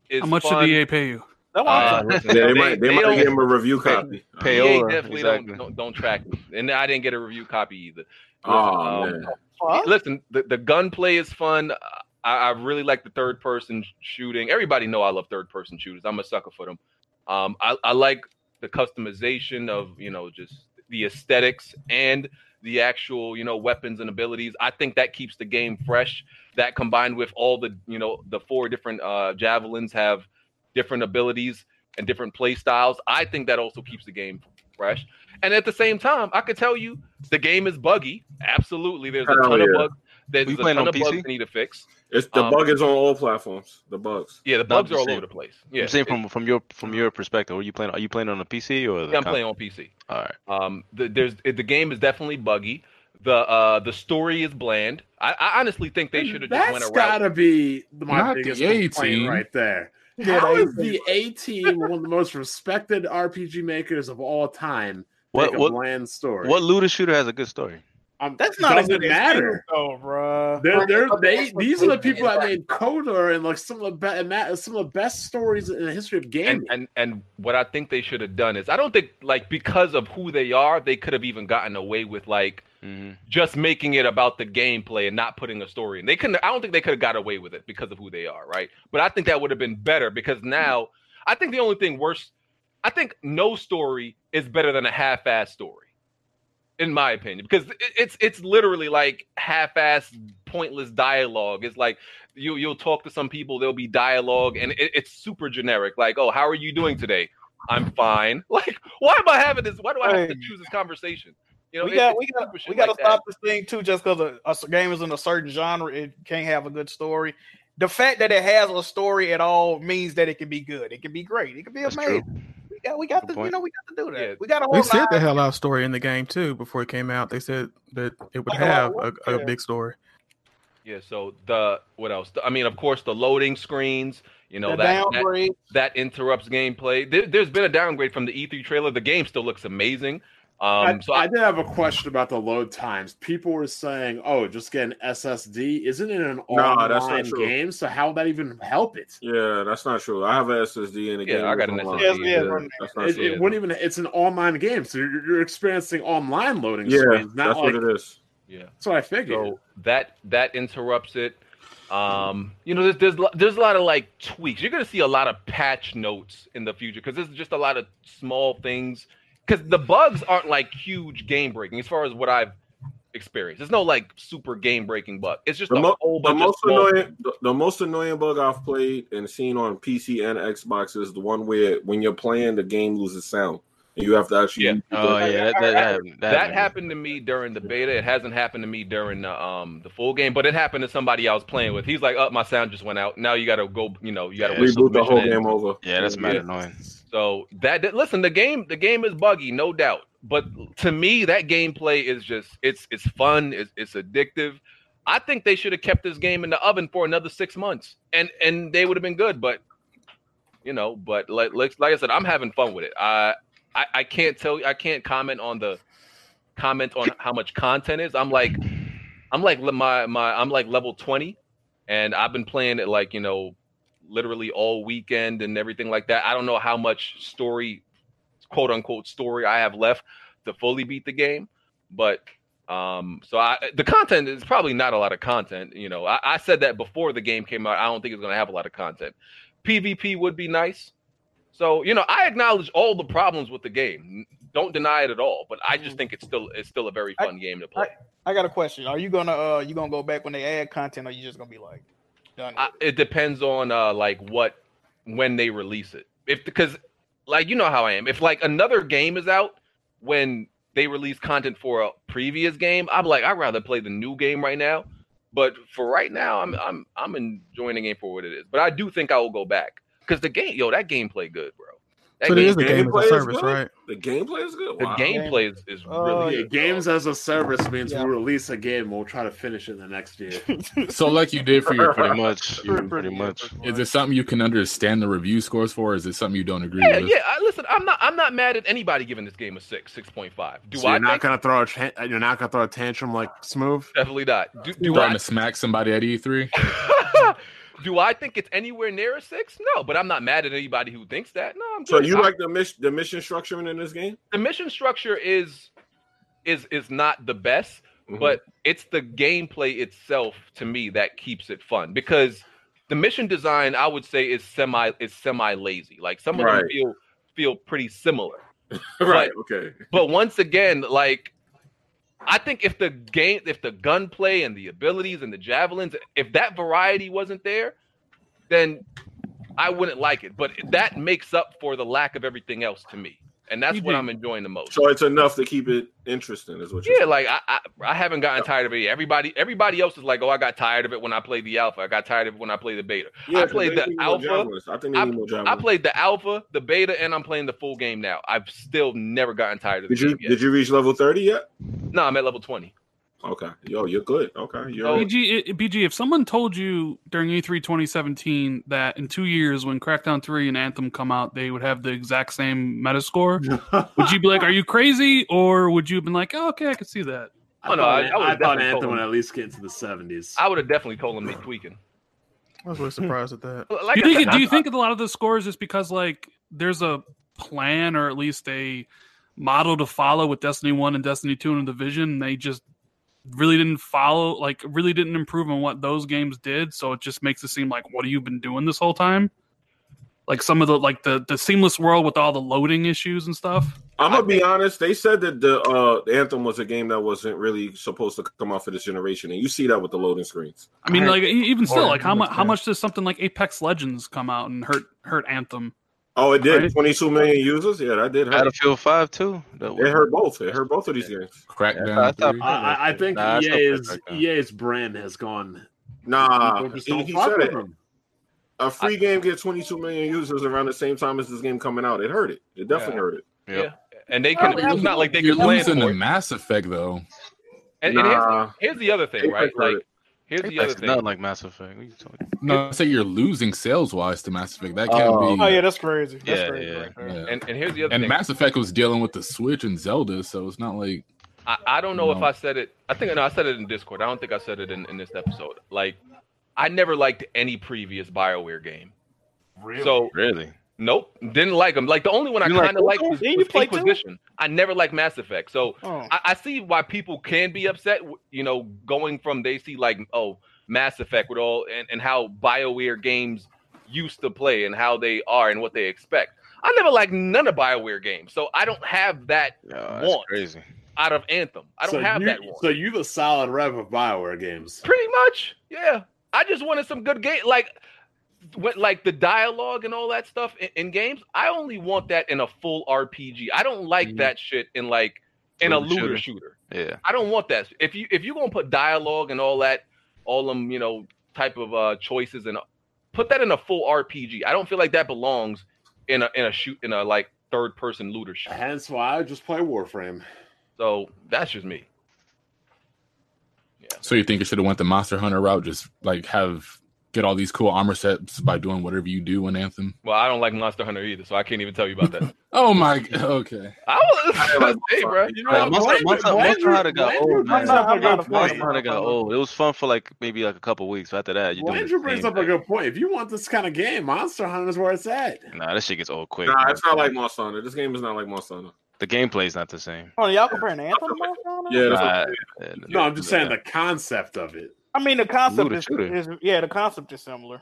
[SPEAKER 1] is
[SPEAKER 15] How much
[SPEAKER 1] fun. E
[SPEAKER 15] did EA pay you?
[SPEAKER 1] That's what I'm
[SPEAKER 7] Yeah,
[SPEAKER 1] saying.
[SPEAKER 7] they might they, might
[SPEAKER 1] don't-
[SPEAKER 7] give him a review
[SPEAKER 1] Pay-
[SPEAKER 7] copy.
[SPEAKER 1] PA definitely don't, don't don't track me, and I didn't get a review copy either.
[SPEAKER 15] Oh,
[SPEAKER 1] Um,
[SPEAKER 7] Aw,
[SPEAKER 1] Listen,
[SPEAKER 7] man.
[SPEAKER 1] listen, the, the gunplay is fun. I, I really like the third person shooting. Everybody know I love third person shooters. I'm a sucker for them. Um, I, I like the customization of you know just the aesthetics and the actual you know weapons and abilities. I think that keeps the game fresh. That combined with all the you know the four different uh, javelins have different abilities and different play styles. I think that also keeps the game fresh. And at the same time, I could tell you the game is buggy. Absolutely, there's a
[SPEAKER 7] Hell
[SPEAKER 1] ton of
[SPEAKER 7] yeah.
[SPEAKER 1] bugs. There's
[SPEAKER 7] We
[SPEAKER 1] a
[SPEAKER 7] playing
[SPEAKER 1] ton
[SPEAKER 7] on
[SPEAKER 1] of bugs
[SPEAKER 7] PC?
[SPEAKER 1] that need to fix.
[SPEAKER 7] It's the
[SPEAKER 1] Um,
[SPEAKER 7] bug is on all platforms. The bugs.
[SPEAKER 1] Yeah, the
[SPEAKER 2] No, I'm
[SPEAKER 1] bugs are
[SPEAKER 2] just
[SPEAKER 1] all
[SPEAKER 2] saying-
[SPEAKER 1] over the place. Yeah,
[SPEAKER 2] I'm saying
[SPEAKER 1] it-
[SPEAKER 2] from from your from your perspective, are you playing? Are you playing on a PC or? The
[SPEAKER 1] Yeah, I'm
[SPEAKER 2] con-
[SPEAKER 1] playing on PC.
[SPEAKER 2] All right.
[SPEAKER 1] Um, the, there's it, the game is definitely buggy. The uh the story is bland. I, I honestly think they should have just went
[SPEAKER 6] That's
[SPEAKER 1] around.
[SPEAKER 6] gotta be my
[SPEAKER 1] Not the
[SPEAKER 6] biggest
[SPEAKER 1] A
[SPEAKER 6] complaint
[SPEAKER 1] team.
[SPEAKER 6] right there.
[SPEAKER 1] [laughs] Yeah,
[SPEAKER 6] How
[SPEAKER 1] they- [laughs]
[SPEAKER 6] is the A team one of the most respected RPG makers of all time?
[SPEAKER 2] What
[SPEAKER 6] make a
[SPEAKER 2] what
[SPEAKER 6] bland story?
[SPEAKER 2] What looter shooter has a good story?
[SPEAKER 6] Um,
[SPEAKER 10] That's not a
[SPEAKER 6] doesn't
[SPEAKER 10] good
[SPEAKER 6] matter.
[SPEAKER 10] excuse, though, bro.
[SPEAKER 6] They're, they're, they, these are the people that made Kodor and like some of the be- and that- some of the best stories in the history of gaming.
[SPEAKER 1] and, and and what I think they should have done is I don't think like because of who they are, they could have even gotten away with like just making it about the gameplay and not putting a story in. They couldn't I don't think they could have got away with it because of who they are, right? But I think that would have been better because now I think the only thing worse I think no story is better than a half ass story. In my opinion, because it- it's it's literally like half-ass, pointless dialogue. It's like you you'll talk to some people, there'll be dialogue, and it, it's super generic. Like, oh, how are you doing today? I'm fine. [laughs] Like, why am I having this? Why do I have to
[SPEAKER 10] Hey.
[SPEAKER 1] choose this conversation? You know,
[SPEAKER 10] we
[SPEAKER 1] it-
[SPEAKER 10] got
[SPEAKER 1] it's
[SPEAKER 10] we got
[SPEAKER 1] stupid shit
[SPEAKER 10] we got to
[SPEAKER 1] like that.
[SPEAKER 10] stop this thing too. Just because a, a s- game is in a certain genre, it can't have a good story. The fact that it has a story at all means that it can be good. It can be great. It can be amazing. We got we got to you
[SPEAKER 1] point.
[SPEAKER 10] know we got to do that. We got to
[SPEAKER 4] They
[SPEAKER 10] hold
[SPEAKER 4] said they had a lot of story in the game too before it came out. They said that it would
[SPEAKER 10] Like a lot
[SPEAKER 4] have
[SPEAKER 10] of
[SPEAKER 4] a,
[SPEAKER 10] work
[SPEAKER 4] a
[SPEAKER 10] there.
[SPEAKER 4] big story.
[SPEAKER 1] Yeah. So the what else? I mean, of course, the loading screens. You know
[SPEAKER 10] The
[SPEAKER 1] that,
[SPEAKER 10] downgrade.
[SPEAKER 1] that that interrupts gameplay. There, there's been a downgrade from the E3 trailer. The game still looks amazing. Um,
[SPEAKER 6] I, I did have a question about the load times. People were saying, "Oh, just get an SSD. Isn't it an
[SPEAKER 1] Um,
[SPEAKER 7] Nah, that's not
[SPEAKER 6] online
[SPEAKER 7] true.
[SPEAKER 6] game? So how would that even help it?
[SPEAKER 7] Yeah, that's not true. I have an SSD in the
[SPEAKER 6] Yeah,
[SPEAKER 7] game.
[SPEAKER 6] I got an
[SPEAKER 7] It's online.
[SPEAKER 6] SSD.
[SPEAKER 7] Yeah, that's not
[SPEAKER 6] It,
[SPEAKER 7] true.
[SPEAKER 6] it wouldn't even. It's an online game, so you're, you're experiencing online loading
[SPEAKER 7] Yeah,
[SPEAKER 6] screens. Not
[SPEAKER 7] that's
[SPEAKER 6] like
[SPEAKER 7] what it is.
[SPEAKER 1] Yeah,
[SPEAKER 6] that's what I figured.
[SPEAKER 1] So that that interrupts it. Um, you know, there's there's lo- there's a lot of like tweaks. You're gonna see a lot of patch notes in the future because there's just a lot of small things. Because the bugs aren't like huge game breaking as far as what I've experienced. There's no like super game breaking bug. It's just
[SPEAKER 7] The,
[SPEAKER 1] a
[SPEAKER 7] mo-
[SPEAKER 1] whole
[SPEAKER 7] the
[SPEAKER 1] bunch of
[SPEAKER 7] most
[SPEAKER 1] small
[SPEAKER 7] annoying, the, the most annoying bug I've played and seen on PC and Xbox is the one where when you're playing, the game loses sound, and you have to actually. use the-
[SPEAKER 1] Oh, that happened to me during the beta. It hasn't happened to me during the um the full game, but it happened to somebody I was playing with. He's like, "Up, my sound just went out. Now you got to go. You know, you got to
[SPEAKER 2] Yeah, reboot the whole game over. Yeah, that's mad annoying.
[SPEAKER 1] So that, that- listen, the game the game is buggy, no doubt. But to me, that gameplay is just it's it's fun. It's, it's addictive. I think they should have kept this game in the oven for another six months, and and they would have been good. But you know but like like, like i said i'm having fun with it I, I i can't tell you i can't comment on the comment on how much content is i'm like i'm like le- my my i'm like level 20 and i've been playing it like you know literally all weekend and everything like that i don't know how much story quote unquote story i have left to fully beat the game but um so i the content is probably not a lot of content you know i, I said that before the game came out i don't think it's going to have a lot of content PvP would be nice. So you know, I acknowledge all the problems with the game. Don't deny it at all. But I just think it's still it's still a very fun game to play.
[SPEAKER 10] I got a question. Are you gonna uh you gonna go back when they add content, or you just gonna be like done?
[SPEAKER 1] I, it depends on uh like what when they release it. If because like you know how I am. If like another game is out when they release content for a previous game, I'm like I'd rather play the new game right now. But for right now, I'm I'm I'm enjoying the game for what it is. But I do think I will go back because the game, yo, that gameplay good, bro. That
[SPEAKER 4] So there is a game as
[SPEAKER 1] gameplay
[SPEAKER 4] a
[SPEAKER 1] is
[SPEAKER 4] service,
[SPEAKER 1] good.
[SPEAKER 4] right?
[SPEAKER 7] The gameplay is good.
[SPEAKER 1] The
[SPEAKER 7] Wow.
[SPEAKER 1] gameplay is, is
[SPEAKER 6] Oh,
[SPEAKER 1] really
[SPEAKER 6] yeah,
[SPEAKER 1] good.
[SPEAKER 6] games as a service means we release a game. We'll try to finish it in the next year.
[SPEAKER 13] [laughs] So, like you did for
[SPEAKER 6] [laughs]
[SPEAKER 13] your
[SPEAKER 2] [laughs]
[SPEAKER 13] pretty
[SPEAKER 2] much, pretty much.
[SPEAKER 13] Is it something you can understand the review scores for? Or is it something you don't agree
[SPEAKER 1] Yeah,
[SPEAKER 13] with?
[SPEAKER 1] yeah. I, listen, I'm not I'm not mad at anybody giving this game a six, six point five. Do
[SPEAKER 13] So
[SPEAKER 1] I
[SPEAKER 13] you're not
[SPEAKER 1] think?
[SPEAKER 6] gonna throw a tran- you're not gonna throw a tantrum like Smooth.
[SPEAKER 1] Definitely not. Do,
[SPEAKER 13] You
[SPEAKER 1] do
[SPEAKER 13] trying
[SPEAKER 1] I?
[SPEAKER 13] to smack somebody at E3?
[SPEAKER 1] Do I think it's anywhere near a six? No, but I'm not mad at anybody who thinks that. No, I'm
[SPEAKER 7] So
[SPEAKER 1] good.
[SPEAKER 7] you
[SPEAKER 1] I-
[SPEAKER 7] like the mission the mission structuring in this game?
[SPEAKER 1] the mission structure is is is not the best,
[SPEAKER 7] Mm-hmm.
[SPEAKER 1] but it's the gameplay itself to me that keeps it fun because the mission design I would say is semi is semi lazy. Like some of
[SPEAKER 7] Right.
[SPEAKER 1] them feel feel pretty similar.
[SPEAKER 7] [laughs] right.
[SPEAKER 1] But-
[SPEAKER 7] okay.
[SPEAKER 1] but once again, like I think if the game, if the gunplay and the abilities and the javelins, if that variety wasn't there, then I wouldn't like it. But that makes up for the lack of everything else to me, and that's what I'm enjoying the most.
[SPEAKER 7] So it's enough to keep it interesting, is what you're
[SPEAKER 1] Oh. Yeah, like I, I, I haven't gotten tired of it. yet. Everybody, everybody else is like, oh, I got tired of it when I played the alpha. I got tired of it when I played the beta.
[SPEAKER 7] Yeah,
[SPEAKER 1] I
[SPEAKER 7] 'cause
[SPEAKER 1] played
[SPEAKER 7] they
[SPEAKER 1] the
[SPEAKER 7] need more
[SPEAKER 1] alpha.
[SPEAKER 7] javelins. I think they
[SPEAKER 1] I,
[SPEAKER 7] need more
[SPEAKER 1] I
[SPEAKER 7] javelins.
[SPEAKER 1] played the alpha, the beta, and I'm playing the full game now. I've still never gotten tired of the
[SPEAKER 7] Did you
[SPEAKER 1] game yet.
[SPEAKER 7] did you reach level thirty yet?
[SPEAKER 1] No, I'm at level twenty.
[SPEAKER 7] Okay. Yo, you're good. Okay. You're
[SPEAKER 15] BG, i- BG, if someone told you during E E3 2017 that in two years when Crackdown 3 and Anthem come out, they would have the exact same
[SPEAKER 6] [laughs]
[SPEAKER 15] Metascore, would you be like, "Are you crazy?" Or would you have been like, oh, "Okay, I can see that."
[SPEAKER 6] Oh, I, thought, I, thought Anthem would at least get to the 70s.
[SPEAKER 1] I would have definitely told him they tweaking.
[SPEAKER 4] I was really surprised at that.
[SPEAKER 1] Like
[SPEAKER 15] do
[SPEAKER 1] I
[SPEAKER 15] you think?
[SPEAKER 1] said,
[SPEAKER 15] do you
[SPEAKER 1] I-
[SPEAKER 15] think a lot of the scores is because like there's a plan or at least a model to follow with Destiny One and Destiny Two and the Division? And they just really didn't follow, like really didn't improve on what those games did. So it just makes it seem like what have you been doing this whole time? Like some of the like the the seamless world with all the loading issues and stuff.
[SPEAKER 7] I'm gonna be honest. They said that the uh, the anthem was a game that wasn't really supposed to come out for this generation, and you see that with the loading screens.
[SPEAKER 15] I mean, like e- even still,
[SPEAKER 7] Or-
[SPEAKER 15] like how much how much does something like Apex Legends come out and hurt hurt Anthem?
[SPEAKER 7] Oh, it did.
[SPEAKER 15] Right.
[SPEAKER 7] 22 million users. Yeah, that did. Hurt.
[SPEAKER 2] Battlefield Five too.
[SPEAKER 7] It hurt both. It hurt both of these games.
[SPEAKER 2] Crackdown I thought- three.
[SPEAKER 6] I, I- I think E
[SPEAKER 2] Nah, I still play
[SPEAKER 6] EA's,
[SPEAKER 2] Crackdown.
[SPEAKER 6] EA's brand has gone.
[SPEAKER 7] Nah,
[SPEAKER 6] People just
[SPEAKER 7] he,
[SPEAKER 6] don't
[SPEAKER 7] he
[SPEAKER 6] fuck
[SPEAKER 7] said
[SPEAKER 6] with
[SPEAKER 7] it.
[SPEAKER 6] them.
[SPEAKER 7] A free game get 22 million users around the same time as this game coming out. It hurt it. It definitely
[SPEAKER 1] Yeah.
[SPEAKER 7] hurt it.
[SPEAKER 1] Yeah. And they could. It's not like they
[SPEAKER 13] You're
[SPEAKER 1] could plan
[SPEAKER 13] losing
[SPEAKER 1] for
[SPEAKER 13] the
[SPEAKER 1] it.
[SPEAKER 13] Mass Effect though.
[SPEAKER 1] And, and
[SPEAKER 13] Nah.
[SPEAKER 1] here's, here's the other thing, right? Like, here's the other
[SPEAKER 2] Apex is
[SPEAKER 1] thing.
[SPEAKER 2] nothing like Mass Effect. What are you talking?
[SPEAKER 13] No, I say you're losing sales wise to Mass Effect. That can't
[SPEAKER 2] Oh.
[SPEAKER 13] be.
[SPEAKER 2] Oh, yeah,
[SPEAKER 10] that's crazy.
[SPEAKER 2] That's Yeah, crazy yeah, right there. yeah.
[SPEAKER 1] And, and here's the other
[SPEAKER 13] And
[SPEAKER 1] thing.
[SPEAKER 13] Mass Effect was dealing with the Switch and Zelda, so it's not like
[SPEAKER 1] I, I don't know if
[SPEAKER 13] No.
[SPEAKER 1] I said it. I think no, I said it in Discord. I don't think I said it in, in this episode. Like, I never liked any previous Bioware game.
[SPEAKER 6] Really?
[SPEAKER 1] So
[SPEAKER 2] really,
[SPEAKER 1] nope, didn't like them. Like the only one
[SPEAKER 2] You
[SPEAKER 1] I
[SPEAKER 2] like
[SPEAKER 1] kind of liked
[SPEAKER 2] Wolfenstein?
[SPEAKER 1] was,
[SPEAKER 2] You
[SPEAKER 1] was
[SPEAKER 2] played two?
[SPEAKER 1] Inquisition. I never liked Mass Effect, so
[SPEAKER 2] Oh.
[SPEAKER 1] I, I see why people can be upset. w- You know, going from they see like oh Mass Effect with all and, and how Bioware games used to play and how they are and what they expect. I never liked none of Bioware games, so I don't have that
[SPEAKER 2] About? That's
[SPEAKER 1] want
[SPEAKER 2] crazy.
[SPEAKER 1] out of Anthem. I don't
[SPEAKER 6] so
[SPEAKER 1] have
[SPEAKER 6] you,
[SPEAKER 1] that one.
[SPEAKER 6] So you the solid rev of Bioware games.
[SPEAKER 1] Pretty much, yeah. I just wanted some good game, like when, like the dialogue and all that stuff in, in games. I only want that in a full RPG. I don't like
[SPEAKER 6] Mm.
[SPEAKER 1] that shit in like in a
[SPEAKER 2] Looter
[SPEAKER 1] looter shooter.
[SPEAKER 2] shooter. Yeah.
[SPEAKER 1] I don't want that. If you if you gonna put dialogue and all that, all them you know type of uh choices and put that in a full RPG. I don't feel like that belongs in a in a shoot in a like third person looter shooter.
[SPEAKER 6] Hence why I just play Warframe.
[SPEAKER 1] So that's just me.
[SPEAKER 13] So you think it should have went the Monster Hunter route? Just like have get all these cool armor sets by doing whatever you do in Anthem.
[SPEAKER 1] Well, I don't like Monster Hunter either, so I can't even tell you about that.
[SPEAKER 13] Oh my. g- [laughs] Okay.
[SPEAKER 1] I was, hey, bro. You know,
[SPEAKER 2] Like, Monster, Monster, Monster Hunter got old. man.
[SPEAKER 6] brings up a good
[SPEAKER 2] Monster
[SPEAKER 6] point.
[SPEAKER 2] Hunter got old. It was fun for like maybe like a couple weeks. After that, you
[SPEAKER 6] Well, Andrew brings up a good point. If you want this kind of game, Monster Hunter is where it's at.
[SPEAKER 2] Nah, this shit gets old quick.
[SPEAKER 7] Nah, it's not like Monster Hunter. This game is not like Monster Hunter.
[SPEAKER 2] the gameplay's not the same.
[SPEAKER 10] Oh, y'all comparing Anthem to Monster Hunter?
[SPEAKER 2] Yeah,
[SPEAKER 7] that's what-
[SPEAKER 6] No, I'm just saying the concept of it.
[SPEAKER 10] I mean, the concept
[SPEAKER 1] Looter
[SPEAKER 10] is,
[SPEAKER 1] shooter.
[SPEAKER 10] is yeah, the concept is similar.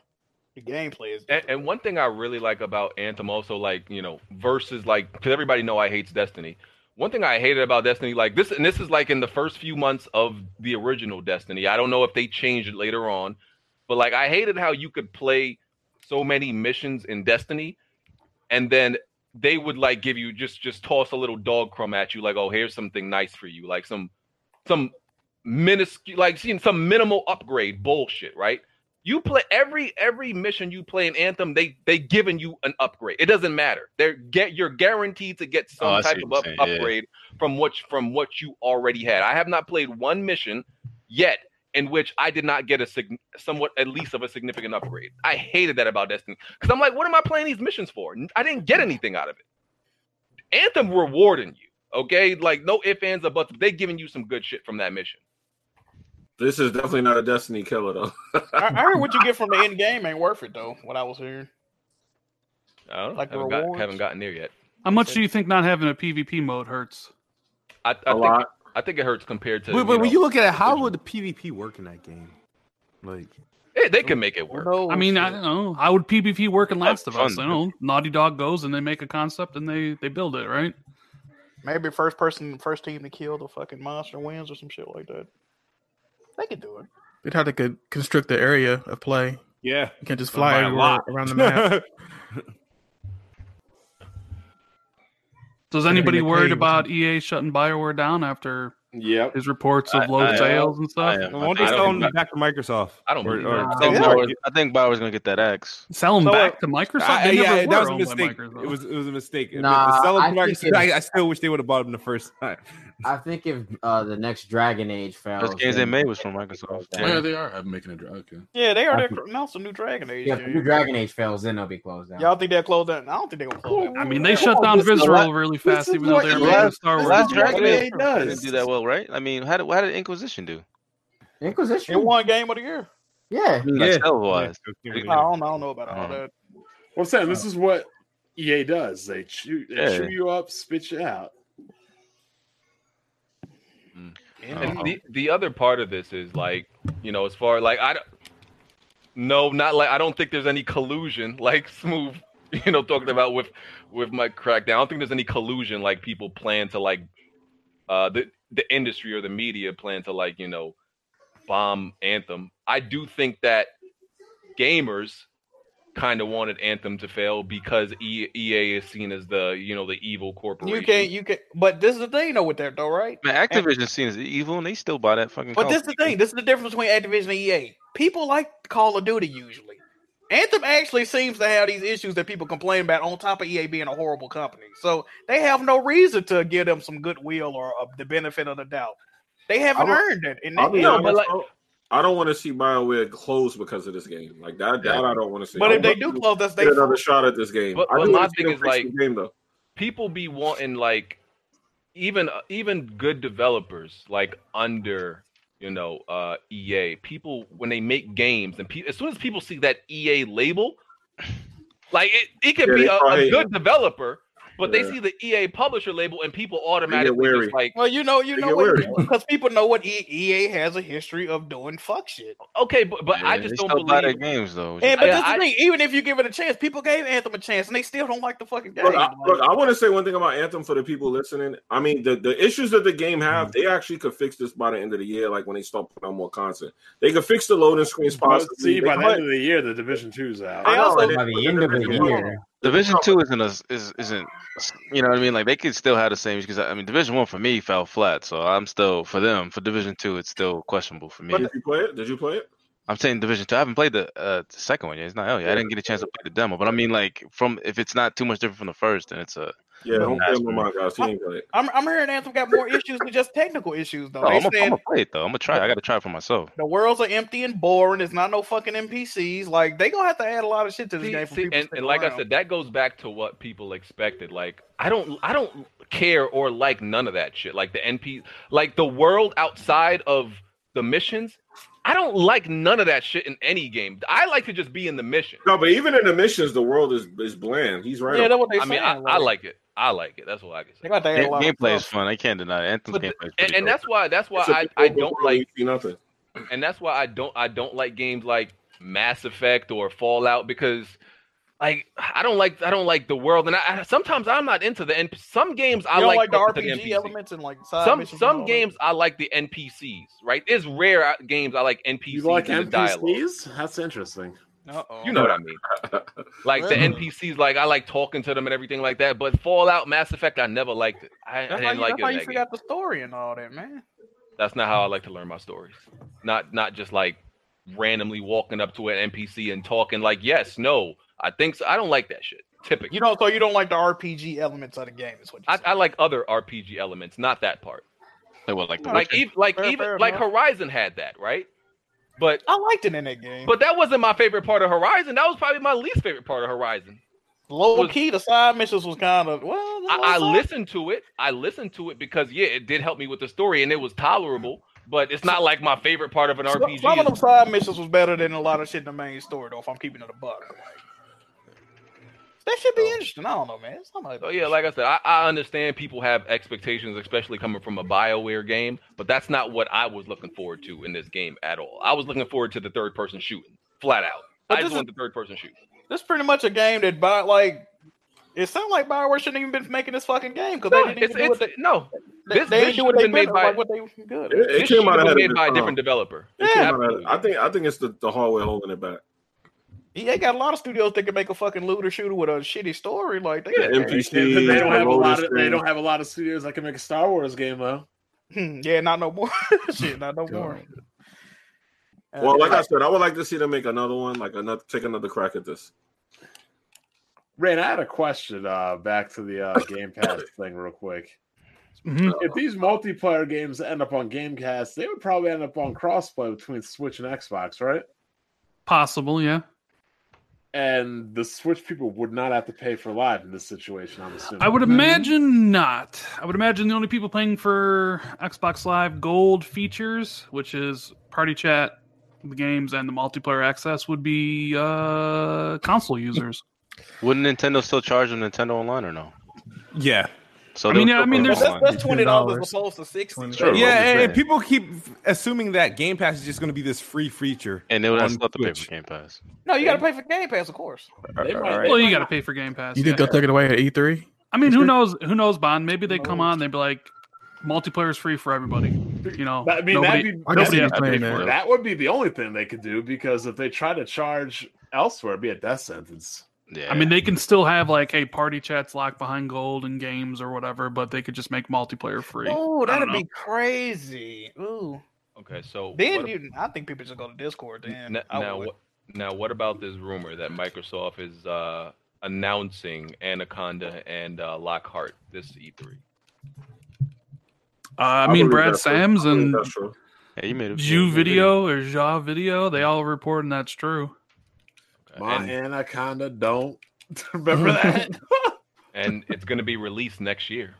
[SPEAKER 10] The gameplay is
[SPEAKER 1] And, and one thing I really like about Anthem, also like you know, versus like because everybody know I hates Destiny. One thing I hated about Destiny, like this, and this is like in the first few months of the original Destiny. I don't know if they changed it later on, but like I hated how you could play so many missions in Destiny, and then they would like give you just just toss a little dog crumb at you, like oh here's something nice for you, like some some minuscule like seeing some minimal upgrade bullshit, right? You play every every mission you play in Anthem, they they giving you an upgrade. It doesn't matter. They're get you're guaranteed to get
[SPEAKER 2] Oh,
[SPEAKER 1] some
[SPEAKER 2] I see
[SPEAKER 1] type of
[SPEAKER 2] what
[SPEAKER 1] up,
[SPEAKER 2] you're saying, yeah.
[SPEAKER 1] upgrade from what from what you already had. I have not played one mission yet in which I did not get a sig- somewhat at least of a significant upgrade. I hated that about Destiny because I'm like, what am I playing these missions for? N- I didn't get anything out of it. Anthem rewarding you, okay? Like no ifs ands or buts. They giving you some good shit from that mission.
[SPEAKER 7] This is definitely not a Destiny killer though. [laughs]
[SPEAKER 10] I, I heard what you get from the end game ain't worth it though. What I was hearing.
[SPEAKER 1] I don't know.
[SPEAKER 10] Like the
[SPEAKER 1] haven't, got,
[SPEAKER 10] rewards?
[SPEAKER 1] haven't gotten there yet.
[SPEAKER 15] How much do you think not having a PvP mode hurts?
[SPEAKER 1] I, I think
[SPEAKER 15] lot.
[SPEAKER 1] I think it hurts compared to.
[SPEAKER 8] But, but
[SPEAKER 1] you
[SPEAKER 8] when
[SPEAKER 1] know,
[SPEAKER 8] you look at it, how would the PvP work in that game? Like,
[SPEAKER 1] they, they can make it work.
[SPEAKER 15] I mean, I don't know. How would PvP work in Last of
[SPEAKER 1] fun.
[SPEAKER 15] Us? You know, Naughty Dog goes and they make a concept and they they build it, right?
[SPEAKER 10] Maybe first person, first team to kill the fucking monster wins or some shit like that. They could do it.
[SPEAKER 4] They'd have to con- constrict the area of play.
[SPEAKER 11] Yeah.
[SPEAKER 4] You can't just
[SPEAKER 11] But
[SPEAKER 4] fly
[SPEAKER 11] by a
[SPEAKER 4] everywhere
[SPEAKER 11] lot.
[SPEAKER 4] around
[SPEAKER 1] [laughs]
[SPEAKER 4] the
[SPEAKER 10] [laughs]
[SPEAKER 4] map.
[SPEAKER 15] So is
[SPEAKER 4] They're gonna
[SPEAKER 15] anybody
[SPEAKER 4] get
[SPEAKER 15] worried
[SPEAKER 4] paid.
[SPEAKER 15] about EA shutting Bioware down after
[SPEAKER 7] Yep.
[SPEAKER 15] his reports of low
[SPEAKER 2] I- I-
[SPEAKER 15] sales and stuff?
[SPEAKER 2] I- I
[SPEAKER 8] won't they
[SPEAKER 2] think-
[SPEAKER 8] sell them back to Microsoft?
[SPEAKER 1] I don't believe
[SPEAKER 8] or-
[SPEAKER 2] I
[SPEAKER 8] or-
[SPEAKER 2] think
[SPEAKER 8] Yeah.
[SPEAKER 2] Bauer's- I think Bauer's gonna get that X.
[SPEAKER 15] Sell them
[SPEAKER 8] So,
[SPEAKER 15] back
[SPEAKER 8] uh,
[SPEAKER 15] to Microsoft.
[SPEAKER 8] I-
[SPEAKER 15] They
[SPEAKER 8] yeah,
[SPEAKER 15] never
[SPEAKER 8] that
[SPEAKER 15] were
[SPEAKER 8] was a
[SPEAKER 15] owned by
[SPEAKER 8] mistake.
[SPEAKER 15] Microsoft.
[SPEAKER 8] It was it was a mistake. It-
[SPEAKER 9] Nah,
[SPEAKER 8] to sell them to
[SPEAKER 9] I think
[SPEAKER 8] Microsoft, I,
[SPEAKER 9] it's-
[SPEAKER 8] I still wish they would have bought them the first time.
[SPEAKER 9] I think if uh, the next Dragon Age fails,
[SPEAKER 2] Those games they
[SPEAKER 9] then-
[SPEAKER 2] made was from Microsoft.
[SPEAKER 13] Oh,
[SPEAKER 9] Yeah.
[SPEAKER 15] Yeah, they are.
[SPEAKER 13] uh,
[SPEAKER 15] I'm making a drug. Okay.
[SPEAKER 10] Yeah, they already announced a new Dragon Age.
[SPEAKER 9] Yeah, if the new
[SPEAKER 10] game.
[SPEAKER 9] Dragon Age fails, then they'll be closed down.
[SPEAKER 10] Y'all think they'll close down? I don't think they're gonna close down.
[SPEAKER 15] I mean, they shut down Visceral really fast, even though they were making a Star Wars.
[SPEAKER 2] Last
[SPEAKER 15] game.
[SPEAKER 2] Dragon Age
[SPEAKER 15] does.
[SPEAKER 2] didn't do that well, right? I mean, how did how did Inquisition do?
[SPEAKER 9] Inquisition.
[SPEAKER 10] It won game of the year.
[SPEAKER 9] Yeah,
[SPEAKER 2] Like, sales-wise.
[SPEAKER 10] I don't, I don't know about all that.
[SPEAKER 6] Well, I'm saying this is what EA does. They chew, they
[SPEAKER 1] Yeah.
[SPEAKER 6] chew you up, spit you out.
[SPEAKER 1] And the, the other part of this is like, you know, as far like I don't, no, not like I don't think there's any collusion [laughs] like smooth, you know, talking about with with my crackdown. I don't think there's any collusion like people plan to like uh the the industry or the media plan to like, you know, bomb Anthem. I do think that gamers kind of wanted Anthem to fail because E- EA is seen as the, you know, the evil corporation.
[SPEAKER 10] You can't, you can't. But this is the thing, though, with that though, right?
[SPEAKER 2] Man, Activision seen as evil, and they still buy that fucking.
[SPEAKER 10] But
[SPEAKER 2] console.
[SPEAKER 10] this is the thing. This is the difference between Activision and EA. People like Call of Duty usually. Anthem actually seems to have these issues that people complain about on top of EA being a horrible company. So they have no reason to give them some goodwill or uh, the benefit of the doubt. They haven't
[SPEAKER 7] I'll-
[SPEAKER 10] earned it. And
[SPEAKER 7] I'll
[SPEAKER 10] they,
[SPEAKER 7] be
[SPEAKER 10] no,
[SPEAKER 7] honest,
[SPEAKER 10] but like,
[SPEAKER 7] bro, I don't want to see Bioware close because of this game. Like that, that I don't want to see.
[SPEAKER 10] But if they
[SPEAKER 7] I
[SPEAKER 10] do
[SPEAKER 7] want
[SPEAKER 10] close, that's
[SPEAKER 7] to
[SPEAKER 10] they
[SPEAKER 7] get another
[SPEAKER 10] fault.
[SPEAKER 7] shot at this game.
[SPEAKER 1] But-
[SPEAKER 7] I
[SPEAKER 1] but
[SPEAKER 7] do
[SPEAKER 1] my
[SPEAKER 7] wanna see
[SPEAKER 1] thing
[SPEAKER 7] them
[SPEAKER 1] is,
[SPEAKER 7] fix
[SPEAKER 1] like,
[SPEAKER 7] the game though.
[SPEAKER 1] people be wanting like even even good developers like under you know uh EA people when they make games and pe- as soon as people see that EA label like it, it could
[SPEAKER 7] Yeah,
[SPEAKER 1] be
[SPEAKER 7] they
[SPEAKER 1] a,
[SPEAKER 7] start
[SPEAKER 1] a
[SPEAKER 7] hating.
[SPEAKER 1] good developer but
[SPEAKER 7] Yeah.
[SPEAKER 1] they see the EA publisher label and people automatically
[SPEAKER 7] wary.
[SPEAKER 1] just like
[SPEAKER 10] well, you know, you
[SPEAKER 1] They
[SPEAKER 10] know
[SPEAKER 1] get
[SPEAKER 10] what,
[SPEAKER 1] worried.
[SPEAKER 10] [laughs] because people know what E- EA has a history of doing fuck shit.
[SPEAKER 1] okay but, but I
[SPEAKER 2] Yeah,
[SPEAKER 1] just
[SPEAKER 2] they
[SPEAKER 1] don't
[SPEAKER 2] still buy their
[SPEAKER 1] believe
[SPEAKER 2] games though.
[SPEAKER 10] And
[SPEAKER 1] Yeah,
[SPEAKER 10] but that's the
[SPEAKER 1] I-
[SPEAKER 10] thing. Even if you give it a chance, people gave Anthem a chance, and they still don't like the fucking game.
[SPEAKER 7] Look, I,
[SPEAKER 10] Like,
[SPEAKER 7] look, I want to say one thing about Anthem for the people listening. I mean, the, the issues that the game
[SPEAKER 1] Mm.
[SPEAKER 7] have, they actually could fix this by the end of the year. Like when they start putting out more content, they could fix the loading screens.
[SPEAKER 6] But
[SPEAKER 7] Possibly.
[SPEAKER 6] see, by
[SPEAKER 7] They
[SPEAKER 6] the end of the year, the Division Two's out.
[SPEAKER 7] I know, and
[SPEAKER 9] by
[SPEAKER 7] it-
[SPEAKER 9] the end of the year.
[SPEAKER 2] Division two isn't a, is isn't you know what I mean? Like they could still have the same because I mean Division one for me fell flat, so I'm still for them for Division two it's still questionable for me.
[SPEAKER 7] Did you play it? Did you play it?
[SPEAKER 2] I'm saying Division two. I haven't played the, uh, the second one yet. It's not out yet. I didn't get a chance to play the demo, but I mean like from if it's not too much different from the first, then it's a
[SPEAKER 7] Yeah, don't play it,
[SPEAKER 2] Pass for
[SPEAKER 7] my
[SPEAKER 2] me.
[SPEAKER 7] mind, guys. He ain't play it.
[SPEAKER 10] I'm, I'm hearing Anthem got more issues than just technical issues, though.
[SPEAKER 2] No,
[SPEAKER 10] they
[SPEAKER 2] I'm gonna
[SPEAKER 10] said
[SPEAKER 2] I'm gonna Oh, play it though. I'm gonna try. it. I gotta try it for myself.
[SPEAKER 10] the worlds are empty and boring. It's not no fucking NPCs. Like they gonna have to add a lot of shit to this
[SPEAKER 1] See-
[SPEAKER 10] game. For
[SPEAKER 1] see,
[SPEAKER 10] people to
[SPEAKER 1] and,
[SPEAKER 10] stick
[SPEAKER 1] and like I
[SPEAKER 10] around.
[SPEAKER 1] said, that goes back to what people expected. Like I don't I don't care or like none of that shit. Like the NP like the world outside of the missions. I don't like none of that shit in any game. I like to just be in the mission.
[SPEAKER 7] No, but even in the missions, the world is is bland. He's right.
[SPEAKER 10] Yeah, that's what they
[SPEAKER 1] I mean, I,
[SPEAKER 10] saying,
[SPEAKER 1] I
[SPEAKER 10] like-
[SPEAKER 1] like it. I like it. That's what I can say.
[SPEAKER 10] they got to add a
[SPEAKER 2] Game,
[SPEAKER 10] lot.
[SPEAKER 2] gameplay
[SPEAKER 10] of
[SPEAKER 2] is
[SPEAKER 10] stuff.
[SPEAKER 2] fun. I can't deny it. Anthem's gameplay is
[SPEAKER 1] And,
[SPEAKER 2] pretty
[SPEAKER 1] and
[SPEAKER 2] dope.
[SPEAKER 1] that's why that's why
[SPEAKER 7] It's a
[SPEAKER 1] I,
[SPEAKER 7] big
[SPEAKER 1] I
[SPEAKER 7] open
[SPEAKER 1] don't
[SPEAKER 7] world,
[SPEAKER 1] like
[SPEAKER 7] you see nothing.
[SPEAKER 1] and that's why I don't I don't like games like Mass Effect or Fallout because like I don't like I don't like the world and I, I sometimes I'm not into the N some games I
[SPEAKER 10] You don't
[SPEAKER 1] like,
[SPEAKER 10] like, the
[SPEAKER 1] talking to
[SPEAKER 10] RPG
[SPEAKER 1] NPCs.
[SPEAKER 10] elements and like side
[SPEAKER 1] some
[SPEAKER 10] missions and
[SPEAKER 1] some
[SPEAKER 10] all
[SPEAKER 1] games I like the NPCs, right? It's rare uh, games I like NPCs
[SPEAKER 6] You like
[SPEAKER 1] and the dialogue.
[SPEAKER 6] NPCs? That's interesting.
[SPEAKER 10] that. Uh-oh.
[SPEAKER 1] You know what
[SPEAKER 6] [laughs]
[SPEAKER 1] I mean? Like the NPCs, like I like talking to them and everything like that. But Fallout, Mass Effect, I never liked it. I, I
[SPEAKER 10] That's how
[SPEAKER 1] didn't
[SPEAKER 10] you,
[SPEAKER 1] like
[SPEAKER 10] that's
[SPEAKER 1] it. in
[SPEAKER 10] how
[SPEAKER 1] that
[SPEAKER 10] you
[SPEAKER 1] game.
[SPEAKER 10] forgot the story and all that, man.
[SPEAKER 1] That's not how I like to learn my stories. Not not just like randomly walking up to an NPC and talking like yes, no, I think so. I don't like that shit. Typically,
[SPEAKER 10] You don't. So you don't like the RPG elements of the game? Is what you
[SPEAKER 1] I, I like other RPG elements, not that part.
[SPEAKER 2] Like what? Like the
[SPEAKER 1] Like
[SPEAKER 2] Witcher?
[SPEAKER 1] ev- like
[SPEAKER 10] Fair-
[SPEAKER 1] even
[SPEAKER 10] fair
[SPEAKER 1] like
[SPEAKER 10] enough.
[SPEAKER 1] Horizon had that, right? But
[SPEAKER 10] I liked it in that game.
[SPEAKER 1] But that wasn't my favorite part of Horizon. That was probably my least favorite part of Horizon.
[SPEAKER 10] low
[SPEAKER 1] was-
[SPEAKER 10] key, the side missions was kind of well.
[SPEAKER 1] I, I listened to it. I listened to it because yeah, it did help me with the story and it was tolerable. but it's not like my favorite part of an
[SPEAKER 10] Some-
[SPEAKER 1] RPG.
[SPEAKER 10] Some of
[SPEAKER 1] is-
[SPEAKER 10] them side missions was better than a lot of shit in the main story, though. If I'm keeping it a buck, like, that should be interesting. I don't know, man. It's not like
[SPEAKER 1] So Oh. yeah, like I said, I, I understand people have expectations, especially coming from a Bioware game, but that's not what I was looking forward to in this game at all. I was looking forward to the third person shooting, flat out.
[SPEAKER 10] But
[SPEAKER 1] I
[SPEAKER 10] this
[SPEAKER 1] just
[SPEAKER 10] is-
[SPEAKER 1] want the third person shoot.
[SPEAKER 10] this pretty much a game that by like it sounds like Bioware shouldn't even been making this fucking game because
[SPEAKER 1] No,
[SPEAKER 10] they didn't
[SPEAKER 1] it's-
[SPEAKER 10] even do what they,
[SPEAKER 1] it's- no.
[SPEAKER 10] they,
[SPEAKER 1] This-
[SPEAKER 10] they
[SPEAKER 1] this
[SPEAKER 10] didn't do what
[SPEAKER 1] should've
[SPEAKER 10] they
[SPEAKER 1] been made
[SPEAKER 10] been,
[SPEAKER 1] by-
[SPEAKER 10] like what they was good.
[SPEAKER 7] It, it
[SPEAKER 1] This
[SPEAKER 7] came
[SPEAKER 1] should've
[SPEAKER 7] out
[SPEAKER 1] been
[SPEAKER 7] ahead of
[SPEAKER 1] made
[SPEAKER 7] its
[SPEAKER 1] by a
[SPEAKER 7] time.
[SPEAKER 1] different developer.
[SPEAKER 7] It came
[SPEAKER 1] Yeah.
[SPEAKER 7] out ahead- I think I think it's the, the hallway holding it back.
[SPEAKER 10] EA got a lot of studios that can make a fucking looter shooter with a shitty story. Like they
[SPEAKER 7] Yeah,
[SPEAKER 10] got-
[SPEAKER 7] NPCs,
[SPEAKER 6] They don't have a
[SPEAKER 7] Lotus
[SPEAKER 6] lot. Of, they
[SPEAKER 7] thing.
[SPEAKER 6] don't have a lot of studios that can make a Star Wars game though.
[SPEAKER 10] Hmm, yeah, not no more. [laughs] Shit, not no more. Uh,
[SPEAKER 7] Well, like I said, I would like to see them make another one, like another take another crack at this.
[SPEAKER 6] Rain, I had a question uh, back to the uh, Game
[SPEAKER 1] [laughs]
[SPEAKER 6] Pass thing real quick.
[SPEAKER 15] Mm-hmm.
[SPEAKER 6] If these multiplayer games end up on Gamecast, they would probably end up on crossplay between Switch and Xbox, right?
[SPEAKER 15] Possible, yeah.
[SPEAKER 6] And the Switch people would not have to pay for live in this situation, I'm assuming.
[SPEAKER 15] I would imagine not. I would imagine the only people paying for Xbox Live Gold features, which is party chat, the games, and the multiplayer access, would be uh, console
[SPEAKER 6] [laughs]
[SPEAKER 15] users.
[SPEAKER 2] Wouldn't Nintendo still charge them Nintendo Online or no?
[SPEAKER 14] Yeah.
[SPEAKER 2] So
[SPEAKER 15] I
[SPEAKER 2] they
[SPEAKER 15] mean,
[SPEAKER 2] would
[SPEAKER 15] yeah, I
[SPEAKER 2] still
[SPEAKER 15] mean,
[SPEAKER 2] put
[SPEAKER 15] there's-
[SPEAKER 2] them online.
[SPEAKER 10] that's twenty dollars opposed to sixty.
[SPEAKER 2] Sure,
[SPEAKER 14] yeah,
[SPEAKER 2] well,
[SPEAKER 14] and,
[SPEAKER 2] yeah.
[SPEAKER 14] and people keep assuming that Game Pass is just going to be this free feature,
[SPEAKER 2] and they would have
[SPEAKER 14] on
[SPEAKER 2] still to pay for
[SPEAKER 14] Twitch.
[SPEAKER 2] Game Pass.
[SPEAKER 10] No, you got to pay for Game Pass, of course.
[SPEAKER 15] Well, you got to pay for Game Pass.
[SPEAKER 4] You think
[SPEAKER 15] yeah.
[SPEAKER 4] they'll take it away at E E3?
[SPEAKER 15] I mean, who knows? Who knows, Bond? Maybe they come
[SPEAKER 6] [laughs]
[SPEAKER 15] on, they'd be like, multiplayer is free for everybody. You know,
[SPEAKER 6] I
[SPEAKER 15] nobody,
[SPEAKER 6] mean, that'd be,
[SPEAKER 15] nobody has
[SPEAKER 6] that'd
[SPEAKER 15] to pay
[SPEAKER 6] be-
[SPEAKER 15] for it.
[SPEAKER 6] that would be the only thing they could do because if they try to charge elsewhere, it'd be a death sentence.
[SPEAKER 2] Yeah.
[SPEAKER 15] I mean, they can still have like, hey, party chats locked behind gold and games or whatever, but they could just make multiplayer free.
[SPEAKER 10] Oh,
[SPEAKER 15] I don't
[SPEAKER 10] that'd
[SPEAKER 15] know.
[SPEAKER 10] be crazy. Ooh.
[SPEAKER 1] Okay, so
[SPEAKER 10] Then
[SPEAKER 1] what-
[SPEAKER 10] you, I think people just go to Discord. Then
[SPEAKER 1] N-
[SPEAKER 10] I
[SPEAKER 1] now,
[SPEAKER 10] would.
[SPEAKER 1] what, now, what about this rumor that Microsoft is uh, announcing Anaconda and uh, Lockhart this E E3?
[SPEAKER 15] Uh, I mean, Brad Sams and
[SPEAKER 2] you made
[SPEAKER 15] Ju Video or Ja Video, they all reporting that's true.
[SPEAKER 6] My
[SPEAKER 1] And-
[SPEAKER 6] anaconda don't [laughs] remember
[SPEAKER 8] Mm.
[SPEAKER 6] that. [laughs]
[SPEAKER 1] and it's going to be released next year.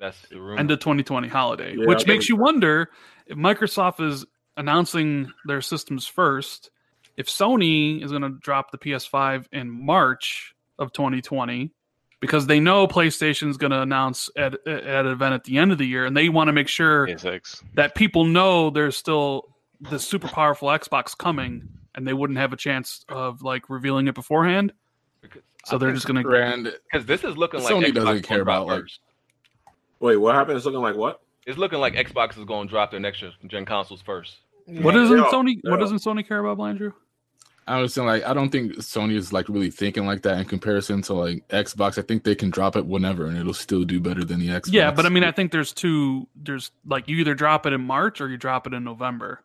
[SPEAKER 1] That's the rumor.
[SPEAKER 15] End of 2020 holiday,
[SPEAKER 1] Yeah, I
[SPEAKER 15] which
[SPEAKER 1] think-
[SPEAKER 15] makes you wonder if Microsoft is announcing their systems first, if Sony is going to drop the PS5 in March of 2020. Because they know PlayStation's going to announce at, at an event at the end of the year, and they want to make sure that people know there's still the super powerful Xbox coming, and they wouldn't have a chance of like revealing it beforehand. So they're just gonna
[SPEAKER 1] because this is looking like
[SPEAKER 15] Sony
[SPEAKER 1] Xbox
[SPEAKER 15] doesn't
[SPEAKER 1] gonna
[SPEAKER 15] care
[SPEAKER 1] drop
[SPEAKER 15] about, like-
[SPEAKER 1] first.
[SPEAKER 7] Wait, what happened? It's looking like what?
[SPEAKER 1] It's looking like Xbox is going to drop their next gen consoles first.
[SPEAKER 15] What doesn't
[SPEAKER 1] Yeah.
[SPEAKER 15] Sony? What
[SPEAKER 1] Yeah.
[SPEAKER 15] doesn't Sony care about, Blandrew?
[SPEAKER 13] I understand. Like, I don't think Sony is like really thinking like that in comparison to like Xbox. I think they can drop it whenever and it'll still do better than the Xbox.
[SPEAKER 15] Yeah, but I mean, I think there's two. There's like you either drop it in March or you drop it in November.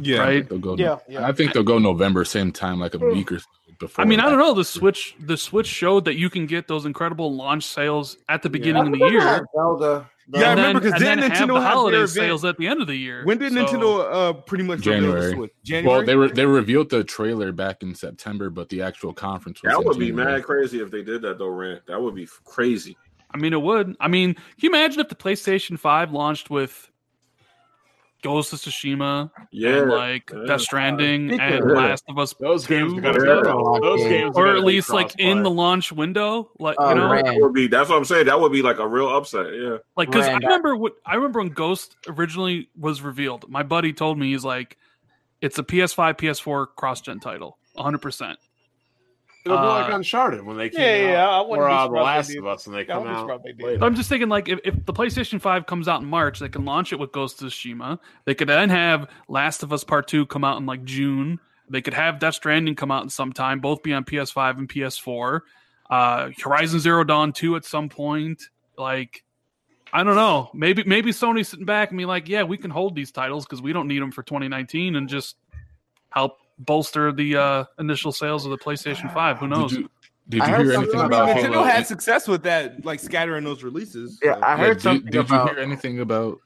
[SPEAKER 13] yeah, I think
[SPEAKER 15] right.
[SPEAKER 13] they'll go,
[SPEAKER 15] Yeah, yeah.
[SPEAKER 13] I think they'll go November, same time, like a week or so before.
[SPEAKER 15] I mean, I don't know. The Switch, the Switch showed that you can get those incredible launch sales at the beginning of the year.
[SPEAKER 9] Zelda.
[SPEAKER 14] Yeah, I
[SPEAKER 15] And
[SPEAKER 14] remember
[SPEAKER 15] then-
[SPEAKER 14] because
[SPEAKER 15] and
[SPEAKER 14] then,
[SPEAKER 15] then have
[SPEAKER 14] Nintendo
[SPEAKER 15] the
[SPEAKER 14] had
[SPEAKER 15] holiday
[SPEAKER 14] their event.
[SPEAKER 15] sales at the end of the year.
[SPEAKER 14] When did
[SPEAKER 15] So-
[SPEAKER 14] Nintendo uh, pretty much reveal the
[SPEAKER 13] January.
[SPEAKER 14] Switch? January.
[SPEAKER 13] Well, they were they revealed the trailer back in September, but the actual conference was.
[SPEAKER 7] That
[SPEAKER 13] in
[SPEAKER 7] would be
[SPEAKER 13] January.
[SPEAKER 7] mad crazy if they did that though, Rant. That would be f- crazy.
[SPEAKER 15] I mean, it would. I mean, can you imagine if the PlayStation Five launched with Ghost of Tsushima,
[SPEAKER 7] Yeah,
[SPEAKER 15] and like
[SPEAKER 7] yeah.
[SPEAKER 15] Death Stranding,
[SPEAKER 7] Yeah.
[SPEAKER 15] and Last of Us?
[SPEAKER 6] Those games are
[SPEAKER 7] gonna be cross- those games Oh, are
[SPEAKER 15] or
[SPEAKER 7] gonna
[SPEAKER 15] at
[SPEAKER 7] be
[SPEAKER 15] least like in the launch window, like you know,
[SPEAKER 7] that would be. That's what I'm saying. That would be like a real upset. Yeah.
[SPEAKER 15] Like, because I remember what I remember when Ghost originally was revealed. My buddy told me he's like, it's a PS5, PS4 cross-gen title, 100. percent
[SPEAKER 6] It'll be like
[SPEAKER 15] Uh,
[SPEAKER 6] Uncharted when they came
[SPEAKER 10] yeah,
[SPEAKER 6] out,
[SPEAKER 10] yeah, I wouldn't
[SPEAKER 6] or
[SPEAKER 10] be
[SPEAKER 6] uh, The
[SPEAKER 10] surprised if
[SPEAKER 6] Last
[SPEAKER 10] they
[SPEAKER 6] of
[SPEAKER 10] did.
[SPEAKER 6] Us when they
[SPEAKER 10] I
[SPEAKER 6] come
[SPEAKER 10] wouldn't be
[SPEAKER 6] out.
[SPEAKER 10] surprised if they
[SPEAKER 6] later.
[SPEAKER 15] I'm just thinking like if, if the PlayStation 5 comes out in March, they can launch it with Ghost of Tsushima. They could then have Last of Us Part 2 come out in like June. They could have Death Stranding come out in sometime, both be on PS5 and PS4. Uh Horizon Zero Dawn 2 at some point. Like I don't know. Maybe maybe Sony's sitting back and be like, "Yeah, we can hold these titles because we don't need them for 2019 and just help bolster the uh initial sales of the PlayStation 5. Who knows?"
[SPEAKER 13] Did
[SPEAKER 14] I
[SPEAKER 13] you
[SPEAKER 14] heard
[SPEAKER 13] hear
[SPEAKER 14] something-
[SPEAKER 13] anything
[SPEAKER 14] I mean,
[SPEAKER 13] about
[SPEAKER 14] Nintendo
[SPEAKER 13] Halo
[SPEAKER 14] had
[SPEAKER 13] Inc?
[SPEAKER 14] success with that, like scattering those releases.
[SPEAKER 9] Yeah,
[SPEAKER 14] so-
[SPEAKER 9] I heard
[SPEAKER 13] did,
[SPEAKER 9] something
[SPEAKER 13] Did
[SPEAKER 9] about-
[SPEAKER 13] you hear anything about?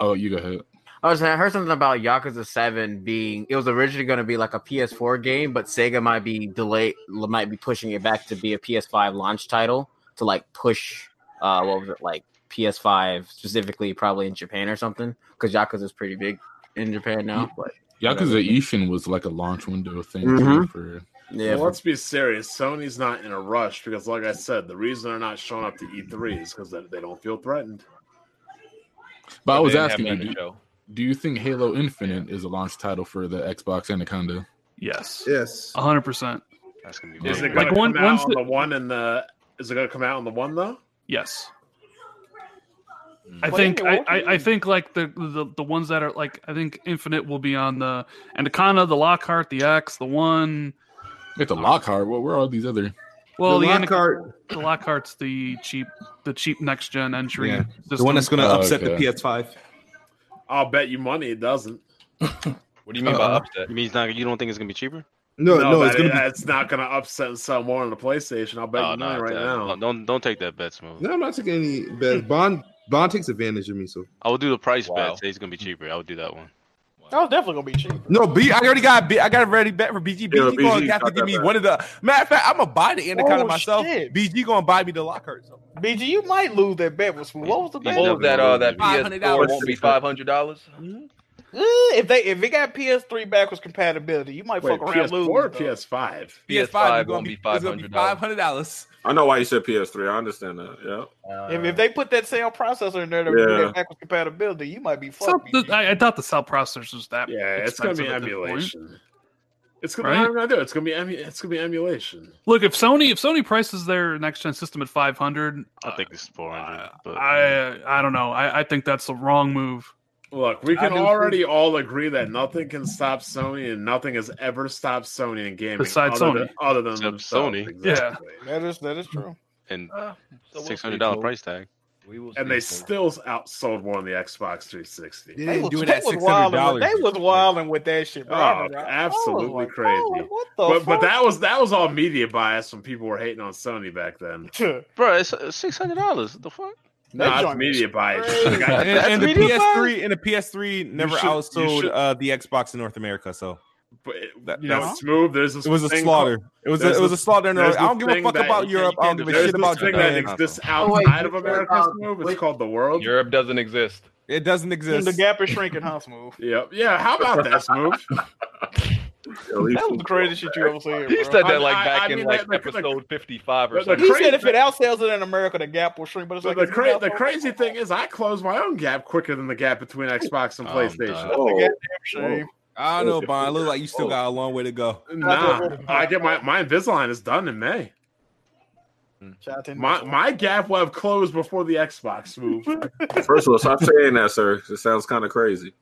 [SPEAKER 13] Oh, you go ahead.
[SPEAKER 9] I was I heard something about Yakuza Seven being it was originally going to be like a PS4 game, but Sega might be delayed, might be pushing it back to be a PS5 launch title to like push uh what was it like PS5 specifically, probably in Japan or something because Yakuza is pretty big. in Japan now. But
[SPEAKER 13] Yakuza E Ishin was like a launch window thing too,
[SPEAKER 7] Mm-hmm.
[SPEAKER 9] Mhm.
[SPEAKER 13] for
[SPEAKER 6] Well, let's be serious. Sony's not in a rush because, like I said, the reason they're not showing up to E3 is because they, they don't feel threatened.
[SPEAKER 13] But I
[SPEAKER 6] They
[SPEAKER 13] was
[SPEAKER 6] didn't have
[SPEAKER 13] asking
[SPEAKER 6] that in
[SPEAKER 13] you,
[SPEAKER 6] the
[SPEAKER 13] do, do you think Halo Infinite is a launch title for the Xbox Anaconda?
[SPEAKER 15] Yes.
[SPEAKER 16] Yes.
[SPEAKER 15] hundred percent.
[SPEAKER 13] That's gonna
[SPEAKER 6] Is it going
[SPEAKER 13] Like,
[SPEAKER 6] to
[SPEAKER 13] one-
[SPEAKER 6] come out
[SPEAKER 13] once
[SPEAKER 6] on
[SPEAKER 13] the-
[SPEAKER 6] the one and the? Is it going to come out on the one though? Hmm.
[SPEAKER 15] Yes. I
[SPEAKER 6] What do you
[SPEAKER 15] think
[SPEAKER 6] mean?
[SPEAKER 15] I,
[SPEAKER 6] What do you
[SPEAKER 15] I, I think like the, the the ones that are like I think Infinite will be on the Anaconda, the Lockhart, the X, the one.
[SPEAKER 13] Get the Lockhart. Well, where are all these other?
[SPEAKER 15] Well, the,
[SPEAKER 13] The
[SPEAKER 15] Anaconda, the Lockhart's the cheap the cheap next gen entry.
[SPEAKER 13] Yeah.
[SPEAKER 8] The one that's
[SPEAKER 15] system.
[SPEAKER 8] going to upset
[SPEAKER 13] okay.
[SPEAKER 8] the PS5.
[SPEAKER 6] I'll bet you money it doesn't.
[SPEAKER 1] What
[SPEAKER 2] do you mean by
[SPEAKER 8] Uh-uh.
[SPEAKER 2] upset? You mean it's not, you don't think it's gonna be cheaper?
[SPEAKER 8] No, no, it's
[SPEAKER 6] that-
[SPEAKER 8] gonna be-
[SPEAKER 6] it's not going to upset and sell more on the PlayStation. I'll bet
[SPEAKER 2] Oh,
[SPEAKER 6] you money
[SPEAKER 2] no,
[SPEAKER 6] right
[SPEAKER 2] that-
[SPEAKER 6] now.
[SPEAKER 2] no, don't don't take that bet, smooth.
[SPEAKER 8] No, I'm not taking any bets. Bond Bond takes advantage of me. So
[SPEAKER 2] I would do the price bet. Say it's gonna be cheaper. I would do that one.
[SPEAKER 10] That was definitely gonna be cheap.
[SPEAKER 8] no, B. I already got B. I got a ready bet for BG. BG
[SPEAKER 2] Yeah,
[SPEAKER 8] going
[SPEAKER 2] BG
[SPEAKER 8] to have
[SPEAKER 2] got
[SPEAKER 8] to give
[SPEAKER 2] that
[SPEAKER 8] me
[SPEAKER 2] bet.
[SPEAKER 8] one of the. Matter of fact, I'm gonna buy the Anaconda
[SPEAKER 10] Oh,
[SPEAKER 8] myself.
[SPEAKER 10] shit.
[SPEAKER 8] BG going to buy me the Lockhart.
[SPEAKER 10] BG, you might lose that bet. With, what was the bet?
[SPEAKER 1] What was that? Uh, that
[SPEAKER 10] $500.
[SPEAKER 1] PS4 won't be five hundred dollars.
[SPEAKER 10] Eh, If they if it got PS3 backwards compatibility, you might
[SPEAKER 7] Wait,
[SPEAKER 10] fuck around
[SPEAKER 7] PS4
[SPEAKER 10] lose.
[SPEAKER 7] or
[SPEAKER 6] PS5?
[SPEAKER 1] PS5 won't be five hundred dollars.
[SPEAKER 8] hundred dollars.
[SPEAKER 7] I know why you said PS3. I understand that. Yeah.
[SPEAKER 10] If, if they put that same processor in there to do
[SPEAKER 7] Yeah.
[SPEAKER 10] that backwards compatibility, you might be
[SPEAKER 15] So
[SPEAKER 10] fucked.
[SPEAKER 15] the, I, I thought the cell processor was that.
[SPEAKER 6] Yeah, it's gonna be
[SPEAKER 15] expensive at this point.
[SPEAKER 6] emulation. It's gonna be
[SPEAKER 15] Right?
[SPEAKER 6] I'm gonna do it. It's gonna be emu- it's gonna be emulation.
[SPEAKER 15] Look, if Sony if Sony prices their next gen system at five hundred,
[SPEAKER 2] I think it's four hundred. But
[SPEAKER 15] I I don't know. I, I think that's the wrong move.
[SPEAKER 6] Look, we
[SPEAKER 15] I
[SPEAKER 6] can
[SPEAKER 15] do too.
[SPEAKER 6] already all agree that nothing can stop Sony, and nothing has ever stopped Sony in gaming.
[SPEAKER 15] Besides
[SPEAKER 6] other
[SPEAKER 15] Sony.
[SPEAKER 6] than, other than
[SPEAKER 2] Except
[SPEAKER 6] themselves,
[SPEAKER 2] Sony.
[SPEAKER 6] exactly.
[SPEAKER 15] Yeah.
[SPEAKER 10] That is that is true.
[SPEAKER 2] and
[SPEAKER 1] Uh, so we'll
[SPEAKER 2] six
[SPEAKER 1] see,
[SPEAKER 2] hundred dollar
[SPEAKER 1] Cole.
[SPEAKER 2] price tag.
[SPEAKER 1] We will
[SPEAKER 6] and
[SPEAKER 1] see,
[SPEAKER 6] they
[SPEAKER 1] Cole.
[SPEAKER 6] still outsold more on the Xbox 360.
[SPEAKER 8] They
[SPEAKER 10] They was,
[SPEAKER 8] doing
[SPEAKER 10] they
[SPEAKER 8] that
[SPEAKER 10] was wilding
[SPEAKER 8] $600.
[SPEAKER 10] with, they was wilding with that shit, bro. I
[SPEAKER 6] Oh,
[SPEAKER 10] remember- I was
[SPEAKER 6] absolutely
[SPEAKER 10] like,
[SPEAKER 6] crazy!
[SPEAKER 10] the
[SPEAKER 6] but but
[SPEAKER 10] fuck?
[SPEAKER 6] that was that was all media bias when people were hating on Sony back
[SPEAKER 10] [laughs]
[SPEAKER 6] then.
[SPEAKER 2] Bro, it's
[SPEAKER 8] uh,
[SPEAKER 2] six hundred dollars. The fuck?
[SPEAKER 6] No,
[SPEAKER 2] That
[SPEAKER 6] that's
[SPEAKER 2] joint
[SPEAKER 6] media bias. Like, I-
[SPEAKER 8] and, and the
[SPEAKER 2] media
[SPEAKER 8] PS3 and the PS3 never
[SPEAKER 6] should- you
[SPEAKER 8] outsold
[SPEAKER 6] should-
[SPEAKER 8] uh, the Xbox in North America. So
[SPEAKER 6] But it-
[SPEAKER 8] That-
[SPEAKER 6] you know,
[SPEAKER 8] that's-
[SPEAKER 6] it's smooth. There's this
[SPEAKER 8] it was a
[SPEAKER 6] thing
[SPEAKER 8] slaughter.
[SPEAKER 6] called-
[SPEAKER 8] It was a,
[SPEAKER 6] there's
[SPEAKER 8] it was a
[SPEAKER 6] this-
[SPEAKER 8] slaughter. in
[SPEAKER 6] there's
[SPEAKER 8] Europe. I don't
[SPEAKER 6] this
[SPEAKER 8] give a
[SPEAKER 6] thing
[SPEAKER 8] fuck
[SPEAKER 6] that
[SPEAKER 8] about
[SPEAKER 6] you
[SPEAKER 8] Europe.
[SPEAKER 6] can't
[SPEAKER 8] I don't
[SPEAKER 6] do
[SPEAKER 8] give a
[SPEAKER 6] this.
[SPEAKER 8] shit
[SPEAKER 6] There's
[SPEAKER 8] about
[SPEAKER 6] this thing that
[SPEAKER 8] Japan.
[SPEAKER 6] exists
[SPEAKER 9] Oh, wait,
[SPEAKER 6] outside of
[SPEAKER 9] what
[SPEAKER 6] America.
[SPEAKER 9] about-
[SPEAKER 6] Smooth. It's
[SPEAKER 9] wait.
[SPEAKER 6] called the world.
[SPEAKER 1] Europe doesn't exist.
[SPEAKER 8] It doesn't exist.
[SPEAKER 10] the gap is shrinking, huh, Smooth?
[SPEAKER 6] Yep. Yeah. How about that, Smooth?
[SPEAKER 1] [laughs]
[SPEAKER 10] That was the craziest shit you ever said.
[SPEAKER 1] He
[SPEAKER 10] bro.
[SPEAKER 1] said
[SPEAKER 6] I-
[SPEAKER 1] that like
[SPEAKER 6] I-
[SPEAKER 1] back
[SPEAKER 6] I
[SPEAKER 1] in
[SPEAKER 6] mean,
[SPEAKER 1] like
[SPEAKER 6] the- the- the-
[SPEAKER 1] episode fifty-five or
[SPEAKER 6] the- the
[SPEAKER 1] something.
[SPEAKER 10] He said if
[SPEAKER 6] crazy-
[SPEAKER 10] it outsells it in America, the gap will shrink. But it's
[SPEAKER 6] The,
[SPEAKER 10] like
[SPEAKER 6] the,
[SPEAKER 10] if you
[SPEAKER 6] cra-
[SPEAKER 10] outsource
[SPEAKER 6] the
[SPEAKER 10] it-
[SPEAKER 6] crazy thing is, I close my own gap quicker than the gap
[SPEAKER 10] [laughs]
[SPEAKER 6] between Xbox and
[SPEAKER 2] Oh,
[SPEAKER 6] PlayStation.
[SPEAKER 2] God.
[SPEAKER 10] That's a goddamn
[SPEAKER 6] Whoa.
[SPEAKER 10] shame.
[SPEAKER 8] I don't know, Bond. Look like you still got a long way to go.
[SPEAKER 6] Nah, I get my my Invisalign is done in May.
[SPEAKER 10] Shout out to
[SPEAKER 6] My my gap will have closed before the Xbox move.
[SPEAKER 10] [laughs]
[SPEAKER 7] First of all, stop saying that, sir. It sounds kind of crazy.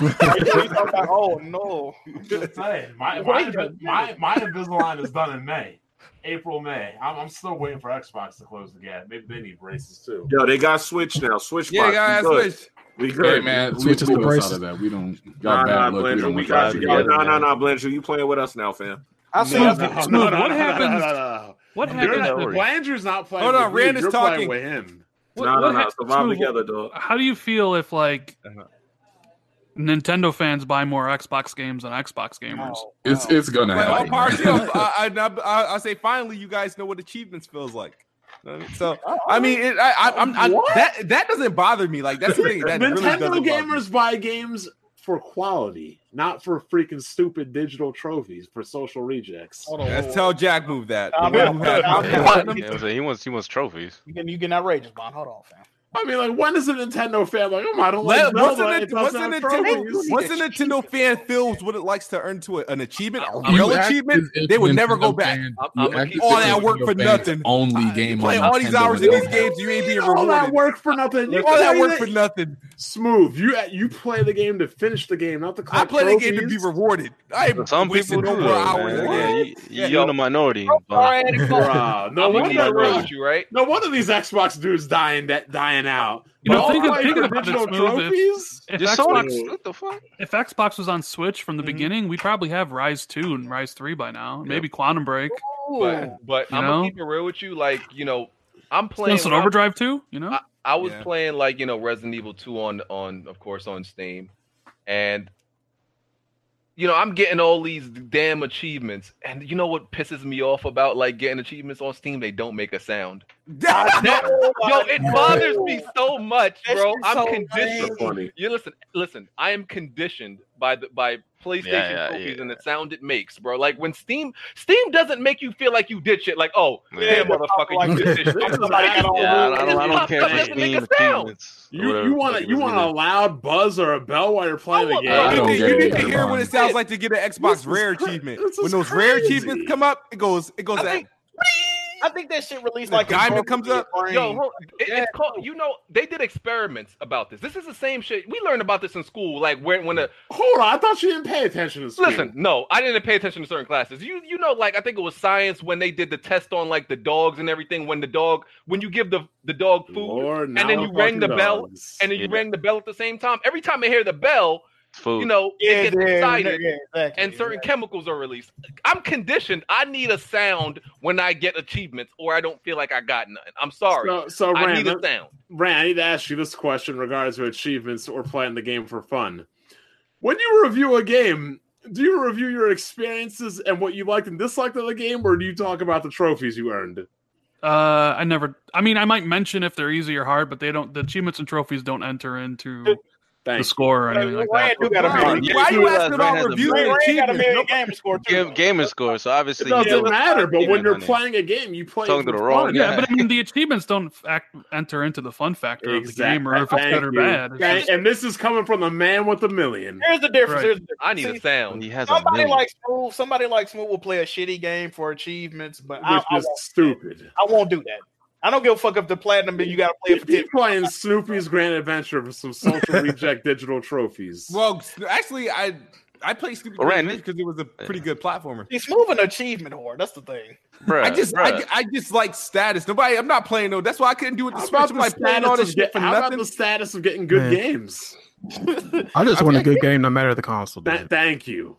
[SPEAKER 10] Like, oh no!
[SPEAKER 6] Just saying, my
[SPEAKER 10] Wait
[SPEAKER 6] my,
[SPEAKER 10] a
[SPEAKER 6] Invi- my my Invisalign is done in May, April May. I'm, I'm still waiting for Xbox to close the gap. Maybe they need braces too.
[SPEAKER 7] Yo, they got Switch now. Switch.
[SPEAKER 8] Yeah,
[SPEAKER 7] box.
[SPEAKER 8] guys,
[SPEAKER 7] We good.
[SPEAKER 8] switch.
[SPEAKER 7] We good.
[SPEAKER 13] Hey man,
[SPEAKER 7] We
[SPEAKER 13] switch us
[SPEAKER 7] cool.
[SPEAKER 13] to prices. Out of that. We don't
[SPEAKER 7] Nah,
[SPEAKER 13] got
[SPEAKER 7] nah,
[SPEAKER 13] bad luck. We
[SPEAKER 7] Blanchard,
[SPEAKER 13] don't
[SPEAKER 7] we
[SPEAKER 13] want
[SPEAKER 7] got
[SPEAKER 13] that
[SPEAKER 7] you.
[SPEAKER 13] to
[SPEAKER 7] Yo,
[SPEAKER 13] happen.
[SPEAKER 7] nah, nah, nah, Blanchard, you playing with us now, fam.
[SPEAKER 10] I
[SPEAKER 6] No, [laughs]
[SPEAKER 10] said,
[SPEAKER 6] no,
[SPEAKER 10] I
[SPEAKER 6] no,
[SPEAKER 10] said-
[SPEAKER 6] no,
[SPEAKER 15] Smooth,
[SPEAKER 6] no,
[SPEAKER 15] what
[SPEAKER 6] no,
[SPEAKER 15] happens-
[SPEAKER 6] No, no, no,
[SPEAKER 15] What
[SPEAKER 6] no. You're
[SPEAKER 15] happens?
[SPEAKER 6] not,
[SPEAKER 15] if-
[SPEAKER 6] Blandry's not playing.
[SPEAKER 8] Hold
[SPEAKER 6] with
[SPEAKER 8] on,
[SPEAKER 6] you,
[SPEAKER 8] Rand is
[SPEAKER 6] you're playing
[SPEAKER 8] talking.
[SPEAKER 6] with him.
[SPEAKER 15] what-
[SPEAKER 7] nah,
[SPEAKER 15] what
[SPEAKER 7] nah, nah.
[SPEAKER 15] hap-
[SPEAKER 7] Survive
[SPEAKER 15] Smooth,
[SPEAKER 7] together, dog.
[SPEAKER 15] How do you feel if like Nintendo fans buy more Xbox games than Xbox gamers?
[SPEAKER 13] It's it's gonna
[SPEAKER 8] But all
[SPEAKER 13] happen.
[SPEAKER 8] parts,
[SPEAKER 13] man.
[SPEAKER 1] [laughs]
[SPEAKER 8] I, I, I, I say finally, you guys know what achievements feels like. You know what I mean? So I mean, it, I, I, I'm I,
[SPEAKER 6] What?
[SPEAKER 8] that that doesn't bother me. Like that's the thing that really doesn't
[SPEAKER 6] Nintendo
[SPEAKER 8] bother me.
[SPEAKER 6] gamers buy games for quality, not for freaking stupid digital trophies for social rejects.
[SPEAKER 10] Hold on,
[SPEAKER 8] Let's
[SPEAKER 10] hold
[SPEAKER 8] tell Jack move that. The
[SPEAKER 10] I'm
[SPEAKER 8] one
[SPEAKER 10] out.
[SPEAKER 8] who had-
[SPEAKER 10] I'm out.
[SPEAKER 2] Yeah, I was saying, he wants he wants trophies.
[SPEAKER 10] on. You getting outrageous, Bond? Hold on, fam.
[SPEAKER 6] I mean, like, when is a Nintendo fan like, oh, I don't
[SPEAKER 8] Let-
[SPEAKER 6] like
[SPEAKER 8] Once a
[SPEAKER 6] Zelda, it
[SPEAKER 8] Nint- once a
[SPEAKER 6] doesn't have
[SPEAKER 8] Nintendo
[SPEAKER 6] trophies.
[SPEAKER 8] once a Nintendo fan feels what it likes to earn to a- an achievement, a
[SPEAKER 13] You
[SPEAKER 8] real
[SPEAKER 13] act
[SPEAKER 8] achievement,
[SPEAKER 13] as if
[SPEAKER 8] they would never
[SPEAKER 13] Nintendo
[SPEAKER 8] go back.
[SPEAKER 13] fans-
[SPEAKER 1] I'm-
[SPEAKER 13] you
[SPEAKER 1] I'ma
[SPEAKER 13] act as
[SPEAKER 1] keep
[SPEAKER 8] all
[SPEAKER 13] if
[SPEAKER 8] that work
[SPEAKER 13] Nintendo
[SPEAKER 8] for
[SPEAKER 13] fans
[SPEAKER 8] nothing.
[SPEAKER 13] Only game
[SPEAKER 8] Play
[SPEAKER 13] on
[SPEAKER 8] all these
[SPEAKER 13] Nintendo
[SPEAKER 8] hours
[SPEAKER 13] is
[SPEAKER 8] in these
[SPEAKER 13] Zelda.
[SPEAKER 8] games, you ain't being
[SPEAKER 6] All that
[SPEAKER 8] rewarded.
[SPEAKER 6] work for nothing. You
[SPEAKER 8] All that
[SPEAKER 6] play
[SPEAKER 8] work
[SPEAKER 6] the-
[SPEAKER 8] for nothing.
[SPEAKER 6] smooth. You you play the game to finish the game, not to
[SPEAKER 8] I
[SPEAKER 6] collect
[SPEAKER 8] play the game to
[SPEAKER 6] trophies.
[SPEAKER 8] be rewarded. I ain't
[SPEAKER 2] Some people
[SPEAKER 8] wasting no
[SPEAKER 2] do.
[SPEAKER 8] more hours in
[SPEAKER 2] man.
[SPEAKER 8] the game.
[SPEAKER 2] Yeah, you, you're in the minority. but- [laughs]
[SPEAKER 6] Bruh, no
[SPEAKER 1] I'm gonna keep it
[SPEAKER 6] wonder.
[SPEAKER 1] real
[SPEAKER 6] Right.
[SPEAKER 1] with you, right?
[SPEAKER 6] No wonder these Xbox dudes dying that dying out.
[SPEAKER 15] You know,
[SPEAKER 6] But
[SPEAKER 15] thinking-
[SPEAKER 6] all playing
[SPEAKER 15] thinking
[SPEAKER 6] for
[SPEAKER 15] about it,
[SPEAKER 6] digital
[SPEAKER 15] Smooth, if-
[SPEAKER 6] trophies.
[SPEAKER 15] If
[SPEAKER 2] Just
[SPEAKER 15] Xbox,
[SPEAKER 2] Sony. What the fuck?
[SPEAKER 15] if Xbox was on Switch from the beginning, we probably have Rise Two and Rise Three by now. Maybe Quantum Break,
[SPEAKER 10] Ooh.
[SPEAKER 1] But, but
[SPEAKER 15] You
[SPEAKER 1] I'm
[SPEAKER 15] know?
[SPEAKER 1] gonna keep it real with you. Like you know, I'm playing.
[SPEAKER 15] Sunset
[SPEAKER 1] when I-
[SPEAKER 15] Overdrive Two. You know,
[SPEAKER 1] I, I was
[SPEAKER 8] Yeah.
[SPEAKER 1] playing like you know Resident Evil 2 on on of course on Steam, and you know I'm getting all these damn achievements, and you know what pisses me off about like getting achievements on Steam? They don't make a sound. [laughs] That- yo, it bothers me so much,
[SPEAKER 10] That's
[SPEAKER 1] bro.
[SPEAKER 10] just
[SPEAKER 1] I'm
[SPEAKER 10] so
[SPEAKER 1] conditioned.
[SPEAKER 10] funny.
[SPEAKER 1] You listen, listen. I am conditioned by the by PlayStation
[SPEAKER 2] Yeah, yeah,
[SPEAKER 1] cookies and the sound it makes, bro. Like when Steam, Steam doesn't make you feel like you did shit. Like, oh,
[SPEAKER 2] Yeah.
[SPEAKER 1] damn, motherfucker, you did this shit.
[SPEAKER 10] Somebody got all
[SPEAKER 2] Yeah, I don't- I don't,
[SPEAKER 1] It
[SPEAKER 2] I
[SPEAKER 1] just
[SPEAKER 2] don't
[SPEAKER 1] pops
[SPEAKER 2] care if
[SPEAKER 1] up, doesn't
[SPEAKER 2] it's
[SPEAKER 1] make
[SPEAKER 2] being
[SPEAKER 1] a sound.
[SPEAKER 2] achievements. or
[SPEAKER 6] You,
[SPEAKER 2] whatever
[SPEAKER 6] you
[SPEAKER 2] the
[SPEAKER 6] want
[SPEAKER 2] fuck
[SPEAKER 6] a,
[SPEAKER 2] it
[SPEAKER 6] you
[SPEAKER 2] was
[SPEAKER 6] want
[SPEAKER 2] either.
[SPEAKER 6] a loud buzz or a bell while you're playing the game.
[SPEAKER 14] you need, you need to hear what it sounds like to get an Xbox
[SPEAKER 6] [laughs]
[SPEAKER 14] rare achievement. When those rare achievements come up, it goes, it goes. That,
[SPEAKER 10] I think that shit released
[SPEAKER 14] The
[SPEAKER 10] like in
[SPEAKER 14] diamond
[SPEAKER 10] February
[SPEAKER 14] comes up.
[SPEAKER 10] or
[SPEAKER 1] Yo,
[SPEAKER 10] in-
[SPEAKER 1] hold- it- it's called. You know, they did experiments about this. This is the same shit we learned about this in school. Like where when a
[SPEAKER 6] Hold on, I thought you didn't pay attention to school.
[SPEAKER 1] Listen, no, I didn't pay attention to certain classes. You you know, like I think it was science when they did the test on like the dogs and everything. When the dog, when you give the the dog food,
[SPEAKER 6] Lord,
[SPEAKER 1] and
[SPEAKER 6] now
[SPEAKER 1] then
[SPEAKER 6] the
[SPEAKER 1] you rang the
[SPEAKER 6] fucking
[SPEAKER 1] bell,
[SPEAKER 6] dogs.
[SPEAKER 1] and then you
[SPEAKER 6] Yeah.
[SPEAKER 1] rang the bell at the same time. Every time I hear the bell,
[SPEAKER 2] Food.
[SPEAKER 1] you know,
[SPEAKER 10] Yeah,
[SPEAKER 1] it gets
[SPEAKER 10] yeah, yeah,
[SPEAKER 1] excited,
[SPEAKER 10] yeah, exactly,
[SPEAKER 1] and certain chemicals are released. I'm conditioned. I need a sound when I get achievements, or I don't feel like I got nothing. I'm sorry.
[SPEAKER 6] So, so
[SPEAKER 1] I
[SPEAKER 6] Ran,
[SPEAKER 1] need a
[SPEAKER 6] let-
[SPEAKER 1] sound.
[SPEAKER 6] Ran, I need to ask you this question in regards to achievements or playing the game for fun. When you review a game, do you review your experiences and what you liked and disliked of the game, or do you talk about the trophies you earned?
[SPEAKER 15] Uh, I never. I mean, I might mention if they're easy or hard, but they don't. The achievements and trophies don't enter into the score or anything like that.
[SPEAKER 10] gamer score?
[SPEAKER 2] Game, gamer score. So
[SPEAKER 6] It
[SPEAKER 2] obviously, you
[SPEAKER 6] doesn't
[SPEAKER 2] know,
[SPEAKER 6] matter, but when
[SPEAKER 2] achievement
[SPEAKER 6] you're
[SPEAKER 2] on it.
[SPEAKER 6] playing a game, you play
[SPEAKER 2] Talking
[SPEAKER 6] it for
[SPEAKER 2] to the
[SPEAKER 6] [laughs]
[SPEAKER 2] wrong
[SPEAKER 6] fun.
[SPEAKER 15] Yeah, but I mean, the achievements don't act, enter into the fun factor of the game or if it's
[SPEAKER 6] Thank
[SPEAKER 15] good or
[SPEAKER 6] you.
[SPEAKER 15] bad. It's
[SPEAKER 6] Thank-
[SPEAKER 15] just-
[SPEAKER 6] and this is coming from the man with a million.
[SPEAKER 10] Here's the difference.
[SPEAKER 15] Right.
[SPEAKER 10] Here's the difference.
[SPEAKER 1] I need a sound.
[SPEAKER 2] He has
[SPEAKER 10] Somebody like Smooth, somebody like Smooth will play a shitty game for achievements, but I,
[SPEAKER 6] which
[SPEAKER 10] I,
[SPEAKER 6] is
[SPEAKER 10] won't,
[SPEAKER 6] stupid.
[SPEAKER 10] I won't do that. I don't give a fuck if the platinum, but you got to play it for
[SPEAKER 6] You're playing Snoopy's Grand Adventure for some
[SPEAKER 10] [laughs]
[SPEAKER 6] social reject digital trophies.
[SPEAKER 14] well, actually, I I played Snoopy
[SPEAKER 6] Well, Ren,
[SPEAKER 14] because it was a
[SPEAKER 6] [laughs]
[SPEAKER 14] pretty good platformer.
[SPEAKER 10] He's moving achievement whore. That's the thing.
[SPEAKER 14] I just I, I just like status. Nobody, I'm not playing though. That's why I couldn't do it. The
[SPEAKER 6] How
[SPEAKER 14] Switch.
[SPEAKER 6] about
[SPEAKER 14] I'm
[SPEAKER 6] the
[SPEAKER 14] like playing all this
[SPEAKER 6] status of
[SPEAKER 14] shit
[SPEAKER 6] get-
[SPEAKER 14] for
[SPEAKER 6] how about
[SPEAKER 14] nothing.
[SPEAKER 6] the status of getting good
[SPEAKER 4] Man.
[SPEAKER 6] games?
[SPEAKER 4] I just want a good game no matter the
[SPEAKER 8] [laughs]
[SPEAKER 4] console.
[SPEAKER 6] Th- thank you.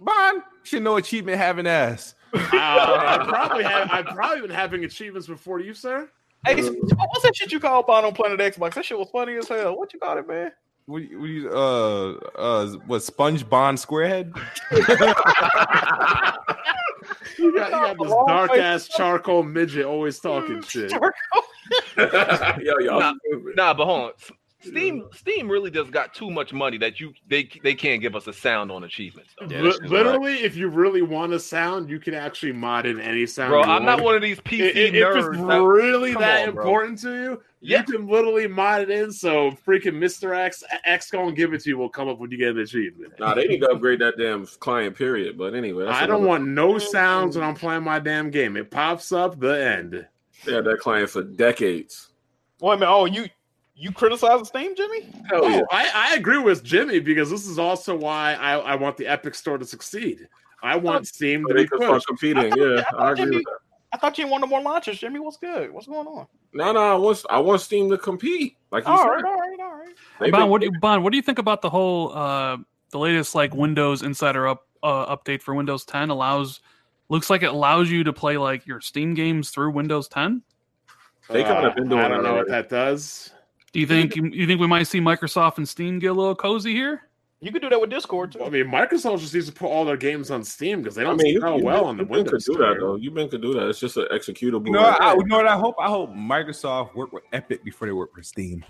[SPEAKER 14] Bon should know achievement having ass.
[SPEAKER 6] I I Uh, [laughs] probably have. I've probably been having achievements before you, sir.
[SPEAKER 10] Hey, so Oh, what's that shit you call Bond on Planet Xbox? That shit was funny as hell. What you call it, man?
[SPEAKER 14] [laughs] What, you- what you, uh, uh, what Sponge Bond Squarehead?
[SPEAKER 6] [laughs] You got, you got this dark ass charcoal midget always talking shit.
[SPEAKER 7] yo, yo.
[SPEAKER 1] Nah, nah, but hold on. S- Steam, Steam really just got too much money that you they they can't give us a sound on achievements. though.
[SPEAKER 6] Li- literally, if you really want a sound, you can actually mod in any sound.
[SPEAKER 1] Bro,
[SPEAKER 6] you
[SPEAKER 1] I'm not
[SPEAKER 6] want.
[SPEAKER 1] one of these PC
[SPEAKER 6] I- i- If it's
[SPEAKER 1] nerds that-
[SPEAKER 6] really
[SPEAKER 1] Come
[SPEAKER 6] that
[SPEAKER 1] on, bro.
[SPEAKER 6] important to you, you can literally mod it in. So freaking Mr. X, X gonna give it to you. Will come up when you get an achievement.
[SPEAKER 7] Nah, they need to upgrade that damn client period. But anyway, that's
[SPEAKER 6] I don't
[SPEAKER 7] another-
[SPEAKER 6] want no sounds when I'm playing my damn game. It pops up the end.
[SPEAKER 7] They had that client for decades.
[SPEAKER 10] Wait a minute. Oh, you you criticizing Steam, Jimmy?
[SPEAKER 7] Hell yeah.
[SPEAKER 6] Oh, I, I agree with Jimmy because this is also why I, I want the Epic Store to succeed. I want Steam to
[SPEAKER 7] They
[SPEAKER 6] be
[SPEAKER 7] could start
[SPEAKER 6] pushed.
[SPEAKER 7] competing. Yeah, I agree with that.
[SPEAKER 10] I thought you wanted more launches, Jimmy. What's good? What's going on?
[SPEAKER 7] No, no, I want I want Steam to compete. Like you
[SPEAKER 10] All
[SPEAKER 7] said,
[SPEAKER 10] right, all right, all right.
[SPEAKER 7] They've
[SPEAKER 15] Bon,
[SPEAKER 7] been-
[SPEAKER 15] what do you, Bon, what do you think about the whole uh, the latest like Windows Insider up uh, update for Windows 10 allows looks like it allows you to play like your Steam games through Windows 10?
[SPEAKER 7] They kind of been doing
[SPEAKER 6] Uh, I don't
[SPEAKER 7] it
[SPEAKER 6] know what
[SPEAKER 7] already.
[SPEAKER 6] that does.
[SPEAKER 15] Do you think you, you think we might see Microsoft and Steam get a little cozy here?
[SPEAKER 10] You could do that with Discord too.
[SPEAKER 6] I mean, Microsoft just needs to put all their games on Steam because they
[SPEAKER 7] I
[SPEAKER 6] don't
[SPEAKER 7] mean, you,
[SPEAKER 6] sell
[SPEAKER 7] you
[SPEAKER 6] well
[SPEAKER 7] been-
[SPEAKER 6] on the
[SPEAKER 7] you been
[SPEAKER 6] Windows.
[SPEAKER 7] could do that
[SPEAKER 6] Store.
[SPEAKER 7] though. You been could do that. It's just an executable.
[SPEAKER 14] You know,
[SPEAKER 7] right
[SPEAKER 14] I,
[SPEAKER 7] there.
[SPEAKER 14] you know what? I hope I hope Microsoft work with Epic before they work for Steam.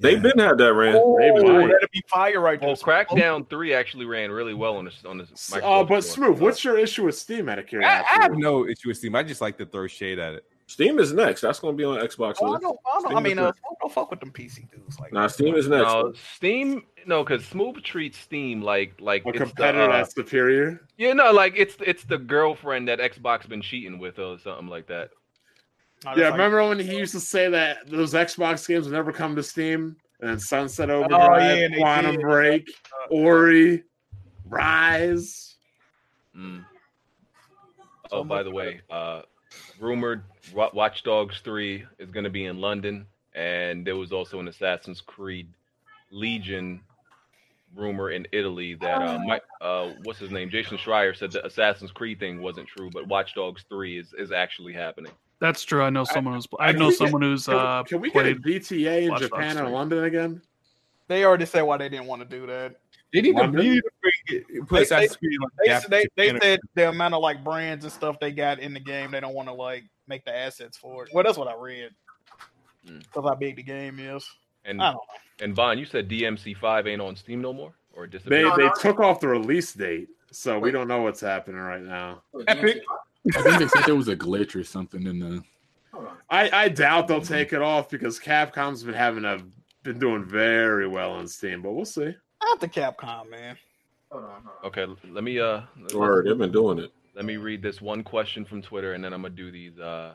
[SPEAKER 7] They've been had that ran.
[SPEAKER 10] Oh,
[SPEAKER 7] They've been had it.
[SPEAKER 10] that'd be fire right there.
[SPEAKER 1] Well, Crackdown Three actually ran really well on this on this. Microsoft
[SPEAKER 6] Uh, but
[SPEAKER 1] Store.
[SPEAKER 6] Smooth, what's your issue with Steam?
[SPEAKER 10] Ah,
[SPEAKER 6] Out of
[SPEAKER 14] I,
[SPEAKER 6] curiosity,
[SPEAKER 14] I have no issue with Steam. I just like to throw shade at it.
[SPEAKER 7] Steam is next. That's going to be on Xbox.
[SPEAKER 10] Oh, I
[SPEAKER 7] list.
[SPEAKER 10] don't, I, don't, I
[SPEAKER 7] Steam
[SPEAKER 10] mean,
[SPEAKER 7] is
[SPEAKER 10] uh,
[SPEAKER 7] next.
[SPEAKER 10] don't fuck with them PC dudes like
[SPEAKER 7] nah, Steam is next.
[SPEAKER 1] No, Steam, no, because Smooth treats Steam like like
[SPEAKER 6] a
[SPEAKER 1] it's
[SPEAKER 6] competitor
[SPEAKER 1] The, uh,
[SPEAKER 6] that's superior.
[SPEAKER 1] yeah, no, like it's it's the girlfriend that Xbox been cheating with or something like that.
[SPEAKER 10] that.
[SPEAKER 6] Yeah, remember when
[SPEAKER 10] Oh.
[SPEAKER 6] he used to say that those Xbox games would never come to Steam, and then Sunset
[SPEAKER 10] Oh, yeah,
[SPEAKER 6] Overdrive,
[SPEAKER 10] and they
[SPEAKER 6] Quantum
[SPEAKER 10] did. Uh,
[SPEAKER 6] Break, Ori, Rise.
[SPEAKER 1] Mm. Oh, by the way, uh, rumored Wa- Watch Dogs 3 is going to be in London, and there was also an Assassin's Creed Legion rumor in Italy that uh, Mike, uh, what's his name, Jason Schreier said the Assassin's Creed thing wasn't true, but Watch Dogs 3 is, is actually happening.
[SPEAKER 15] That's true. I know someone who's I
[SPEAKER 6] Can
[SPEAKER 15] know
[SPEAKER 6] we get-
[SPEAKER 15] someone who's
[SPEAKER 6] can we-
[SPEAKER 15] uh
[SPEAKER 6] Can we get a
[SPEAKER 15] played
[SPEAKER 6] BTA in
[SPEAKER 15] Watch Dogs
[SPEAKER 6] Japan and
[SPEAKER 15] three.
[SPEAKER 6] London again?
[SPEAKER 10] They already said why they didn't want to do that.
[SPEAKER 11] They need to-
[SPEAKER 10] Why not?
[SPEAKER 11] they need to bring it- put
[SPEAKER 10] They-
[SPEAKER 11] Assassin's
[SPEAKER 10] they-
[SPEAKER 11] Creed, like,
[SPEAKER 10] they-
[SPEAKER 11] Japanese
[SPEAKER 10] they- they
[SPEAKER 11] and-
[SPEAKER 10] said the amount of like brands and stuff they got in the game, they don't want to like make the assets for it. Well, that's what I read
[SPEAKER 7] Hmm.
[SPEAKER 10] because how big the game is.
[SPEAKER 1] And
[SPEAKER 10] I don't know.
[SPEAKER 1] and Vaughn, you said DMC five ain't on Steam no more, or it
[SPEAKER 6] They
[SPEAKER 1] disappeared?
[SPEAKER 6] they took off the release date, so we don't know what's happening right now.
[SPEAKER 13] Epic. I think they said there was a glitch or something in the.
[SPEAKER 6] I, I doubt they'll take it off because Capcom's been having a been doing very well on Steam, but we'll see.
[SPEAKER 10] Not the Capcom man.
[SPEAKER 1] Okay, l- let me uh. let-
[SPEAKER 7] Word, they've been doing it.
[SPEAKER 1] Let me read this one question from Twitter, and then I'm gonna do these uh,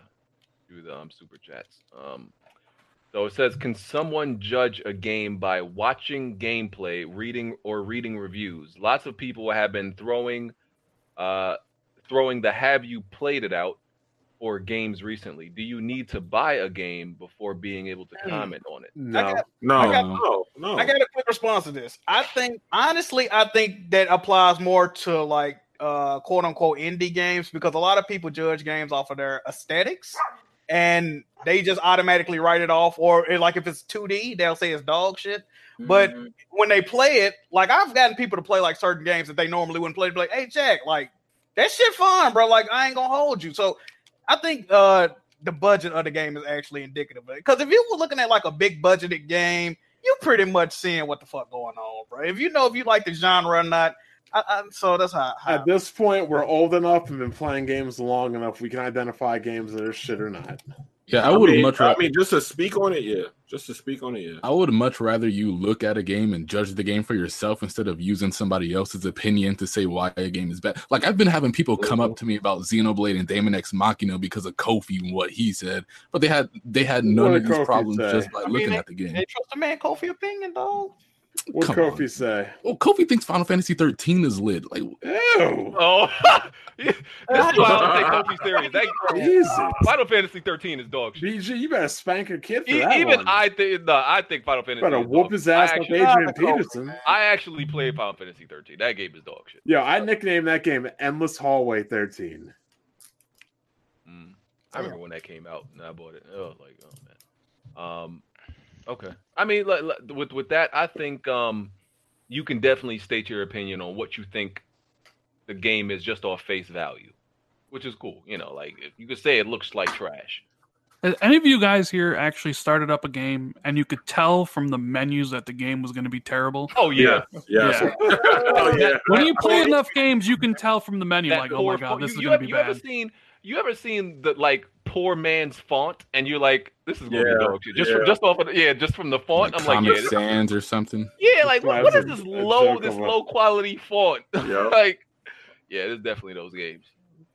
[SPEAKER 1] do the um, super chats. Um, so it says, can someone judge a game by watching gameplay, reading or reading reviews? Lots of people have been throwing, uh, throwing the "Have you played it out?" for games recently. Do you need to buy a game before being able to comment on it?
[SPEAKER 10] I got,
[SPEAKER 1] No.
[SPEAKER 10] Hmm. I got,
[SPEAKER 1] No, no.
[SPEAKER 10] I got a quick response to this. I think, honestly, I think that applies more to like uh, quote unquote indie games because a lot of people judge games off of their aesthetics and they just automatically write it off. Or eh, like if it's 2D, they'll say it's dog shit. But when they play it, like I've gotten people to play like certain games that they normally wouldn't play. They'd be like, hey, Jack, like that shit fun, bro. Like I ain't gonna hold you. So I think uh the budget of the game is actually indicative of it. Because if you were looking at like a big budgeted game, you pretty much seeing what the fuck going on, bro. If you know if you like the genre or not, I, I, so that's how. how
[SPEAKER 6] At this point, we're old enough and been playing games long enough. We can identify games that are shit or not.
[SPEAKER 13] Yeah, I would
[SPEAKER 6] mean,
[SPEAKER 13] much
[SPEAKER 6] I
[SPEAKER 13] rather.
[SPEAKER 7] I mean, just to speak on it, yeah. Just to speak on it, yeah.
[SPEAKER 13] I would much rather you look at a game and judge the game for yourself instead of using somebody else's opinion to say why a game is bad. Like I've been having people come
[SPEAKER 6] Mm-hmm.
[SPEAKER 13] up to me about Xenoblade and Damon X Machina because of Kofi and what he said, but they had they had none
[SPEAKER 6] What
[SPEAKER 13] of
[SPEAKER 6] did
[SPEAKER 13] these
[SPEAKER 6] Kofi
[SPEAKER 13] problems
[SPEAKER 6] say?
[SPEAKER 13] just by
[SPEAKER 6] I mean,
[SPEAKER 13] looking
[SPEAKER 6] they-
[SPEAKER 13] at the game.
[SPEAKER 10] They trust a man Kofi opinion, dog.
[SPEAKER 6] What
[SPEAKER 13] Come
[SPEAKER 6] Kofi say?
[SPEAKER 13] Well, Kofi thinks Final Fantasy 13 is lit. Like,
[SPEAKER 6] ew.
[SPEAKER 1] Oh, this is why I don't
[SPEAKER 6] [laughs]
[SPEAKER 1] take Kofi serious. That, Final Fantasy 13 is dog shit.
[SPEAKER 6] BG, you better spank a kid for
[SPEAKER 1] E-
[SPEAKER 6] that
[SPEAKER 1] even
[SPEAKER 6] one.
[SPEAKER 1] I think no, I think Final Fantasy.
[SPEAKER 6] Better
[SPEAKER 1] is
[SPEAKER 6] whoop
[SPEAKER 1] dog
[SPEAKER 6] his
[SPEAKER 1] shit.
[SPEAKER 6] ass
[SPEAKER 1] I
[SPEAKER 6] like
[SPEAKER 1] actually-
[SPEAKER 6] Adrian Peterson.
[SPEAKER 1] I actually played Final Fantasy 13. That game is dog shit.
[SPEAKER 6] Yeah, I nicknamed that game "Endless Hallway 13."
[SPEAKER 1] Mm. I remember when that came out and I bought it. Oh, like oh man. Um, okay. I mean, like, like, with with that, I think um, you can definitely state your opinion on what you think the game is just off face value, which is cool. You know, like if you could say it looks like trash.
[SPEAKER 15] Has any of you guys here actually started up a game and you could tell from the menus that the game was going to be terrible?
[SPEAKER 1] Oh yeah,
[SPEAKER 6] [laughs]
[SPEAKER 1] oh yeah.
[SPEAKER 15] [laughs] When you play enough games, you can tell from the menu,
[SPEAKER 1] That
[SPEAKER 15] like, oh my
[SPEAKER 1] poor
[SPEAKER 15] god,
[SPEAKER 1] font-
[SPEAKER 15] this
[SPEAKER 1] you,
[SPEAKER 15] is
[SPEAKER 1] you
[SPEAKER 15] going
[SPEAKER 1] ever,
[SPEAKER 15] to be
[SPEAKER 1] you ever
[SPEAKER 15] bad.
[SPEAKER 1] seen you ever seen the like poor man's font and you're like this is gonna
[SPEAKER 13] Yeah,
[SPEAKER 1] be dog shit. Just from,
[SPEAKER 13] yeah.
[SPEAKER 1] just off of the, yeah just from the font I'm like
[SPEAKER 13] Comic
[SPEAKER 1] yeah this-
[SPEAKER 13] Sans or something.
[SPEAKER 1] yeah like what, what is this
[SPEAKER 13] A
[SPEAKER 1] low
[SPEAKER 13] joke
[SPEAKER 1] this
[SPEAKER 13] of a-
[SPEAKER 1] low quality font [laughs]
[SPEAKER 13] Yeah.
[SPEAKER 1] like yeah there's definitely those games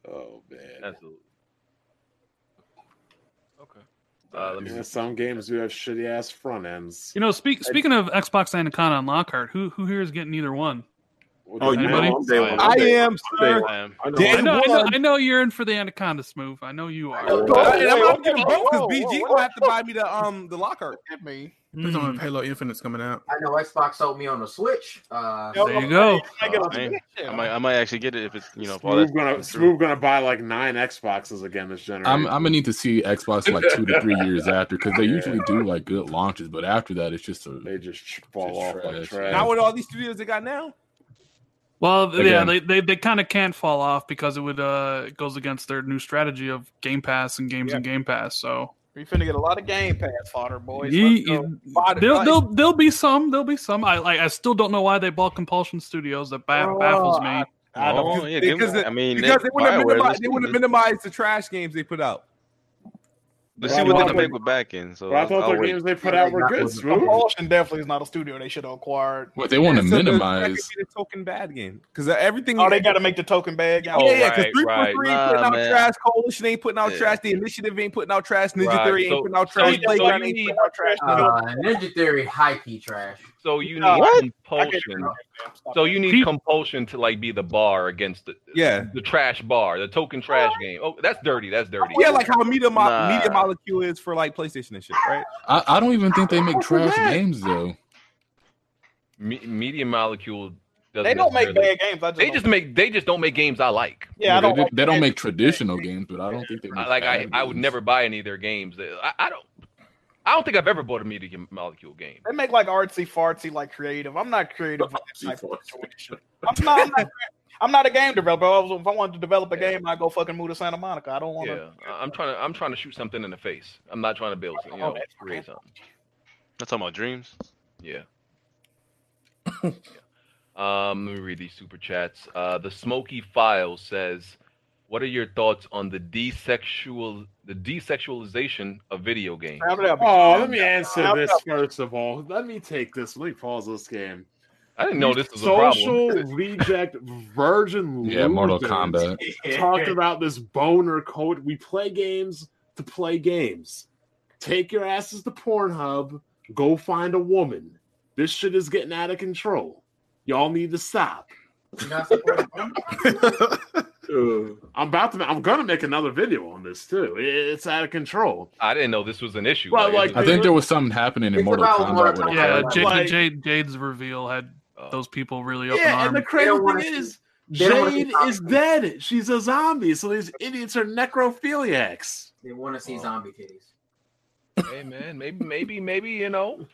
[SPEAKER 6] oh man
[SPEAKER 1] absolutely okay
[SPEAKER 6] Uh,
[SPEAKER 1] let me-
[SPEAKER 6] Some games do have shitty ass front ends.
[SPEAKER 15] You know, speak, speaking of Xbox Anaconda and Lockhart, who who here is getting either one?
[SPEAKER 6] Oh, you
[SPEAKER 15] anybody?
[SPEAKER 6] know, I'm day one. I I'm day am, one. I'm day sir. one.
[SPEAKER 1] I
[SPEAKER 6] I know.
[SPEAKER 15] know, I know,
[SPEAKER 6] Day one.
[SPEAKER 15] I know you're in for the Anaconda smooth. I know you are.
[SPEAKER 14] And I'm gonna give them both because BG gonna have to buy me the um the Lockhart.
[SPEAKER 10] me.
[SPEAKER 4] Please don't have Halo Infinite's coming out.
[SPEAKER 9] I know Xbox sold me on the Switch. Uh,
[SPEAKER 4] There you go.
[SPEAKER 2] I, ain't- Oh, I might, I might actually get it if it's you know. If all
[SPEAKER 6] Smooth
[SPEAKER 2] that
[SPEAKER 6] gonna Smooth gonna buy like nine Xboxes again this generation.
[SPEAKER 13] I'm, I'm gonna need to see Xbox like two to three
[SPEAKER 6] [laughs]
[SPEAKER 13] years after because they usually do like good launches, but after that, it's just a
[SPEAKER 6] they just fall off like trash.
[SPEAKER 14] Not with all these studios they got now.
[SPEAKER 15] Well, th- yeah,
[SPEAKER 13] Again.
[SPEAKER 15] they they, they kind of can't fall off because it would uh it goes against their new strategy of Game Pass and games and Game Pass. So
[SPEAKER 10] You finna get a lot of Game Pass fodder, boys.
[SPEAKER 15] Ye-
[SPEAKER 10] Let's go.
[SPEAKER 15] there'll, there'll there'll be some there'll be some. I like I still don't know why they bought Compulsion Studios. That ba-
[SPEAKER 14] Oh,
[SPEAKER 15] baffles me.
[SPEAKER 14] I-
[SPEAKER 2] I don't- Oh, yeah, give
[SPEAKER 14] because
[SPEAKER 2] them-
[SPEAKER 14] the-
[SPEAKER 2] I mean,
[SPEAKER 14] because
[SPEAKER 2] they-
[SPEAKER 14] they wouldn't have
[SPEAKER 2] Bioware,
[SPEAKER 14] minimized,
[SPEAKER 2] let's
[SPEAKER 14] they
[SPEAKER 2] do
[SPEAKER 14] wouldn't have minimized the trash games they put out.
[SPEAKER 2] But
[SPEAKER 14] Well,
[SPEAKER 2] see
[SPEAKER 14] I
[SPEAKER 2] what
[SPEAKER 14] thought
[SPEAKER 2] they
[SPEAKER 14] they-
[SPEAKER 2] make with back end. So
[SPEAKER 14] Well, I
[SPEAKER 2] I'll-
[SPEAKER 14] thought
[SPEAKER 2] I'll
[SPEAKER 14] their
[SPEAKER 2] wait.
[SPEAKER 14] games
[SPEAKER 6] they put out were good. Smooth.
[SPEAKER 10] Compulsion definitely is not a studio they should have acquired.
[SPEAKER 13] What they want to
[SPEAKER 14] so the-
[SPEAKER 13] minimize.
[SPEAKER 14] The token bad game because everything.
[SPEAKER 10] Oh, they got to make the token bag.
[SPEAKER 6] Oh,
[SPEAKER 14] Yeah, yeah, because three
[SPEAKER 13] right.
[SPEAKER 14] for three
[SPEAKER 13] Nah,
[SPEAKER 14] putting out
[SPEAKER 13] man.
[SPEAKER 14] trash. Coalition ain't putting out
[SPEAKER 13] Yeah.
[SPEAKER 14] trash. The initiative ain't putting out trash. Ninja
[SPEAKER 13] Right,
[SPEAKER 14] Theory ain't
[SPEAKER 13] so-
[SPEAKER 14] putting out
[SPEAKER 13] so
[SPEAKER 14] trash.
[SPEAKER 13] you- so
[SPEAKER 14] Playground
[SPEAKER 13] you
[SPEAKER 14] ain't
[SPEAKER 13] need-
[SPEAKER 14] putting out trash.
[SPEAKER 9] uh, Ninja Theory high key trash.
[SPEAKER 1] so you need
[SPEAKER 9] Nah, what?
[SPEAKER 1] compulsion so you need compulsion to like be the bar against the
[SPEAKER 14] yeah
[SPEAKER 1] the trash bar the token trash game oh that's dirty that's dirty
[SPEAKER 14] yeah, like how media, mo-
[SPEAKER 13] Nah.
[SPEAKER 14] media molecule is for like PlayStation and shit, right?
[SPEAKER 13] I, I don't even think they make
[SPEAKER 14] What's with
[SPEAKER 13] trash
[SPEAKER 14] that?
[SPEAKER 13] games though.
[SPEAKER 1] Me- media molecule doesn't
[SPEAKER 10] They don't make
[SPEAKER 1] necessarily-
[SPEAKER 10] bad games. I just
[SPEAKER 1] they just make they just don't make games I like.
[SPEAKER 10] Yeah, I
[SPEAKER 13] they,
[SPEAKER 10] don't
[SPEAKER 13] they-
[SPEAKER 10] like
[SPEAKER 13] they don't make traditional games, but I don't think they make
[SPEAKER 1] I- like I,
[SPEAKER 13] bad
[SPEAKER 1] I would never buy any of their games. I, I don't I don't think I've ever bought a Media Molecule game.
[SPEAKER 10] They make like artsy fartsy, like creative. I'm not creative. with
[SPEAKER 1] [laughs]
[SPEAKER 10] that type of situation. I'm not. I'm not, I'm not a game developer. I was- If I wanted to develop a game, I'd go fucking move to Santa Monica. I don't want
[SPEAKER 1] Yeah,
[SPEAKER 10] to.
[SPEAKER 1] I- I'm trying to I'm trying to shoot something in the face. I'm not trying to build, you
[SPEAKER 6] Oh,
[SPEAKER 1] know, create something.
[SPEAKER 2] That's talking about dreams.
[SPEAKER 6] [laughs]
[SPEAKER 1] Yeah. Um, let me read these super chats. Uh, the Smoky File says, "What are your thoughts on the desexual the desexualization of video games?"
[SPEAKER 6] Oh, let me answer this first of all. Let me take this. Let me pause this game.
[SPEAKER 1] I didn't know
[SPEAKER 6] These
[SPEAKER 1] this was a problem.
[SPEAKER 6] social reject virgin.
[SPEAKER 13] Yeah, Mortal
[SPEAKER 6] losers [laughs]
[SPEAKER 13] Kombat.
[SPEAKER 6] Talked about this boner code. We play games to play games. Take your asses to Pornhub. Go find a woman. This shit is getting out of control. Y'all need to stop. [laughs] Uh, I'm about to. I'm gonna make another video on this too. It's out of control.
[SPEAKER 1] I didn't know this was an issue.
[SPEAKER 6] Well, like,
[SPEAKER 13] I think there was something happening in Mortal Kombat. where-
[SPEAKER 15] Yeah, Jade,
[SPEAKER 6] Like-
[SPEAKER 15] Jade, Jade's reveal had
[SPEAKER 2] Oh.
[SPEAKER 15] those people really up in
[SPEAKER 6] Yeah, and the
[SPEAKER 15] arms.
[SPEAKER 6] crazy thing is,
[SPEAKER 15] they don't wanna see
[SPEAKER 6] Jade is dead. She's a zombie, so these idiots are necrophiliacs.
[SPEAKER 9] They want to
[SPEAKER 6] Oh.
[SPEAKER 9] see zombie titties.
[SPEAKER 1] hey man, maybe maybe maybe you know,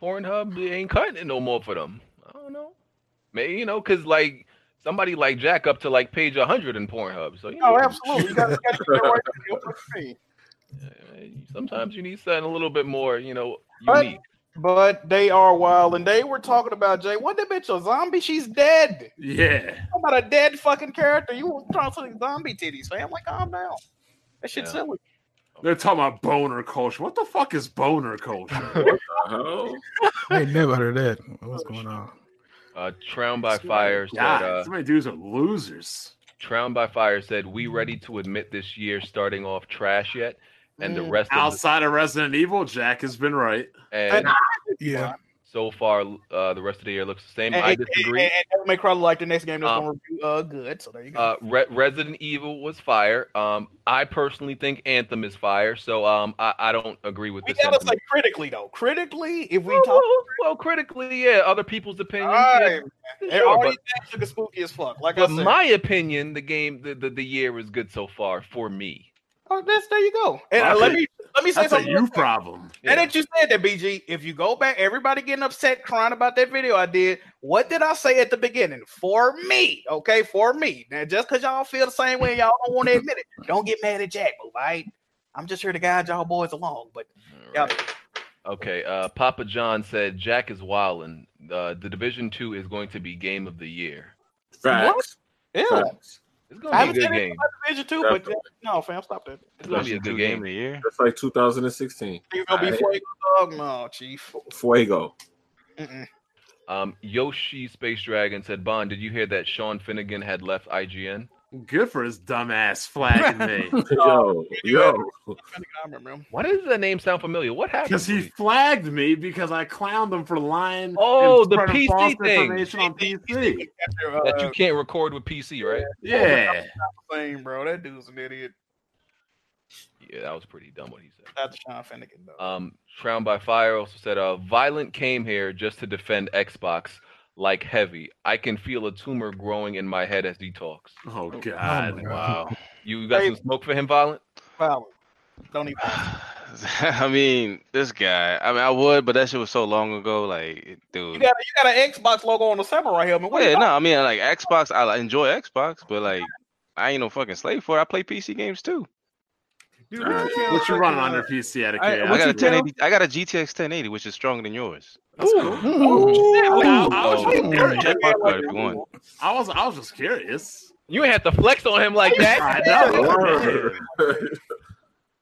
[SPEAKER 1] Pornhub they ain't cutting it no more for them. I don't know. Maybe you know, cause like somebody like Jack up to like page hundred in Pornhub. So you know,
[SPEAKER 10] Oh, absolutely. You got to get the right deal for free.
[SPEAKER 1] [laughs] sometimes you need something a little bit more, you know,
[SPEAKER 10] But-
[SPEAKER 1] unique.
[SPEAKER 10] But they are wild, and they were talking about Jay. What the bitch a zombie? She's dead.
[SPEAKER 6] Yeah.
[SPEAKER 10] How about a dead fucking character? You were trying to see zombie titties, fam? Like, calm down. That shit's
[SPEAKER 6] Yeah.
[SPEAKER 10] silly.
[SPEAKER 6] They're talking about boner culture. What the fuck is boner culture?
[SPEAKER 2] [laughs]
[SPEAKER 6] What the hell?
[SPEAKER 4] I ain't never heard of that. What's going on?
[SPEAKER 1] Uh, Trown by Fire said,
[SPEAKER 6] God,
[SPEAKER 1] uh,
[SPEAKER 6] so many dudes are losers.
[SPEAKER 1] Trown by Fire said, "We ready to admit this year starting off trash yet, and the
[SPEAKER 6] Mm.
[SPEAKER 1] rest of the,
[SPEAKER 6] outside of Resident Evil, Jack has been right.
[SPEAKER 1] and
[SPEAKER 4] yeah,
[SPEAKER 1] so far uh, the rest of the year looks the same."
[SPEAKER 10] And,
[SPEAKER 1] I
[SPEAKER 10] and,
[SPEAKER 1] disagree.
[SPEAKER 10] and, and Devil May Cry like the next game that's
[SPEAKER 1] Um,
[SPEAKER 10] gonna review uh good. So there you go.
[SPEAKER 1] Uh, Re- Resident Evil was fire. Um, I personally think Anthem is fire, so um, I, I don't agree with
[SPEAKER 10] we
[SPEAKER 1] this.
[SPEAKER 10] gotta say critically though. Critically, if we talk,
[SPEAKER 1] well, well, critically, yeah, other people's opinions.
[SPEAKER 10] All
[SPEAKER 1] yeah,
[SPEAKER 10] right,
[SPEAKER 1] for
[SPEAKER 10] man.
[SPEAKER 1] sure,
[SPEAKER 10] all these
[SPEAKER 1] but-
[SPEAKER 10] things look spooky as fuck. Like
[SPEAKER 1] but
[SPEAKER 10] I said,
[SPEAKER 1] my opinion, the game, the, the, the year was good so far for me.
[SPEAKER 10] oh, that's there you go. And uh,
[SPEAKER 1] Well,
[SPEAKER 10] let
[SPEAKER 1] that's
[SPEAKER 10] me let me say
[SPEAKER 1] that's a
[SPEAKER 10] something.
[SPEAKER 1] you
[SPEAKER 10] real quick.
[SPEAKER 6] Problem.
[SPEAKER 10] Now that you said that, BG, if you go back, everybody getting upset, crying about that video I did. What did I say at the beginning? For me, okay, for me. Now, just because y'all feel the same way, and y'all don't want to admit it. Don't get mad at Jack, all right? I'm just here to guide y'all boys along, but y'all,
[SPEAKER 1] Okay, uh, Papa John said Jack is wildin'. Uh, the Division Two is going to be game of the year.
[SPEAKER 10] Facts. What? Yeah.
[SPEAKER 1] It's gonna be
[SPEAKER 10] I
[SPEAKER 1] a
[SPEAKER 10] haven't
[SPEAKER 1] good
[SPEAKER 10] said anything
[SPEAKER 1] game.
[SPEAKER 10] about Division Two, but no, fam, stop that.
[SPEAKER 1] It's gonna be a good game.
[SPEAKER 7] That's like 2016.
[SPEAKER 10] You gonna be
[SPEAKER 7] Alright.
[SPEAKER 10] Fuego Dog? No, Oh, Chief.
[SPEAKER 7] Fuego.
[SPEAKER 10] Mm-mm.
[SPEAKER 1] Um, Yoshi Space Dragon said, "Bond, did you hear that Sean Finnegan had left IGN?"
[SPEAKER 6] Good for his dumbass flagging me.
[SPEAKER 7] Yo, yo.
[SPEAKER 10] I remember him.
[SPEAKER 1] Why does that name sound familiar? What happened?
[SPEAKER 6] Because he flagged me because I clowned him for lying.
[SPEAKER 1] Oh,
[SPEAKER 6] and
[SPEAKER 1] the
[SPEAKER 6] spreading
[SPEAKER 1] PC
[SPEAKER 6] false
[SPEAKER 1] thing.
[SPEAKER 6] information on PC.
[SPEAKER 1] that you can't record with PC, right?
[SPEAKER 6] Yeah.
[SPEAKER 10] Same, bro. That dude's an idiot.
[SPEAKER 1] Yeah, that was pretty dumb what he said.
[SPEAKER 10] Not the Sean Finnegan though.
[SPEAKER 1] Um, Shroud by Fire also said, uh, Violent came here just to defend Xbox like heavy. I can feel a tumor growing in my head as he talks.
[SPEAKER 6] Oh, God.
[SPEAKER 1] my
[SPEAKER 6] Wow.
[SPEAKER 1] You got some smoke for him, Violent?
[SPEAKER 10] Wow. Don't even.
[SPEAKER 2] I mean, this guy. I mean, I would, but that shit was so long ago. Like, it-
[SPEAKER 10] You
[SPEAKER 2] dude.
[SPEAKER 10] got you got an Xbox logo on the samurai helmet. What
[SPEAKER 2] Yeah,
[SPEAKER 10] you
[SPEAKER 2] no. I mean, like Xbox. I like, enjoy Xbox, but like, I ain't no fucking slave for it. I play PC games too.
[SPEAKER 6] Dude, what you running on your PC out of
[SPEAKER 2] I,
[SPEAKER 6] chaos?
[SPEAKER 2] I got a 1080. I got a GTX 1080, which is stronger than yours. Oh,
[SPEAKER 6] Now, I was just
[SPEAKER 2] Check
[SPEAKER 6] curious.
[SPEAKER 2] my card if you want.
[SPEAKER 6] I was I was just curious.
[SPEAKER 1] You ain't have to flex on him like
[SPEAKER 6] I
[SPEAKER 1] that.
[SPEAKER 2] [laughs]
[SPEAKER 6] know.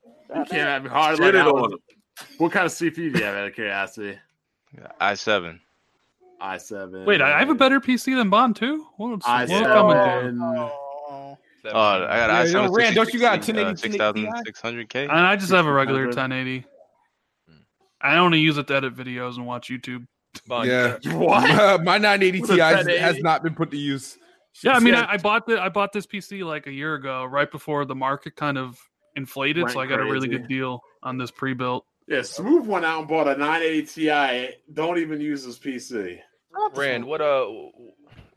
[SPEAKER 6] you can't have me hard like
[SPEAKER 2] Shit it
[SPEAKER 6] I was-
[SPEAKER 2] on
[SPEAKER 6] What kind of CPU do you have out of curiosity?
[SPEAKER 2] i7.
[SPEAKER 6] i7.
[SPEAKER 15] Wait, I I have a better PC than Bond too. What,
[SPEAKER 6] I
[SPEAKER 15] what coming there?
[SPEAKER 2] Oh, I got
[SPEAKER 15] Yeah,
[SPEAKER 2] an
[SPEAKER 15] yo,
[SPEAKER 2] i7.
[SPEAKER 15] Rand, don't you got
[SPEAKER 1] uh,
[SPEAKER 2] 1080 6600K?
[SPEAKER 15] And I just have a regular 1080.
[SPEAKER 1] Hmm.
[SPEAKER 15] I only use it to edit videos and watch YouTube. [laughs]
[SPEAKER 8] Yeah. [laughs] Uh, My 980
[SPEAKER 15] What
[SPEAKER 8] Ti
[SPEAKER 15] is
[SPEAKER 8] has,
[SPEAKER 15] 1080?
[SPEAKER 8] has not been put to use.
[SPEAKER 15] Yeah, I mean,
[SPEAKER 8] Yeah.
[SPEAKER 15] I, I bought the I bought this PC like a year ago, right before the market kind of inflated, so I
[SPEAKER 6] Went
[SPEAKER 15] got a really
[SPEAKER 6] crazy.
[SPEAKER 15] good deal on this pre-built.
[SPEAKER 6] Yeah, Smooth went out and bought a 980 Ti. Don't even use his PC.
[SPEAKER 1] Rand, what uh, w-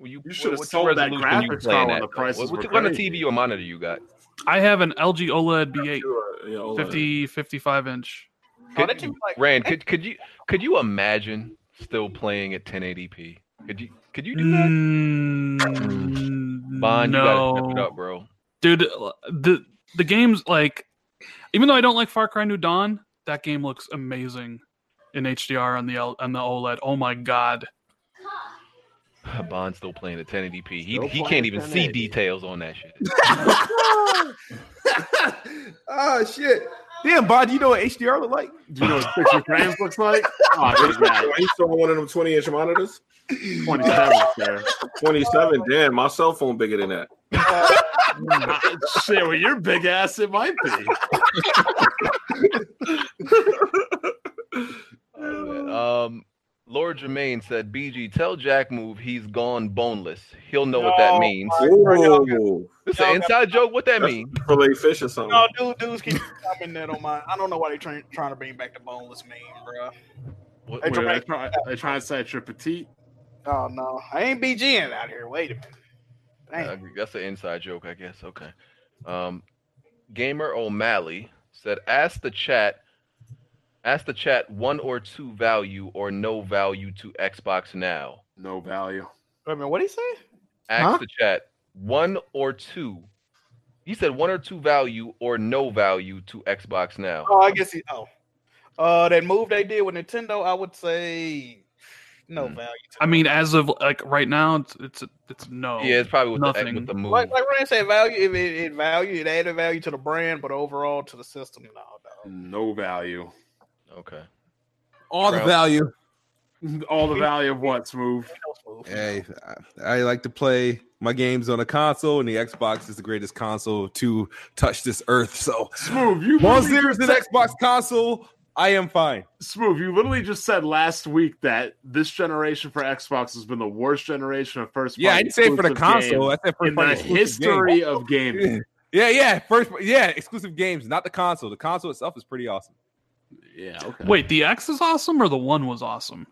[SPEAKER 1] you,
[SPEAKER 6] You should've
[SPEAKER 1] what
[SPEAKER 6] sold that
[SPEAKER 1] resolution you
[SPEAKER 6] graphics card
[SPEAKER 1] playing
[SPEAKER 6] when
[SPEAKER 1] at,
[SPEAKER 6] the
[SPEAKER 1] though?
[SPEAKER 6] prices
[SPEAKER 1] What,
[SPEAKER 6] were
[SPEAKER 1] what kind of
[SPEAKER 6] crazy.
[SPEAKER 1] TV or monitor you got?
[SPEAKER 15] I have an LG OLED B8,
[SPEAKER 7] yeah, OLED.
[SPEAKER 15] 50 55 inch.
[SPEAKER 1] Could, Rand, could could you could you imagine still playing at 1080p? Could you could you do that? Bond, you gotta step it
[SPEAKER 15] Mm, no.
[SPEAKER 1] up, bro. [laughs]
[SPEAKER 15] dude. The the game's like, even though I don't like Far Cry New Dawn, that game looks amazing in HDR on the L- on the OLED. Oh my god,
[SPEAKER 1] Bond's still playing at 1080p. He
[SPEAKER 15] Still
[SPEAKER 1] he
[SPEAKER 15] playing
[SPEAKER 1] can't even see
[SPEAKER 15] 1080p.
[SPEAKER 1] details on that shit.
[SPEAKER 8] [laughs] oh shit! Damn, Bod, you know what HDR look like?
[SPEAKER 6] Do you know what 60 frames looks
[SPEAKER 8] [laughs]
[SPEAKER 6] like? Oh,
[SPEAKER 7] Wait,
[SPEAKER 6] dude, nah,
[SPEAKER 7] you saw one of them 20 inch monitors?
[SPEAKER 6] 27,
[SPEAKER 7] [laughs]
[SPEAKER 6] sir.
[SPEAKER 7] 27, damn, my cell phone bigger than that.
[SPEAKER 6] [laughs] Shit, well, your big ass, it might be.
[SPEAKER 1] Um, Laura Germain said, "BG, tell Jack move. He's gone boneless. He'll know what that
[SPEAKER 10] No,
[SPEAKER 1] means."
[SPEAKER 10] my
[SPEAKER 1] It's an inside joke. What that
[SPEAKER 7] That's
[SPEAKER 1] mean?
[SPEAKER 7] Filet fish or something.
[SPEAKER 10] No, dude, dudes keep coming that on my. I don't know why they trying trying to bring back the boneless meme, bro.
[SPEAKER 1] What,
[SPEAKER 6] they,
[SPEAKER 10] Hey,
[SPEAKER 6] try,
[SPEAKER 10] Jermaine.
[SPEAKER 6] they try and say it's your petite.
[SPEAKER 10] Oh no, I ain't BGing out here. Wait a minute.
[SPEAKER 1] I agree. That's an inside joke, I guess. Okay. Um, Gamer O'Malley said, "Ask the chat, ask the chat one or two value or no value to Xbox now."
[SPEAKER 6] No value.
[SPEAKER 10] Wait a minute. What did he say?
[SPEAKER 1] Ask the chat one or two. He said one or two value or no value to Xbox now.
[SPEAKER 10] Oh, I guess he. Oh, uh, that move they did with Nintendo, I would say no value.
[SPEAKER 15] I mean, as of like right now, it's it's, it's no.
[SPEAKER 1] Yeah, it's probably with the-
[SPEAKER 15] nothing.
[SPEAKER 1] with the move.
[SPEAKER 10] Like like Ryan said, value if it, it value it added value to the brand, but overall to the system, no.
[SPEAKER 6] No value.
[SPEAKER 1] Okay.
[SPEAKER 8] All the
[SPEAKER 6] Bro.
[SPEAKER 8] value.
[SPEAKER 6] All the value of what's moved.
[SPEAKER 8] Hey, I, I like to play my games on a console, and the Xbox is the greatest console to touch this earth. So
[SPEAKER 6] Smooth, you
[SPEAKER 8] Once
[SPEAKER 6] literally
[SPEAKER 8] there's
[SPEAKER 6] just
[SPEAKER 8] an Xbox console, I am fine.
[SPEAKER 6] Smooth, you literally just said last week that this generation for Xbox has been the worst generation of first.
[SPEAKER 8] Yeah, I didn't say for the console. I said
[SPEAKER 6] for
[SPEAKER 8] first
[SPEAKER 6] in
[SPEAKER 8] party
[SPEAKER 6] the
[SPEAKER 8] exclusive
[SPEAKER 6] history
[SPEAKER 8] games.
[SPEAKER 6] of gaming.
[SPEAKER 8] [laughs] Yeah, yeah. First, yeah, exclusive games, not the console. The console itself is pretty awesome.
[SPEAKER 6] Yeah.
[SPEAKER 15] Wait, the X is awesome or the one was awesome?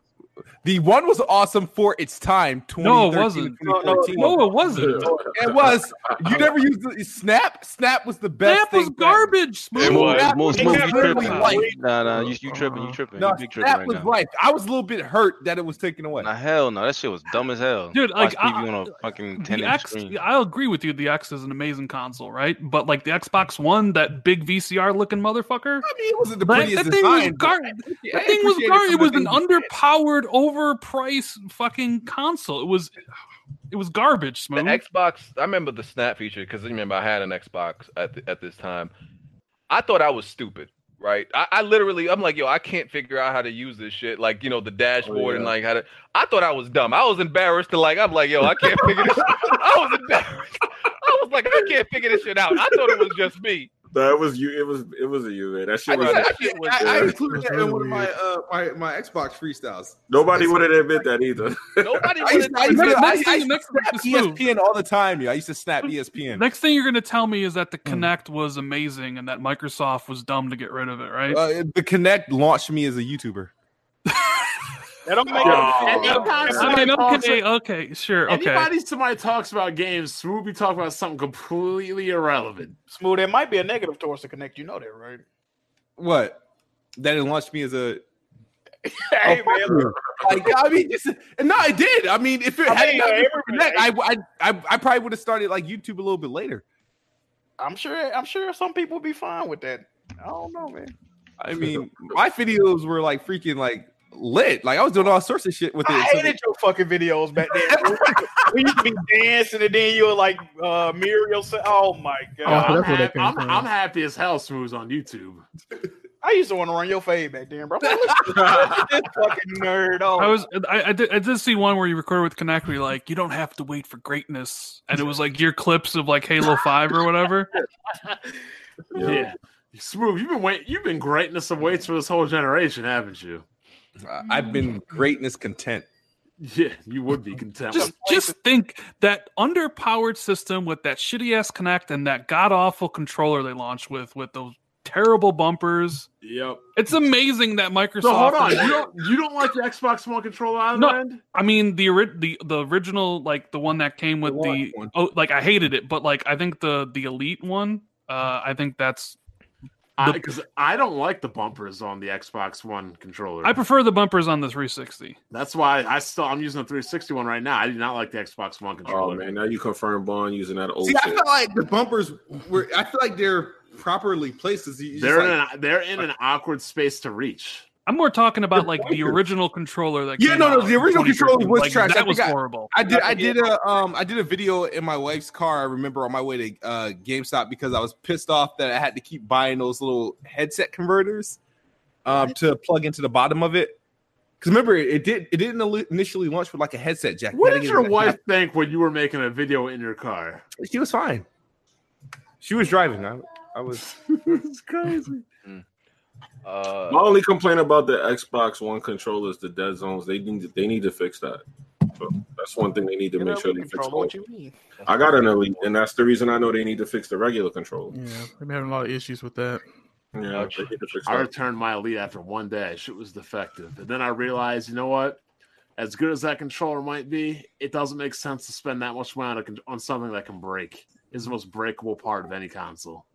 [SPEAKER 8] The one was awesome for its time.
[SPEAKER 15] No, it
[SPEAKER 8] 2013
[SPEAKER 15] wasn't.
[SPEAKER 8] to
[SPEAKER 15] No, no,
[SPEAKER 8] 2014.
[SPEAKER 15] no, it wasn't.
[SPEAKER 8] It was. You never used the, Snap. Snap was the best. Snap was
[SPEAKER 15] garbage.
[SPEAKER 2] It was. Smooth, smooth, you
[SPEAKER 8] literally
[SPEAKER 2] tripping.
[SPEAKER 8] life.
[SPEAKER 2] Nah, nah, you, you tripping. You tripping.
[SPEAKER 8] No,
[SPEAKER 2] you big tripping
[SPEAKER 8] Snap
[SPEAKER 2] right
[SPEAKER 8] was
[SPEAKER 2] now.
[SPEAKER 8] life. I was a little bit hurt that it was taken away.
[SPEAKER 2] Nah, hell no. That shit was dumb as hell.
[SPEAKER 15] Dude, like,
[SPEAKER 2] Watch TV on a fucking 10
[SPEAKER 15] The
[SPEAKER 2] inch
[SPEAKER 15] X,
[SPEAKER 2] screen.
[SPEAKER 15] I'll agree with you. The X is an amazing console, right? But like the Xbox One, that big VCR looking motherfucker. I
[SPEAKER 8] mean, it wasn't
[SPEAKER 17] the prettiest
[SPEAKER 15] That thing was
[SPEAKER 17] design, but
[SPEAKER 15] gar-
[SPEAKER 17] I appreciate-
[SPEAKER 15] That
[SPEAKER 17] I
[SPEAKER 15] thing was
[SPEAKER 17] appreciate it
[SPEAKER 15] gar-
[SPEAKER 17] for
[SPEAKER 15] It
[SPEAKER 17] the
[SPEAKER 15] was an
[SPEAKER 17] things
[SPEAKER 15] underpowered, overpriced fucking console. It was. It was garbage. Smooth.
[SPEAKER 1] The Xbox. I remember the Snap feature because remember I had an Xbox at the, at this time. I thought I was stupid, right? I, I literally, I'm like, yo, I can't figure out how to use this shit. Like, you know, the dashboard and
[SPEAKER 17] yeah.
[SPEAKER 1] like how to. I thought I was dumb. I was embarrassed to like. I'm like, yo, I can't figure this. I was embarrassed. I was like, I can't figure this shit out. I thought it was just me.
[SPEAKER 7] That was you. It was it was a you, man. That shit was.
[SPEAKER 1] I-
[SPEAKER 7] I- I
[SPEAKER 1] included
[SPEAKER 7] that in one of my,
[SPEAKER 8] uh, my my Xbox freestyles.
[SPEAKER 7] Nobody would have admit that either. [laughs]
[SPEAKER 1] Nobody
[SPEAKER 8] I used, I used
[SPEAKER 15] Next-
[SPEAKER 8] to, I
[SPEAKER 15] next
[SPEAKER 8] used
[SPEAKER 15] thing-
[SPEAKER 8] to snap E ESPN all the time. Yeah, I used to snap E ESPN.
[SPEAKER 15] [laughs] Next thing you're gonna tell me is that the Connect was amazing and that Microsoft was dumb to get rid of it, right?
[SPEAKER 8] Uh, the Connect launched me as a YouTuber.
[SPEAKER 10] That don't
[SPEAKER 15] make I mean, okay, okay, sure, okay.
[SPEAKER 6] Anybody somebody talks about games, Smooth be talking about something completely irrelevant. Oh,
[SPEAKER 10] Smooth, it might be a negative towards the Connect. You know that, right?
[SPEAKER 8] What? That it launched me as a.
[SPEAKER 1] [laughs]
[SPEAKER 10] Hey,
[SPEAKER 8] man. Like I mean, just, and no, I did. I mean, if it
[SPEAKER 10] I
[SPEAKER 8] had
[SPEAKER 10] mean,
[SPEAKER 8] not been
[SPEAKER 10] everybody-
[SPEAKER 8] for Connect, I, I, I, I probably would have started like YouTube a little bit later.
[SPEAKER 10] I'm sure. I'm sure some people would be fine with that. I don't know, man. [laughs]
[SPEAKER 8] I mean, my videos were like freaking like lit. Like I was doing all sorts of shit with it.
[SPEAKER 10] I
[SPEAKER 8] So-
[SPEAKER 10] hated your fucking videos back then. bro. we used to be dancing, and then you were like uh, Muriel. Sa- oh my god!
[SPEAKER 6] I'm,
[SPEAKER 10] I'm
[SPEAKER 6] hap-
[SPEAKER 10] happy-
[SPEAKER 6] I'm-
[SPEAKER 10] I'm-
[SPEAKER 6] I'm happy as hell Smooth's on YouTube.
[SPEAKER 10] I used to want to run your fade back then, bro. I'm like, look at this fucking nerd. Oh,
[SPEAKER 15] I was I, I, did, I did see one where you recorded with Connect where you're like, you don't have to wait for greatness. And it was like your clips of like Halo 5 or whatever.
[SPEAKER 6] Yeah. Smooth, you've been wait you've been greatness of weights for this whole generation, haven't you?
[SPEAKER 8] I've been greatness content.
[SPEAKER 6] Yeah, you would be [laughs] content.
[SPEAKER 15] Just just think that underpowered system with that shitty ass Connect and that god awful controller they launched with with those terrible bumpers.
[SPEAKER 6] Yep.
[SPEAKER 15] It's amazing that Microsoft
[SPEAKER 6] So hold on,
[SPEAKER 15] is-
[SPEAKER 6] you don't you don't like the Xbox One controller on
[SPEAKER 15] No,
[SPEAKER 6] end?
[SPEAKER 15] I mean the ori- the the original like the one that came with the, oh like I hated it, but like I think the the elite one, uh, I think that's
[SPEAKER 6] Because I, don't like the bumpers on the Xbox One controller.
[SPEAKER 15] I prefer the bumpers on the 360.
[SPEAKER 6] That's why I still I'm using a 360 one right now. I do not like the Xbox One controller.
[SPEAKER 7] Oh, man, now you confirm Bond using that old.
[SPEAKER 6] See,
[SPEAKER 18] See, I feel like the bumpers were. I feel like they're properly placed. It's just
[SPEAKER 6] They're in
[SPEAKER 18] like-
[SPEAKER 6] an they're in an awkward space to reach.
[SPEAKER 15] I'm more talking about like the original controller that.
[SPEAKER 6] Yeah,
[SPEAKER 15] came
[SPEAKER 6] no, no,
[SPEAKER 15] out
[SPEAKER 6] the
[SPEAKER 15] in
[SPEAKER 6] original
[SPEAKER 8] controller
[SPEAKER 15] 2013.
[SPEAKER 8] was
[SPEAKER 15] Like,
[SPEAKER 8] trash. I
[SPEAKER 15] That was
[SPEAKER 8] think I-
[SPEAKER 15] horrible.
[SPEAKER 8] I did. I did a um. I did a video in my wife's car. I remember on my way to uh, GameStop because I was pissed off that I had to keep buying those little headset converters, um, to plug into the bottom of it. Because remember, it, it did. It didn't ali- initially launch with like a headset jack. You
[SPEAKER 6] What
[SPEAKER 8] had to
[SPEAKER 6] did
[SPEAKER 8] get
[SPEAKER 6] your
[SPEAKER 8] a-
[SPEAKER 6] wife think when you were making a video in your car?
[SPEAKER 8] She was fine. She was driving. I,
[SPEAKER 6] [laughs]
[SPEAKER 8] I was.
[SPEAKER 6] it's crazy.
[SPEAKER 1] Uh,
[SPEAKER 7] My only complaint about the Xbox One controller is the dead zones. They need to, they need to fix that. So that's one thing they need to make sure they fix. all. I got an elite, and that's the reason I know they need to fix the regular controller.
[SPEAKER 4] Yeah, we've been having a lot of issues with that.
[SPEAKER 7] Yeah, they need to fix
[SPEAKER 6] I
[SPEAKER 7] that.
[SPEAKER 6] returned my Elite after one day. Shit was defective. And then I realized, you know what? As good as that controller might be, it doesn't make sense to spend that much money on, a, con- on something that can break. It's the most breakable part of any console.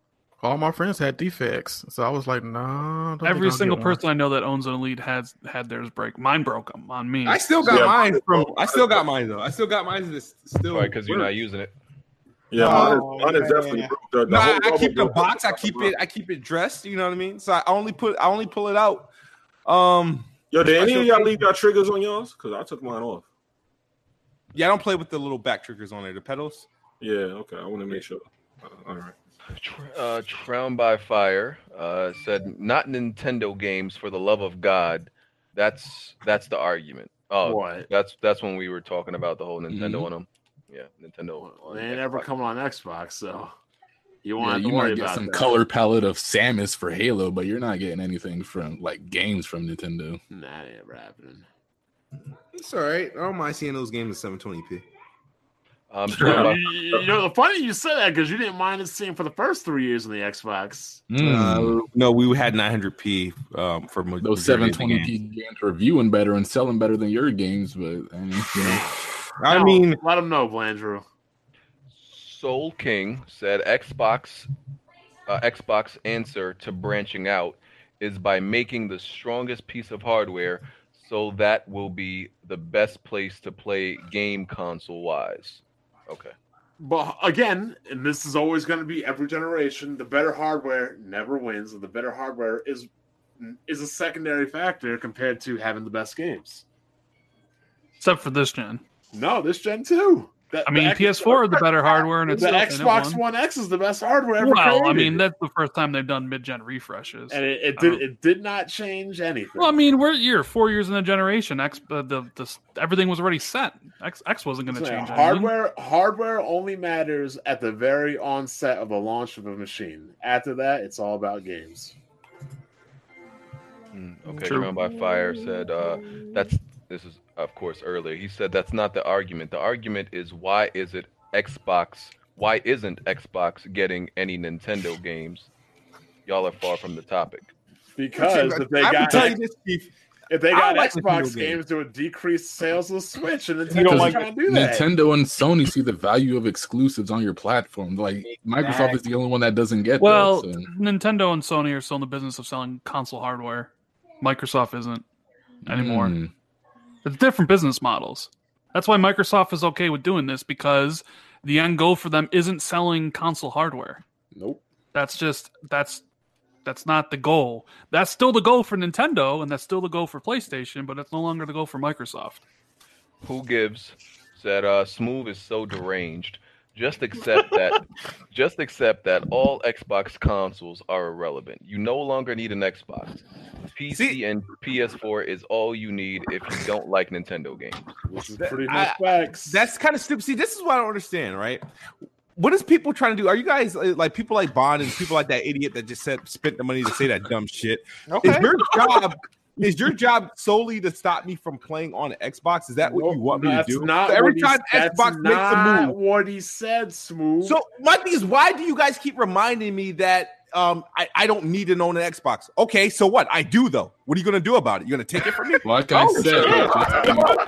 [SPEAKER 4] All my friends had defects, so I was like, nah. I don't think I'll
[SPEAKER 15] Every
[SPEAKER 4] get
[SPEAKER 15] single
[SPEAKER 4] one.
[SPEAKER 15] person I know that owns an Elite has had theirs break. Mine broke them on me.
[SPEAKER 8] I still got mine from. I still got mine though. I still got mine. This still
[SPEAKER 1] Right, 'cause you're not
[SPEAKER 8] works.
[SPEAKER 1] using it.
[SPEAKER 7] Oh, Yeah, mine is-
[SPEAKER 3] Oh,
[SPEAKER 7] mine is
[SPEAKER 8] man.
[SPEAKER 7] definitely broke. The- the
[SPEAKER 8] No, I,
[SPEAKER 7] whole
[SPEAKER 8] I keep the
[SPEAKER 7] bubble broke.
[SPEAKER 8] box. I keep it. I keep it dressed. You know what I mean. So I only put. I only pull it out. Um.
[SPEAKER 7] Yo, did any
[SPEAKER 8] I
[SPEAKER 7] of
[SPEAKER 8] should-
[SPEAKER 7] y'all leave y'all triggers on yours? Because I took mine off.
[SPEAKER 8] Yeah, I don't play with the little back triggers on there. The pedals.
[SPEAKER 7] Yeah. Okay. I want to make sure. Uh, all right.
[SPEAKER 1] uh, Drowned by Fire uh, said, "Not Nintendo games for the love of God." That's that's the argument. Oh,
[SPEAKER 6] What? Mm-hmm.
[SPEAKER 1] that's that's when we were talking about the whole Nintendo on them. Yeah, Nintendo.
[SPEAKER 6] They ain't ever coming on Xbox, so you
[SPEAKER 13] Yeah,
[SPEAKER 6] want
[SPEAKER 13] you
[SPEAKER 6] to worry
[SPEAKER 13] might get
[SPEAKER 6] about
[SPEAKER 13] some
[SPEAKER 6] that.
[SPEAKER 13] color palette of Samus for Halo, but you're not getting anything from like games from Nintendo.
[SPEAKER 6] Nah, it ain't happening.
[SPEAKER 8] It's all right. I don't mind seeing those games at 720p.
[SPEAKER 1] Um,
[SPEAKER 6] you know, the funny you said that because you didn't mind it seeing for the first three years on the Xbox.
[SPEAKER 15] Mm.
[SPEAKER 8] Uh, no, we had 900p um, for mo-
[SPEAKER 13] Mm-hmm. Those
[SPEAKER 8] majority of the
[SPEAKER 13] 720p
[SPEAKER 8] games.
[SPEAKER 13] games. are reviewing better and selling better than your games, but I mean, you know.
[SPEAKER 8] [sighs] I mean,
[SPEAKER 6] let them know, Blandrew.
[SPEAKER 1] Soul King said Xbox uh, Xbox answer to branching out is by making the strongest piece of hardware so that will be the best place to play game console wise. Okay.
[SPEAKER 6] But again, and this is always going to be every generation. The better hardware never wins, and the better hardware is is a secondary factor compared to having the best games.
[SPEAKER 15] Except for this gen.
[SPEAKER 6] No, this gen too.
[SPEAKER 15] I mean, PS4 is the better hardware in
[SPEAKER 6] The
[SPEAKER 15] itself. and it
[SPEAKER 6] Xbox
[SPEAKER 15] won.
[SPEAKER 6] One X is the best hardware ever
[SPEAKER 15] Well, I
[SPEAKER 6] created.
[SPEAKER 15] mean, that's the first time they've done mid-gen refreshes.
[SPEAKER 6] and it, it
[SPEAKER 15] I
[SPEAKER 6] did
[SPEAKER 15] don't-
[SPEAKER 6] it did not change anything.
[SPEAKER 15] Well, I mean, we're you're four years in the generation. X, uh, the, the everything was already set. X, X wasn't going to
[SPEAKER 6] So,
[SPEAKER 15] change. anything.
[SPEAKER 6] hardware hardware only matters at the very onset of the launch of a machine. After that, it's all about games.
[SPEAKER 1] Mm, Okay,
[SPEAKER 6] True.
[SPEAKER 1] Drowned by Fire said uh, that's this is of course earlier. He said that's not the argument. The argument is why is it Xbox? Why isn't Xbox getting any Nintendo games? Y'all are far from the topic.
[SPEAKER 6] Because if they
[SPEAKER 8] I will
[SPEAKER 6] got
[SPEAKER 8] tell you this, Keith.
[SPEAKER 6] if they
[SPEAKER 8] I
[SPEAKER 6] got
[SPEAKER 8] like Nintendo
[SPEAKER 6] Xbox
[SPEAKER 8] games.
[SPEAKER 6] games, it would decrease sales of the Switch, and Nintendo's
[SPEAKER 13] You don't like-
[SPEAKER 6] trying to do that.
[SPEAKER 13] Nintendo and Sony see the value of exclusives on your platform. Like Microsoft is the only one that doesn't get
[SPEAKER 15] Well,
[SPEAKER 13] that. so.
[SPEAKER 15] Nintendo and Sony are still in the business of selling console hardware. Microsoft isn't anymore.
[SPEAKER 13] Mm.
[SPEAKER 15] It's different business models. That's why Microsoft is okay with doing this because the end goal for them isn't selling console hardware.
[SPEAKER 13] Nope.
[SPEAKER 15] That's just that's that's not the goal. That's still the goal for Nintendo and that's still the goal for PlayStation, but it's no longer the goal for Microsoft.
[SPEAKER 1] Who gives? Said uh, Smooth is so deranged. Just accept that. just accept that all Xbox consoles are irrelevant. You no longer need an Xbox. PC and PS4 is all you need if you don't like Nintendo games.
[SPEAKER 6] Which is
[SPEAKER 8] pretty much That's kind of stupid. See, this is what I don't understand, right? What is people trying to do? Are you guys uh, like people like Bond and people like that idiot that just said spent the money to say that dumb shit? Is
[SPEAKER 6] Okay.
[SPEAKER 8] your job is your job solely to stop me from playing on Xbox? Is that what you want me to
[SPEAKER 6] That's
[SPEAKER 8] do?
[SPEAKER 6] not
[SPEAKER 8] So every
[SPEAKER 6] what he-
[SPEAKER 8] time
[SPEAKER 6] that's
[SPEAKER 8] Xbox makes a
[SPEAKER 6] not
[SPEAKER 8] move,
[SPEAKER 6] what he said, smooth.
[SPEAKER 8] So my thing is, why do you guys keep reminding me that um I, I don't need to own an Xbox? Okay, so what? I do though. What are you gonna do about it? You gonna take it from Oh, me?
[SPEAKER 13] Like
[SPEAKER 6] I said, [laughs]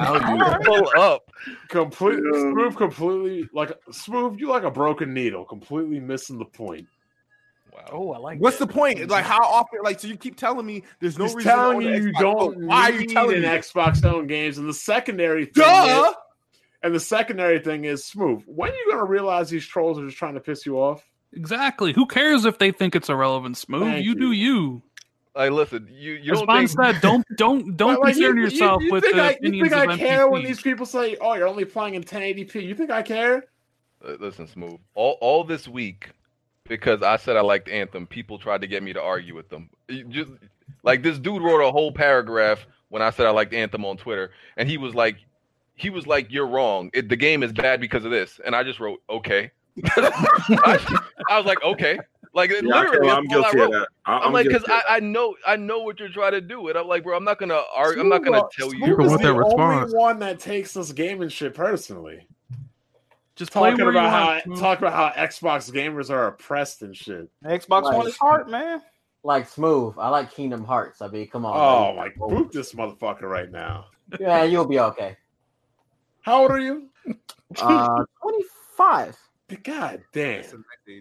[SPEAKER 1] Pull up.
[SPEAKER 6] Completely smooth, completely like smooth. You like a broken needle, completely missing the point.
[SPEAKER 1] Wow.
[SPEAKER 8] Oh, I
[SPEAKER 14] like
[SPEAKER 8] What's
[SPEAKER 14] the point? Like, how often? Like, so you keep telling me there's no
[SPEAKER 6] He's
[SPEAKER 14] reason. to
[SPEAKER 6] telling
[SPEAKER 14] own
[SPEAKER 6] you
[SPEAKER 14] an
[SPEAKER 6] you
[SPEAKER 14] Xbox.
[SPEAKER 6] don't
[SPEAKER 14] Why are you
[SPEAKER 6] need
[SPEAKER 14] telling
[SPEAKER 6] an
[SPEAKER 14] me?
[SPEAKER 6] Xbox own games, and the secondary thing
[SPEAKER 14] Duh!
[SPEAKER 6] is- and the secondary thing is smooth. When are you going to realize these trolls are just trying to piss you off?
[SPEAKER 15] Exactly. Who cares if they think it's irrelevant, smooth?
[SPEAKER 6] Thank
[SPEAKER 15] You, do you.
[SPEAKER 1] Like, listen, you you
[SPEAKER 15] As
[SPEAKER 1] don't
[SPEAKER 15] Bond
[SPEAKER 6] [laughs]
[SPEAKER 1] think-
[SPEAKER 15] said, don't don't don't
[SPEAKER 6] Like, like,
[SPEAKER 15] concern yourself
[SPEAKER 6] you, you
[SPEAKER 15] with
[SPEAKER 6] think
[SPEAKER 15] the
[SPEAKER 6] I, You
[SPEAKER 15] opinions
[SPEAKER 6] think I
[SPEAKER 15] of
[SPEAKER 6] care when
[SPEAKER 15] NPCs.
[SPEAKER 6] these people say, "Oh, you're only playing in 1080p"? You think I care?
[SPEAKER 1] Uh, Listen, smooth. All all this week, because I said I liked Anthem, people tried to get me to argue with them. You Just like this dude wrote a whole paragraph when I said I liked Anthem on Twitter, and he was like, he was like, "You're wrong. It, the game is bad because of this." And I just wrote, "Okay." [laughs] I, I was like, "Okay." Like
[SPEAKER 7] Yeah, I
[SPEAKER 1] literally,
[SPEAKER 7] feel-
[SPEAKER 1] that's
[SPEAKER 7] I'm
[SPEAKER 1] all
[SPEAKER 7] guilty
[SPEAKER 1] I
[SPEAKER 7] of
[SPEAKER 1] wrote.
[SPEAKER 7] that. I-
[SPEAKER 1] I'm,
[SPEAKER 7] I'm
[SPEAKER 1] like,
[SPEAKER 7] guilty
[SPEAKER 1] because
[SPEAKER 7] of
[SPEAKER 1] I, I know I know what you're trying to do, and I'm like, bro, I'm not gonna argue. I'm not gonna tell you.
[SPEAKER 6] Smooth is the only one that takes this gaming shit personally.
[SPEAKER 15] Just
[SPEAKER 6] talking
[SPEAKER 10] play where you
[SPEAKER 6] about
[SPEAKER 10] want,
[SPEAKER 6] how
[SPEAKER 10] Smooth.
[SPEAKER 6] talking about how Xbox gamers are oppressed and shit.
[SPEAKER 10] Xbox One is hard, man.
[SPEAKER 9] Like smooth. I like Kingdom Hearts. I mean, come on.
[SPEAKER 6] Oh
[SPEAKER 9] man.
[SPEAKER 6] my, boop this motherfucker right now.
[SPEAKER 9] Yeah, you'll be okay.
[SPEAKER 6] How old are you?
[SPEAKER 9] Uh, twenty-five.
[SPEAKER 6] God damn!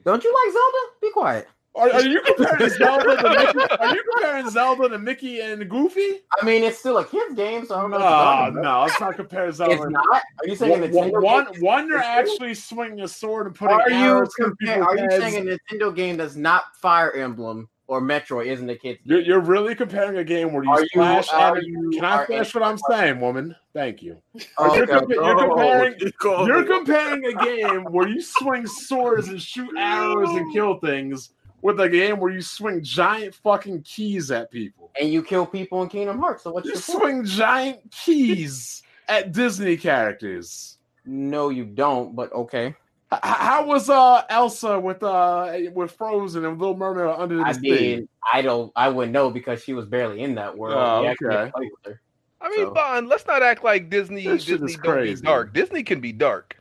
[SPEAKER 9] Don't you like Zelda? Be quiet.
[SPEAKER 6] Are, are you comparing Zelda to
[SPEAKER 10] [laughs]
[SPEAKER 6] Mickey? Are you comparing Zelda to Mickey and Goofy?
[SPEAKER 9] I mean, it's still a kids game, so I don't know. what you're
[SPEAKER 6] No,
[SPEAKER 9] talking
[SPEAKER 6] no,
[SPEAKER 9] about.
[SPEAKER 6] let's not compare Zelda.
[SPEAKER 9] It's not? Are you saying
[SPEAKER 6] one,
[SPEAKER 9] a Nintendo
[SPEAKER 6] one,
[SPEAKER 9] game is-
[SPEAKER 6] one, they're
[SPEAKER 9] is-
[SPEAKER 6] actually swinging a sword and putting
[SPEAKER 9] Are you
[SPEAKER 6] arrows through
[SPEAKER 9] compare, Are you
[SPEAKER 6] people's
[SPEAKER 9] saying
[SPEAKER 6] heads?
[SPEAKER 9] a Nintendo game that's not Fire Emblem or Metroid isn't a kids?
[SPEAKER 6] You're, you're really comparing a game where you
[SPEAKER 9] Are you-
[SPEAKER 6] slash
[SPEAKER 9] are
[SPEAKER 6] enemy-
[SPEAKER 9] you-
[SPEAKER 6] Can
[SPEAKER 9] are
[SPEAKER 6] I finish what I'm saying, woman? Thank you.
[SPEAKER 9] Oh,
[SPEAKER 6] you're,
[SPEAKER 9] okay.
[SPEAKER 6] compa- you're
[SPEAKER 9] Oh,
[SPEAKER 6] comparing,
[SPEAKER 9] you called
[SPEAKER 6] you're
[SPEAKER 9] it.
[SPEAKER 6] comparing a game where you swing swords and shoot arrows and kill things with a game where you swing giant fucking keys at people.
[SPEAKER 9] And you kill people in Kingdom Hearts. So what's
[SPEAKER 6] You
[SPEAKER 9] your
[SPEAKER 6] swing giant keys at Disney characters.
[SPEAKER 9] No, you don't. But okay.
[SPEAKER 6] H- how was uh Elsa with uh with Frozen and Little Mermaid are under the
[SPEAKER 9] I
[SPEAKER 6] sea?
[SPEAKER 9] mean, I don't. I wouldn't know because she was barely in that world.
[SPEAKER 6] Oh,
[SPEAKER 9] Yeah, I couldn't
[SPEAKER 6] okay.
[SPEAKER 9] play with her.
[SPEAKER 1] I mean,
[SPEAKER 9] So-
[SPEAKER 1] Bond, let's not act like Disney
[SPEAKER 9] This shit
[SPEAKER 1] Disney
[SPEAKER 9] is
[SPEAKER 1] don't be
[SPEAKER 9] crazy.
[SPEAKER 1] dark. Disney can be dark.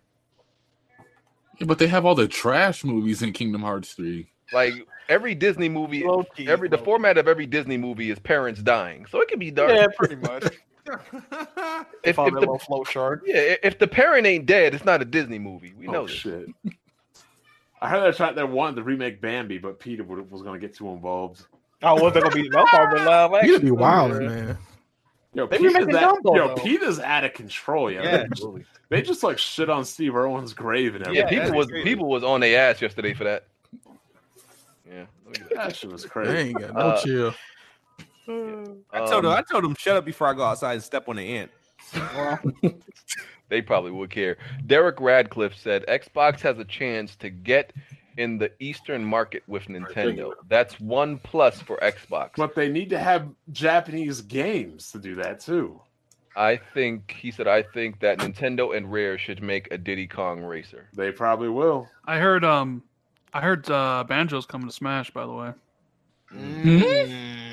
[SPEAKER 13] Yeah, but they have all the trash movies in Kingdom Hearts 3.
[SPEAKER 1] Like every Disney movie, every the format of every Disney movie is parents dying, so it can be dark.
[SPEAKER 10] Yeah, pretty much.
[SPEAKER 1] [laughs]
[SPEAKER 10] [laughs]
[SPEAKER 1] if, if
[SPEAKER 10] Follow that
[SPEAKER 1] the
[SPEAKER 10] little flow chart.
[SPEAKER 1] yeah, i- if the parent ain't dead, it's not a Disney movie. We know
[SPEAKER 6] oh
[SPEAKER 1] this.
[SPEAKER 6] shit! I heard they're trying. They wanted to remake Bambi, but Peter would, was going to get too involved.
[SPEAKER 10] Oh, was that gonna be? That's probably
[SPEAKER 7] [laughs]
[SPEAKER 10] live action.
[SPEAKER 4] You'd be wild, man.
[SPEAKER 6] Yo,
[SPEAKER 10] They
[SPEAKER 6] Peter's,
[SPEAKER 10] remaking
[SPEAKER 6] that,
[SPEAKER 10] Dumbo,
[SPEAKER 6] yo
[SPEAKER 10] though.
[SPEAKER 6] Peter's out of control. Yo.
[SPEAKER 1] Yeah.
[SPEAKER 6] They just- They just like shit on Steve Irwin's grave and
[SPEAKER 1] Yeah,
[SPEAKER 6] everything.
[SPEAKER 1] people was people was on their ass yesterday for that. Yeah,
[SPEAKER 6] that shit was
[SPEAKER 1] crazy.
[SPEAKER 4] They ain't got no
[SPEAKER 1] Uh,
[SPEAKER 4] chill.
[SPEAKER 3] Hmm.
[SPEAKER 14] I told him. I told him shut up before I go outside and step on the ant.
[SPEAKER 1] they probably would care. Derek Radcliffe said Xbox has a chance to get in the Eastern market with Nintendo. That's one plus for Xbox.
[SPEAKER 6] But they need to have Japanese games to do that too.
[SPEAKER 1] I think he said I think that Nintendo and Rare should make a Diddy Kong racer.
[SPEAKER 6] They probably will.
[SPEAKER 15] I heard um, I heard uh, Banjo's coming to Smash. By the way,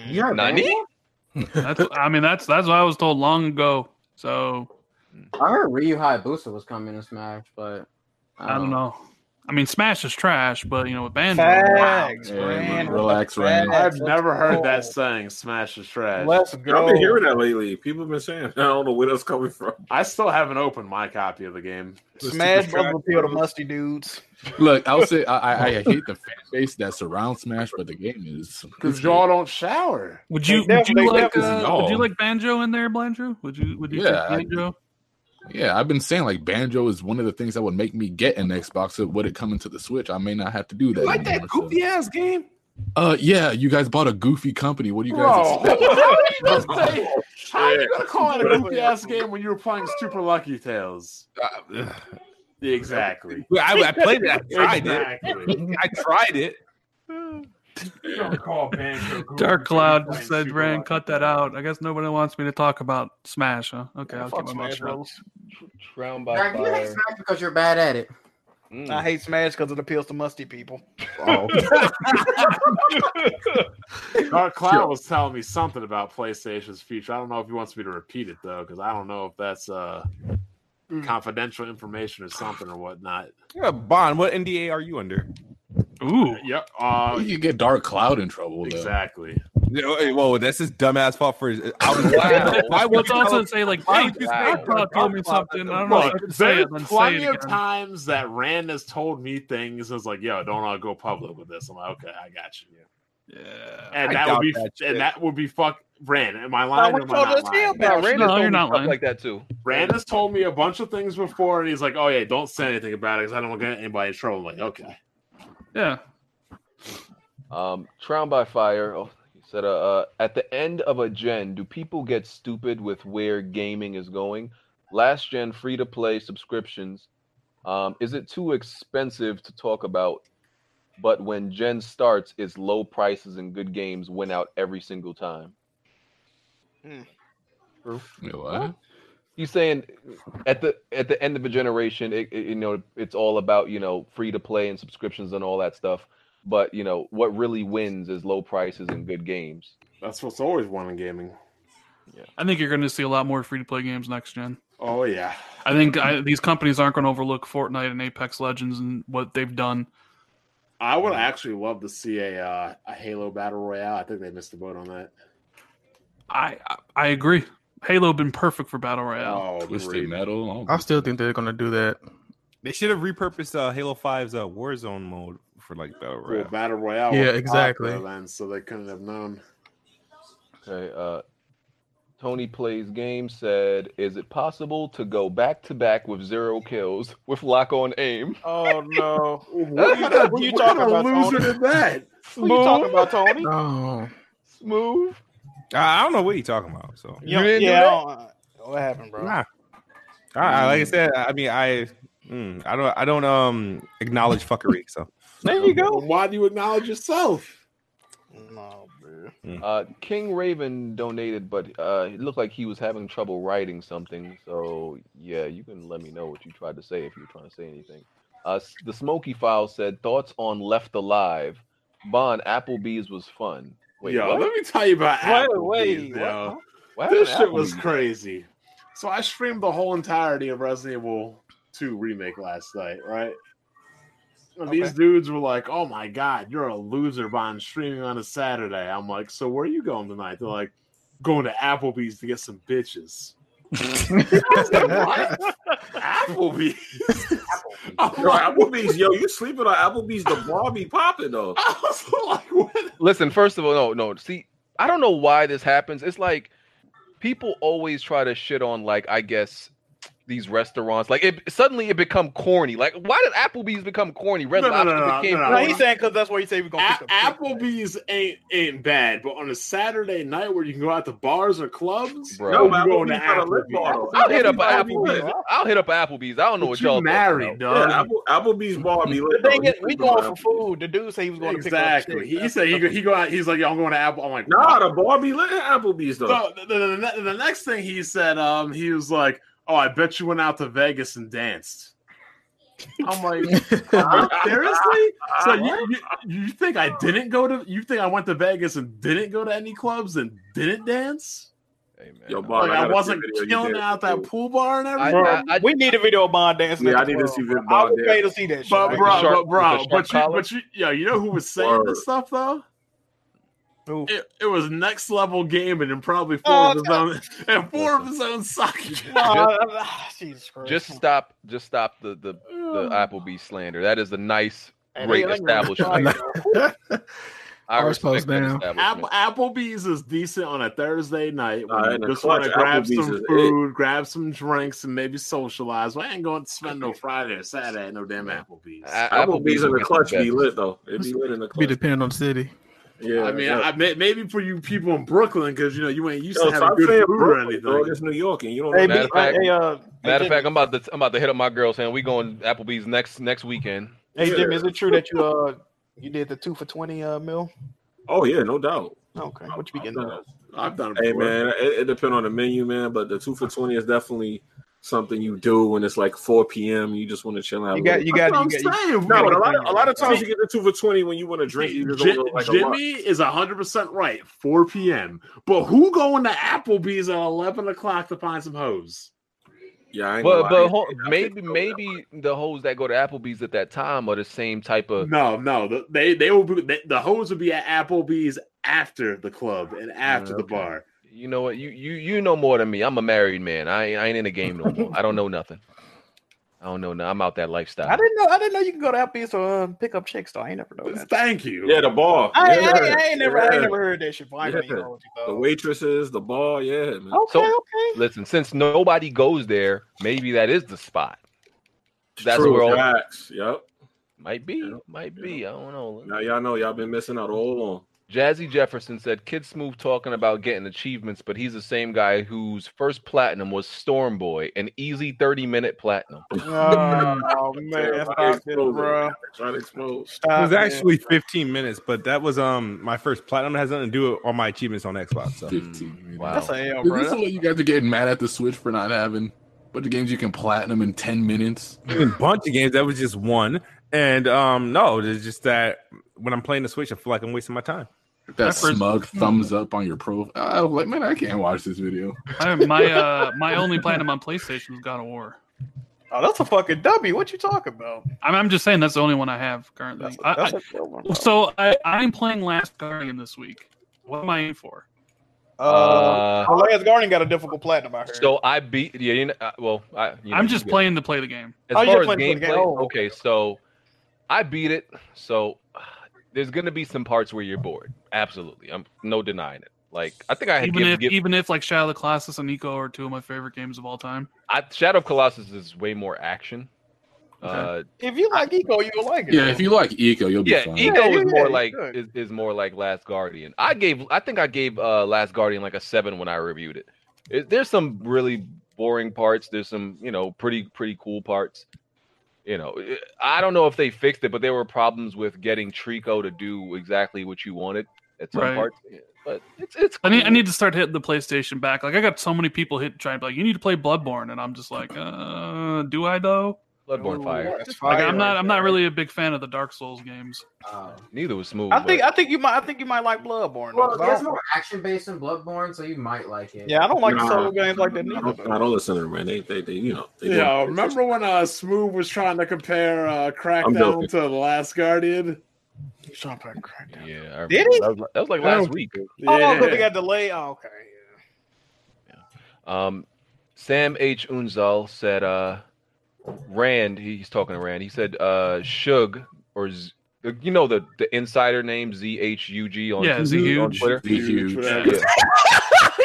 [SPEAKER 9] You're
[SPEAKER 1] Nani?
[SPEAKER 15] that's I mean that's that's what I was told long ago. So
[SPEAKER 9] I heard Ryu Hayabusa was coming to Smash, but
[SPEAKER 15] I
[SPEAKER 9] Oh.
[SPEAKER 15] don't know. I mean, Smash is trash, but you know with Banjo,
[SPEAKER 10] Facts, Rand.
[SPEAKER 13] Relax,
[SPEAKER 10] Rand.
[SPEAKER 6] I've
[SPEAKER 10] Let's
[SPEAKER 6] never heard
[SPEAKER 10] go.
[SPEAKER 6] that saying. Smash is trash.
[SPEAKER 10] Let's
[SPEAKER 7] I've
[SPEAKER 10] go.
[SPEAKER 7] been hearing that lately. People have been saying, [laughs] I don't know where that's coming from.
[SPEAKER 6] I still haven't opened my copy of the game.
[SPEAKER 10] Smash Brothers appeal to musty dudes.
[SPEAKER 13] Look, I'll say I, I, I hate the fan base that surrounds Smash, but the game is
[SPEAKER 6] because y'all don't shower.
[SPEAKER 15] Would
[SPEAKER 13] They
[SPEAKER 15] you would
[SPEAKER 13] definitely-
[SPEAKER 15] you like
[SPEAKER 13] they
[SPEAKER 15] uh,
[SPEAKER 13] definitely-
[SPEAKER 15] would you like Banjo in there, Blandrew? Would you would you
[SPEAKER 13] Yeah, I-
[SPEAKER 15] take Banjo?
[SPEAKER 13] Yeah, I've been saying like banjo is one of the things that would make me get an Xbox. It would it coming to the Switch? I may not have to do that.
[SPEAKER 14] Like
[SPEAKER 13] anymore,
[SPEAKER 14] that
[SPEAKER 13] so-
[SPEAKER 14] goofy ass game.
[SPEAKER 13] Uh, yeah, you guys bought a goofy company. What do you
[SPEAKER 6] Bro,
[SPEAKER 13] guys?
[SPEAKER 6] how [laughs]
[SPEAKER 13] expect?
[SPEAKER 6] are you gonna say? How are you gonna call it a goofy ass game when you were playing Super Lucky Tales? Exactly.
[SPEAKER 14] Uh, Well, I, I played
[SPEAKER 6] [laughs]
[SPEAKER 14] it. I tried
[SPEAKER 6] Exactly.
[SPEAKER 14] it. I tried
[SPEAKER 6] [laughs]
[SPEAKER 14] it.
[SPEAKER 6] You don't call Banjo goofy
[SPEAKER 15] Dark
[SPEAKER 6] when
[SPEAKER 15] Cloud
[SPEAKER 6] you're playing
[SPEAKER 15] said,
[SPEAKER 6] Super
[SPEAKER 15] "Rand,
[SPEAKER 6] Lucky
[SPEAKER 15] cut that out." I guess nobody wants me to talk about Smash, huh? Okay,
[SPEAKER 10] Yeah,
[SPEAKER 15] I'll
[SPEAKER 10] fuck
[SPEAKER 15] keep my mouth
[SPEAKER 10] Smash
[SPEAKER 15] shut.
[SPEAKER 10] Brothers.
[SPEAKER 1] Round
[SPEAKER 9] Jack, you hate Smash because you're bad at it.
[SPEAKER 3] Mm.
[SPEAKER 10] I hate Smash because it appeals to musty people.
[SPEAKER 7] Oh.
[SPEAKER 10] [laughs]
[SPEAKER 6] Dark Cloud was telling me something about PlayStation's future. I don't know if he wants me to repeat it though, because I don't know if that's uh, confidential information or something or whatnot.
[SPEAKER 14] Yeah, Bond, what NDA are you under?
[SPEAKER 15] Ooh,
[SPEAKER 6] yep. Uh,
[SPEAKER 13] you could get Dark Cloud in trouble. Though.
[SPEAKER 6] Exactly.
[SPEAKER 14] You know, oh, hey, Whoa, that's his dumbass fault for. his- I was
[SPEAKER 15] I
[SPEAKER 14] would
[SPEAKER 15] was
[SPEAKER 14] you
[SPEAKER 15] also
[SPEAKER 14] tell-
[SPEAKER 15] say like,
[SPEAKER 14] why
[SPEAKER 15] hey,
[SPEAKER 14] would you say
[SPEAKER 15] I
[SPEAKER 14] that?
[SPEAKER 15] told me something. I don't know.
[SPEAKER 14] Look,
[SPEAKER 15] if I can say
[SPEAKER 6] There's
[SPEAKER 15] it, then say
[SPEAKER 6] plenty
[SPEAKER 15] it
[SPEAKER 6] of
[SPEAKER 15] again.
[SPEAKER 6] times that Rand has told me things. Is like, yo, don't I'll go public with this. I'm like, okay, I got you.
[SPEAKER 15] Yeah,
[SPEAKER 6] and
[SPEAKER 1] I
[SPEAKER 6] that would
[SPEAKER 1] doubt
[SPEAKER 6] be,
[SPEAKER 1] that
[SPEAKER 6] and
[SPEAKER 1] shit.
[SPEAKER 6] that would be fuck. Rand, am I lying? Or am I not lying?
[SPEAKER 1] Nah, Rand has told me stuff like that too.
[SPEAKER 6] Rand has told me a bunch of things before, and he's like, "Oh yeah, don't say anything about it because I don't want to get anybody in trouble." I'm like, okay,
[SPEAKER 15] Yeah.
[SPEAKER 1] Um, Crown by Fire oh, he said, uh, uh, at the end of a gen, do people get stupid with where gaming is going? Last gen free to play subscriptions. Um, is it too expensive to talk about? But when gen starts, it's low prices and good games win out every single time. True.
[SPEAKER 13] what?
[SPEAKER 1] You saying at the at the end of a generation, it, it- you know, it's all about you know free to play and subscriptions and all that stuff. But you know what really wins is low prices and good games.
[SPEAKER 6] that's what's always won in gaming.
[SPEAKER 15] I think you're going to see a lot more free to play games next gen.
[SPEAKER 6] Oh yeah,
[SPEAKER 15] I think I, these companies aren't going to overlook Fortnite and Apex Legends and what they've done.
[SPEAKER 6] I would actually love to see a uh, a Halo battle royale. I think they missed the boat on that.
[SPEAKER 15] I I, I agree. Halo been perfect for battle royale.
[SPEAKER 6] Oh,
[SPEAKER 13] Twisted Metal.
[SPEAKER 4] I still think they're gonna do that.
[SPEAKER 14] They should have repurposed uh, Halo 5's uh, Warzone mode for like battle
[SPEAKER 6] Cool
[SPEAKER 14] royale.
[SPEAKER 6] battle royale.
[SPEAKER 4] Yeah,
[SPEAKER 6] was
[SPEAKER 4] exactly.
[SPEAKER 6] popular Then, so they couldn't have known.
[SPEAKER 1] Okay. Uh, Tony plays game said, "Is it possible to go back to back with zero kills with lock on aim?"
[SPEAKER 3] [laughs] Oh
[SPEAKER 7] [laughs]
[SPEAKER 3] no!
[SPEAKER 1] What kind of-
[SPEAKER 3] you
[SPEAKER 1] what kind
[SPEAKER 3] talking
[SPEAKER 1] of
[SPEAKER 3] about,
[SPEAKER 1] loser
[SPEAKER 3] Tony?
[SPEAKER 1] is
[SPEAKER 3] [laughs]
[SPEAKER 1] that?
[SPEAKER 3] What you talking about, Tony?
[SPEAKER 4] Oh,
[SPEAKER 1] smooth.
[SPEAKER 14] I I don't know what you're talking about. So
[SPEAKER 3] Yeah,
[SPEAKER 14] You didn't do
[SPEAKER 3] yeah,
[SPEAKER 14] that?
[SPEAKER 3] I don't- uh, what happened, bro?
[SPEAKER 14] Nah. All right, like I said, I mean, I, mm, I don't, I don't um acknowledge fuckery. So
[SPEAKER 3] There you go.
[SPEAKER 6] Why do you acknowledge yourself?
[SPEAKER 3] No, bro.
[SPEAKER 6] Mm.
[SPEAKER 1] Uh, King Raven donated, but uh, it looked like he was having trouble writing something. So yeah, you can let me know what you tried to say if you're trying to say anything. Uh, s- the Smoky File said thoughts on Left Alive. Bon, Applebee's was fun. Wait,
[SPEAKER 6] Yo,
[SPEAKER 1] what?
[SPEAKER 6] let me tell you about
[SPEAKER 3] Wait,
[SPEAKER 6] Applebee's,
[SPEAKER 3] wait,
[SPEAKER 6] yo.
[SPEAKER 1] What?
[SPEAKER 6] This
[SPEAKER 1] What
[SPEAKER 6] shit
[SPEAKER 1] happened
[SPEAKER 6] was
[SPEAKER 1] to Applebee's?
[SPEAKER 6] crazy. So I streamed the whole entirety of Resident Evil 2 remake last night, right? And These
[SPEAKER 3] Okay.
[SPEAKER 6] dudes were like, "Oh my god, you're a loser, Bon, streaming on a Saturday." I'm like, "So where are you going tonight?" They're like, "Going to Applebee's to get some
[SPEAKER 3] [laughs]
[SPEAKER 6] bitches."
[SPEAKER 7] Applebee's.
[SPEAKER 6] Oh,
[SPEAKER 7] Yo, Applebee's, yo, you sleeping on Applebee's? The bar be popping though.
[SPEAKER 1] Listen, first of all, no, no. See, I don't know why this happens. It's like people always try to shit on, like, I guess these restaurants. Like, it suddenly it become corny. Like, why did Applebee's become corny? Red
[SPEAKER 6] No, no,
[SPEAKER 1] Lobster
[SPEAKER 6] no, no,
[SPEAKER 1] became
[SPEAKER 6] no, no.
[SPEAKER 1] corny.
[SPEAKER 6] He's
[SPEAKER 3] saying because that's where you say we're gonna.
[SPEAKER 6] A- Applebee's ain't ain't bad, but on a Saturday night where you can go out to bars or clubs,
[SPEAKER 1] Bro.
[SPEAKER 6] no,
[SPEAKER 1] No,
[SPEAKER 6] you going to
[SPEAKER 7] Applebee's got a lip bar.
[SPEAKER 6] Applebee's.
[SPEAKER 1] I'll hit up an
[SPEAKER 7] Applebee's
[SPEAKER 1] Applebee's.
[SPEAKER 7] lit.
[SPEAKER 1] I'll hit up an Applebee's. I don't know what
[SPEAKER 6] you
[SPEAKER 1] y'all talking
[SPEAKER 6] married,
[SPEAKER 1] about.
[SPEAKER 6] dog.
[SPEAKER 7] Yeah, Apple, Applebee's bar be lit.
[SPEAKER 3] The
[SPEAKER 7] though.
[SPEAKER 3] thing
[SPEAKER 7] You
[SPEAKER 3] is, we
[SPEAKER 7] sleeping on
[SPEAKER 3] going for
[SPEAKER 7] Applebee's.
[SPEAKER 3] food. The dude said he was going
[SPEAKER 6] Exactly.
[SPEAKER 3] to pick
[SPEAKER 6] He said he go, he go out. He's like, "Yo, I'm going to Apple." I'm like,
[SPEAKER 7] Nah, the bar be lit at Applebee's though.
[SPEAKER 6] So the, the, the, the next thing he said, um, he was like, "Oh, I bet you went out to Vegas and danced." I'm like, huh? [laughs]
[SPEAKER 4] [laughs]
[SPEAKER 6] seriously? So you, you you think I didn't go to? You think I went to Vegas and didn't go to any clubs and didn't dance?
[SPEAKER 7] Yo, Bob,
[SPEAKER 6] Like I,
[SPEAKER 7] gotta see
[SPEAKER 6] wasn't
[SPEAKER 7] video you
[SPEAKER 6] killing
[SPEAKER 7] did.
[SPEAKER 6] out that pool bar and
[SPEAKER 1] I-
[SPEAKER 6] everything.
[SPEAKER 3] Bro,
[SPEAKER 1] I-
[SPEAKER 3] we need a video of Bond dancing.
[SPEAKER 7] Yeah,
[SPEAKER 3] at
[SPEAKER 7] I
[SPEAKER 3] the
[SPEAKER 7] need to
[SPEAKER 3] club,
[SPEAKER 7] see
[SPEAKER 3] bro.
[SPEAKER 7] Vid Bond
[SPEAKER 3] I would pay to
[SPEAKER 7] dance.
[SPEAKER 3] see that. Shit,
[SPEAKER 6] But
[SPEAKER 3] right?
[SPEAKER 6] bro,
[SPEAKER 1] shark-
[SPEAKER 6] but bro,
[SPEAKER 1] with the
[SPEAKER 6] but
[SPEAKER 1] shark
[SPEAKER 6] you,
[SPEAKER 1] collar?
[SPEAKER 6] but you, yo, you know who was saying
[SPEAKER 7] Word.
[SPEAKER 6] this stuff though?
[SPEAKER 14] Who?
[SPEAKER 6] It, it was next level gaming and probably four
[SPEAKER 3] Oh,
[SPEAKER 6] of his own and four of his
[SPEAKER 3] [laughs]
[SPEAKER 6] own suckers.
[SPEAKER 3] Uh, Jesus Christ.
[SPEAKER 1] Just stop. Just stop the the, the Applebee's slander. That is a nice,
[SPEAKER 3] Hey,
[SPEAKER 1] great
[SPEAKER 3] they- they-
[SPEAKER 1] establishment. I
[SPEAKER 4] Ours
[SPEAKER 1] respect
[SPEAKER 4] closed
[SPEAKER 1] that
[SPEAKER 4] down.
[SPEAKER 1] establishment.
[SPEAKER 6] Apple, Applebee's is decent on a Thursday night when
[SPEAKER 7] Nah,
[SPEAKER 6] you
[SPEAKER 7] in the
[SPEAKER 6] just want to
[SPEAKER 7] clutch,
[SPEAKER 6] grab
[SPEAKER 7] Applebee's
[SPEAKER 6] some
[SPEAKER 7] is it.
[SPEAKER 6] food, grab some drinks, and maybe socialize. Well, I ain't going to spend no Friday or Saturday at no damn Applebee's.
[SPEAKER 1] A-
[SPEAKER 7] Applebee's in
[SPEAKER 1] will
[SPEAKER 7] the
[SPEAKER 1] get
[SPEAKER 7] clutch be
[SPEAKER 1] best.
[SPEAKER 7] lit though. It be lit in the
[SPEAKER 4] Be
[SPEAKER 7] clutch.
[SPEAKER 4] dependent on the city.
[SPEAKER 7] Yeah,
[SPEAKER 6] I mean,
[SPEAKER 7] yeah.
[SPEAKER 6] I may, maybe for you people in Brooklyn, because you know you ain't used
[SPEAKER 7] Yo,
[SPEAKER 6] to having
[SPEAKER 7] stop
[SPEAKER 6] good
[SPEAKER 7] saying
[SPEAKER 6] food or
[SPEAKER 7] Brooklyn,
[SPEAKER 6] anything.
[SPEAKER 7] dog. It's New York, and you don't.
[SPEAKER 3] Hey,
[SPEAKER 7] know
[SPEAKER 3] B,
[SPEAKER 1] Matter of
[SPEAKER 3] uh,
[SPEAKER 1] fact-
[SPEAKER 3] hey, uh,
[SPEAKER 1] Matter
[SPEAKER 3] hey,
[SPEAKER 1] of fact, I'm about to I'm about to hit up my girl saying we going to Applebee's next next weekend.
[SPEAKER 3] Jimmy, hey, Jimmy, is it true that you uh you did the two for twenty uh mil?
[SPEAKER 7] Oh yeah, no doubt.
[SPEAKER 3] Okay, what you be getting?
[SPEAKER 7] No.
[SPEAKER 6] I've done it
[SPEAKER 7] Hey
[SPEAKER 6] before.
[SPEAKER 7] man, it, it depends on the menu, man. But the two for twenty is definitely something you do when it's like four p.m. You just want to chill out.
[SPEAKER 14] You
[SPEAKER 7] a
[SPEAKER 14] got-
[SPEAKER 7] little.
[SPEAKER 14] you got-
[SPEAKER 6] That's what I'm
[SPEAKER 14] you got-
[SPEAKER 6] saying.
[SPEAKER 7] No, but a
[SPEAKER 6] bro.
[SPEAKER 7] lot, of, a lot of times you get the two for twenty when you want to drink. You just
[SPEAKER 6] Ji-
[SPEAKER 7] don't go like a lot.
[SPEAKER 6] Jimmy is 100% right. 4 p.m. But who going to Applebee's at 11 o'clock to find some hoes?
[SPEAKER 7] Yeah, I ain't
[SPEAKER 1] But
[SPEAKER 7] gonna lie.
[SPEAKER 1] but ho- maybe maybe the hoes that go to Applebee's at that time are the same type of
[SPEAKER 6] No, no, the- they they will be, they, the hoes will be at Applebee's after the club and after the bar.
[SPEAKER 1] You know what? You you you know more than me. I'm a married man. I ain't, I ain't in the game no more. I don't know nothing. I don't know. No, I'm out that lifestyle.
[SPEAKER 3] I didn't know. I didn't know you could go to Applebee's to um, pick up chicks. Though I ain't never know that.
[SPEAKER 6] Thank you.
[SPEAKER 7] Yeah, the bar.
[SPEAKER 3] I,
[SPEAKER 7] yeah.
[SPEAKER 3] I, I ain't never. I
[SPEAKER 7] Yeah.
[SPEAKER 3] ain't never heard that shit. Boy, I ain't
[SPEAKER 7] Yeah.
[SPEAKER 3] gonna hold you,
[SPEAKER 7] The
[SPEAKER 3] though.
[SPEAKER 7] waitresses, the bar, yeah. Man.
[SPEAKER 1] so listen, since nobody goes there, maybe that is the spot. That's
[SPEAKER 7] True,
[SPEAKER 1] where all
[SPEAKER 7] facts. Yep.
[SPEAKER 1] Might be. Might be. I don't know.
[SPEAKER 7] Now y'all know y'all been missing out all along.
[SPEAKER 1] Jazzy Jefferson said, "Kid Smooth talking about getting achievements, but he's the same guy whose first platinum was Storm Boy, an easy thirty-minute platinum."
[SPEAKER 7] [laughs]
[SPEAKER 3] Oh
[SPEAKER 14] Try to
[SPEAKER 3] man, stop it,
[SPEAKER 14] expose it.
[SPEAKER 3] bro.
[SPEAKER 7] Trying to expose.
[SPEAKER 14] it
[SPEAKER 3] Stop
[SPEAKER 10] Ah,
[SPEAKER 14] was
[SPEAKER 3] it.
[SPEAKER 14] actually 15 minutes, but that was um my first platinum. It has nothing to do with all my achievements on Xbox. So.
[SPEAKER 13] 15.
[SPEAKER 14] Wow.
[SPEAKER 3] That's a L,
[SPEAKER 13] Is
[SPEAKER 3] bro.
[SPEAKER 13] this what you guys are getting mad at the Switch for not having but the games you can platinum in 10 minutes?
[SPEAKER 14] a bunch of games. That was just one. And um no, it's just that when I'm playing the Switch, I feel like I'm wasting my time. [laughs]
[SPEAKER 13] That smug
[SPEAKER 15] mm.
[SPEAKER 13] thumbs up on your profile. I was like, man, I can't watch this video.
[SPEAKER 15] I,
[SPEAKER 4] [laughs]
[SPEAKER 15] my uh, my
[SPEAKER 13] [laughs]
[SPEAKER 15] only platinum on PlayStation was God of War.
[SPEAKER 3] Oh, that's a fucking W. What you talking about?
[SPEAKER 15] I'm, I'm just saying that's the only one I have currently. I-
[SPEAKER 3] that's
[SPEAKER 15] I-
[SPEAKER 3] a good one, bro.
[SPEAKER 15] so I, I'm playing Last Guardian this week. What am I in for?
[SPEAKER 1] Uh,
[SPEAKER 3] Well, Lance Garden got a difficult platinum. I heard.
[SPEAKER 1] So I beat. Yeah, you know, uh, well, I, you know,
[SPEAKER 15] I'm
[SPEAKER 1] you
[SPEAKER 15] just
[SPEAKER 1] get-
[SPEAKER 15] playing to play the game.
[SPEAKER 1] As
[SPEAKER 15] Oh, you
[SPEAKER 1] far
[SPEAKER 15] just
[SPEAKER 1] as
[SPEAKER 15] playing to
[SPEAKER 1] gameplay,
[SPEAKER 15] play the game. Oh.
[SPEAKER 1] okay, so I beat it. So there's gonna be some parts where you're bored. Absolutely, I'm no denying it. Like I think I had
[SPEAKER 15] even
[SPEAKER 1] give,
[SPEAKER 15] if
[SPEAKER 1] give-
[SPEAKER 15] even if like Shadow of the Colossus and Nico are two of my favorite games of all time.
[SPEAKER 1] I, Shadow of Colossus is way more action. Uh,
[SPEAKER 15] Okay.
[SPEAKER 3] if you like Eco, you'll like it.
[SPEAKER 13] Yeah, if you like Eco, you'll be
[SPEAKER 1] yeah,
[SPEAKER 13] fine.
[SPEAKER 1] Ego
[SPEAKER 3] Yeah,
[SPEAKER 1] is
[SPEAKER 3] yeah,
[SPEAKER 1] more
[SPEAKER 3] you
[SPEAKER 1] like is, is more like Last Guardian. I gave I think I gave uh Last Guardian like a seven when I reviewed it. It- There's some really boring parts. There's some you know pretty pretty cool parts. You know, it- I don't know if they fixed it, but there were problems with getting Trico to do exactly what you wanted at some
[SPEAKER 15] Right.
[SPEAKER 1] parts. But it's it's.
[SPEAKER 15] I need I
[SPEAKER 1] cool.
[SPEAKER 15] need to start hitting the PlayStation back. Like I got so many people hit trying to be like you need to play Bloodborne, and I'm just like, uh, do I though?
[SPEAKER 1] Bloodborne fire.
[SPEAKER 3] That's
[SPEAKER 15] Like,
[SPEAKER 3] fire
[SPEAKER 15] I'm
[SPEAKER 3] right
[SPEAKER 15] not I'm not really a big fan of the Dark Souls games.
[SPEAKER 1] Uh, Neither was smooth.
[SPEAKER 3] I think I think you might. I think [laughs] you might like Bloodborne.
[SPEAKER 9] Well,
[SPEAKER 3] though, 'cause I
[SPEAKER 9] there's
[SPEAKER 3] don't-
[SPEAKER 9] more action based in Bloodborne, so you might like it.
[SPEAKER 3] yeah, I don't like
[SPEAKER 7] Nah.
[SPEAKER 3] solo games like that
[SPEAKER 7] I
[SPEAKER 3] neither.
[SPEAKER 7] don't, I don't listen to them, man. They, they, they you know, they
[SPEAKER 6] yeah,
[SPEAKER 7] doing-
[SPEAKER 6] remember when uh Smooth was trying to compare uh
[SPEAKER 7] I'm
[SPEAKER 6] Crackdown
[SPEAKER 7] joking.
[SPEAKER 6] to The Last Guardian?
[SPEAKER 3] He's trying to play Crackdown.
[SPEAKER 1] Yeah, I
[SPEAKER 3] Did he?
[SPEAKER 1] remember. That was, like- that was like
[SPEAKER 3] I don't-
[SPEAKER 1] last week.
[SPEAKER 3] Oh, because they got delayed. Oh, okay.
[SPEAKER 1] Um, Sam H. Unzal said, uh, Rand, he's talking to Rand. He said, uh, Shug, or Z, you know, the, the insider name Z H U G on,
[SPEAKER 15] Yeah,
[SPEAKER 1] on
[SPEAKER 15] Z-Huge.
[SPEAKER 1] Twitter.
[SPEAKER 15] Z-Huge.
[SPEAKER 1] Yeah.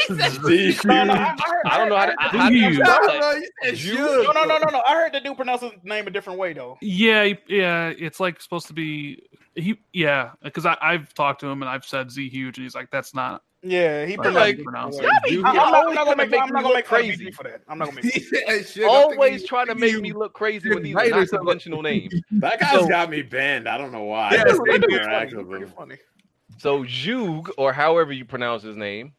[SPEAKER 15] Yeah.
[SPEAKER 1] [laughs] I don't know how to. I, how do you
[SPEAKER 15] Z-Huge.
[SPEAKER 1] spell that?
[SPEAKER 3] No, no, no, no, no. I heard the dude pronounce his name a different way though.
[SPEAKER 15] Yeah, he- yeah, it's like supposed to be he. Yeah, because I I've talked to him and I've said Z huge, and he's like, that's not.
[SPEAKER 3] Yeah,
[SPEAKER 14] [laughs]
[SPEAKER 3] he pronounced.
[SPEAKER 15] Like, you pronounce
[SPEAKER 3] it.
[SPEAKER 15] it.
[SPEAKER 3] I- I'm, not- I'm not gonna make.
[SPEAKER 1] make
[SPEAKER 3] I'm
[SPEAKER 1] me
[SPEAKER 3] not
[SPEAKER 1] look
[SPEAKER 3] gonna make crazy
[SPEAKER 1] crazy.
[SPEAKER 3] for that. I'm not gonna
[SPEAKER 8] [laughs]
[SPEAKER 3] make.
[SPEAKER 1] Always trying to make me look crazy with these
[SPEAKER 6] right or something.
[SPEAKER 1] unconventional names.
[SPEAKER 6] That guy's
[SPEAKER 1] So-
[SPEAKER 6] got me banned. I don't know why.
[SPEAKER 1] Yeah,
[SPEAKER 6] I just
[SPEAKER 1] that dude's
[SPEAKER 6] interact
[SPEAKER 3] funny.
[SPEAKER 6] with him.
[SPEAKER 1] So Zhug, or however you pronounce his name,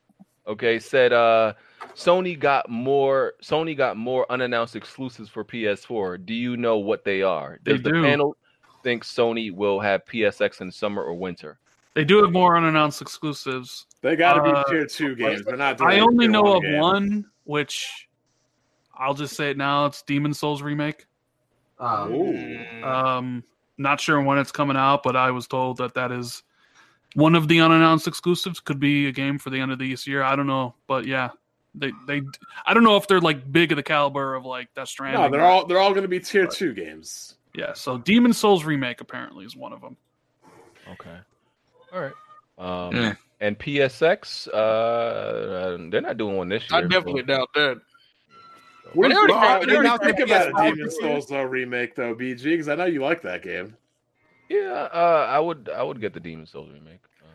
[SPEAKER 1] okay, said uh Sony got more Sony got more unannounced exclusives for PS4. Do you know what they are?
[SPEAKER 15] They
[SPEAKER 1] Does the
[SPEAKER 15] do.
[SPEAKER 1] panel think Sony will have PSX in summer or winter?
[SPEAKER 15] They do have more unannounced exclusives.
[SPEAKER 6] They got to be
[SPEAKER 15] Uh,
[SPEAKER 6] tier two games. They're not. doing
[SPEAKER 15] I only
[SPEAKER 6] tier
[SPEAKER 15] know of
[SPEAKER 6] games.
[SPEAKER 15] one, which I'll just say it now. It's Demon Souls remake. Um, not sure when it's coming out, but I was told that that is one of the unannounced exclusives. Could be a game for the end of this year. I don't know, but yeah, they they. I don't know if they're like big of the caliber of like Death Stranding.
[SPEAKER 6] No, they're
[SPEAKER 15] or-
[SPEAKER 6] all they're all going to be tier two games.
[SPEAKER 15] Yeah, so Demon Souls remake apparently is one of them.
[SPEAKER 1] Okay. All right. Um
[SPEAKER 10] Eh.
[SPEAKER 15] Yeah.
[SPEAKER 1] and PSX, uh, uh they're not doing one this year.
[SPEAKER 10] I definitely
[SPEAKER 1] so-
[SPEAKER 10] doubt that.
[SPEAKER 6] What
[SPEAKER 10] But
[SPEAKER 6] do
[SPEAKER 10] they already
[SPEAKER 6] you
[SPEAKER 10] tried-
[SPEAKER 6] think,
[SPEAKER 10] they already
[SPEAKER 6] now
[SPEAKER 10] tried
[SPEAKER 6] think about a
[SPEAKER 10] PS5
[SPEAKER 6] Demon
[SPEAKER 10] this year.
[SPEAKER 6] Souls though remake though, BG, because I know you like that game.
[SPEAKER 1] Yeah, uh, I would I would get the Demon Souls remake. Uh,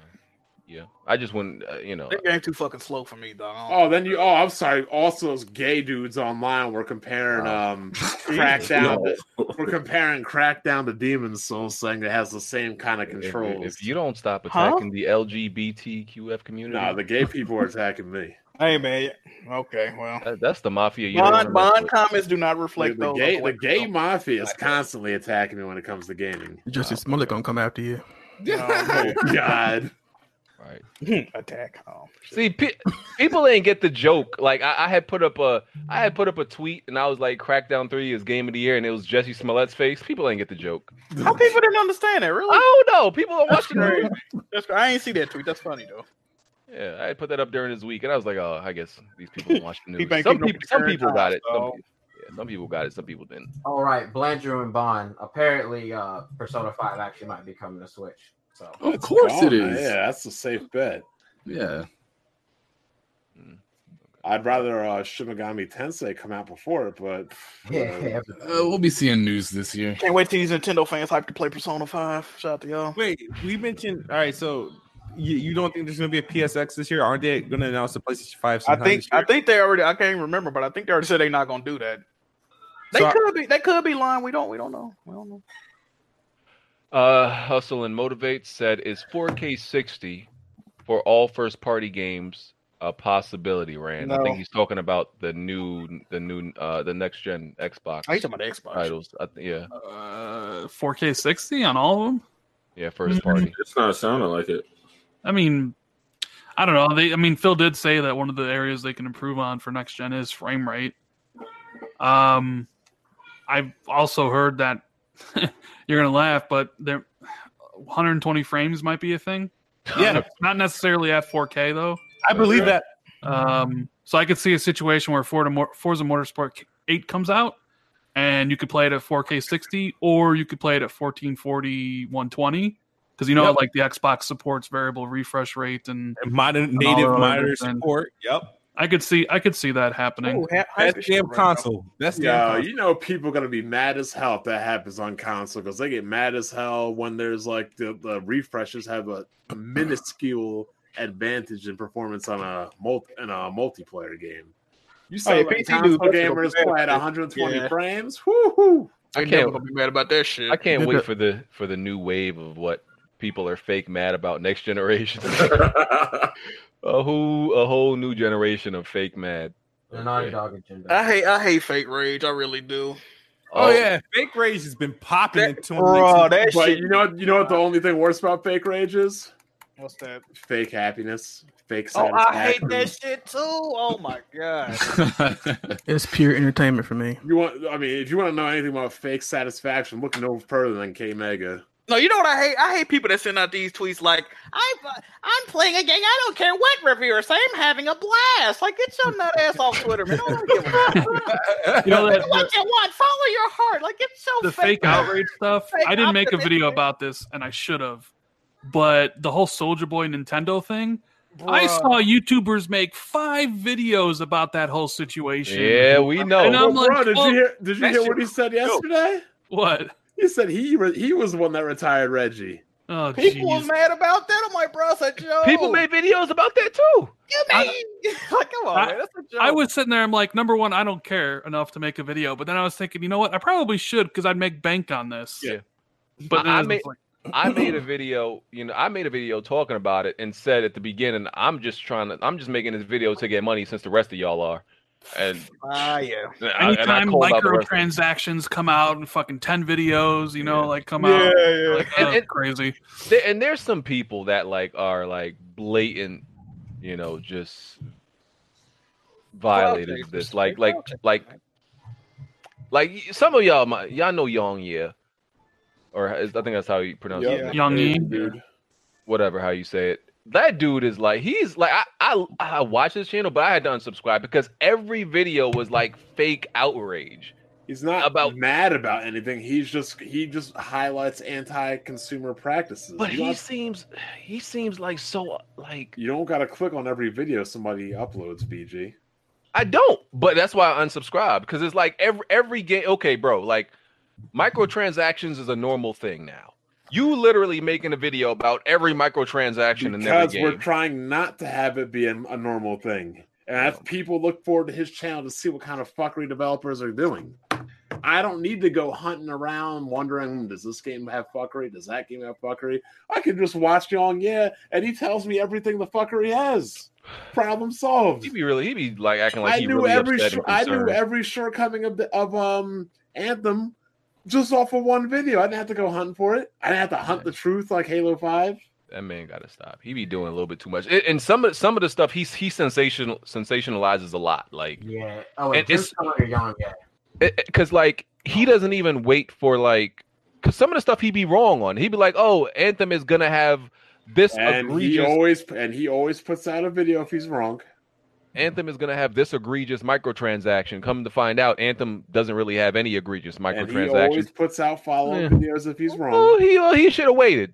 [SPEAKER 1] yeah. I just wouldn't uh, you know.
[SPEAKER 3] That game too fucking slow for me, dog.
[SPEAKER 6] Oh, then you. Oh, I'm sorry. Also, those gay dudes online were comparing
[SPEAKER 1] [laughs]
[SPEAKER 6] um Crackdown.
[SPEAKER 1] No.
[SPEAKER 6] To, we're comparing Crackdown to Demon Souls, saying it has the same kind of
[SPEAKER 1] If,
[SPEAKER 6] controls.
[SPEAKER 1] if you don't stop
[SPEAKER 6] Huh?
[SPEAKER 1] attacking the LGBTQF community,
[SPEAKER 6] Nah, the gay people are attacking
[SPEAKER 1] [laughs]
[SPEAKER 6] me.
[SPEAKER 3] Hey man. Okay, well.
[SPEAKER 1] That- that's the mafia. You don't
[SPEAKER 3] Bond,
[SPEAKER 1] wanna mess
[SPEAKER 3] Bond
[SPEAKER 1] with.
[SPEAKER 3] comments do not reflect
[SPEAKER 6] the
[SPEAKER 3] those.
[SPEAKER 6] gay, the
[SPEAKER 3] otherwise-
[SPEAKER 6] gay mafia is constantly attacking me when it comes to gaming. [laughs]
[SPEAKER 4] Justice Smollett gonna come after you.
[SPEAKER 6] Oh God!
[SPEAKER 1] Right.
[SPEAKER 10] Attack. Oh.
[SPEAKER 1] See, pe- people didn't get the joke. Like I, I had put up a, I had put up a tweet, and I was like, "Crackdown Three is game of the year," and it was Jesse Smollett's face. People didn't get the joke.
[SPEAKER 10] How people didn't understand that? Really?
[SPEAKER 1] I don't know. People are
[SPEAKER 3] [laughs]
[SPEAKER 1] watching
[SPEAKER 10] crazy. That's cra- I ain't see that tweet. That's funny though.
[SPEAKER 1] Yeah, I had put that up during his week, and I was like, "Oh, I guess these people don't watch
[SPEAKER 10] [laughs]
[SPEAKER 1] the news."
[SPEAKER 10] People ain't
[SPEAKER 1] some
[SPEAKER 10] keeping up
[SPEAKER 1] people,
[SPEAKER 10] with the
[SPEAKER 1] some
[SPEAKER 10] current
[SPEAKER 1] people got
[SPEAKER 10] times,
[SPEAKER 1] it. Some
[SPEAKER 10] so.
[SPEAKER 1] people, yeah, some people got it. Some people didn't.
[SPEAKER 9] All right, Blandrew and Bond. Apparently, uh, Persona Five actually might be coming to Switch. So
[SPEAKER 13] Of course it is.
[SPEAKER 6] Oh, Yeah, that's a safe bet. Mm.
[SPEAKER 13] Yeah.
[SPEAKER 6] I'd rather uh, Shimagami Tensei come out before it, but
[SPEAKER 9] yeah,
[SPEAKER 13] Uh, we'll be seeing news this year.
[SPEAKER 10] Can't wait till these Nintendo fans hype to play Persona Five. Shout out to y'all.
[SPEAKER 14] Wait, we mentioned. All right, so you, you don't think there's going to be a PSX this year? Aren't they going to announce the PlayStation Five?
[SPEAKER 10] I
[SPEAKER 14] sometime
[SPEAKER 10] think
[SPEAKER 14] this
[SPEAKER 10] I
[SPEAKER 14] year?
[SPEAKER 10] think they already. I can't even remember, but I think they already said they're not gonna
[SPEAKER 6] [laughs]
[SPEAKER 10] do that. They
[SPEAKER 14] So I-
[SPEAKER 10] could be. They could be lying. We don't. We don't know. We don't know.
[SPEAKER 1] Uh, Hustle and Motivate said, "Is 4K 60 for all first-party games a possibility?" Rand, I
[SPEAKER 10] No.
[SPEAKER 1] think he's talking about the new, the new, uh, the next-gen Xbox.
[SPEAKER 10] Oh, he's talking about the Xbox.
[SPEAKER 1] titles. I th- yeah,
[SPEAKER 15] Uh, 4K 60 on all of them.
[SPEAKER 1] yeah, first party.
[SPEAKER 7] It's not sounding like it.
[SPEAKER 15] I mean, I don't know. They, I mean, Phil did say that one of the areas they can improve on for next gen is frame rate. Um, I've also heard that [laughs] you're gonna laugh, but there, 120 frames might be a thing.
[SPEAKER 14] Yeah.
[SPEAKER 15] Not- not necessarily at 4K though.
[SPEAKER 14] I believe that.
[SPEAKER 15] Um, so I could see a situation where Forza, Mor- Forza Motorsport 8 comes out, and you could play it at 4K 60, or you could play it at 1440 120, because you know
[SPEAKER 14] Yep.
[SPEAKER 15] like the Xbox supports variable refresh rate and,
[SPEAKER 14] modern
[SPEAKER 15] all
[SPEAKER 14] native
[SPEAKER 15] that other
[SPEAKER 14] monitor
[SPEAKER 15] thing.
[SPEAKER 14] support. Yep.
[SPEAKER 15] I could see I could see that happening.
[SPEAKER 6] Oh,
[SPEAKER 14] That's damn console. That's damn
[SPEAKER 6] Yeah,
[SPEAKER 14] console.
[SPEAKER 6] you know people gonna be mad as hell if that happens on console because they get mad as hell when there's like the, the refreshes have a, a minuscule advantage in performance on a multi in a multiplayer game. You
[SPEAKER 10] Oh,
[SPEAKER 6] say
[SPEAKER 10] yeah,
[SPEAKER 6] like,
[SPEAKER 10] PC dudes,
[SPEAKER 6] console
[SPEAKER 10] that's gonna be
[SPEAKER 6] gamers
[SPEAKER 10] bad.
[SPEAKER 6] play at 120
[SPEAKER 10] Yeah.
[SPEAKER 6] frames. Woo
[SPEAKER 1] I
[SPEAKER 10] They never
[SPEAKER 1] can't.
[SPEAKER 10] gonna be mad about that shit.
[SPEAKER 1] I can't wait for the for the new wave of what people are fake mad about next [laughs] generation. a who a whole new generation of fake mad.
[SPEAKER 9] the Naughty Dog agenda.
[SPEAKER 10] I hate. I hate fake rage. I really do.
[SPEAKER 14] Oh,
[SPEAKER 1] Oh.
[SPEAKER 14] yeah, fake rage has been popping in 2018.
[SPEAKER 10] Bro, that
[SPEAKER 6] But
[SPEAKER 10] shit.
[SPEAKER 6] you know you know what the only thing worse about fake rage is
[SPEAKER 10] What's that?
[SPEAKER 6] fake happiness, fake
[SPEAKER 10] Oh,
[SPEAKER 6] satisfaction.
[SPEAKER 10] I hate that shit too. Oh my
[SPEAKER 15] [laughs]
[SPEAKER 10] god.
[SPEAKER 4] It's pure entertainment for me.
[SPEAKER 6] You want? I mean, if you want to know anything about fake satisfaction, look no further than K Mega.
[SPEAKER 10] No, you know what I hate? I hate people that send out these tweets like, "I'm I'm playing a game. I don't care what reviewers say. I'm having a blast." Like, get your nut ass off Twitter, man. I
[SPEAKER 15] [laughs]
[SPEAKER 10] don't give a
[SPEAKER 15] You
[SPEAKER 6] [laughs]
[SPEAKER 15] know that
[SPEAKER 10] That's what you want. Follow your heart. Like, it's so
[SPEAKER 15] the fake outrage stuff.
[SPEAKER 10] Fake
[SPEAKER 15] I didn't make a video
[SPEAKER 10] optimism.
[SPEAKER 15] about this, and I should have. But the whole Soldier Boy Nintendo thing, I
[SPEAKER 10] Bruh.
[SPEAKER 15] saw YouTubers make five videos about that whole situation.
[SPEAKER 1] Yeah, we know.
[SPEAKER 15] And I'm
[SPEAKER 6] Bro,
[SPEAKER 15] like,
[SPEAKER 6] did
[SPEAKER 15] oh,
[SPEAKER 6] you hear? Did you
[SPEAKER 15] that
[SPEAKER 6] hear
[SPEAKER 15] shit
[SPEAKER 6] what he said yesterday?
[SPEAKER 15] What?
[SPEAKER 6] He said he re- he was the one that retired Reggie.
[SPEAKER 15] Oh,
[SPEAKER 10] People was
[SPEAKER 15] jeez.
[SPEAKER 10] mad about that. I'm like, bro, it's a joke.
[SPEAKER 1] People made videos about that too.
[SPEAKER 10] you mean? [laughs] like, come on,
[SPEAKER 15] I-
[SPEAKER 10] man. That's a joke.
[SPEAKER 15] I was sitting there. I'm like, number one, I don't care enough to make a video. But then I was thinking, you know what? I probably should because I'd make bank on this.
[SPEAKER 1] Yeah.
[SPEAKER 15] But then
[SPEAKER 1] I- I
[SPEAKER 15] I, was
[SPEAKER 1] made-
[SPEAKER 15] like,
[SPEAKER 1] I made a video, you know, I made a video talking about it and said at the beginning, I'm just trying to, I'm just making this video to get money since the rest of y'all are. And,
[SPEAKER 10] Ah, yeah.
[SPEAKER 1] and I- and I
[SPEAKER 15] anytime
[SPEAKER 1] called out the rest. of them.
[SPEAKER 15] microtransactions come out and fucking ten videos, you know, like come out,
[SPEAKER 10] Yeah, yeah.
[SPEAKER 15] like,
[SPEAKER 1] And-
[SPEAKER 15] oh,
[SPEAKER 1] and-
[SPEAKER 15] crazy.
[SPEAKER 1] There- And there's some people that like are like blatant, you know, just violated
[SPEAKER 10] chasers.
[SPEAKER 1] this. Like, like, like, like y- some of y'all, might, y'all know Yong Yeah, or is- I think that's how you pronounce it.
[SPEAKER 6] Yeah.
[SPEAKER 15] Young E.
[SPEAKER 6] Dude,
[SPEAKER 1] whatever how you say it. That dude is like he's like I I, I watch his channel, but I had to unsubscribe because every video was like fake outrage.
[SPEAKER 6] he's not
[SPEAKER 1] About-
[SPEAKER 6] about mad about anything. He's just he just highlights anti-consumer practices.
[SPEAKER 1] But
[SPEAKER 6] you, don't
[SPEAKER 1] he
[SPEAKER 6] have-
[SPEAKER 1] seems he seems like so like
[SPEAKER 6] you don't got to click on every video somebody uploads. BG.
[SPEAKER 1] I don't. But that's why I unsubscribe because it's like every every game. Okay, bro, like microtransactions is a normal thing now. You literally making a video about every microtransaction in every
[SPEAKER 6] because
[SPEAKER 1] game.
[SPEAKER 6] we're trying not to have it be a, a normal thing. And as people look forward to his channel to see what kind of fuckery developers are doing. I don't need to go hunting around wondering does this game have fuckery? Does that game have fuckery? I can just watch Young Yeah, and he tells me everything the fuckery has. Problem solved.
[SPEAKER 1] he be really he be like acting like
[SPEAKER 6] I
[SPEAKER 1] he
[SPEAKER 6] knew
[SPEAKER 1] really
[SPEAKER 6] every
[SPEAKER 1] upset
[SPEAKER 6] shor-
[SPEAKER 1] and
[SPEAKER 6] I knew
[SPEAKER 1] concerned.
[SPEAKER 6] every shortcoming of the of um Anthem just off of one video. I didn't have to go hunting for it. I didn't have to hunt the truth like Halo Five.
[SPEAKER 1] That man got to stop. He be doing a little bit too much. And- And some of some of the stuff he's he sensational sensationalizes a lot. Like
[SPEAKER 9] yeah. Oh,
[SPEAKER 1] and
[SPEAKER 9] and
[SPEAKER 1] it's
[SPEAKER 9] Bruce Connor, young guy.
[SPEAKER 1] because like he doesn't even wait for like because some of the stuff he be wrong on. He be like, oh, Anthem is gonna have this
[SPEAKER 6] and he
[SPEAKER 1] egregious.
[SPEAKER 6] always and he always puts out a video if he's wrong.
[SPEAKER 1] Anthem is gonna have this egregious microtransaction. Come to find out, Anthem doesn't really have any egregious
[SPEAKER 6] And he always
[SPEAKER 1] microtransactions.
[SPEAKER 6] puts out follow up
[SPEAKER 1] Yeah.
[SPEAKER 6] videos if he's wrong.
[SPEAKER 1] Oh, he oh, he should have waited.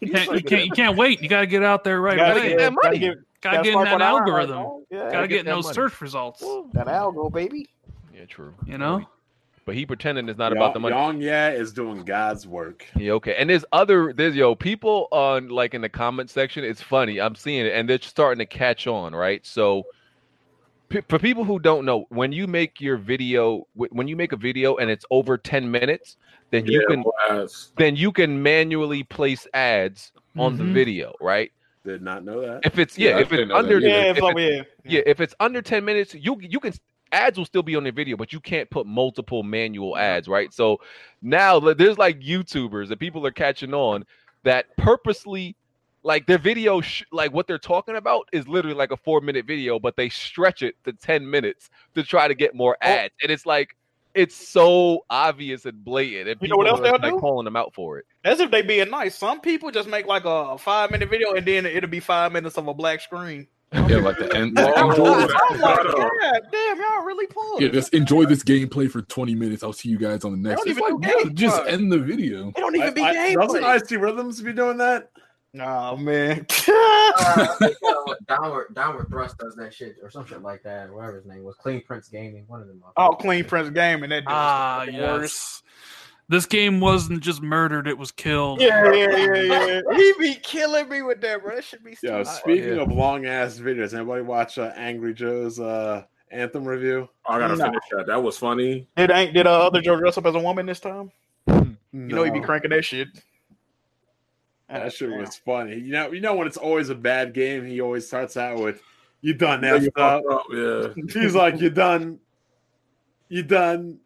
[SPEAKER 15] You can't, you can't, you can't wait. You got to get out there right
[SPEAKER 1] Gotta
[SPEAKER 15] away.
[SPEAKER 1] get that
[SPEAKER 15] Gotta
[SPEAKER 1] money.
[SPEAKER 15] get,
[SPEAKER 1] Gotta
[SPEAKER 15] in
[SPEAKER 1] spark
[SPEAKER 15] that
[SPEAKER 1] one hour, right?
[SPEAKER 15] algorithm.
[SPEAKER 1] Oh, yeah,
[SPEAKER 15] gotta
[SPEAKER 1] gotta
[SPEAKER 15] get
[SPEAKER 1] get
[SPEAKER 15] in
[SPEAKER 1] that
[SPEAKER 15] those
[SPEAKER 1] money.
[SPEAKER 15] search results.
[SPEAKER 3] That algo, baby.
[SPEAKER 1] Yeah, true.
[SPEAKER 15] You know,
[SPEAKER 1] But he pretending it's not
[SPEAKER 6] Yo-
[SPEAKER 1] about the money.
[SPEAKER 6] Yong Yeah is doing God's work.
[SPEAKER 1] Yeah, okay. And there's other there's yo people on like in the comment section. It's funny. I'm seeing it, and they're starting to catch on, right? So p- for people who don't know, when you make your video, wh- when you make a video and it's over 10 minutes, then you
[SPEAKER 7] Yeah,
[SPEAKER 1] can then you can manually place ads on the
[SPEAKER 6] Mhm.
[SPEAKER 1] video, right?
[SPEAKER 6] Did not know that.
[SPEAKER 1] If it's yeah,
[SPEAKER 6] Yeah, I
[SPEAKER 1] if
[SPEAKER 6] didn't
[SPEAKER 1] it's
[SPEAKER 6] know that
[SPEAKER 1] under
[SPEAKER 6] either. Yeah,
[SPEAKER 1] if
[SPEAKER 6] it's like-
[SPEAKER 1] it's- yeah, if it's under 10 minutes, you you can ads will still be on your video, but you can't put multiple manual ads, right? So now like, there's like YouTubers and people are catching on that purposely like their video sh- like what they're talking about is literally like a 4 minute video, but they stretch it to 10 minutes to try to get
[SPEAKER 10] Oh.
[SPEAKER 1] more ads. And it's like it's so obvious and blatant and
[SPEAKER 10] You know what
[SPEAKER 1] people
[SPEAKER 10] else
[SPEAKER 1] are
[SPEAKER 10] they'll
[SPEAKER 1] like
[SPEAKER 10] do?
[SPEAKER 1] calling them out for it.
[SPEAKER 10] That's if they being nice. Some people just make like a five minute video and then it'll be five minutes of a black screen.
[SPEAKER 13] Yeah, like the end. Like,
[SPEAKER 10] Oh,
[SPEAKER 13] enjoy,
[SPEAKER 10] I'm like, God damn, y'all really pulled.
[SPEAKER 13] yeah, just enjoy this gameplay for 20 minutes. I'll see you guys on the next.
[SPEAKER 10] don't
[SPEAKER 13] It's
[SPEAKER 10] even
[SPEAKER 13] like,
[SPEAKER 10] do
[SPEAKER 13] yeah, just
[SPEAKER 10] gameplay.
[SPEAKER 13] end the video.
[SPEAKER 10] They don't even be
[SPEAKER 6] I-
[SPEAKER 10] game.
[SPEAKER 6] doesn't IC Rhythms be doing that?
[SPEAKER 10] Oh man.
[SPEAKER 9] Downward, downward thrust does that shit or some shit like that. Whatever his name was, Clean Prince Gaming, one of them.
[SPEAKER 10] Oh, Clean Prince Game and that.
[SPEAKER 15] Ah, yes. This game wasn't just murdered; it was killed.
[SPEAKER 10] Yeah, yeah, yeah, yeah. He be killing me with that, bro. That should be.
[SPEAKER 6] Yo,
[SPEAKER 10] stupid.
[SPEAKER 6] speaking of long ass videos, anybody watch uh, Angry Joe's uh, anthem review?
[SPEAKER 7] Oh, I gotta
[SPEAKER 6] No.
[SPEAKER 7] finish that. That was funny.
[SPEAKER 10] Did ain't did uh, other Joe dress up as a woman this time? You know he be
[SPEAKER 6] No.
[SPEAKER 10] cranking that shit. Ah,
[SPEAKER 6] That shit was funny. You know, you know when it's always a bad game, he always starts out with "You done
[SPEAKER 7] Yeah,
[SPEAKER 6] that
[SPEAKER 7] you
[SPEAKER 6] stuff."
[SPEAKER 7] fucked up,
[SPEAKER 6] [laughs]
[SPEAKER 7] yeah.
[SPEAKER 6] he's like, "You done, you done,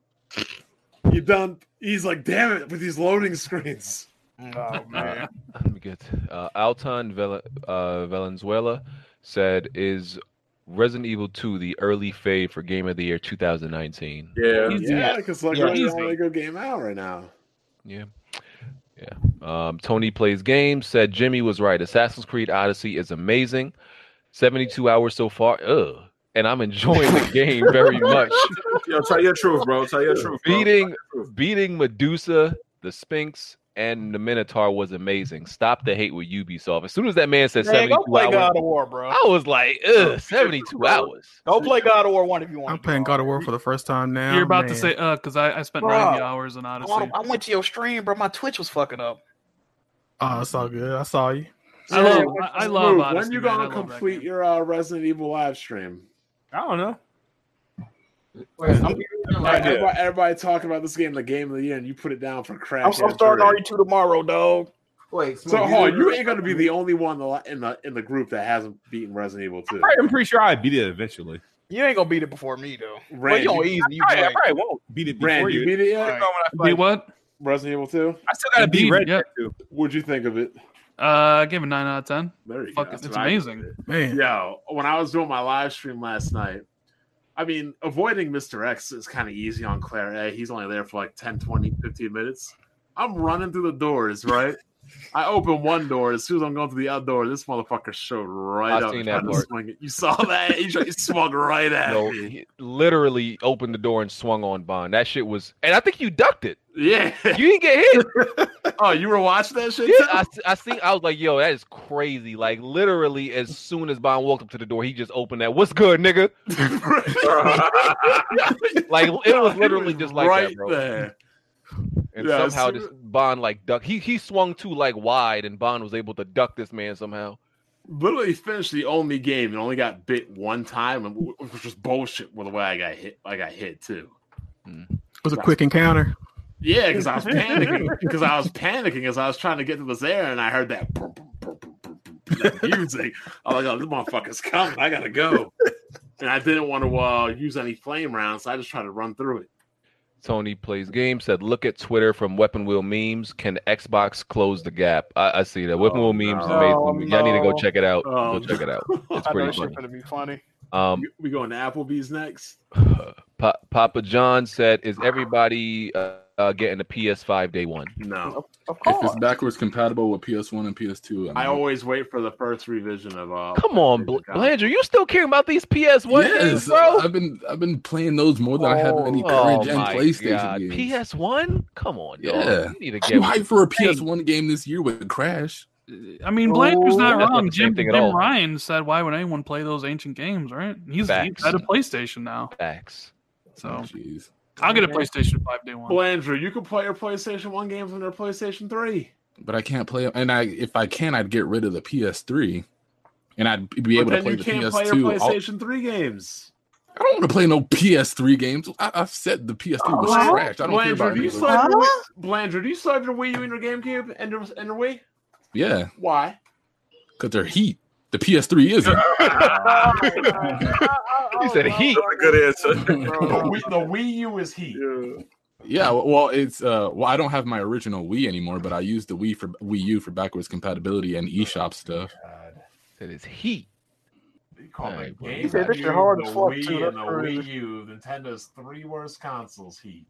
[SPEAKER 6] you done." He's like, "Damn it!" With these loading screens.
[SPEAKER 10] Oh man.
[SPEAKER 1] Let me get uh, Alton Vel- uh, Valenzuela said, "Is Resident Evil 2 the early fave for Game of the Year 2019?"
[SPEAKER 7] Yeah,
[SPEAKER 6] yeah, because like
[SPEAKER 1] Yeah,
[SPEAKER 6] right now,
[SPEAKER 1] easy.
[SPEAKER 6] Lego Game out right now.
[SPEAKER 1] Yeah. Um, Tony plays games said Jimmy was right. Assassin's Creed Odyssey is amazing. 72 hours so far. Ugh. And I'm enjoying the game very much.
[SPEAKER 7] [laughs] Yo, tell your truth, bro. Tell your truth. bro.
[SPEAKER 1] Beating beating Medusa, the Sphinx, and the Minotaur was amazing. Stop the hate with Ubisoft. As soon as that man said
[SPEAKER 10] Man,
[SPEAKER 1] 72
[SPEAKER 10] go play
[SPEAKER 1] hours,
[SPEAKER 10] God of War, bro.
[SPEAKER 1] I was like, ugh, 72 hours.
[SPEAKER 10] Go play God of War one if you want.
[SPEAKER 4] I'm playing God of War for the first time now.
[SPEAKER 15] You're about to
[SPEAKER 4] Oh,
[SPEAKER 15] say,
[SPEAKER 4] man.
[SPEAKER 15] "Uh," because I, I spent
[SPEAKER 10] Bruh.
[SPEAKER 15] 90 hours in Odyssey.
[SPEAKER 10] I, I went to your stream, bro. My Twitch was fucking up.
[SPEAKER 4] "Oh, it's all good. I saw you."
[SPEAKER 15] I love- I- I love
[SPEAKER 6] Smooth,
[SPEAKER 15] Odyssey,
[SPEAKER 6] When you
[SPEAKER 15] man. I
[SPEAKER 6] gonna
[SPEAKER 15] love that
[SPEAKER 6] complete your uh, Resident Evil live stream?
[SPEAKER 14] I don't know.
[SPEAKER 6] everybody, everybody talking about this game, the game of the year, and you put it down for crash.
[SPEAKER 10] I'm, I'm
[SPEAKER 6] and
[SPEAKER 10] starting
[SPEAKER 6] trade.
[SPEAKER 10] RE2 tomorrow, dog.
[SPEAKER 9] Wait,
[SPEAKER 6] So hold on, you ain't gonna be the only one in the in the, in the group that hasn't beaten Resident Evil 2.
[SPEAKER 14] I'm pretty sure I beat it eventually.
[SPEAKER 10] You ain't gonna beat it before me though.
[SPEAKER 6] Rand,
[SPEAKER 10] well, you on
[SPEAKER 6] you-
[SPEAKER 10] easy. You
[SPEAKER 14] I,
[SPEAKER 10] play.
[SPEAKER 14] I probably won't beat it before
[SPEAKER 6] Brand, you
[SPEAKER 14] you.
[SPEAKER 6] beat it yet?
[SPEAKER 10] Right.
[SPEAKER 15] Be what?
[SPEAKER 6] Resident Evil 2.
[SPEAKER 14] I still gotta beat
[SPEAKER 15] Indeed,
[SPEAKER 14] Red
[SPEAKER 15] yeah.
[SPEAKER 14] Dead 2.
[SPEAKER 6] What'd you think of it?
[SPEAKER 15] Uh, I gave it nine out of ten.
[SPEAKER 6] There you
[SPEAKER 15] Fuck,
[SPEAKER 6] go.
[SPEAKER 15] it's
[SPEAKER 6] That's what I
[SPEAKER 15] amazing.
[SPEAKER 4] Man.
[SPEAKER 6] Yo, when I was doing my live stream last night, I mean, avoiding Mr. X is kind of easy on Claire A. He's only there for like 10, 20, 15 minutes. I'm running through the doors,
[SPEAKER 4] [laughs]
[SPEAKER 6] right? I open one door. As soon as I'm going through the other door, this motherfucker showed right
[SPEAKER 1] I
[SPEAKER 6] up.
[SPEAKER 1] seen
[SPEAKER 6] and
[SPEAKER 1] that
[SPEAKER 6] tried to
[SPEAKER 1] part.
[SPEAKER 6] swing it. You saw that? He, tried- he swung right at
[SPEAKER 1] No,
[SPEAKER 6] me.
[SPEAKER 1] he literally opened the door and swung on Bond. That shit was, and I think you ducked it.
[SPEAKER 6] Yeah.
[SPEAKER 1] You didn't get hit.
[SPEAKER 7] [laughs]
[SPEAKER 6] oh, you were watching that shit?
[SPEAKER 1] Yeah, I, s- I seen. I was like, "Yo, that is crazy!" Like literally, as soon as Bond walked up to the door, he just opened that. What's good, nigga?
[SPEAKER 6] [laughs]
[SPEAKER 1] like it was literally just like
[SPEAKER 6] right
[SPEAKER 1] that, bro.
[SPEAKER 6] there.
[SPEAKER 1] And
[SPEAKER 6] Yeah, as
[SPEAKER 1] somehow
[SPEAKER 6] soon
[SPEAKER 1] this Bond like duck. He he swung too like wide, and Bond was able to duck this man somehow.
[SPEAKER 6] literally finished the only game and only got bit one time, and w- which was bullshit. With the way I got hit, I got hit too.
[SPEAKER 1] Hmm.
[SPEAKER 4] It was a quick encounter.
[SPEAKER 6] Yeah, because
[SPEAKER 3] [laughs]
[SPEAKER 6] I was panicking. Because I was panicking as I was trying to get to this air, and I heard that, boom, boom, boom, boom, boom, boom, boom, that music. I'm like, "Oh, this motherfucker's coming! I gotta go." And I didn't want to uh, use any flame rounds, so I just tried to run through it.
[SPEAKER 1] Tony plays game said, "Look at Twitter from Weapon Wheel memes. Can Xbox close the gap?" I, I see that Weapon
[SPEAKER 15] Oh,
[SPEAKER 6] Oh,
[SPEAKER 1] Wheel memes is amazing.
[SPEAKER 3] No,
[SPEAKER 1] Y'all need to go
[SPEAKER 3] no.
[SPEAKER 1] check it out.
[SPEAKER 3] Oh,
[SPEAKER 1] go
[SPEAKER 6] [laughs]
[SPEAKER 1] check it out. It's
[SPEAKER 3] I know
[SPEAKER 1] pretty
[SPEAKER 3] this
[SPEAKER 1] funny.
[SPEAKER 3] shit gonna be funny.
[SPEAKER 1] Um,
[SPEAKER 6] Um, we going to Applebee's
[SPEAKER 1] [sighs]
[SPEAKER 6] next.
[SPEAKER 1] Pa- Papa John said, "Is everybody uh, uh, getting a PS5 day one?"
[SPEAKER 6] No.
[SPEAKER 3] Of
[SPEAKER 13] If it's backwards compatible with PS1 and PS2,
[SPEAKER 6] I always wait for the first revision of uh.
[SPEAKER 1] Come on, Bl- Blandry, you still caring about these PS1 games,
[SPEAKER 13] Yes,
[SPEAKER 1] bro? Oh
[SPEAKER 13] I've been I've been playing those more than I have any current gen
[SPEAKER 1] my
[SPEAKER 13] PlayStation
[SPEAKER 1] God.
[SPEAKER 13] games.
[SPEAKER 1] PS1? Come on, dog.
[SPEAKER 13] yeah,
[SPEAKER 1] You need to
[SPEAKER 13] I'm
[SPEAKER 1] get
[SPEAKER 13] hyped for a PS1 game this year with Crash.
[SPEAKER 15] I mean, Blanchard's
[SPEAKER 6] Oh,
[SPEAKER 15] not wrong. Jim,
[SPEAKER 13] thing
[SPEAKER 15] Jim
[SPEAKER 13] at all.
[SPEAKER 15] Ryan said, "Why would anyone play those ancient games?" Right? He's, he's
[SPEAKER 13] Facts.
[SPEAKER 15] at a PlayStation now.
[SPEAKER 1] Facts.
[SPEAKER 15] So, I'll get a PlayStation Five day one.
[SPEAKER 6] Blandrew, you can play your PlayStation One games on their PlayStation Three.
[SPEAKER 13] but I can't play. And I, if I can, I'd get rid of the PS3, and I'd be able
[SPEAKER 6] but then
[SPEAKER 13] to play
[SPEAKER 6] you
[SPEAKER 13] the
[SPEAKER 6] can't
[SPEAKER 13] PS2.
[SPEAKER 6] play your
[SPEAKER 13] all-
[SPEAKER 6] PlayStation Three games.
[SPEAKER 13] I don't want to play no PS3 games. I, I've said the PS3 was
[SPEAKER 6] Blandrew,
[SPEAKER 13] trash. I don't care about
[SPEAKER 6] do you
[SPEAKER 13] it.
[SPEAKER 6] still Oh, have your Wii- Blandrew, do you still have your Wii U and your GameCube and your, and your Wii?
[SPEAKER 13] Yeah,
[SPEAKER 6] Why?
[SPEAKER 13] because they're heat. The PS3
[SPEAKER 7] [laughs]
[SPEAKER 13] isn't.
[SPEAKER 1] he said heat.
[SPEAKER 7] Good
[SPEAKER 13] [laughs]
[SPEAKER 7] answer.
[SPEAKER 6] the, Wii, the Wii U is heat.
[SPEAKER 13] Yeah, w- well, it's uh, well, I don't have my original Wii anymore, but I use the Wii for Wii U for backwards compatibility and
[SPEAKER 6] Oh,
[SPEAKER 13] eShop stuff.
[SPEAKER 1] That is heat.
[SPEAKER 3] He said this shit hard as fuck,
[SPEAKER 6] The
[SPEAKER 3] too.
[SPEAKER 6] Wii
[SPEAKER 3] That's
[SPEAKER 6] and the
[SPEAKER 3] crazy.
[SPEAKER 6] Wii U, Nintendo's three worst consoles. Heat.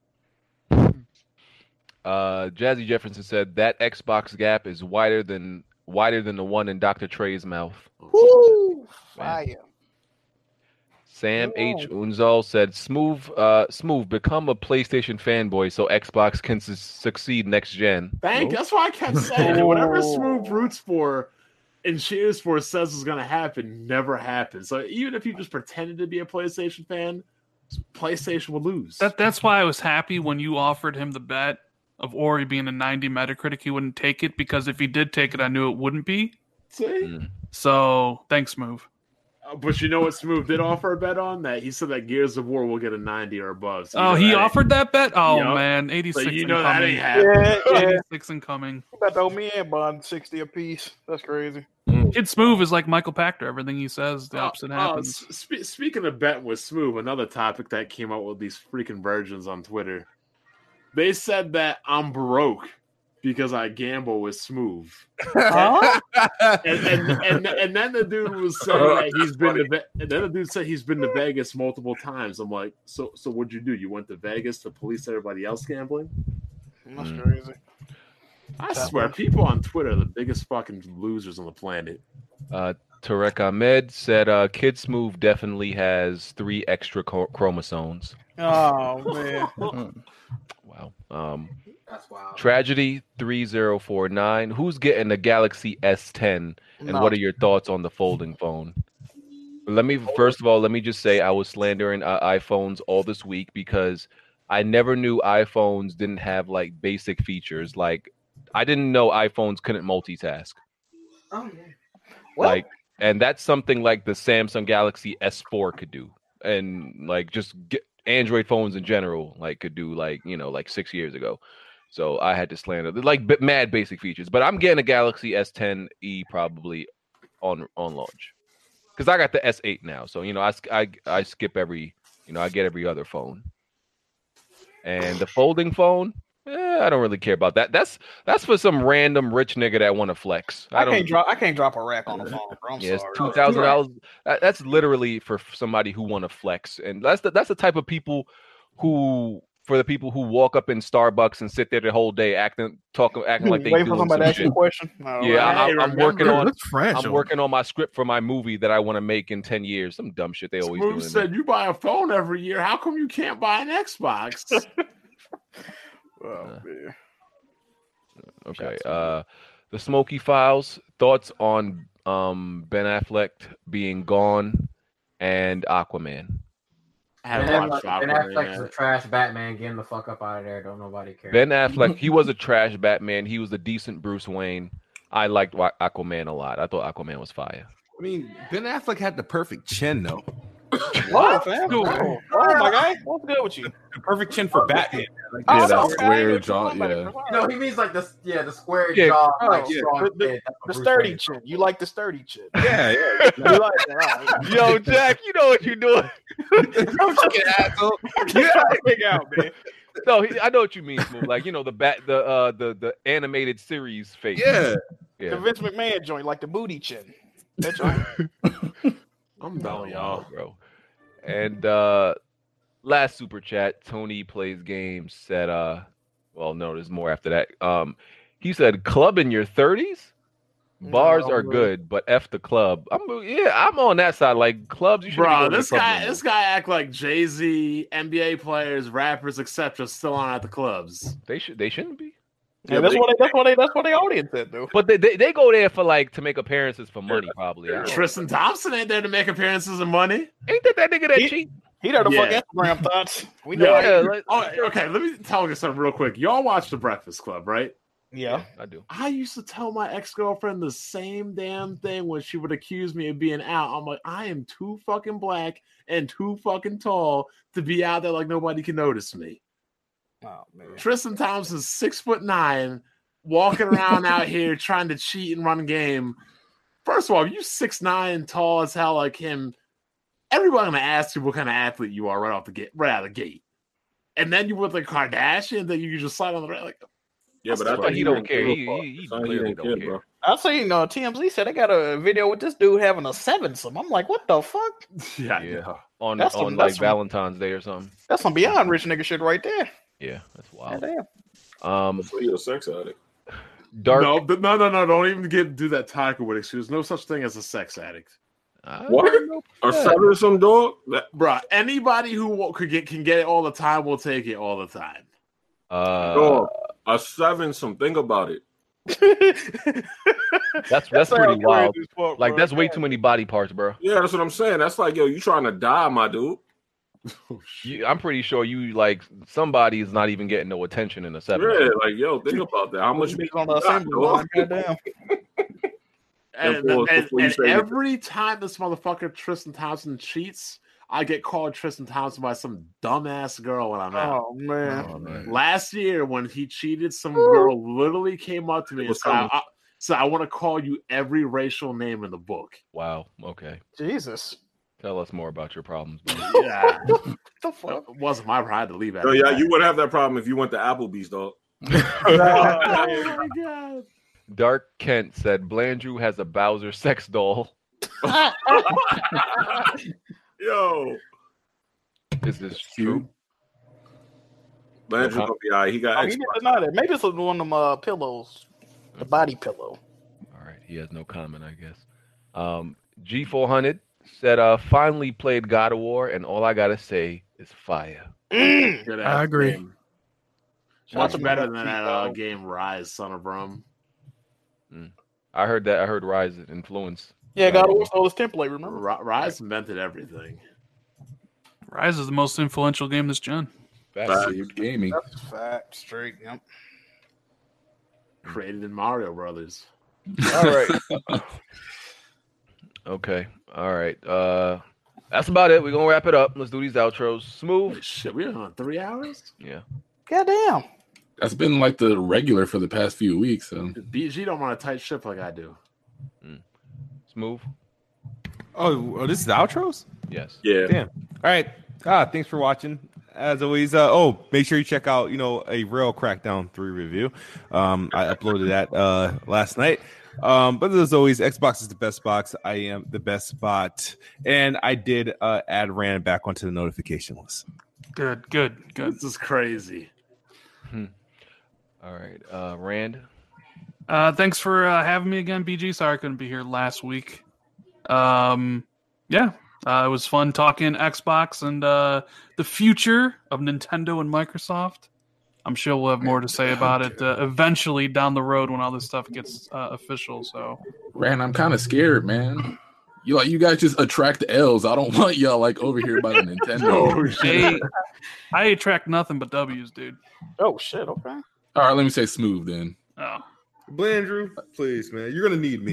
[SPEAKER 1] Uh, Jazzy Jefferson said that Xbox gap is wider than wider than the one in Dr. Trey's mouth.
[SPEAKER 3] Woo! Fire.
[SPEAKER 1] Sam H. Unzal said, "Smooth, uh, smooth. Become a PlayStation fanboy so Xbox can su- succeed next gen."
[SPEAKER 6] Thank. That's why I kept saying it. whatever Smooth roots for and cheers for says is going to happen never happens. So even if you just pretended to be a PlayStation fan, PlayStation will lose.
[SPEAKER 15] That that's why I was happy when you offered him the bet of Ori being a 90 Metacritic. He wouldn't take it because if he did take it, I knew it wouldn't be.
[SPEAKER 6] See?
[SPEAKER 13] Mm.
[SPEAKER 15] So thanks, move.
[SPEAKER 6] Uh, But you know what Smooth did offer a bet on that? He said that Gears of War will get a 90 or above. So you
[SPEAKER 15] Oh,
[SPEAKER 6] know
[SPEAKER 15] he
[SPEAKER 6] that ain't-
[SPEAKER 15] offered that bet. Oh
[SPEAKER 6] Yup.
[SPEAKER 15] man,
[SPEAKER 6] So
[SPEAKER 15] 86
[SPEAKER 6] you
[SPEAKER 15] and
[SPEAKER 6] know that
[SPEAKER 15] coming.
[SPEAKER 6] ain't happening.
[SPEAKER 15] Yeah,
[SPEAKER 6] Yeah,
[SPEAKER 3] yeah.
[SPEAKER 15] 86 and coming.
[SPEAKER 3] You about to owe me and Bond 60 apiece. That's crazy.
[SPEAKER 15] Kid Smooth is like Michael Pachter. Everything he says, the opposite
[SPEAKER 6] Oh,
[SPEAKER 15] happens.
[SPEAKER 6] s- spe- speaking of betting with Smooth, another topic that came out with these freaking virgins on Twitter. They said that I'm broke because I gamble with Smooth. and, and, and, and then the dude was saying that he's been to Ve- and then the dude said he's been to Vegas multiple times. I'm like, so so what'd you do? You went to Vegas to police everybody else gambling?
[SPEAKER 3] That's
[SPEAKER 6] Mm.
[SPEAKER 15] Mm.
[SPEAKER 3] crazy.
[SPEAKER 6] I swear, people on Twitter are the biggest fucking losers on the planet.
[SPEAKER 1] Uh, Tarek Ahmed said, uh, "Kid Smooth definitely has three extra cho- chromosomes."
[SPEAKER 3] Oh, man.
[SPEAKER 1] Mm. Wow. Um,
[SPEAKER 9] That's wild.
[SPEAKER 1] Tragedy three zero four nine. Who's getting the Galaxy S ten? And
[SPEAKER 9] No.
[SPEAKER 1] what are your thoughts on the folding phone? Let me first of all let me just say I was slandering uh, iPhones all this week because I never knew iPhones didn't have like basic features. Like I didn't know iPhones couldn't multitask.
[SPEAKER 9] Oh yeah.
[SPEAKER 1] Like and that's something like the Samsung Galaxy S4 could do. And like just get Android phones in general like could do like, you know, like 6 years ago. So I had to slander like b- mad basic features, but I'm getting a Galaxy S10e probably on on launch because I got the S8 now. So you know, I, sk- I I skip every you know I get every other phone, and the folding phone. Eh, I don't really care about that. That's that's for some random rich nigga that want to flex. I,
[SPEAKER 10] I,
[SPEAKER 1] don't.
[SPEAKER 10] can't drop. I can't drop a rack on the phone, bro. I'm
[SPEAKER 1] yeah, it's
[SPEAKER 10] sorry.
[SPEAKER 1] two thousand dollars. uh, That's literally for f- somebody who want to flex, and that's the that's the type of people who for the people who walk up in Starbucks and sit there the whole day acting
[SPEAKER 3] [laughs]
[SPEAKER 1] talking acting like they
[SPEAKER 3] Wait for
[SPEAKER 1] doing
[SPEAKER 3] somebody to
[SPEAKER 1] some
[SPEAKER 3] ask you a
[SPEAKER 1] shit.
[SPEAKER 3] question. No,
[SPEAKER 1] Yeah,
[SPEAKER 3] right.
[SPEAKER 1] I'm,
[SPEAKER 3] Hey,
[SPEAKER 1] I'm working
[SPEAKER 3] remember-
[SPEAKER 1] on
[SPEAKER 3] That's fragile.
[SPEAKER 1] I'm working on my script for my movie that I want to make in ten years. Some dumb shit they always do.
[SPEAKER 6] Smooth said, "You buy a phone every year. How come you can't buy an Xbox?"
[SPEAKER 1] [laughs]
[SPEAKER 3] oh, man.
[SPEAKER 1] Okay. Uh, the Smoky Files thoughts on um Ben Affleck being gone and Aquaman.
[SPEAKER 9] Ben Affleck, ben Affleck's a trash Batman. Get him the fuck up out of there. Don't nobody care.
[SPEAKER 1] Ben Affleck, he was a trash Batman. He was a decent Bruce Wayne. I liked Wa- Aquaman a lot. I thought Aquaman was fire.
[SPEAKER 8] I mean, Ben Affleck had the perfect chin though.
[SPEAKER 10] What? Oh, man. Oh, my guy. What's good with you?
[SPEAKER 8] The perfect chin for Batman. Like,
[SPEAKER 10] Oh,
[SPEAKER 1] Yeah, that
[SPEAKER 8] that's-
[SPEAKER 1] square jaw. Yeah.
[SPEAKER 9] No, he means like the yeah the square
[SPEAKER 1] Yeah.
[SPEAKER 9] jaw, like
[SPEAKER 1] Oh, yeah.
[SPEAKER 9] strong
[SPEAKER 1] The- the-
[SPEAKER 9] head. That's
[SPEAKER 3] The
[SPEAKER 9] what Bruce
[SPEAKER 3] sturdy
[SPEAKER 9] Wayne-
[SPEAKER 3] chin. You like the sturdy chin.
[SPEAKER 8] Yeah,
[SPEAKER 10] [laughs]
[SPEAKER 3] You like that. all right.
[SPEAKER 1] Yo, Jack, you know what you're doing.
[SPEAKER 10] [laughs]
[SPEAKER 8] I'm just kidding, asshole.
[SPEAKER 3] I'm just trying to figure out, man.
[SPEAKER 1] [laughs] no, he, I know what you mean. Smooth. Like you know the bat, the uh, the the animated series face.
[SPEAKER 19] Yeah.
[SPEAKER 1] yeah.
[SPEAKER 10] The Vince McMahon joint, like the booty chin. That
[SPEAKER 1] [laughs]
[SPEAKER 10] joint.
[SPEAKER 1] I'm done, y'all, bro. And uh last super chat, Tony plays games said uh well no, there's more after that. Um he said club in your 30s? Bars
[SPEAKER 10] No,
[SPEAKER 1] are
[SPEAKER 10] bro.
[SPEAKER 1] good, but F the club. I'm yeah, I'm on that side. Like clubs, you should
[SPEAKER 6] Bro, this guy, this guy act like Jay Z, NBA players, rappers, etc. Still on at the clubs.
[SPEAKER 1] They should, they shouldn't be.
[SPEAKER 6] Yeah,
[SPEAKER 1] Yeah,
[SPEAKER 6] that's
[SPEAKER 1] but
[SPEAKER 6] what.
[SPEAKER 1] they-
[SPEAKER 6] I,
[SPEAKER 1] that's
[SPEAKER 10] what they that's what they audience said though.
[SPEAKER 1] But they, they they go there for like to make appearances for money, probably. I don't know.
[SPEAKER 6] Tristan Thompson ain't there to make appearances and money. [laughs]
[SPEAKER 1] Ain't that that nigga that
[SPEAKER 6] he,
[SPEAKER 1] cheap?
[SPEAKER 10] He there to fuck
[SPEAKER 6] Instagram thoughts.
[SPEAKER 10] We
[SPEAKER 1] know
[SPEAKER 6] yeah,
[SPEAKER 1] it. Yeah, like-
[SPEAKER 6] oh, okay, let me tell you something real quick. Y'all watch The Breakfast Club, right?
[SPEAKER 10] Yeah,
[SPEAKER 1] I do.
[SPEAKER 6] I used to tell my ex girlfriend the same damn thing when she would accuse me of being out. I'm like, I am too fucking black and too fucking tall to be out there like nobody can notice me.
[SPEAKER 10] Oh man.
[SPEAKER 6] Tristan Thompson's six foot nine, walking around out here trying to cheat and run game. First of all, if you six nine, tall as hell like him, everyone gonna ask you what kind of athlete you are right off the gate, right out of the gate. And then you with the Kardashian that you can just slide on the like.
[SPEAKER 7] Yeah, but I
[SPEAKER 6] That's
[SPEAKER 7] thought
[SPEAKER 6] funny.
[SPEAKER 7] he don't care. He- he- he clearly don't care.
[SPEAKER 10] I seen uh, TMZ said they got a video with this dude having a seven some. I'm like, what the fuck?
[SPEAKER 6] Yeah,
[SPEAKER 1] on
[SPEAKER 10] That's
[SPEAKER 1] on
[SPEAKER 10] some-
[SPEAKER 1] like
[SPEAKER 10] that's some-
[SPEAKER 1] Valentine's Day or something.
[SPEAKER 10] That's some beyond rich nigga shit right there.
[SPEAKER 1] Yeah, that's wild.
[SPEAKER 10] Goddamn.
[SPEAKER 1] Um,
[SPEAKER 7] you a sex addict.
[SPEAKER 1] Dark.
[SPEAKER 6] No, but no, no, no! Don't even get do that Tiger Woods excuse. No such thing as a sex addict.
[SPEAKER 7] What? Or seven some dog? That-
[SPEAKER 6] Bruh, anybody who wa- could get can get it all the time will take it all the time.
[SPEAKER 1] Uh,
[SPEAKER 7] dog. A seven some. Think
[SPEAKER 3] [laughs]
[SPEAKER 7] about it.
[SPEAKER 1] That's that's
[SPEAKER 7] sounds
[SPEAKER 1] pretty
[SPEAKER 7] crazy
[SPEAKER 1] wild.
[SPEAKER 7] as fuck,
[SPEAKER 1] like
[SPEAKER 7] bro.
[SPEAKER 1] that's way too many body parts, bro.
[SPEAKER 7] Yeah, that's what I'm saying. That's like, yo, you trying to die, my dude. [laughs] Oh,
[SPEAKER 1] You, I'm pretty sure you like somebody is not even getting no attention in a seven.
[SPEAKER 7] Yeah, like, yo, think about that. How much
[SPEAKER 10] Niggas
[SPEAKER 7] meat
[SPEAKER 10] on
[SPEAKER 7] you
[SPEAKER 10] the
[SPEAKER 7] got,
[SPEAKER 10] assembly
[SPEAKER 7] dog?
[SPEAKER 10] line,
[SPEAKER 1] [laughs]
[SPEAKER 10] goddamn.
[SPEAKER 6] [laughs] And,
[SPEAKER 7] And boys,
[SPEAKER 6] and-
[SPEAKER 7] before you
[SPEAKER 6] and
[SPEAKER 7] say anything.
[SPEAKER 6] every time this motherfucker Tristan Thompson cheats, I get called Tristan Thompson by some dumbass girl when I'm out.
[SPEAKER 10] Oh man.
[SPEAKER 6] Last year, when he cheated, some girl literally came up to me and
[SPEAKER 1] was
[SPEAKER 6] said, I,
[SPEAKER 1] coming.
[SPEAKER 6] I- said, "I want to call you every racial name in the book."
[SPEAKER 1] Wow. Oh, Okay.
[SPEAKER 10] Jesus. Oh,
[SPEAKER 1] Tell us more about your
[SPEAKER 6] [laughs]
[SPEAKER 1] problems.
[SPEAKER 10] [laughs]
[SPEAKER 1] bro.
[SPEAKER 7] [laughs]
[SPEAKER 6] Yeah,
[SPEAKER 10] the fuck?
[SPEAKER 6] It wasn't my problem. I had to leave.
[SPEAKER 7] Yo,
[SPEAKER 6] after
[SPEAKER 7] yeah,
[SPEAKER 6] that.
[SPEAKER 7] you would have that problem if you went to Applebee's, dog.
[SPEAKER 6] oh my god.
[SPEAKER 1] Dark Kent said Blandrew has a Bowser
[SPEAKER 7] [laughs]
[SPEAKER 1] sex doll. [laughs]
[SPEAKER 7] Yo.
[SPEAKER 1] Is this true?
[SPEAKER 7] Landry gonna be all right. He
[SPEAKER 10] Oh,
[SPEAKER 7] got
[SPEAKER 10] he
[SPEAKER 7] Xbox.
[SPEAKER 10] didn't deny that. Maybe it's one of them uh, pillows, the body pillow.
[SPEAKER 1] He has no comment, I guess. Um, G400 said, uh, finally played God of War, and all I gotta say is fire.
[SPEAKER 6] Good
[SPEAKER 20] I
[SPEAKER 6] ass
[SPEAKER 20] agree.
[SPEAKER 6] game. Much
[SPEAKER 1] Mm. Shout
[SPEAKER 6] better
[SPEAKER 1] out
[SPEAKER 6] than
[SPEAKER 1] to
[SPEAKER 6] that uh,
[SPEAKER 1] Tito.
[SPEAKER 6] game Rise, Son of Rum.
[SPEAKER 1] Mm. I heard that. I heard Rise and Influence.
[SPEAKER 10] Yeah, God of War stole his template. Remember?
[SPEAKER 6] Ri- Rise invented everything.
[SPEAKER 15] Rise is the most influential game this gen.
[SPEAKER 1] Facts.
[SPEAKER 13] Saved gaming.
[SPEAKER 10] That's fact, straight. Yep. [laughs]
[SPEAKER 6] Created in Mario Brothers.
[SPEAKER 1] All [laughs] right. okay. All right. Uh, that's about it. We're gonna wrap it up. Let's do these outros. Smooth.
[SPEAKER 6] Shit, we're on three hours.
[SPEAKER 1] Yeah.
[SPEAKER 10] Goddamn.
[SPEAKER 13] That's been like the regular for the past few weeks. So
[SPEAKER 6] BG don't want to tight ship like I do.
[SPEAKER 10] Mm.
[SPEAKER 1] Smooth.
[SPEAKER 8] Oh, oh, this is the outros.
[SPEAKER 1] Yes.
[SPEAKER 7] Yeah.
[SPEAKER 8] Damn. All right. Ah, thanks for watching. As always, uh, oh, make sure you check out, you know, a real Crackdown 3 review. Um, I uploaded that uh last night. Um, but as always, Xbox is the best box. I am the best spot. And I did uh add Ran back onto the notification list.
[SPEAKER 15] Good, good, good.
[SPEAKER 6] This is crazy.
[SPEAKER 1] Hmm. All right. Uh, Rand.
[SPEAKER 15] Uh, thanks for uh, having me again, BG. Sorry I couldn't be here last week. Um, yeah, uh, it was fun talking Xbox and uh, the future of Nintendo and Microsoft. I'm sure we'll have more to say about it uh, eventually down the road when all this stuff gets uh, official. So
[SPEAKER 13] Rand, I'm kind of scared, man. You like you guys just attract L's. I don't [laughs] want y'all like over here by the [laughs] Nintendo.
[SPEAKER 10] [laughs]
[SPEAKER 15] Hey, I attract nothing but W's, dude.
[SPEAKER 10] Oh shit. Okay.
[SPEAKER 13] All right, let me say smooth then.
[SPEAKER 15] Oh.
[SPEAKER 19] Blandrew, please, man. You're gonna need me.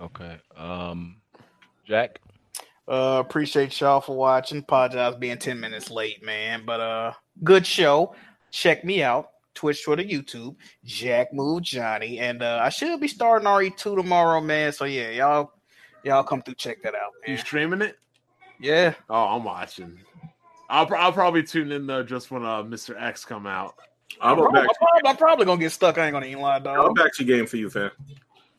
[SPEAKER 1] Okay. Um, Jack.
[SPEAKER 10] Uh, appreciate y'all for watching. Apologize being ten minutes late, man. But uh, good show. Check me out. Twitch, Twitter, YouTube. Jack Move Johnny, and uh, I should be starting RE two tomorrow, man. So yeah, y'all, y'all come through check that out,
[SPEAKER 6] You
[SPEAKER 10] man.
[SPEAKER 6] streaming it?
[SPEAKER 10] Yeah.
[SPEAKER 6] Oh, I'm watching. I'll, pr- I'll probably tune in though just when uh, Mr. X come out.
[SPEAKER 7] I'm
[SPEAKER 6] Bro,
[SPEAKER 7] a back.
[SPEAKER 6] my
[SPEAKER 10] Probably, I'm probably gonna get stuck. I ain't gonna even lie, dog.
[SPEAKER 7] I'll backseat game for you, fam.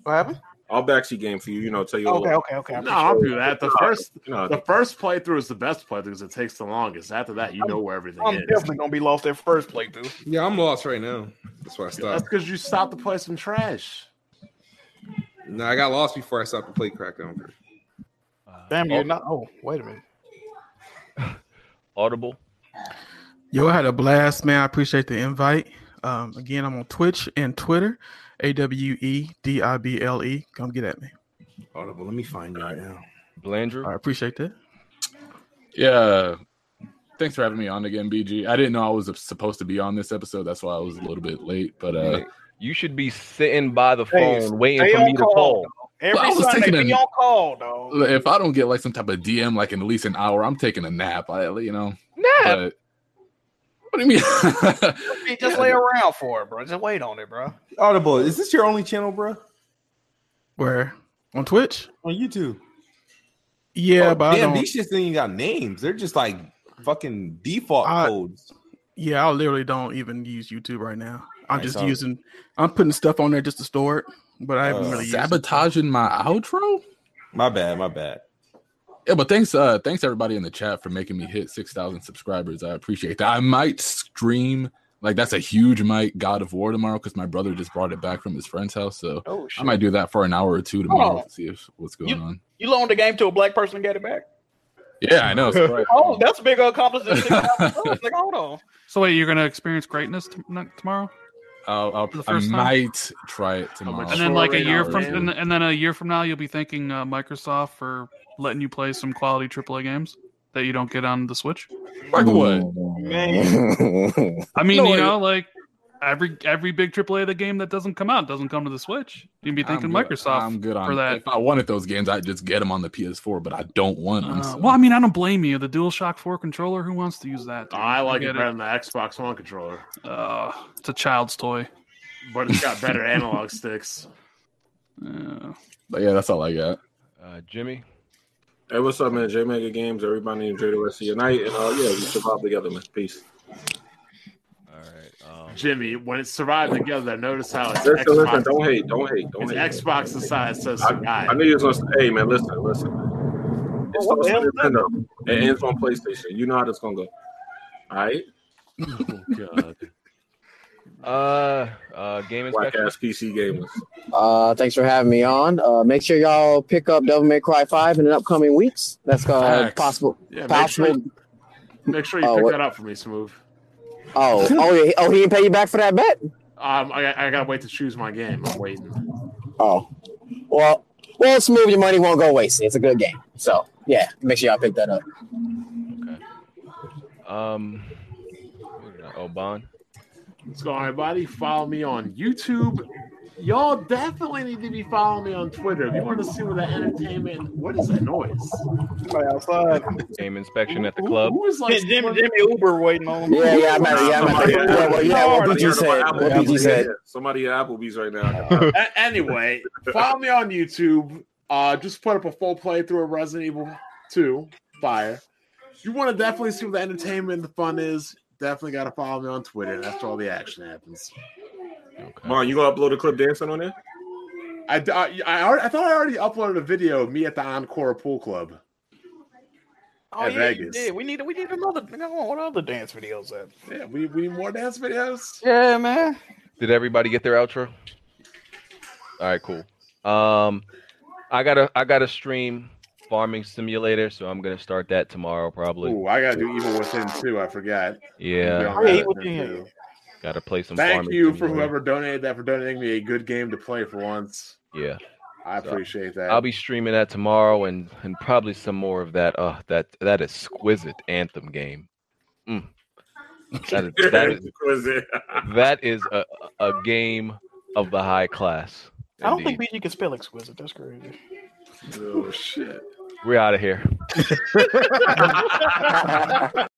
[SPEAKER 10] What happened?
[SPEAKER 7] I'll backseat game for you. You know, tell you. a
[SPEAKER 10] Okay,
[SPEAKER 7] little-
[SPEAKER 10] okay, okay.
[SPEAKER 6] No, I'll do that.
[SPEAKER 7] [laughs]
[SPEAKER 6] The first
[SPEAKER 7] No,
[SPEAKER 6] the first playthrough is the best playthrough because it takes the longest. [laughs] After that, you know where everything
[SPEAKER 10] I'm
[SPEAKER 6] is.
[SPEAKER 10] definitely gonna be lost at first playthrough.
[SPEAKER 6] Yeah, I'm lost right now.
[SPEAKER 21] That's why I
[SPEAKER 6] That's
[SPEAKER 21] stopped.
[SPEAKER 6] because you stopped to play some trash.
[SPEAKER 21] No, I got lost before I stopped to play Crackdown.
[SPEAKER 10] Damn, you're not. Oh, wait a minute.
[SPEAKER 1] Audible.
[SPEAKER 4] Yo, I had a blast, man. I appreciate the invite. Um, again, I'm on Twitch and Twitter, A W E D I B L E. Come get at me.
[SPEAKER 22] Audible, let me find you right now.
[SPEAKER 4] Blandrew. I appreciate that.
[SPEAKER 13] Yeah. Thanks for having me on again, BG. I didn't know I was supposed to be on this episode. That's why I was a little bit late. But uh
[SPEAKER 1] you should be sitting by the
[SPEAKER 13] Hey,
[SPEAKER 1] phone waiting
[SPEAKER 13] stay
[SPEAKER 1] for
[SPEAKER 13] on
[SPEAKER 1] me to
[SPEAKER 13] call,
[SPEAKER 1] call.
[SPEAKER 13] Every I was Sunday, taking be a- on
[SPEAKER 10] call, dog.
[SPEAKER 13] if I don't get like some type of DM like in at least an hour, I'm taking a nap. I you know.
[SPEAKER 10] Nap?
[SPEAKER 13] But- what do you mean?
[SPEAKER 10] [laughs] Just
[SPEAKER 13] [laughs]
[SPEAKER 10] lay around for it, bro. Just wait on it, bro.
[SPEAKER 8] Audible, is this your only channel, bro?
[SPEAKER 4] Where? On Twitch?
[SPEAKER 8] On YouTube.
[SPEAKER 4] Yeah,
[SPEAKER 8] Oh,
[SPEAKER 4] but I
[SPEAKER 8] damn,
[SPEAKER 4] don't-
[SPEAKER 8] these shits didn't even got names. They're just like fucking default codes.
[SPEAKER 4] Yeah, I literally don't even use YouTube right now. I'm
[SPEAKER 8] Nice,
[SPEAKER 4] just
[SPEAKER 8] huh?
[SPEAKER 4] using. I'm putting stuff on there just to store it, but I haven't
[SPEAKER 13] Uh,
[SPEAKER 4] really used it.
[SPEAKER 13] sabotaging my outro.
[SPEAKER 8] My bad, my bad.
[SPEAKER 13] Yeah, but thanks, uh, thanks everybody in the chat for making me hit six thousand subscribers. I appreciate that. I might stream like that's a huge might God of War tomorrow because my brother just brought it back from his friend's house. So
[SPEAKER 10] Oh,
[SPEAKER 13] I might do that for an hour or two tomorrow
[SPEAKER 10] on.
[SPEAKER 13] to see if, what's going on.
[SPEAKER 10] You loaned the game to a black person and got it back.
[SPEAKER 13] Yeah, I know. it's right.
[SPEAKER 10] Oh, that's a big
[SPEAKER 13] [laughs]
[SPEAKER 10] accomplishment. $6,000. like, hold on.
[SPEAKER 15] [laughs] So wait, you're gonna experience greatness t- n- tomorrow,
[SPEAKER 13] I'll, I'll,
[SPEAKER 15] the
[SPEAKER 13] uh, I
[SPEAKER 15] first time?
[SPEAKER 13] might try it tomorrow.
[SPEAKER 15] and then like a year from, and, and then a year from now, you'll be thanking uh, Microsoft for letting you play some quality AAA games that you don't get on the Switch.
[SPEAKER 13] Like what?
[SPEAKER 15] I mean,
[SPEAKER 13] No,
[SPEAKER 15] you
[SPEAKER 13] I-
[SPEAKER 15] know, like every every big AAA the game that doesn't come out doesn't come to the Switch. You'd be thanking
[SPEAKER 13] I'm good-
[SPEAKER 15] Microsoft
[SPEAKER 13] I'm good on
[SPEAKER 15] for that.
[SPEAKER 13] If I wanted those games, I'd just get them on the PS4, but I don't want them.
[SPEAKER 15] Uh, Well, I mean, I don't blame you. The DualShock 4 controller, who wants to use that?
[SPEAKER 6] I like it better
[SPEAKER 15] It.
[SPEAKER 6] than the Xbox One controller,
[SPEAKER 15] Uh, it's a child's toy.
[SPEAKER 6] but it's
[SPEAKER 15] [laughs]
[SPEAKER 6] got better analog sticks.
[SPEAKER 13] But yeah, that's all I got.
[SPEAKER 1] Uh, Jimmy.
[SPEAKER 7] Hey, what's up, man? J Mega Games. Everybody enjoy the rest of your night, and uh, yeah, we survive together, man. Peace.
[SPEAKER 6] Jimmy, when it survived together, notice how it's
[SPEAKER 7] Listen,
[SPEAKER 6] Xbox.
[SPEAKER 7] listen, don't hate, don't hate, don't
[SPEAKER 6] it's
[SPEAKER 7] hate.
[SPEAKER 6] Xbox the size says
[SPEAKER 7] I,
[SPEAKER 6] survive.
[SPEAKER 7] I knew you was gonna. Say, hey, man, listen, listen. Man. It starts on Nintendo. It ends on PlayStation. You know how this gonna go. All right. [laughs]
[SPEAKER 6] God.
[SPEAKER 1] Uh, uh, game
[SPEAKER 7] Whack ass PC gamers.
[SPEAKER 9] [laughs] Uh, thanks for having me on. Uh, make sure y'all pick up Devil May Cry Five in the upcoming weeks. That's uh,
[SPEAKER 6] Facts.
[SPEAKER 9] possible.
[SPEAKER 6] Yeah, make
[SPEAKER 9] possible.
[SPEAKER 6] sure, make sure you
[SPEAKER 9] Oh,
[SPEAKER 6] pick
[SPEAKER 9] what-
[SPEAKER 6] that up for me, Smooth.
[SPEAKER 9] Oh, oh, he, oh, he didn't pay you back for that bet.
[SPEAKER 6] Um, I, I gotta wait to choose my game. I'm waiting.
[SPEAKER 9] Oh, well, well, smooth. Your money won't go wasted. It's a good game. So yeah, make sure y'all pick that up.
[SPEAKER 1] Um, oh, Bond.
[SPEAKER 6] What's going on, everybody? Follow me on YouTube. Y'all definitely need to be following me on Twitter if you want to see what that entertainment. What is that noise?
[SPEAKER 10] Somebody outside.
[SPEAKER 1] Game inspection at the club.
[SPEAKER 6] Who is like
[SPEAKER 10] Jimmy, Jimmy Uber waiting on him.
[SPEAKER 9] Yeah, yeah, I remember. Yeah, I remember.
[SPEAKER 7] Somebody at
[SPEAKER 9] Yeah, well, yeah, what
[SPEAKER 7] Somebody
[SPEAKER 9] BG
[SPEAKER 7] at
[SPEAKER 9] said.
[SPEAKER 7] Apple-
[SPEAKER 9] What BG said.
[SPEAKER 7] Somebody at Applebee's right now.
[SPEAKER 9] [laughs]
[SPEAKER 6] A- anyway,
[SPEAKER 7] [laughs]
[SPEAKER 6] follow me on YouTube. Uh, just put up a full playthrough of Resident Evil 2 Fire. You want to definitely see what the entertainment and the fun is. Definitely got to follow me on Twitter. That's where all the action happens.
[SPEAKER 7] Mom, you gonna upload a clip dancing on there?
[SPEAKER 6] I, I, I, already- I thought I already uploaded a video of me at the Encore Pool Club.
[SPEAKER 10] Oh,
[SPEAKER 6] At
[SPEAKER 10] yeah, you
[SPEAKER 6] Vegas.
[SPEAKER 10] did. We need we need another. Come on, what other dance videos? At?
[SPEAKER 6] Yeah, we, we need more dance videos.
[SPEAKER 10] Yeah, man.
[SPEAKER 1] Did everybody get their outro? All right, cool. Um, I gotta I gotta stream Farming Simulator, so I'm gonna start that tomorrow probably.
[SPEAKER 6] Ooh, I gotta do Evil Within too. I forgot.
[SPEAKER 1] Yeah,
[SPEAKER 6] We don't
[SPEAKER 1] gotta,
[SPEAKER 6] got that too.
[SPEAKER 1] gotta play some.
[SPEAKER 6] Thank
[SPEAKER 1] Farming
[SPEAKER 6] you for
[SPEAKER 1] Simulator.
[SPEAKER 6] whoever donated that for donating me a good game to play for once.
[SPEAKER 1] Yeah.
[SPEAKER 6] I
[SPEAKER 1] So,
[SPEAKER 6] appreciate that.
[SPEAKER 1] I'll be streaming that tomorrow and and probably some more of that. Uh, that that exquisite anthem game. Mm. That is that is
[SPEAKER 7] Exquisite.
[SPEAKER 1] that is a, a game of the high class.
[SPEAKER 10] I don't think BG can spell exquisite. That's crazy. [laughs]
[SPEAKER 6] Oh shit.
[SPEAKER 1] We're out of here.